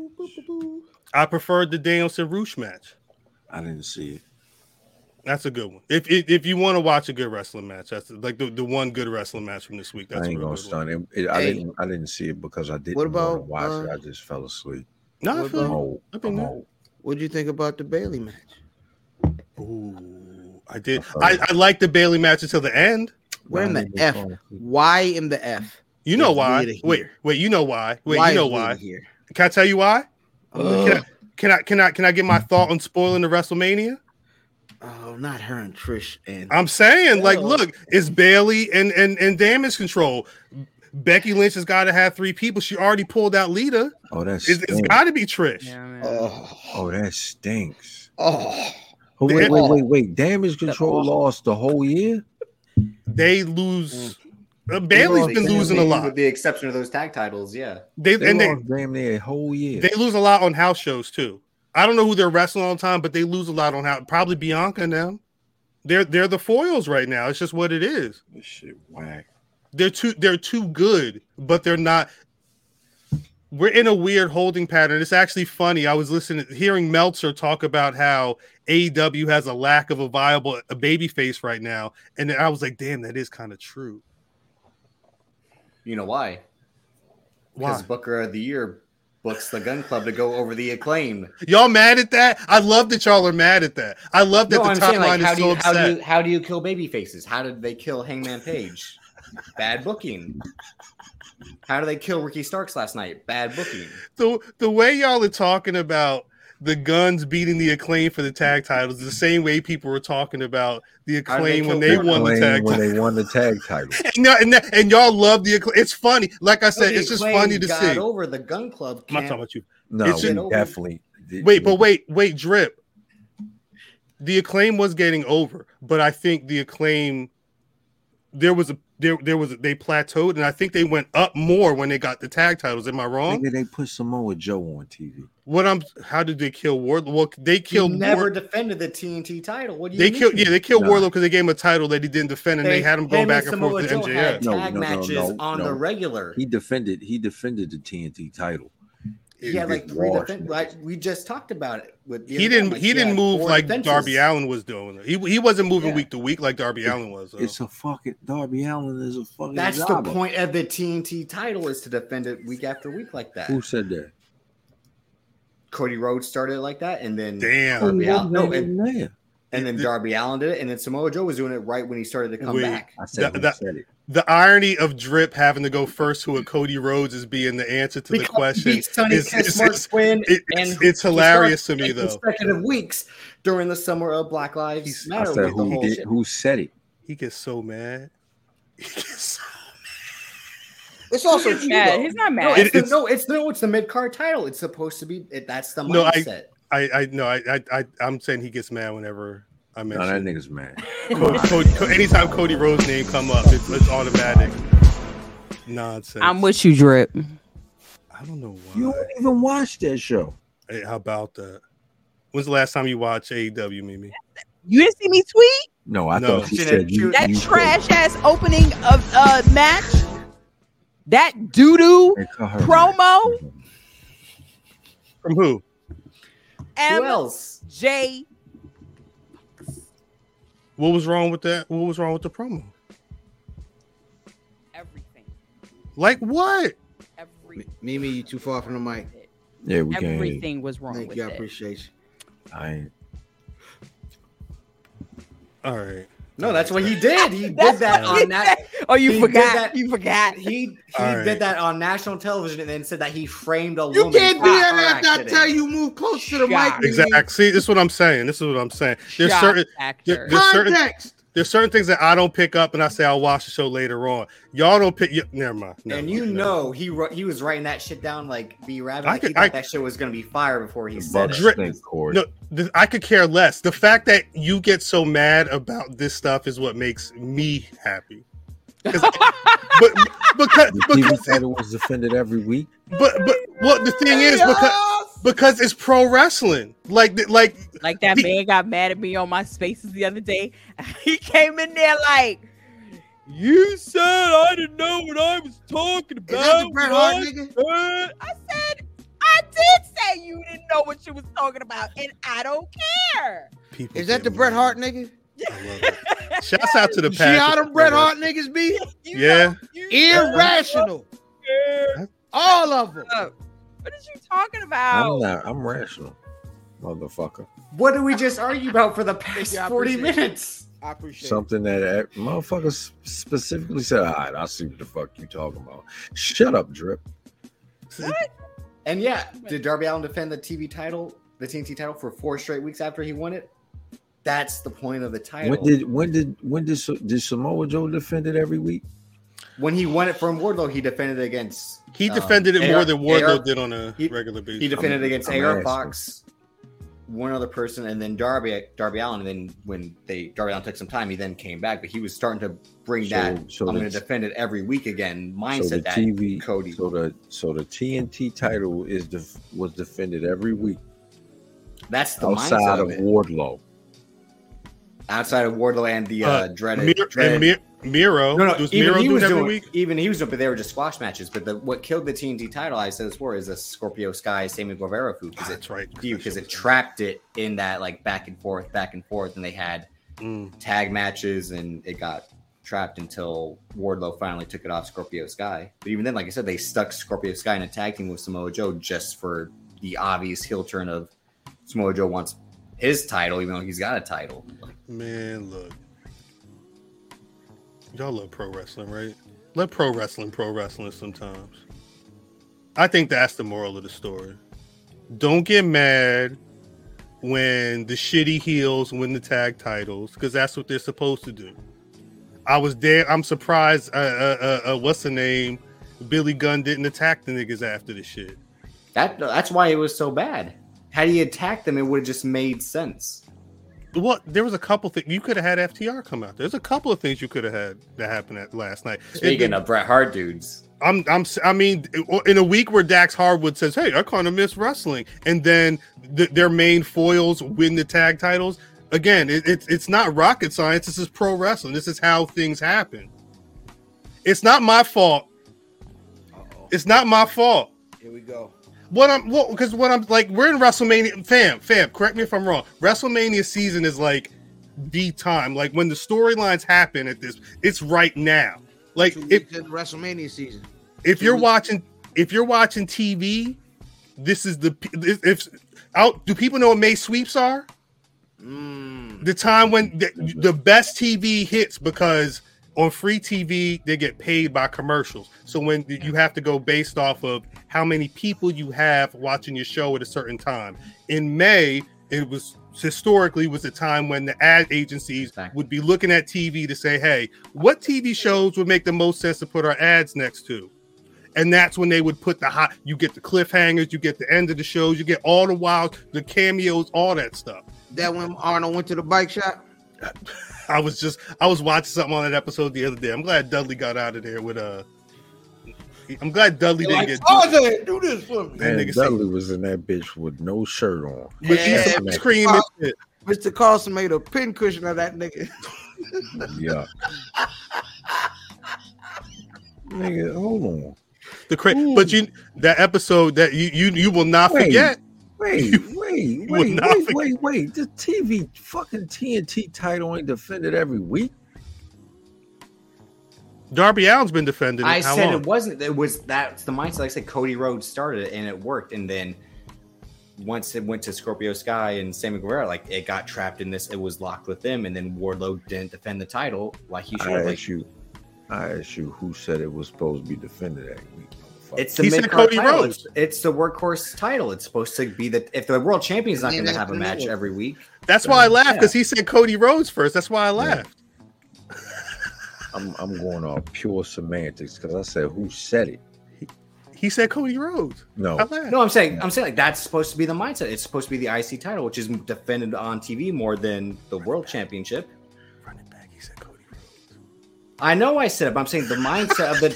Speaker 1: I preferred the Danielson Roosh match.
Speaker 5: I didn't see it.
Speaker 1: That's a good one. If if, if you want to watch a good wrestling match, that's like the, the one good wrestling match from this week. That's
Speaker 5: I
Speaker 1: a
Speaker 5: ain't
Speaker 1: real
Speaker 5: gonna
Speaker 1: good one.
Speaker 5: stun it. it I
Speaker 10: Hey.
Speaker 5: didn't. I didn't see it because I didn't
Speaker 10: What
Speaker 5: wanna
Speaker 10: about,
Speaker 5: watch it.
Speaker 10: uh,
Speaker 5: I just fell asleep.
Speaker 1: No, I
Speaker 10: What
Speaker 1: feel
Speaker 10: about-
Speaker 1: you.
Speaker 5: Oh,
Speaker 1: I've been
Speaker 5: I'm
Speaker 1: there.
Speaker 5: old.
Speaker 10: What'd you think about the Bailey match?
Speaker 1: Ooh, I did.
Speaker 5: Uh-oh.
Speaker 1: I, I liked the Bailey match until the end.
Speaker 10: Where in
Speaker 5: Why
Speaker 10: the
Speaker 5: did they
Speaker 10: F?
Speaker 5: fall asleep?
Speaker 10: Why in the F?
Speaker 1: You know
Speaker 10: It's
Speaker 1: why?
Speaker 10: Lita here.
Speaker 1: Wait, wait. You know why? Wait,
Speaker 10: why
Speaker 1: you know
Speaker 10: is Lita
Speaker 1: why?
Speaker 10: Here?
Speaker 1: Can I tell you why?
Speaker 10: Ugh.
Speaker 3: Oh,
Speaker 1: Can I, can I can I can I get my thought on spoiling the WrestleMania?
Speaker 10: Oh, not her and Trish and
Speaker 1: I'm saying, like,
Speaker 10: Oh.
Speaker 1: look, it's Bailey and and and damage control. Becky Lynch has got to have three people. She already pulled out Lita.
Speaker 5: Oh, that
Speaker 1: It's,
Speaker 5: stinks.
Speaker 1: it's got to be Trish.
Speaker 4: Yeah, man.
Speaker 3: Uh,
Speaker 10: oh,
Speaker 5: oh, that stinks.
Speaker 10: oh.
Speaker 5: Oh, wait,
Speaker 1: Damn.
Speaker 5: wait, wait, wait. Damage control lost the whole year.
Speaker 1: They lose. Uh, Bailey's been losing a lot.
Speaker 2: with the exception of those tag titles. Yeah,
Speaker 1: They
Speaker 5: They
Speaker 1: and they
Speaker 5: lost damn near a whole year.
Speaker 1: They lose a lot on house shows too. I don't know who they're wrestling all the time, but they lose a lot on how probably Bianca and them. They're they're the foils right now. It's just what it is.
Speaker 5: this shit whack.
Speaker 1: They're too they're too good, but they're not. We're in a weird holding pattern. It's actually funny. I was listening, hearing Meltzer talk about how AEW has a lack of a viable a baby face right now, and I was like, damn, that is kind of true.
Speaker 2: you know why?
Speaker 1: Why?
Speaker 2: Because Booker of the Year books the Gun Club to go over the acclaim.
Speaker 1: Y'all mad at that? I love that y'all are mad at that. I love that
Speaker 2: No,
Speaker 1: the
Speaker 2: I'm
Speaker 1: top
Speaker 2: saying like
Speaker 1: line
Speaker 2: how
Speaker 1: is
Speaker 2: do
Speaker 1: so
Speaker 2: you how
Speaker 1: upset.
Speaker 2: do you how do you kill baby faces? How did they kill Hangman Page? Bad booking. How do they kill Ricky Starks last night? Bad booking.
Speaker 1: the the way y'all are talking about the guns beating the acclaim for the tag titles is the same way people were talking about the
Speaker 2: How did they
Speaker 1: acclaim when
Speaker 2: kill
Speaker 1: they
Speaker 2: Warner?
Speaker 1: won the
Speaker 5: Claim
Speaker 1: tag
Speaker 5: when
Speaker 1: title.
Speaker 5: they won the tag title.
Speaker 1: And, y'all- and, that- and y'all love the acclaim. It's funny. Like I said,
Speaker 2: The
Speaker 1: it's just
Speaker 2: Acclaim
Speaker 1: funny to
Speaker 2: got
Speaker 1: see.
Speaker 2: over the Gun Club.
Speaker 1: I'm not
Speaker 2: can't-
Speaker 1: talking about you.
Speaker 5: No,
Speaker 1: It's
Speaker 5: we
Speaker 2: just-
Speaker 5: definitely. did-
Speaker 1: Wait, but wait, wait, drip. The acclaim was getting over, but I think the acclaim there was a there there was a, they plateaued, and I think they went up more when they got the tag titles. Am I wrong?
Speaker 5: Nigga, they put Samoa Joe on TV.
Speaker 1: What I'm how did they kill Wardlow? Well, they
Speaker 2: He
Speaker 1: killed
Speaker 2: never
Speaker 1: Ward-
Speaker 2: defended the TNT title. What do you
Speaker 1: They
Speaker 2: mean?
Speaker 1: killed, yeah, they killed
Speaker 5: Nah.
Speaker 1: Warlow because they gave him a title that he didn't defend, and they, had him go
Speaker 2: him
Speaker 1: back and
Speaker 2: Samoa
Speaker 1: forth with
Speaker 2: Joe
Speaker 1: MJF.
Speaker 2: had
Speaker 5: No,
Speaker 2: tag
Speaker 5: no, no,
Speaker 2: matches
Speaker 5: no,
Speaker 2: on
Speaker 5: no.
Speaker 2: the regular.
Speaker 5: He defended. He defended the TNT title.
Speaker 2: He had like
Speaker 5: He
Speaker 2: three
Speaker 5: washed
Speaker 2: defense.
Speaker 5: niggas.
Speaker 2: Like we just talked about it. With the
Speaker 1: He
Speaker 2: other
Speaker 1: didn't,
Speaker 2: night.
Speaker 1: he didn't
Speaker 2: had
Speaker 1: move
Speaker 2: four
Speaker 1: like
Speaker 2: defenses.
Speaker 1: Darby Allen was doing. He he wasn't moving
Speaker 2: Yeah.
Speaker 1: week to week like Darby Allen was. so.
Speaker 5: It's a fucking Darby Allen is a fucking.
Speaker 2: That's the
Speaker 5: jobber.
Speaker 2: point of the TNT title is to defend it week after week like that.
Speaker 5: Who said that?
Speaker 2: Cody Rhodes started it like that, and then
Speaker 1: Damn,
Speaker 2: Darby Allen, no,
Speaker 5: Wasn't
Speaker 2: and,
Speaker 5: there.
Speaker 2: and then Darby Allen did it, and then Samoa Joe was doing it right when he started to come
Speaker 1: Wait.
Speaker 2: back.
Speaker 5: I said,
Speaker 1: That-
Speaker 5: who
Speaker 1: that-
Speaker 5: said it?
Speaker 1: the irony of Drip having to go first, who a Cody Rhodes is being the answer to the
Speaker 2: Because
Speaker 1: question,
Speaker 2: he beat Sonny
Speaker 1: is-
Speaker 2: Kiss,
Speaker 1: is-
Speaker 2: Mark
Speaker 1: is-
Speaker 2: Quinn,
Speaker 1: it-
Speaker 2: and
Speaker 1: it's- it's
Speaker 2: he
Speaker 1: hilarious
Speaker 2: started
Speaker 1: to me, though.
Speaker 2: Consecutive weeks during the summer of Black Lives
Speaker 5: I
Speaker 2: Matter.
Speaker 5: said
Speaker 2: with the
Speaker 5: who
Speaker 2: whole
Speaker 5: did?
Speaker 2: shit.
Speaker 5: Who said it?
Speaker 1: He gets so mad. He gets so-
Speaker 10: It's also
Speaker 4: He's
Speaker 10: true.
Speaker 4: mad.
Speaker 10: Though.
Speaker 4: He's not
Speaker 2: No,
Speaker 4: mad.
Speaker 2: it's,
Speaker 1: It-
Speaker 2: the,
Speaker 1: it's-
Speaker 2: no, it's no, it's the mid card title. It's supposed to be. It, that's the
Speaker 1: No, I-
Speaker 2: mindset.
Speaker 1: I I no, I I I I'm saying he gets mad whenever I
Speaker 5: No, that
Speaker 1: mention
Speaker 5: nigga's mad.
Speaker 1: Cody, Cody, Co- anytime Cody Rhodes name come up, it's, it's automatic nonsense.
Speaker 4: I'm with you, Drip.
Speaker 1: I don't know why.
Speaker 5: You don't even watch that show.
Speaker 1: Hey, how about that? When's the last time you watched AEW, E Mimi?
Speaker 4: You didn't see me tweet?
Speaker 5: No, I
Speaker 1: No.
Speaker 5: thought she said you.
Speaker 4: that
Speaker 5: you said-
Speaker 4: trash ass opening of uh match, that doo doo
Speaker 5: Hey, cut her, man.
Speaker 4: promo,
Speaker 1: From who?
Speaker 2: Who
Speaker 4: M
Speaker 2: else?
Speaker 4: J
Speaker 1: What was wrong with that? What was wrong with the promo?
Speaker 4: everything,
Speaker 1: Like what?
Speaker 4: everything,
Speaker 10: Mimi, you too far from the mic.
Speaker 5: Yeah, we can't. hear you.
Speaker 4: everything was wrong
Speaker 10: Thank
Speaker 4: with
Speaker 10: you. I
Speaker 4: it.
Speaker 10: appreciate you.
Speaker 5: I ain't.
Speaker 1: All right.
Speaker 2: No, that's what he did. He
Speaker 4: That's
Speaker 2: did that
Speaker 4: what he
Speaker 2: on that.
Speaker 4: Oh, you
Speaker 2: He did
Speaker 4: forgot.
Speaker 2: that-
Speaker 4: You forgot.
Speaker 2: He he
Speaker 1: All right.
Speaker 2: did that on national television and then said that he framed a
Speaker 10: You
Speaker 2: woman.
Speaker 10: can't do
Speaker 2: for a
Speaker 10: that
Speaker 2: car
Speaker 10: after I
Speaker 2: accident.
Speaker 10: tell you move close to the
Speaker 4: Shock.
Speaker 10: mic. Mimi.
Speaker 1: Exactly. See, this is what I'm saying. This is what I'm saying. There's
Speaker 4: Shock
Speaker 1: certain
Speaker 4: actor.
Speaker 1: There's certain-
Speaker 10: Context.
Speaker 1: there's certain things that I don't pick up, and I say I'll watch the show later on. Y'all don't pick. Y- never mind. never
Speaker 2: And
Speaker 1: mind,
Speaker 2: you
Speaker 1: never
Speaker 2: know he wrote, he was writing that shit down like B Rabbit.
Speaker 1: I
Speaker 2: Like, he
Speaker 1: could-
Speaker 2: thought
Speaker 1: I-
Speaker 2: that shit was gonna be fire before he
Speaker 5: The
Speaker 2: said
Speaker 5: Bucks
Speaker 2: it.
Speaker 1: Dri-
Speaker 5: stink, Corey.
Speaker 1: No, th- I could care less. The fact that you get so mad about this stuff is what makes me happy. 'Cause- but because
Speaker 5: The TV
Speaker 1: because
Speaker 5: title was defended every week.
Speaker 1: but but well the thing is because because it's pro wrestling like th- like
Speaker 4: Like that
Speaker 1: He-
Speaker 4: man got mad at me on my spaces the other day. He came in there like, "You said I didn't know what I was talking
Speaker 10: Is that
Speaker 4: about."
Speaker 10: the Bret
Speaker 4: what Uh,
Speaker 10: Hart nigga?
Speaker 4: the-" I said, "I did say you didn't know what you was talking about, and I don't care."
Speaker 1: people
Speaker 10: Is that
Speaker 1: get
Speaker 10: the Bret
Speaker 1: mad.
Speaker 10: Hart nigga?
Speaker 1: I love it. Shouts out to the
Speaker 10: See
Speaker 1: past.
Speaker 10: how them Bret Hart niggas be?
Speaker 4: You
Speaker 1: Yeah.
Speaker 4: don't- you
Speaker 10: Irrational. All of them.
Speaker 4: don't- What is you talking
Speaker 5: I'm
Speaker 4: about?
Speaker 5: not. I'm rational, motherfucker.
Speaker 2: What did we just argue about for the past
Speaker 10: Yeah, I
Speaker 2: forty
Speaker 10: appreciate it.
Speaker 2: minutes?
Speaker 10: I appreciate it.
Speaker 5: Something that that motherfucker s- specifically said. All right, I see what the fuck you talking about. Shut up, drip.
Speaker 2: And yeah, did Darby Allen defend the TV title, the TNT title, for four straight weeks after he won it? That's the point of the title.
Speaker 5: When did when did when did Sa- did Samoa Joe defend it every week?
Speaker 2: When he won it from Wardlow, he defended it against.
Speaker 1: He
Speaker 2: um,
Speaker 1: defended it more
Speaker 2: AR
Speaker 1: than Wardlow
Speaker 2: AR
Speaker 1: did on a
Speaker 2: he-
Speaker 1: regular basis.
Speaker 2: He defended
Speaker 5: I'm-
Speaker 2: against
Speaker 5: I'm
Speaker 2: AR
Speaker 5: asking.
Speaker 2: Fox, one other person, and then Darby Darby Allen. And then when they Darby Allen took some time, he then came back. But he was starting to bring
Speaker 5: So-
Speaker 2: that.
Speaker 5: so
Speaker 2: I'm
Speaker 5: the-
Speaker 2: going to defend it every week again. Mindset
Speaker 5: so the
Speaker 2: that
Speaker 5: TV,
Speaker 2: Cody.
Speaker 5: so the so the TNT title is def, was defended every week
Speaker 2: That's the
Speaker 5: outside
Speaker 2: mindset
Speaker 5: of
Speaker 2: of it.
Speaker 5: Wardlow.
Speaker 2: outside of Wardlow and the uh,
Speaker 1: Uh,
Speaker 2: dreaded.
Speaker 1: Mir-
Speaker 2: dreaded-
Speaker 1: and Mir- Miro.
Speaker 2: no, no,
Speaker 1: does
Speaker 2: even
Speaker 1: Miro
Speaker 2: he
Speaker 1: do it
Speaker 2: was
Speaker 1: every
Speaker 2: doing.
Speaker 1: week?
Speaker 2: Even he was doing, but they were just squash matches. But the, what killed the TNT title, I said this war, is a Scorpio Sky Sammy Guevara food
Speaker 1: Ah,
Speaker 2: because it
Speaker 1: that's right.
Speaker 2: because it trapped it in that like back and forth, back and forth, and they had
Speaker 1: Mm.
Speaker 2: tag matches and it got trapped until Wardlow finally took it off Scorpio Sky. But even then, like I said, they stuck Scorpio Sky in a tag team with Samoa Joe just for the obvious heel turn of Samoa Joe wants his title, even though he's got a title.
Speaker 1: Man, look. Y'all love pro wrestling, right? Let pro wrestling pro wrestling sometimes. I think that's the moral of the story. Don't get mad when the shitty heels win the tag titles because that's what they're supposed to do. I was there. I'm surprised. Uh, uh, uh, uh, what's the name? Billy Gunn didn't attack the niggas after the shit.
Speaker 2: That that's why it was so bad. Had he attacked them, it would have just made sense.
Speaker 1: Well, there was a couple things you could have had FTR come out. There's a couple of things you could have had that happened at last night.
Speaker 2: Speaking of Bret Hart dudes,
Speaker 1: I'm, I'm, I mean, in a week where Dax Harwood says, "Hey, I kind of miss wrestling," and then th- their main foils win the tag titles again. It, it's it's not rocket science. This is pro wrestling. This is how things happen. It's not my fault. It's not my fault.
Speaker 10: Here we go.
Speaker 1: What I'm, what because what I'm like, we're in WrestleMania, fam, fam. Correct me if I'm wrong. WrestleMania season is like the time, like when the storylines happen at this. It's right now. Like
Speaker 10: Two
Speaker 1: if
Speaker 10: weeks in WrestleMania season.
Speaker 1: if you're
Speaker 10: Mhm.
Speaker 1: watching if you're watching TV, this is the p- this- if out do people know what May sweeps are?
Speaker 10: Mm.
Speaker 1: The time when the, the best TV hits because on free TV they get paid by commercials. So when you have to go based off of how many people you have watching your show at a certain time. In May, it was historically was the time when the ad agencies
Speaker 2: Exactly.
Speaker 1: would be looking at TV to say, "Hey, what TV shows would make the most sense to put our ads next to?" and that's when they would put the hot you get the cliffhangers you get the end of the shows you get all the wild the cameos all that stuff
Speaker 10: That when Arnold went to the bike shop.
Speaker 1: i was just i was watching something on that episode the other day i'm glad dudley got out of there with uh i'm glad dudley didn't
Speaker 10: Like,
Speaker 1: get
Speaker 10: Tarzan, do this for me.
Speaker 1: that
Speaker 5: And
Speaker 1: nigga
Speaker 5: Dudley was in that bitch with no shirt on.
Speaker 1: with
Speaker 10: Yeah,
Speaker 1: ice cream and shit.
Speaker 13: Mr. Carlson made a pincushion of that nigga.
Speaker 5: Yeah. Nigga, hold on.
Speaker 1: The cra- but you that episode that you you, you will not
Speaker 5: Wait,
Speaker 1: forget.
Speaker 5: Wait,
Speaker 1: You
Speaker 5: wait,
Speaker 1: will
Speaker 5: wait,
Speaker 1: not
Speaker 5: wait,
Speaker 1: forget.
Speaker 5: wait, wait. The TV fucking TNT title ain't defended every week.
Speaker 1: Darby Allen's been defending. it.
Speaker 2: I
Speaker 1: How
Speaker 2: said
Speaker 1: long?
Speaker 2: it wasn't. It was that's the mindset. I said Cody Rhodes started it and it worked, and then once it went to Scorpio Sky and Sammy Guevara, like it got trapped in this. It was locked with them, and then Wardlow didn't defend the title like he should.
Speaker 5: I
Speaker 2: have. Like,
Speaker 5: asked you, I asked you who said it was supposed to be defended every week. motherfucker.
Speaker 2: it's the mid title. It's, it's the workhorse title. It's supposed to be that if the world champion's not going to have a match every week,
Speaker 1: That's why I laughed because he said Cody Rhodes first. That's why I laughed.
Speaker 5: I'm, I'm going off pure semantics because I said who said it.
Speaker 1: He said Cody Rhodes.
Speaker 5: No,
Speaker 1: I laughed.
Speaker 2: No, I'm saying I'm saying like that's supposed to be the mindset. It's supposed to be the IC title, which is defended on TV more than the World Championship. I know I said it, but I'm saying the mindset of the.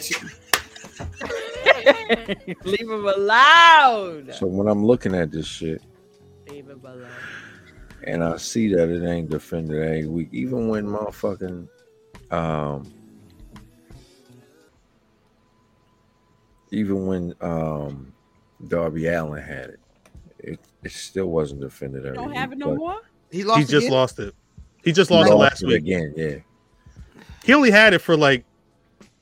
Speaker 2: T-
Speaker 4: Leave him alone.
Speaker 5: So when I'm looking at this shit
Speaker 4: Leave him alone.
Speaker 5: and I see that it ain't defended every week, even when motherfucking um even when um Darby Allen had it, it, it still wasn't defended every
Speaker 4: Don't
Speaker 5: week.
Speaker 4: have it no
Speaker 5: but
Speaker 4: more.
Speaker 13: He
Speaker 1: he just lost it. He just
Speaker 5: he
Speaker 1: lost it last week.
Speaker 5: again, yeah.
Speaker 1: He only had it for like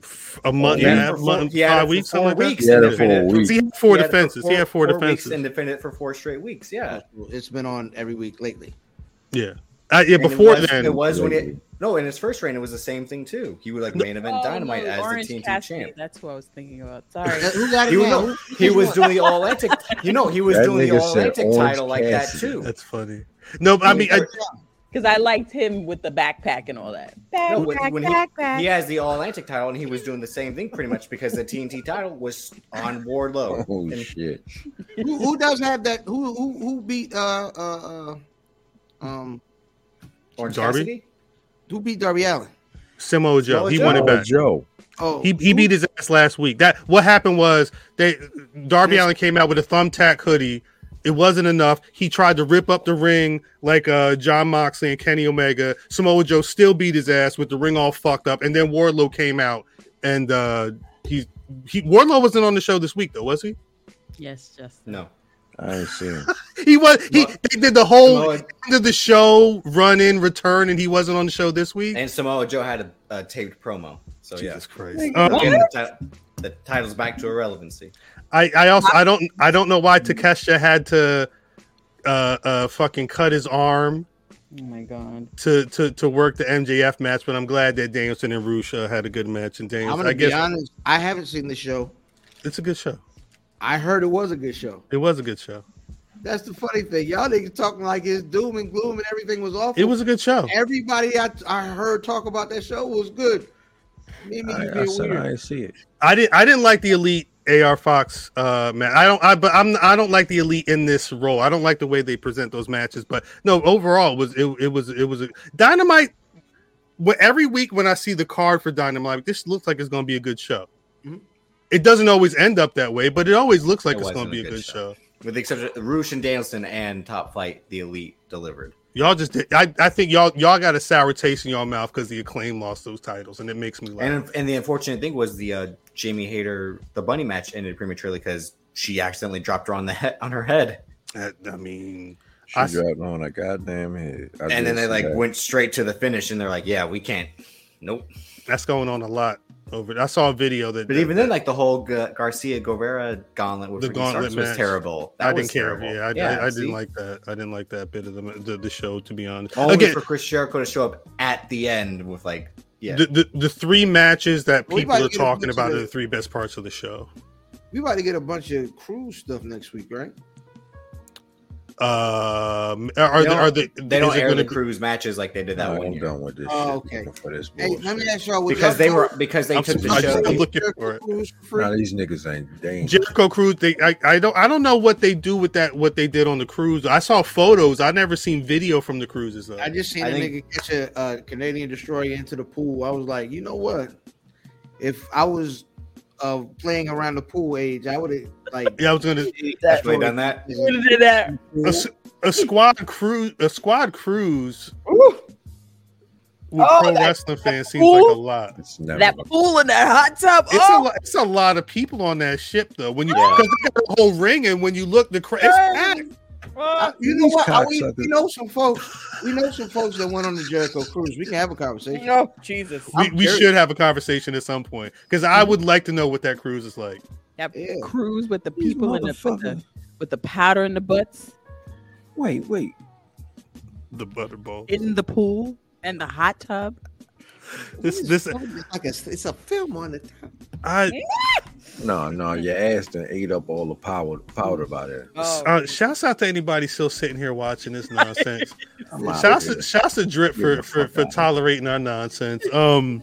Speaker 1: f- a month,
Speaker 5: yeah.
Speaker 1: and a half,
Speaker 5: For
Speaker 2: four-
Speaker 1: month
Speaker 2: he had it
Speaker 1: five
Speaker 2: for
Speaker 1: weeks,
Speaker 2: four
Speaker 1: something like that.
Speaker 2: weeks Yeah, and
Speaker 5: for four defended- weeks.
Speaker 1: He had four
Speaker 2: He had it for
Speaker 1: defenses. he had four,
Speaker 2: weeks
Speaker 1: defenses.
Speaker 2: and defended it for four straight weeks. Yeah,
Speaker 10: It's been on every week lately.
Speaker 1: yeah, uh, yeah.
Speaker 2: And
Speaker 1: Before
Speaker 2: it was,
Speaker 1: then,
Speaker 2: it was when it no in his first reign, it was the same thing too. He would like main event
Speaker 4: Oh,
Speaker 2: Dynamite
Speaker 4: no,
Speaker 2: as
Speaker 4: Orange
Speaker 2: the TNT
Speaker 4: Cassidy,
Speaker 2: champ.
Speaker 4: That's what I was thinking about. Sorry.
Speaker 10: Who got
Speaker 2: He
Speaker 10: it
Speaker 2: was,
Speaker 10: now?
Speaker 2: no, he was doing the All Atlantic. You know, he was
Speaker 5: That
Speaker 2: doing the
Speaker 5: nigga
Speaker 2: All
Speaker 5: said
Speaker 2: Atlantic
Speaker 5: Orange
Speaker 2: title like that
Speaker 5: Cassidy.
Speaker 2: too.
Speaker 1: that's funny. No, but I mean, I,
Speaker 4: Because I liked him with the backpack and all that.
Speaker 2: No,
Speaker 4: Backpack,
Speaker 2: when, when
Speaker 4: backpack.
Speaker 2: he, he has the All Atlantic title, and he was doing the same thing pretty much because the TNT title was on Wardlow.
Speaker 5: Oh
Speaker 2: And
Speaker 5: shit.
Speaker 13: who, who does have that? Who who who beat uh uh uh um
Speaker 2: Orange
Speaker 1: Darby?
Speaker 2: Cassidy?
Speaker 13: who beat Darby Allen?
Speaker 1: Samoa Joe,
Speaker 2: Samoa
Speaker 1: he
Speaker 2: Joe.
Speaker 1: won it
Speaker 5: Oh,
Speaker 1: back.
Speaker 5: Joe.
Speaker 13: Oh,
Speaker 1: He, he beat his ass last week. That what happened was they Darby Allen came out with a thumbtack hoodie. It wasn't enough. He tried to rip up the ring like uh, John Moxley and Kenny Omega. Samoa Joe still beat his ass with the ring all fucked up. And then Wardlow came out and uh, he he Wardlow wasn't on the show this week though, was he?
Speaker 4: yes, just
Speaker 2: No.
Speaker 5: I ain't seen him.
Speaker 1: He was. He
Speaker 2: Well,
Speaker 1: they did the whole
Speaker 2: Samoa-
Speaker 1: end of the show run in return, and he wasn't on the show this week.
Speaker 2: And Samoa Joe had a, a taped promo. So yeah,
Speaker 1: Jesus Christ!
Speaker 2: Again,
Speaker 1: Uh,
Speaker 2: the, ti- the title's back to irrelevancy.
Speaker 1: I, I also I don't I don't know why Takesha had to uh uh fucking cut his arm
Speaker 4: Oh my god.
Speaker 1: to to to work the MJF match, but I'm glad that Danielson and Rusha had a good match and
Speaker 13: I'm
Speaker 1: Danielson.
Speaker 13: gonna
Speaker 1: I
Speaker 13: be
Speaker 1: guess
Speaker 13: honest. I haven't seen the show.
Speaker 1: it's a good show.
Speaker 13: I heard it was a good show.
Speaker 1: It was a good show.
Speaker 13: That's the funny thing. Y'all niggas talking like it's doom and gloom and everything was awful.
Speaker 1: It was a good show.
Speaker 13: everybody I, I heard talk about that show was good. Me, me, you
Speaker 5: I, I
Speaker 13: being
Speaker 5: said
Speaker 13: weird.
Speaker 5: I ain't see it.
Speaker 1: I didn't I didn't like the elite AR Fox uh man. I don't I but I'm I don't like the elite in this role. I don't like the way they present those matches, but no, overall it was it, it was it was a Dynamite wh- every week when I see the card for Dynamite, this looks like it's going to be a good show.
Speaker 13: Mhm.
Speaker 1: It doesn't always end up that way, but Mm-hmm. it always looks like
Speaker 2: It
Speaker 1: it's
Speaker 2: wasn't
Speaker 1: going to be a good, show.
Speaker 2: With the exception of Roosh and Danielson and Top Flight, the Elite delivered.
Speaker 1: Y'all just did, I I think y'all y'all got a sour taste in your mouth cuz the acclaim lost those titles and it makes me laugh.
Speaker 2: And and the unfortunate thing was the uh, Jamie Hayter the Bunny match ended prematurely because she accidentally dropped her on the he- on her head,
Speaker 1: I, I mean,
Speaker 5: She
Speaker 1: I s-
Speaker 5: dropped on a goddamn head. I
Speaker 2: and
Speaker 5: did
Speaker 2: then they
Speaker 5: see
Speaker 2: like
Speaker 5: that.
Speaker 2: went straight to the finish, and they're like, "Yeah, we can't." Nope.
Speaker 1: that's going on a lot over. I saw a video that
Speaker 2: But even then, like the whole Ga- Garcia Guevara gauntlet with
Speaker 1: The
Speaker 2: Ricky
Speaker 1: gauntlet
Speaker 2: Starks was
Speaker 1: match.
Speaker 2: terrible. That
Speaker 1: I
Speaker 2: was
Speaker 1: didn't care.
Speaker 2: terrible.
Speaker 1: Yeah, I, I, I
Speaker 2: see?
Speaker 1: didn't like that. I didn't like that bit of the the, the show, to be honest.
Speaker 2: Only
Speaker 1: Again,
Speaker 2: for Chris Jericho to show up at the end with like, yeah,
Speaker 1: the, the the three matches that
Speaker 13: We
Speaker 1: people
Speaker 13: might
Speaker 1: are
Speaker 13: get a
Speaker 1: talking
Speaker 13: bunch
Speaker 1: about
Speaker 13: of-
Speaker 1: are the three best parts of the show.
Speaker 13: We about to get a bunch of cruise stuff next week, right?
Speaker 1: Um, are are
Speaker 2: They
Speaker 1: they, are
Speaker 2: don't-
Speaker 1: they,
Speaker 2: they don't
Speaker 1: is it
Speaker 2: air
Speaker 1: gonna
Speaker 2: the cruise matches like they did that
Speaker 5: No,
Speaker 2: one
Speaker 5: I'm
Speaker 2: year
Speaker 5: done with this
Speaker 13: Oh,
Speaker 5: shit.
Speaker 13: okay.
Speaker 5: For this
Speaker 13: Hey,
Speaker 5: bullshit.
Speaker 13: let me ask y'all. would
Speaker 2: because
Speaker 13: y'all
Speaker 2: they
Speaker 13: go-
Speaker 2: were because they
Speaker 1: I'm
Speaker 2: took
Speaker 1: surprised
Speaker 2: the
Speaker 1: I'm
Speaker 2: show.
Speaker 1: looking for it.
Speaker 13: Cruise for free?
Speaker 5: Nah, these niggas ain't. They
Speaker 1: be-
Speaker 5: ain't
Speaker 1: Jericho Cruise. They I, I don't I don't know what they do with that. What they did on the cruise. I saw photos. I never seen video from the cruises though.
Speaker 13: I just seen a
Speaker 2: I think-
Speaker 13: nigga catch a uh, Canadian destroyer into the pool. I was like, you know what? If I was
Speaker 3: of playing around the pool age. I would have like
Speaker 1: yeah, I was gonna
Speaker 3: Definitely done that. Would've did
Speaker 4: that.
Speaker 1: A, s- a squad cruise, a squad cruise with
Speaker 4: Oh,
Speaker 1: pro
Speaker 4: that-
Speaker 1: wrestling fans seems
Speaker 4: pool?
Speaker 1: like a lot.
Speaker 4: That pool in that hot tub.
Speaker 1: It's a
Speaker 4: oh,
Speaker 1: lot, it's a lot of people on that ship though. When you because they got a whole ring, and when you look, the crowd. it's
Speaker 3: Uh, you know what? Are we,
Speaker 1: cocksuckers.
Speaker 3: we know some folks. We know some folks that went on the Jericho cruise. We can have a conversation.
Speaker 4: No, Jesus.
Speaker 1: packed. We, we should have a conversation at some point because I would like to know what that cruise is like.
Speaker 4: that cruise with the people in the, with the with the powder in the butts
Speaker 5: Wait, wait.
Speaker 1: The butterball.
Speaker 4: in the pool and the hot tub.
Speaker 1: This this
Speaker 3: like a, it's a film on the top.
Speaker 1: I
Speaker 5: No, no, your ass done ate up all the power powder by there.
Speaker 4: Oh.
Speaker 1: Uh, shouts out to anybody still sitting here watching this nonsense.
Speaker 5: I'm out
Speaker 1: shouts,
Speaker 5: here.
Speaker 1: shouts to Drip
Speaker 5: Get
Speaker 1: for
Speaker 5: the
Speaker 1: for, for tolerating our nonsense. Um,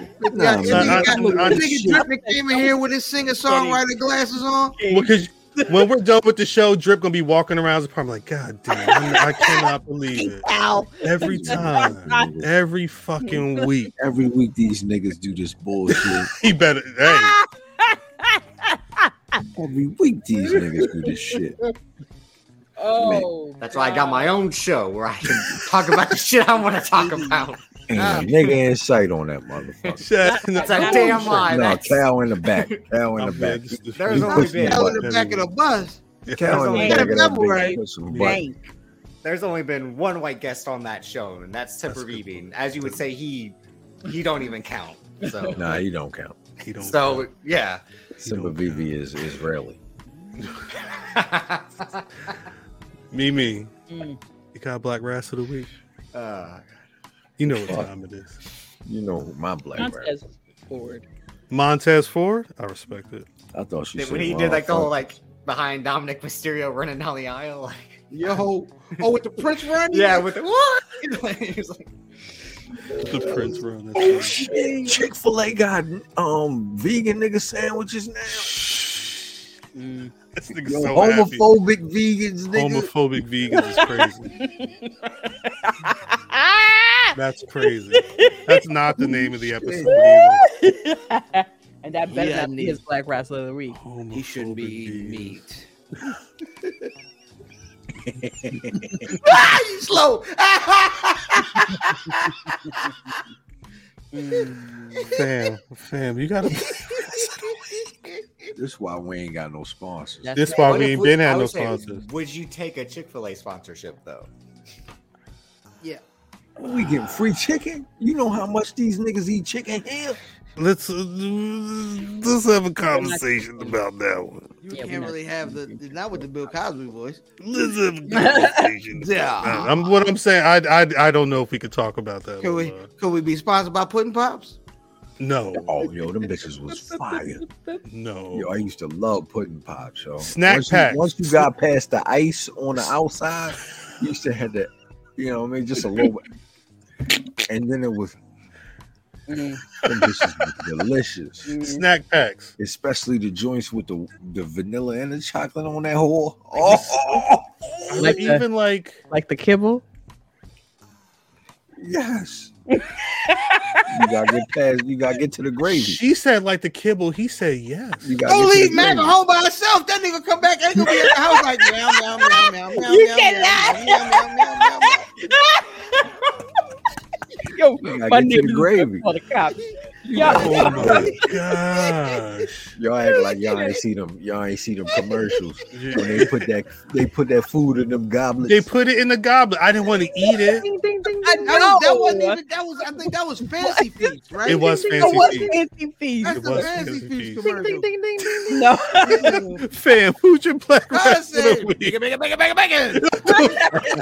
Speaker 3: Yeah,
Speaker 1: so I- I- I-
Speaker 3: nigga Drip that came in here with his singer songwriter glasses on.
Speaker 1: because when we're done with the show, Drip gonna be walking around the apartment like, God damn, I'm- I cannot believe it.
Speaker 3: Ow.
Speaker 1: Every time, every fucking week.
Speaker 5: Every week these niggas do this bullshit.
Speaker 1: he better. Hey.
Speaker 5: Every week these niggas do this shit.
Speaker 2: Oh, that's why I got my own show where I can talk about the shit I want to talk about.
Speaker 5: Ain't a nigga in sight on that motherfucker.
Speaker 2: That's a damn lie.
Speaker 5: No,
Speaker 2: That's-
Speaker 5: cow in the back. Cow in the back.
Speaker 2: There's
Speaker 5: He
Speaker 2: only
Speaker 5: pushing
Speaker 2: been-
Speaker 3: Hell
Speaker 5: buttons.
Speaker 3: in the back of the bus.
Speaker 5: Cow in the back of that bitch pushing buttons.
Speaker 2: There's only been one white guest on that show, and that's Tipper Beebing. As you would say, he he don't even count. So
Speaker 5: Nah, he don't count.
Speaker 1: He don't
Speaker 2: so yeah.
Speaker 5: Simba Vivi is Israeli.
Speaker 1: Mimi,
Speaker 4: Mm.
Speaker 1: you got Black Rass of the Week?
Speaker 2: Uh,
Speaker 1: You know what
Speaker 5: Fuck.
Speaker 1: time it is.
Speaker 5: You know who my black rap.
Speaker 4: Forward.
Speaker 1: Montez Ford? I respect it.
Speaker 5: I thought she
Speaker 2: Then
Speaker 5: said
Speaker 2: when he did like the whole
Speaker 5: motherfucker.
Speaker 2: like behind Dominic Mysterio running down the aisle, like
Speaker 3: Yo, oh, with the Prince running?
Speaker 2: yeah, with the what? he was like,
Speaker 1: The Prince run. that's
Speaker 5: Oh
Speaker 1: right.
Speaker 5: shit! Chick Fil A got um vegan nigga sandwiches now.
Speaker 1: This nigga
Speaker 5: Yo,
Speaker 1: so happy.
Speaker 5: homophobic vegans, nigga.
Speaker 1: Homophobic vegans is crazy.
Speaker 4: Ah!
Speaker 1: That's crazy. That's not the name of the episode. either.
Speaker 4: and that better
Speaker 3: Yeah,
Speaker 4: not be
Speaker 3: need-
Speaker 4: his black wrestler of the week.
Speaker 3: He shouldn't be eating meat. ah, you slow.
Speaker 1: Fam, fam, you gotta.
Speaker 5: This why we ain't got no sponsors.
Speaker 1: That's This why we ain't been had
Speaker 2: I
Speaker 1: no
Speaker 2: would say,
Speaker 1: sponsors.
Speaker 2: Would you take a Chick Fil A sponsorship though?
Speaker 3: yeah.
Speaker 5: We getting free chicken. You know how much these niggas eat chicken here.
Speaker 1: Let's uh, let's have a conversation about that one.
Speaker 3: You can't really have the not with the Bill Cosby voice.
Speaker 1: Let's have a conversation.
Speaker 3: yeah.
Speaker 1: I'm what I'm saying. I I, I don't know if we could talk about that.
Speaker 3: Could
Speaker 1: one,
Speaker 3: we
Speaker 1: uh,
Speaker 3: could we be sponsored by Pudding Pops?
Speaker 1: no,
Speaker 5: Oh, yo, them bitches was fire.
Speaker 1: no.
Speaker 5: Yo, I used to love pudding pops, yo.
Speaker 1: Snack
Speaker 5: once
Speaker 1: pack.
Speaker 5: You, once you got past the ice on the outside, you used to have that, you know what I mean? Just a little bit. And then it was,
Speaker 4: Mm.
Speaker 5: them bitches was delicious.
Speaker 1: Snack packs.
Speaker 5: Especially the joints with the, the vanilla and the chocolate on that whole. Oh,
Speaker 1: Or
Speaker 4: Like the-
Speaker 1: even like
Speaker 4: Like the kibble.
Speaker 5: yes. you gotta get past, you gotta get to the gravy.
Speaker 1: she said, like the kibble. He said yes.
Speaker 5: You gotta
Speaker 3: Don't
Speaker 5: get to the
Speaker 3: leave Mac at
Speaker 5: gravy.
Speaker 3: home by herself. That nigga come back ain't gonna be at the house like meow meow meow meow meow meow meow meow meow meow meow. meow.
Speaker 4: Yo,
Speaker 5: You gotta
Speaker 4: my
Speaker 5: get to
Speaker 4: nigga
Speaker 5: the gravy.
Speaker 4: for the cops.
Speaker 1: Oh
Speaker 4: Yo,
Speaker 1: my gosh.
Speaker 5: Y'all act like y'all ain't see them. Y'all ain't see them commercials when they put that they put that food in them goblets.
Speaker 1: They put it in the goblet. I didn't want to eat it.
Speaker 3: I know that wasn't even that was I think that was fancy feast, right?
Speaker 1: It was
Speaker 4: Yo,
Speaker 1: fancy
Speaker 4: what's
Speaker 1: feast.
Speaker 4: fancy feast?
Speaker 3: That's
Speaker 1: It
Speaker 3: the
Speaker 1: was
Speaker 3: fancy
Speaker 1: fancy
Speaker 3: feast
Speaker 1: feast.
Speaker 3: commercial.
Speaker 4: No,
Speaker 1: Fam, who's your black
Speaker 3: I
Speaker 1: rap of
Speaker 3: said,
Speaker 1: the week?
Speaker 3: bigger, bigger, bigger, bigger, bigger.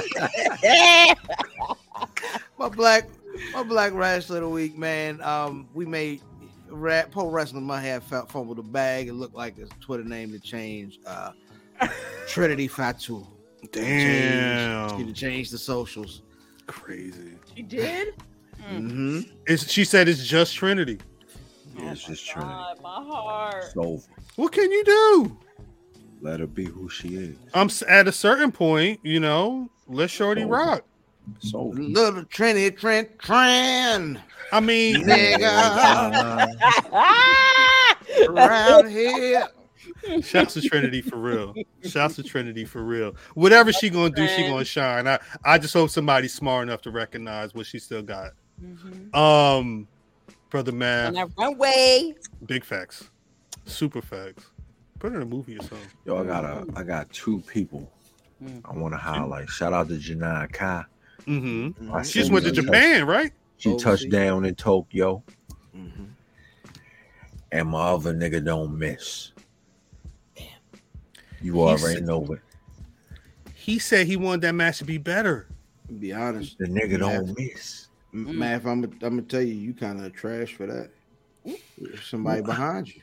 Speaker 3: my black my black wrestler of the week, man. Um, we made rap pro wrestling might have felt fumbled the bag. It looked like his Twitter name to change. Uh, Trinity Fatu. She
Speaker 1: Damn,
Speaker 3: to change the socials.
Speaker 1: crazy.
Speaker 4: she did. Hmm.
Speaker 3: Mm-hmm.
Speaker 1: It's, she said it's just Trinity.
Speaker 5: Yeah, it's Mm, just Trinity.
Speaker 4: God, Oh, my heart.
Speaker 5: It's over.
Speaker 1: What can you do?
Speaker 5: Let her be who she is.
Speaker 1: I'm s- at a certain point, you know. Let Shorty
Speaker 5: Oh.
Speaker 1: rock.
Speaker 5: It's over.
Speaker 3: Little Trinity Trent Tran.
Speaker 1: I mean,
Speaker 3: Nigga.
Speaker 5: Uh,
Speaker 4: Ah!
Speaker 13: around here.
Speaker 1: Shouts to Trinity for real. Shouts to Trinity for real. Whatever she gonna do, she gonna shine. I, I just hope somebody's smart enough to recognize what she still got. Um, brother
Speaker 4: On
Speaker 1: man,
Speaker 4: Mm-hmm. that runway.
Speaker 1: big facts, super facts. Put in a movie or something.
Speaker 5: Yo, I got a, I got two people. I want to highlight. Shout out to Janai Kai.
Speaker 1: Mm-hmm.
Speaker 5: I
Speaker 1: She just
Speaker 5: seen
Speaker 1: went to
Speaker 5: her
Speaker 1: Japan,
Speaker 5: touch-
Speaker 1: right?
Speaker 5: She touched down in Tokyo.
Speaker 10: Mm-hmm.
Speaker 5: And my other nigga don't miss. You
Speaker 1: He's-
Speaker 5: already know it.
Speaker 1: He said he wanted that match to be better.
Speaker 10: Be honest.
Speaker 5: The nigga don't miss.
Speaker 13: Mm.
Speaker 10: Math, I'm, I'm gonna tell you, you kind of trash for that. There's somebody behind you.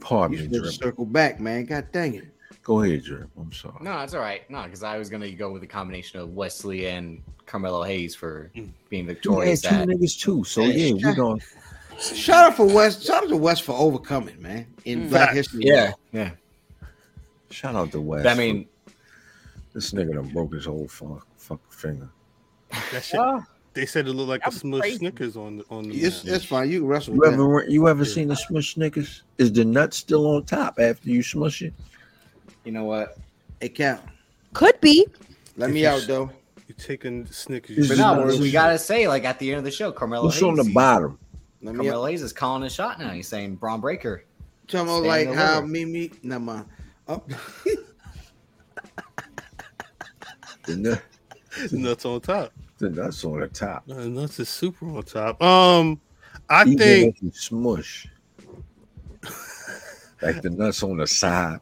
Speaker 5: Pardon
Speaker 10: You
Speaker 5: me,
Speaker 10: supposed to
Speaker 5: Drip.
Speaker 10: circle back, man. God dang it.
Speaker 5: Go ahead, Drip. I'm sorry.
Speaker 2: No, that's all right. No, because I was gonna go with the combination of Wesley and Carmelo Hayes for
Speaker 5: Mm.
Speaker 2: being
Speaker 5: You had
Speaker 2: victorious.
Speaker 5: two
Speaker 2: At,
Speaker 5: niggas too. So yeah, we going
Speaker 10: Shout out for West. Shout out to West for overcoming, man. In
Speaker 5: Mm.
Speaker 10: Black
Speaker 5: Facts.
Speaker 10: History.
Speaker 5: Yeah.
Speaker 2: yeah.
Speaker 5: Shout out to West.
Speaker 2: I mean-
Speaker 5: this nigga done broke his whole fuck, fuck finger.
Speaker 1: That shit. They said it looked like a smush Snickers on the on the.
Speaker 5: It's-
Speaker 1: man.
Speaker 5: it's
Speaker 10: fine. You can wrestle
Speaker 5: You ever you ever seen the smush Snickers? Is the nut still on top after you smush it?
Speaker 2: you know what?
Speaker 10: It count.
Speaker 4: Could be.
Speaker 10: Let
Speaker 1: If
Speaker 10: me
Speaker 1: you
Speaker 10: out
Speaker 1: s-
Speaker 10: though.
Speaker 1: You taking Snickers?
Speaker 5: It's
Speaker 2: But
Speaker 5: just
Speaker 2: no,
Speaker 5: not
Speaker 2: but
Speaker 5: a
Speaker 2: we
Speaker 5: shit.
Speaker 2: gotta say, like at the end of the show, Carmelo
Speaker 1: Oh,
Speaker 5: What's
Speaker 2: Hayes.
Speaker 5: on the bottom?
Speaker 10: Let me out.
Speaker 2: Carmelo Hayes is calling a shot now. He's saying Braun Breaker.
Speaker 10: Tell me
Speaker 2: Stand
Speaker 10: like
Speaker 2: and
Speaker 10: how
Speaker 2: deliver.
Speaker 10: Mimi. Never mind. Oh,
Speaker 5: The, nut,
Speaker 1: nuts on top.
Speaker 5: the nuts on the top.
Speaker 1: No, the nuts is super on top. Um, I
Speaker 5: Even
Speaker 1: think
Speaker 5: if you smush. like the nuts on the side.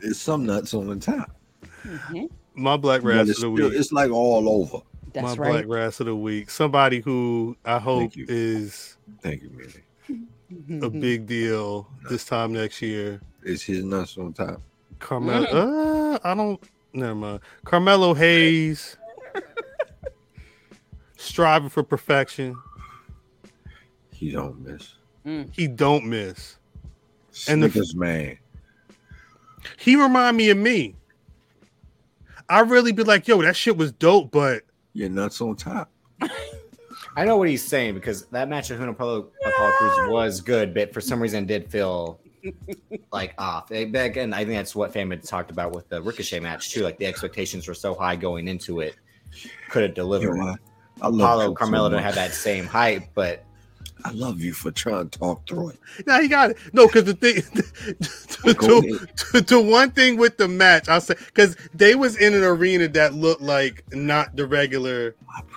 Speaker 5: It's some nuts on the top.
Speaker 4: Mm-hmm.
Speaker 1: my black
Speaker 5: But
Speaker 1: rats
Speaker 5: it's,
Speaker 1: of the
Speaker 5: still-
Speaker 1: week.
Speaker 5: it's like all over.
Speaker 1: my
Speaker 4: That's right.
Speaker 1: black rats of the week. Somebody who I hope
Speaker 5: you.
Speaker 1: is
Speaker 5: Thank you, Manny.
Speaker 1: a
Speaker 4: Mm-hmm.
Speaker 1: big deal this time next year.
Speaker 5: It's his nuts on top.
Speaker 1: Carmelo.
Speaker 4: Mm-hmm.
Speaker 1: Uh, I don't. Never mind. Carmelo Hayes. striving for perfection.
Speaker 5: He don't miss.
Speaker 1: He don't miss. And
Speaker 5: And
Speaker 1: the-
Speaker 5: Snickers man.
Speaker 1: He remind me of me. I really be like, yo, that shit was dope, but
Speaker 5: Your nuts on top.
Speaker 2: I know what he's saying because that match of Huna Apollo, Apollo uh, Cruz was good, but for some reason did feel like off. And back- and I think that's what Fam had talked about with the Ricochet match too. Like the expectations were so high going into it, could have delivered.
Speaker 5: You know, I, I love you
Speaker 2: Apollo
Speaker 5: so
Speaker 2: Carmelo didn't have
Speaker 5: much.
Speaker 2: that same hype, but
Speaker 5: I love you for trying to talk through it.
Speaker 1: Now he got it. No, because the thing, the,
Speaker 5: Go
Speaker 1: the, the, the one thing with the match, I'll say, because they was in an arena that looked like not the regular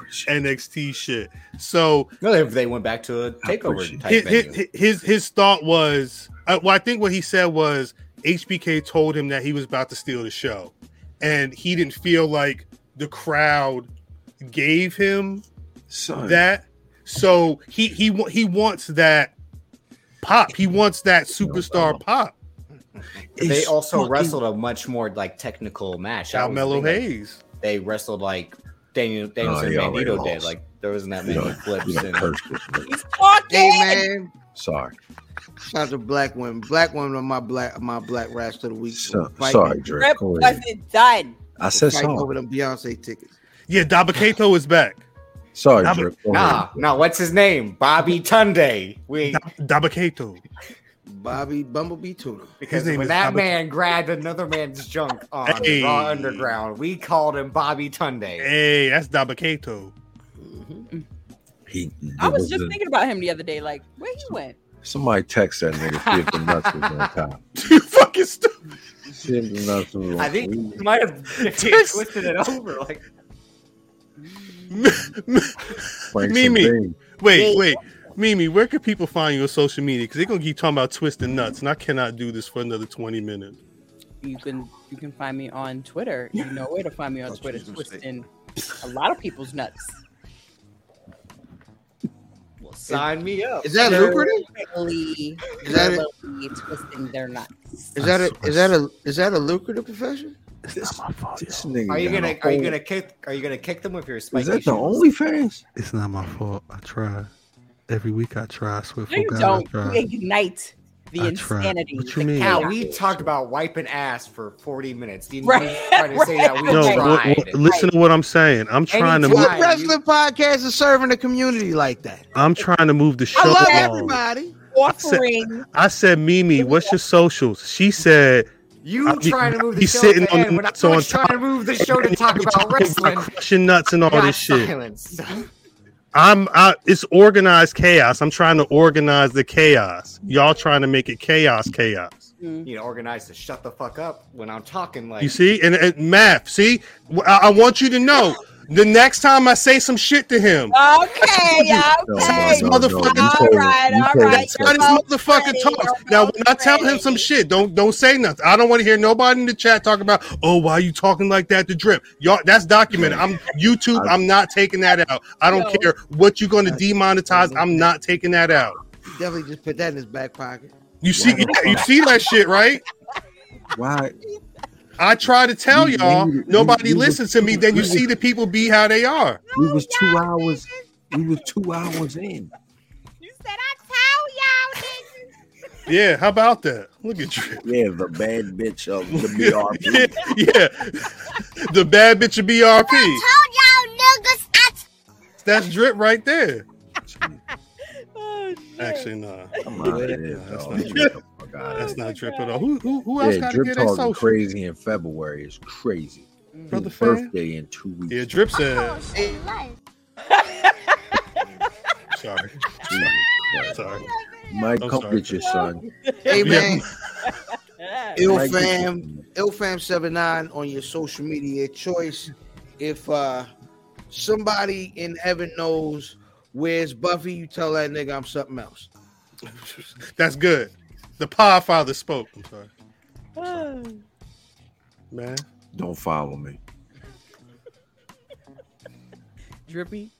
Speaker 1: NXT shit. So
Speaker 2: no, they, they went back to a
Speaker 5: appreciate
Speaker 2: takeover
Speaker 5: it.
Speaker 2: type
Speaker 1: his,
Speaker 2: venue.
Speaker 1: his, his his thought was, uh, well, I think what he said was HBK told him that he was about to steal the show, and he didn't feel like the crowd gave him
Speaker 5: Son,
Speaker 1: that. So he he wa- he wants that pop. He wants that superstar pop.
Speaker 5: it's
Speaker 2: they also
Speaker 5: fucking-
Speaker 2: wrestled a much more like technical match. That was the
Speaker 1: Carmelo
Speaker 2: thing, like,
Speaker 1: Hayes.
Speaker 2: They wrestled like Daniel Danielson
Speaker 5: Oh, he
Speaker 2: and
Speaker 5: already
Speaker 2: Bandito did.
Speaker 5: lost.
Speaker 2: Like there wasn't that
Speaker 5: You
Speaker 2: many
Speaker 5: know, you
Speaker 2: flips.
Speaker 5: know,
Speaker 2: And,
Speaker 5: curse this nigga.
Speaker 13: Hey man,
Speaker 5: Sorry.
Speaker 13: shout out to black women. Black women are my black my black rats of the week.
Speaker 5: So,
Speaker 13: Fighting-
Speaker 5: sorry, Dre.
Speaker 4: Rip
Speaker 5: Go ahead.
Speaker 4: wasn't done.
Speaker 5: I said
Speaker 13: fighting
Speaker 5: sorry.
Speaker 13: over them Beyonce tickets.
Speaker 1: Yeah, Dabakato is back.
Speaker 5: Sorry,
Speaker 1: Nah,
Speaker 5: Dre. Go
Speaker 2: nah,
Speaker 5: ahead.
Speaker 2: nah. What's his name? Bobby Tunde. We
Speaker 1: Dabakato.
Speaker 10: Bobby Bumblebee Tuna.
Speaker 2: because
Speaker 1: name
Speaker 2: when
Speaker 1: is
Speaker 2: that
Speaker 1: Bobby-
Speaker 2: man grabbed another man's junk on
Speaker 1: Hey.
Speaker 2: Raw Underground, we called him Bobby Tunde.
Speaker 1: Hey, that's Dabakato.
Speaker 5: He,
Speaker 4: I was just thinking about him the other day. Like, where he went?
Speaker 5: Somebody text that nigga. See if the nuts was on top.
Speaker 1: you fucking stupid.
Speaker 5: See if the nuts was on
Speaker 2: I think
Speaker 5: We-
Speaker 2: he might have
Speaker 1: Text-
Speaker 2: twisted it over. Like
Speaker 5: Frank
Speaker 1: Mimi.
Speaker 5: Sabine.
Speaker 1: Wait, wait. Mimi, where can people find you on social media? Because they're gonna keep talking about twisting nuts, and I cannot do this for another 20 minutes.
Speaker 4: You can you can find me on Twitter. You know where to find me on Twitter. Twisting a lot of people's nuts.
Speaker 2: well, sign me up.
Speaker 13: Is that lucrative?
Speaker 4: Literally,
Speaker 13: Is that it?
Speaker 4: literally twisting their nuts.
Speaker 13: Is that a is that a is that a lucrative profession?
Speaker 5: This, this nigga.
Speaker 2: Are you
Speaker 5: got
Speaker 2: gonna
Speaker 5: a
Speaker 2: are you
Speaker 1: Oh.
Speaker 5: whole-
Speaker 2: gonna kick are you gonna kick them with your spike?
Speaker 5: Is that the only fans?
Speaker 1: It's not my fault. I try. Every week I try. Swift
Speaker 4: No, you don't. You ignite the insanity.
Speaker 2: Cal, we talked about wiping ass for 40 minutes. Didn't
Speaker 4: Right,
Speaker 2: we try to say that we
Speaker 1: no,
Speaker 2: tried?
Speaker 1: what- what- listen to what I'm saying. I'm trying to.
Speaker 13: What
Speaker 1: Move,
Speaker 13: wrestling podcast is serving the community like that?
Speaker 1: I'm trying to move the show
Speaker 13: I love
Speaker 1: along.
Speaker 13: everybody.
Speaker 4: Offering.
Speaker 1: I said, Mimi, what's your socials? She said,
Speaker 2: You
Speaker 1: I be-
Speaker 2: trying to move
Speaker 1: be
Speaker 2: the show
Speaker 1: sitting
Speaker 2: to
Speaker 1: on
Speaker 2: end
Speaker 1: the
Speaker 2: when I
Speaker 1: nuts on
Speaker 2: was trying to
Speaker 1: top.
Speaker 2: move the show to talk about wrestling.
Speaker 1: crushing nuts and all
Speaker 2: God,
Speaker 1: this shit.
Speaker 2: silence.
Speaker 1: I'm I, it's organized chaos. I'm trying to organize the chaos. Y'all trying to make it chaos, chaos.
Speaker 2: You know, organized to shut the fuck up when I'm talking. Like
Speaker 1: You see, and, and math. See, I, I want you to know. The next time I say some shit to him,
Speaker 4: Okay,
Speaker 1: No,
Speaker 4: okay.
Speaker 1: no, no, no. You
Speaker 4: all
Speaker 1: told him.
Speaker 4: right,
Speaker 1: You
Speaker 4: all
Speaker 1: told
Speaker 4: right.
Speaker 1: him. That's how this motherfucker talks. Now, when I tell him some shit, don't don't say nothing. I don't want to hear nobody in the chat talking about, oh, why you talking like that to drip? Y'all, that's documented. I'm YouTube. I'm not taking that out. I don't
Speaker 13: No.
Speaker 1: care what you're going to demonetize. I'm not taking that out.
Speaker 13: Definitely just put that in his back pocket.
Speaker 1: You see, you see that shit, right?
Speaker 5: Why?
Speaker 1: I try to tell
Speaker 5: You-
Speaker 1: y'all,
Speaker 5: you-
Speaker 1: nobody
Speaker 5: you- you-
Speaker 1: listens to me. Then you see the people be how they are.
Speaker 5: We was two hours. We was two hours in.
Speaker 1: Yeah, how about that? Look at you.
Speaker 5: Yeah, the bad bitch of the BRP.
Speaker 1: yeah, yeah. the bad bitch of BRP. That's drip right there. Actually, nah.
Speaker 5: Come on, yeah,
Speaker 1: that's,
Speaker 5: dog.
Speaker 1: not
Speaker 5: Get
Speaker 1: drip.
Speaker 5: the fuck outta
Speaker 1: that's
Speaker 5: here.
Speaker 1: not drip at all. Who who, who else
Speaker 5: Yeah,
Speaker 1: got to
Speaker 5: drip
Speaker 1: get their
Speaker 5: talking
Speaker 1: social?
Speaker 5: crazy in February is crazy.
Speaker 1: Brother
Speaker 5: His
Speaker 1: Fred?
Speaker 5: birthday in two weeks.
Speaker 1: Yeah, drip said. Sorry. Sorry.
Speaker 5: Mike,
Speaker 1: I'm
Speaker 5: come
Speaker 1: sorry.
Speaker 5: get your son.
Speaker 4: Oh,
Speaker 13: Hey man, ill
Speaker 5: Like-
Speaker 13: fam, ill fam seven nine on your social media choice. If uh somebody in heaven knows where's Buffy, you tell that nigga I'm something else.
Speaker 1: That's good. The Podfather spoke. I'm sorry, man.
Speaker 5: Don't follow me.
Speaker 4: Drippy.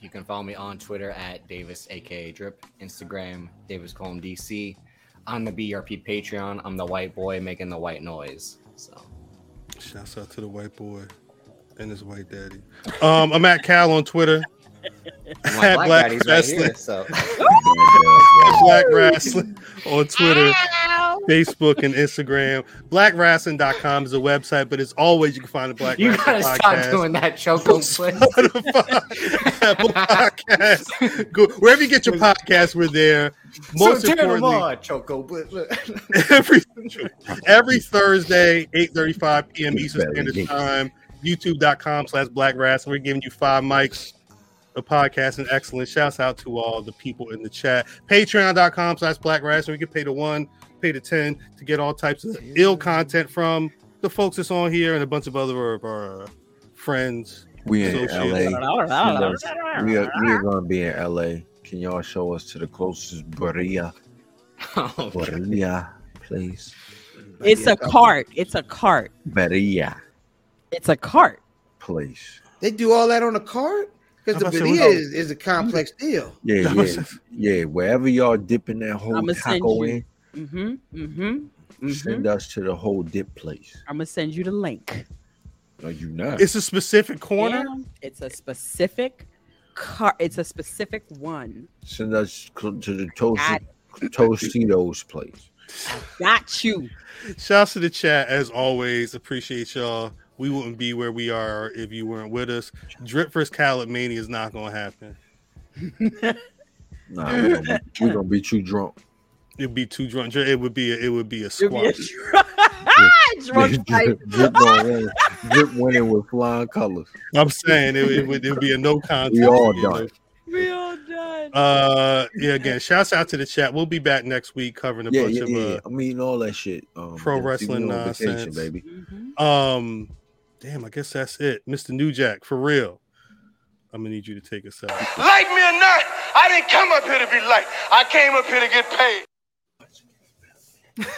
Speaker 2: You can follow me on Twitter at Davis, aka Drip, Instagram, Davis Colm DC. On the BRP Patreon, I'm the white boy making the white noise. So
Speaker 1: Shouts out to the white boy and his white daddy. Um, I'm at Cal on Twitter.
Speaker 2: And
Speaker 1: At
Speaker 2: my black daddy's right here, so
Speaker 1: Black Wrestling on Twitter, Facebook, and Instagram. BlackWrestling.com is a website, but as always, you can find the Black
Speaker 2: you
Speaker 1: Wrestling
Speaker 2: gotta stop
Speaker 1: Podcast.
Speaker 2: doing that choco
Speaker 1: Spotify, Apple Podcasts. Go- Wherever you get your podcast, we're there. Most
Speaker 2: so turn 'em
Speaker 1: importantly,
Speaker 2: on, choco blitz.
Speaker 1: every every Thursday, 8.35 p.m. Eastern Standard Time, youtube.com slash black Wrestling. We're giving you five mics. The podcast and excellent. Shouts out to all the people in the chat. Patreon.com slash black Wrestling. We can pay the one, pay the ten to get all types of ill content from the folks that's on here and a bunch of other of our friends.
Speaker 5: We in
Speaker 1: associates.
Speaker 5: LA. We are, we are going to be in LA. Can y'all show us to the closest burria?
Speaker 2: Oh,
Speaker 5: Burria, please.
Speaker 4: It's a cart. It's a cart.
Speaker 5: Burria,
Speaker 4: It's a cart.
Speaker 5: please.
Speaker 13: They do all that on a card because the
Speaker 4: I'm about to say, we
Speaker 13: video
Speaker 4: don't-
Speaker 13: is, is a complex deal.
Speaker 5: Yeah, yeah, yeah. Wherever y'all dipping that whole
Speaker 4: I'ma send
Speaker 5: taco
Speaker 4: you.
Speaker 5: in,
Speaker 4: Mm-hmm. Mm-hmm.
Speaker 5: send us to the whole dip place.
Speaker 4: I'm gonna send you the link.
Speaker 5: No, you not.
Speaker 1: It's a specific corner.
Speaker 4: Yeah, it's a specific car. It's a specific one.
Speaker 5: Send us cl- to the toast,
Speaker 4: Got
Speaker 5: Tostitos place.
Speaker 4: Got you.
Speaker 1: Shouts to the chat as always. Appreciate y'all. We wouldn't be where we are if you weren't with us. Drip vs. Cal at Mania is not gonna happen.
Speaker 5: Nah, we're gonna, be, we gonna be too drunk.
Speaker 1: It'd be too drunk. It would be a, it would be a squat.
Speaker 4: drunk
Speaker 5: drip, drip, gonna win. drip winning with flying colors.
Speaker 1: I'm saying it, it would it would be a no contest.
Speaker 5: We all
Speaker 1: you know.
Speaker 5: done.
Speaker 4: We all done.
Speaker 1: Uh, yeah. Again, shouts out to the chat. We'll be back next week covering a
Speaker 5: Yeah,
Speaker 1: bunch
Speaker 5: yeah,
Speaker 1: of
Speaker 5: yeah,
Speaker 1: uh,
Speaker 5: yeah. I mean all that shit. Um,
Speaker 1: pro
Speaker 5: yeah, see,
Speaker 1: wrestling uh,
Speaker 5: we on vacation,
Speaker 1: nonsense.
Speaker 5: baby.
Speaker 4: Mm-hmm.
Speaker 1: Um, damn, I guess that's it, Mr. New Jack. For real, I'm gonna need you to take us out.
Speaker 14: Like me or not, I didn't come up here to be liked. I came up here to get paid.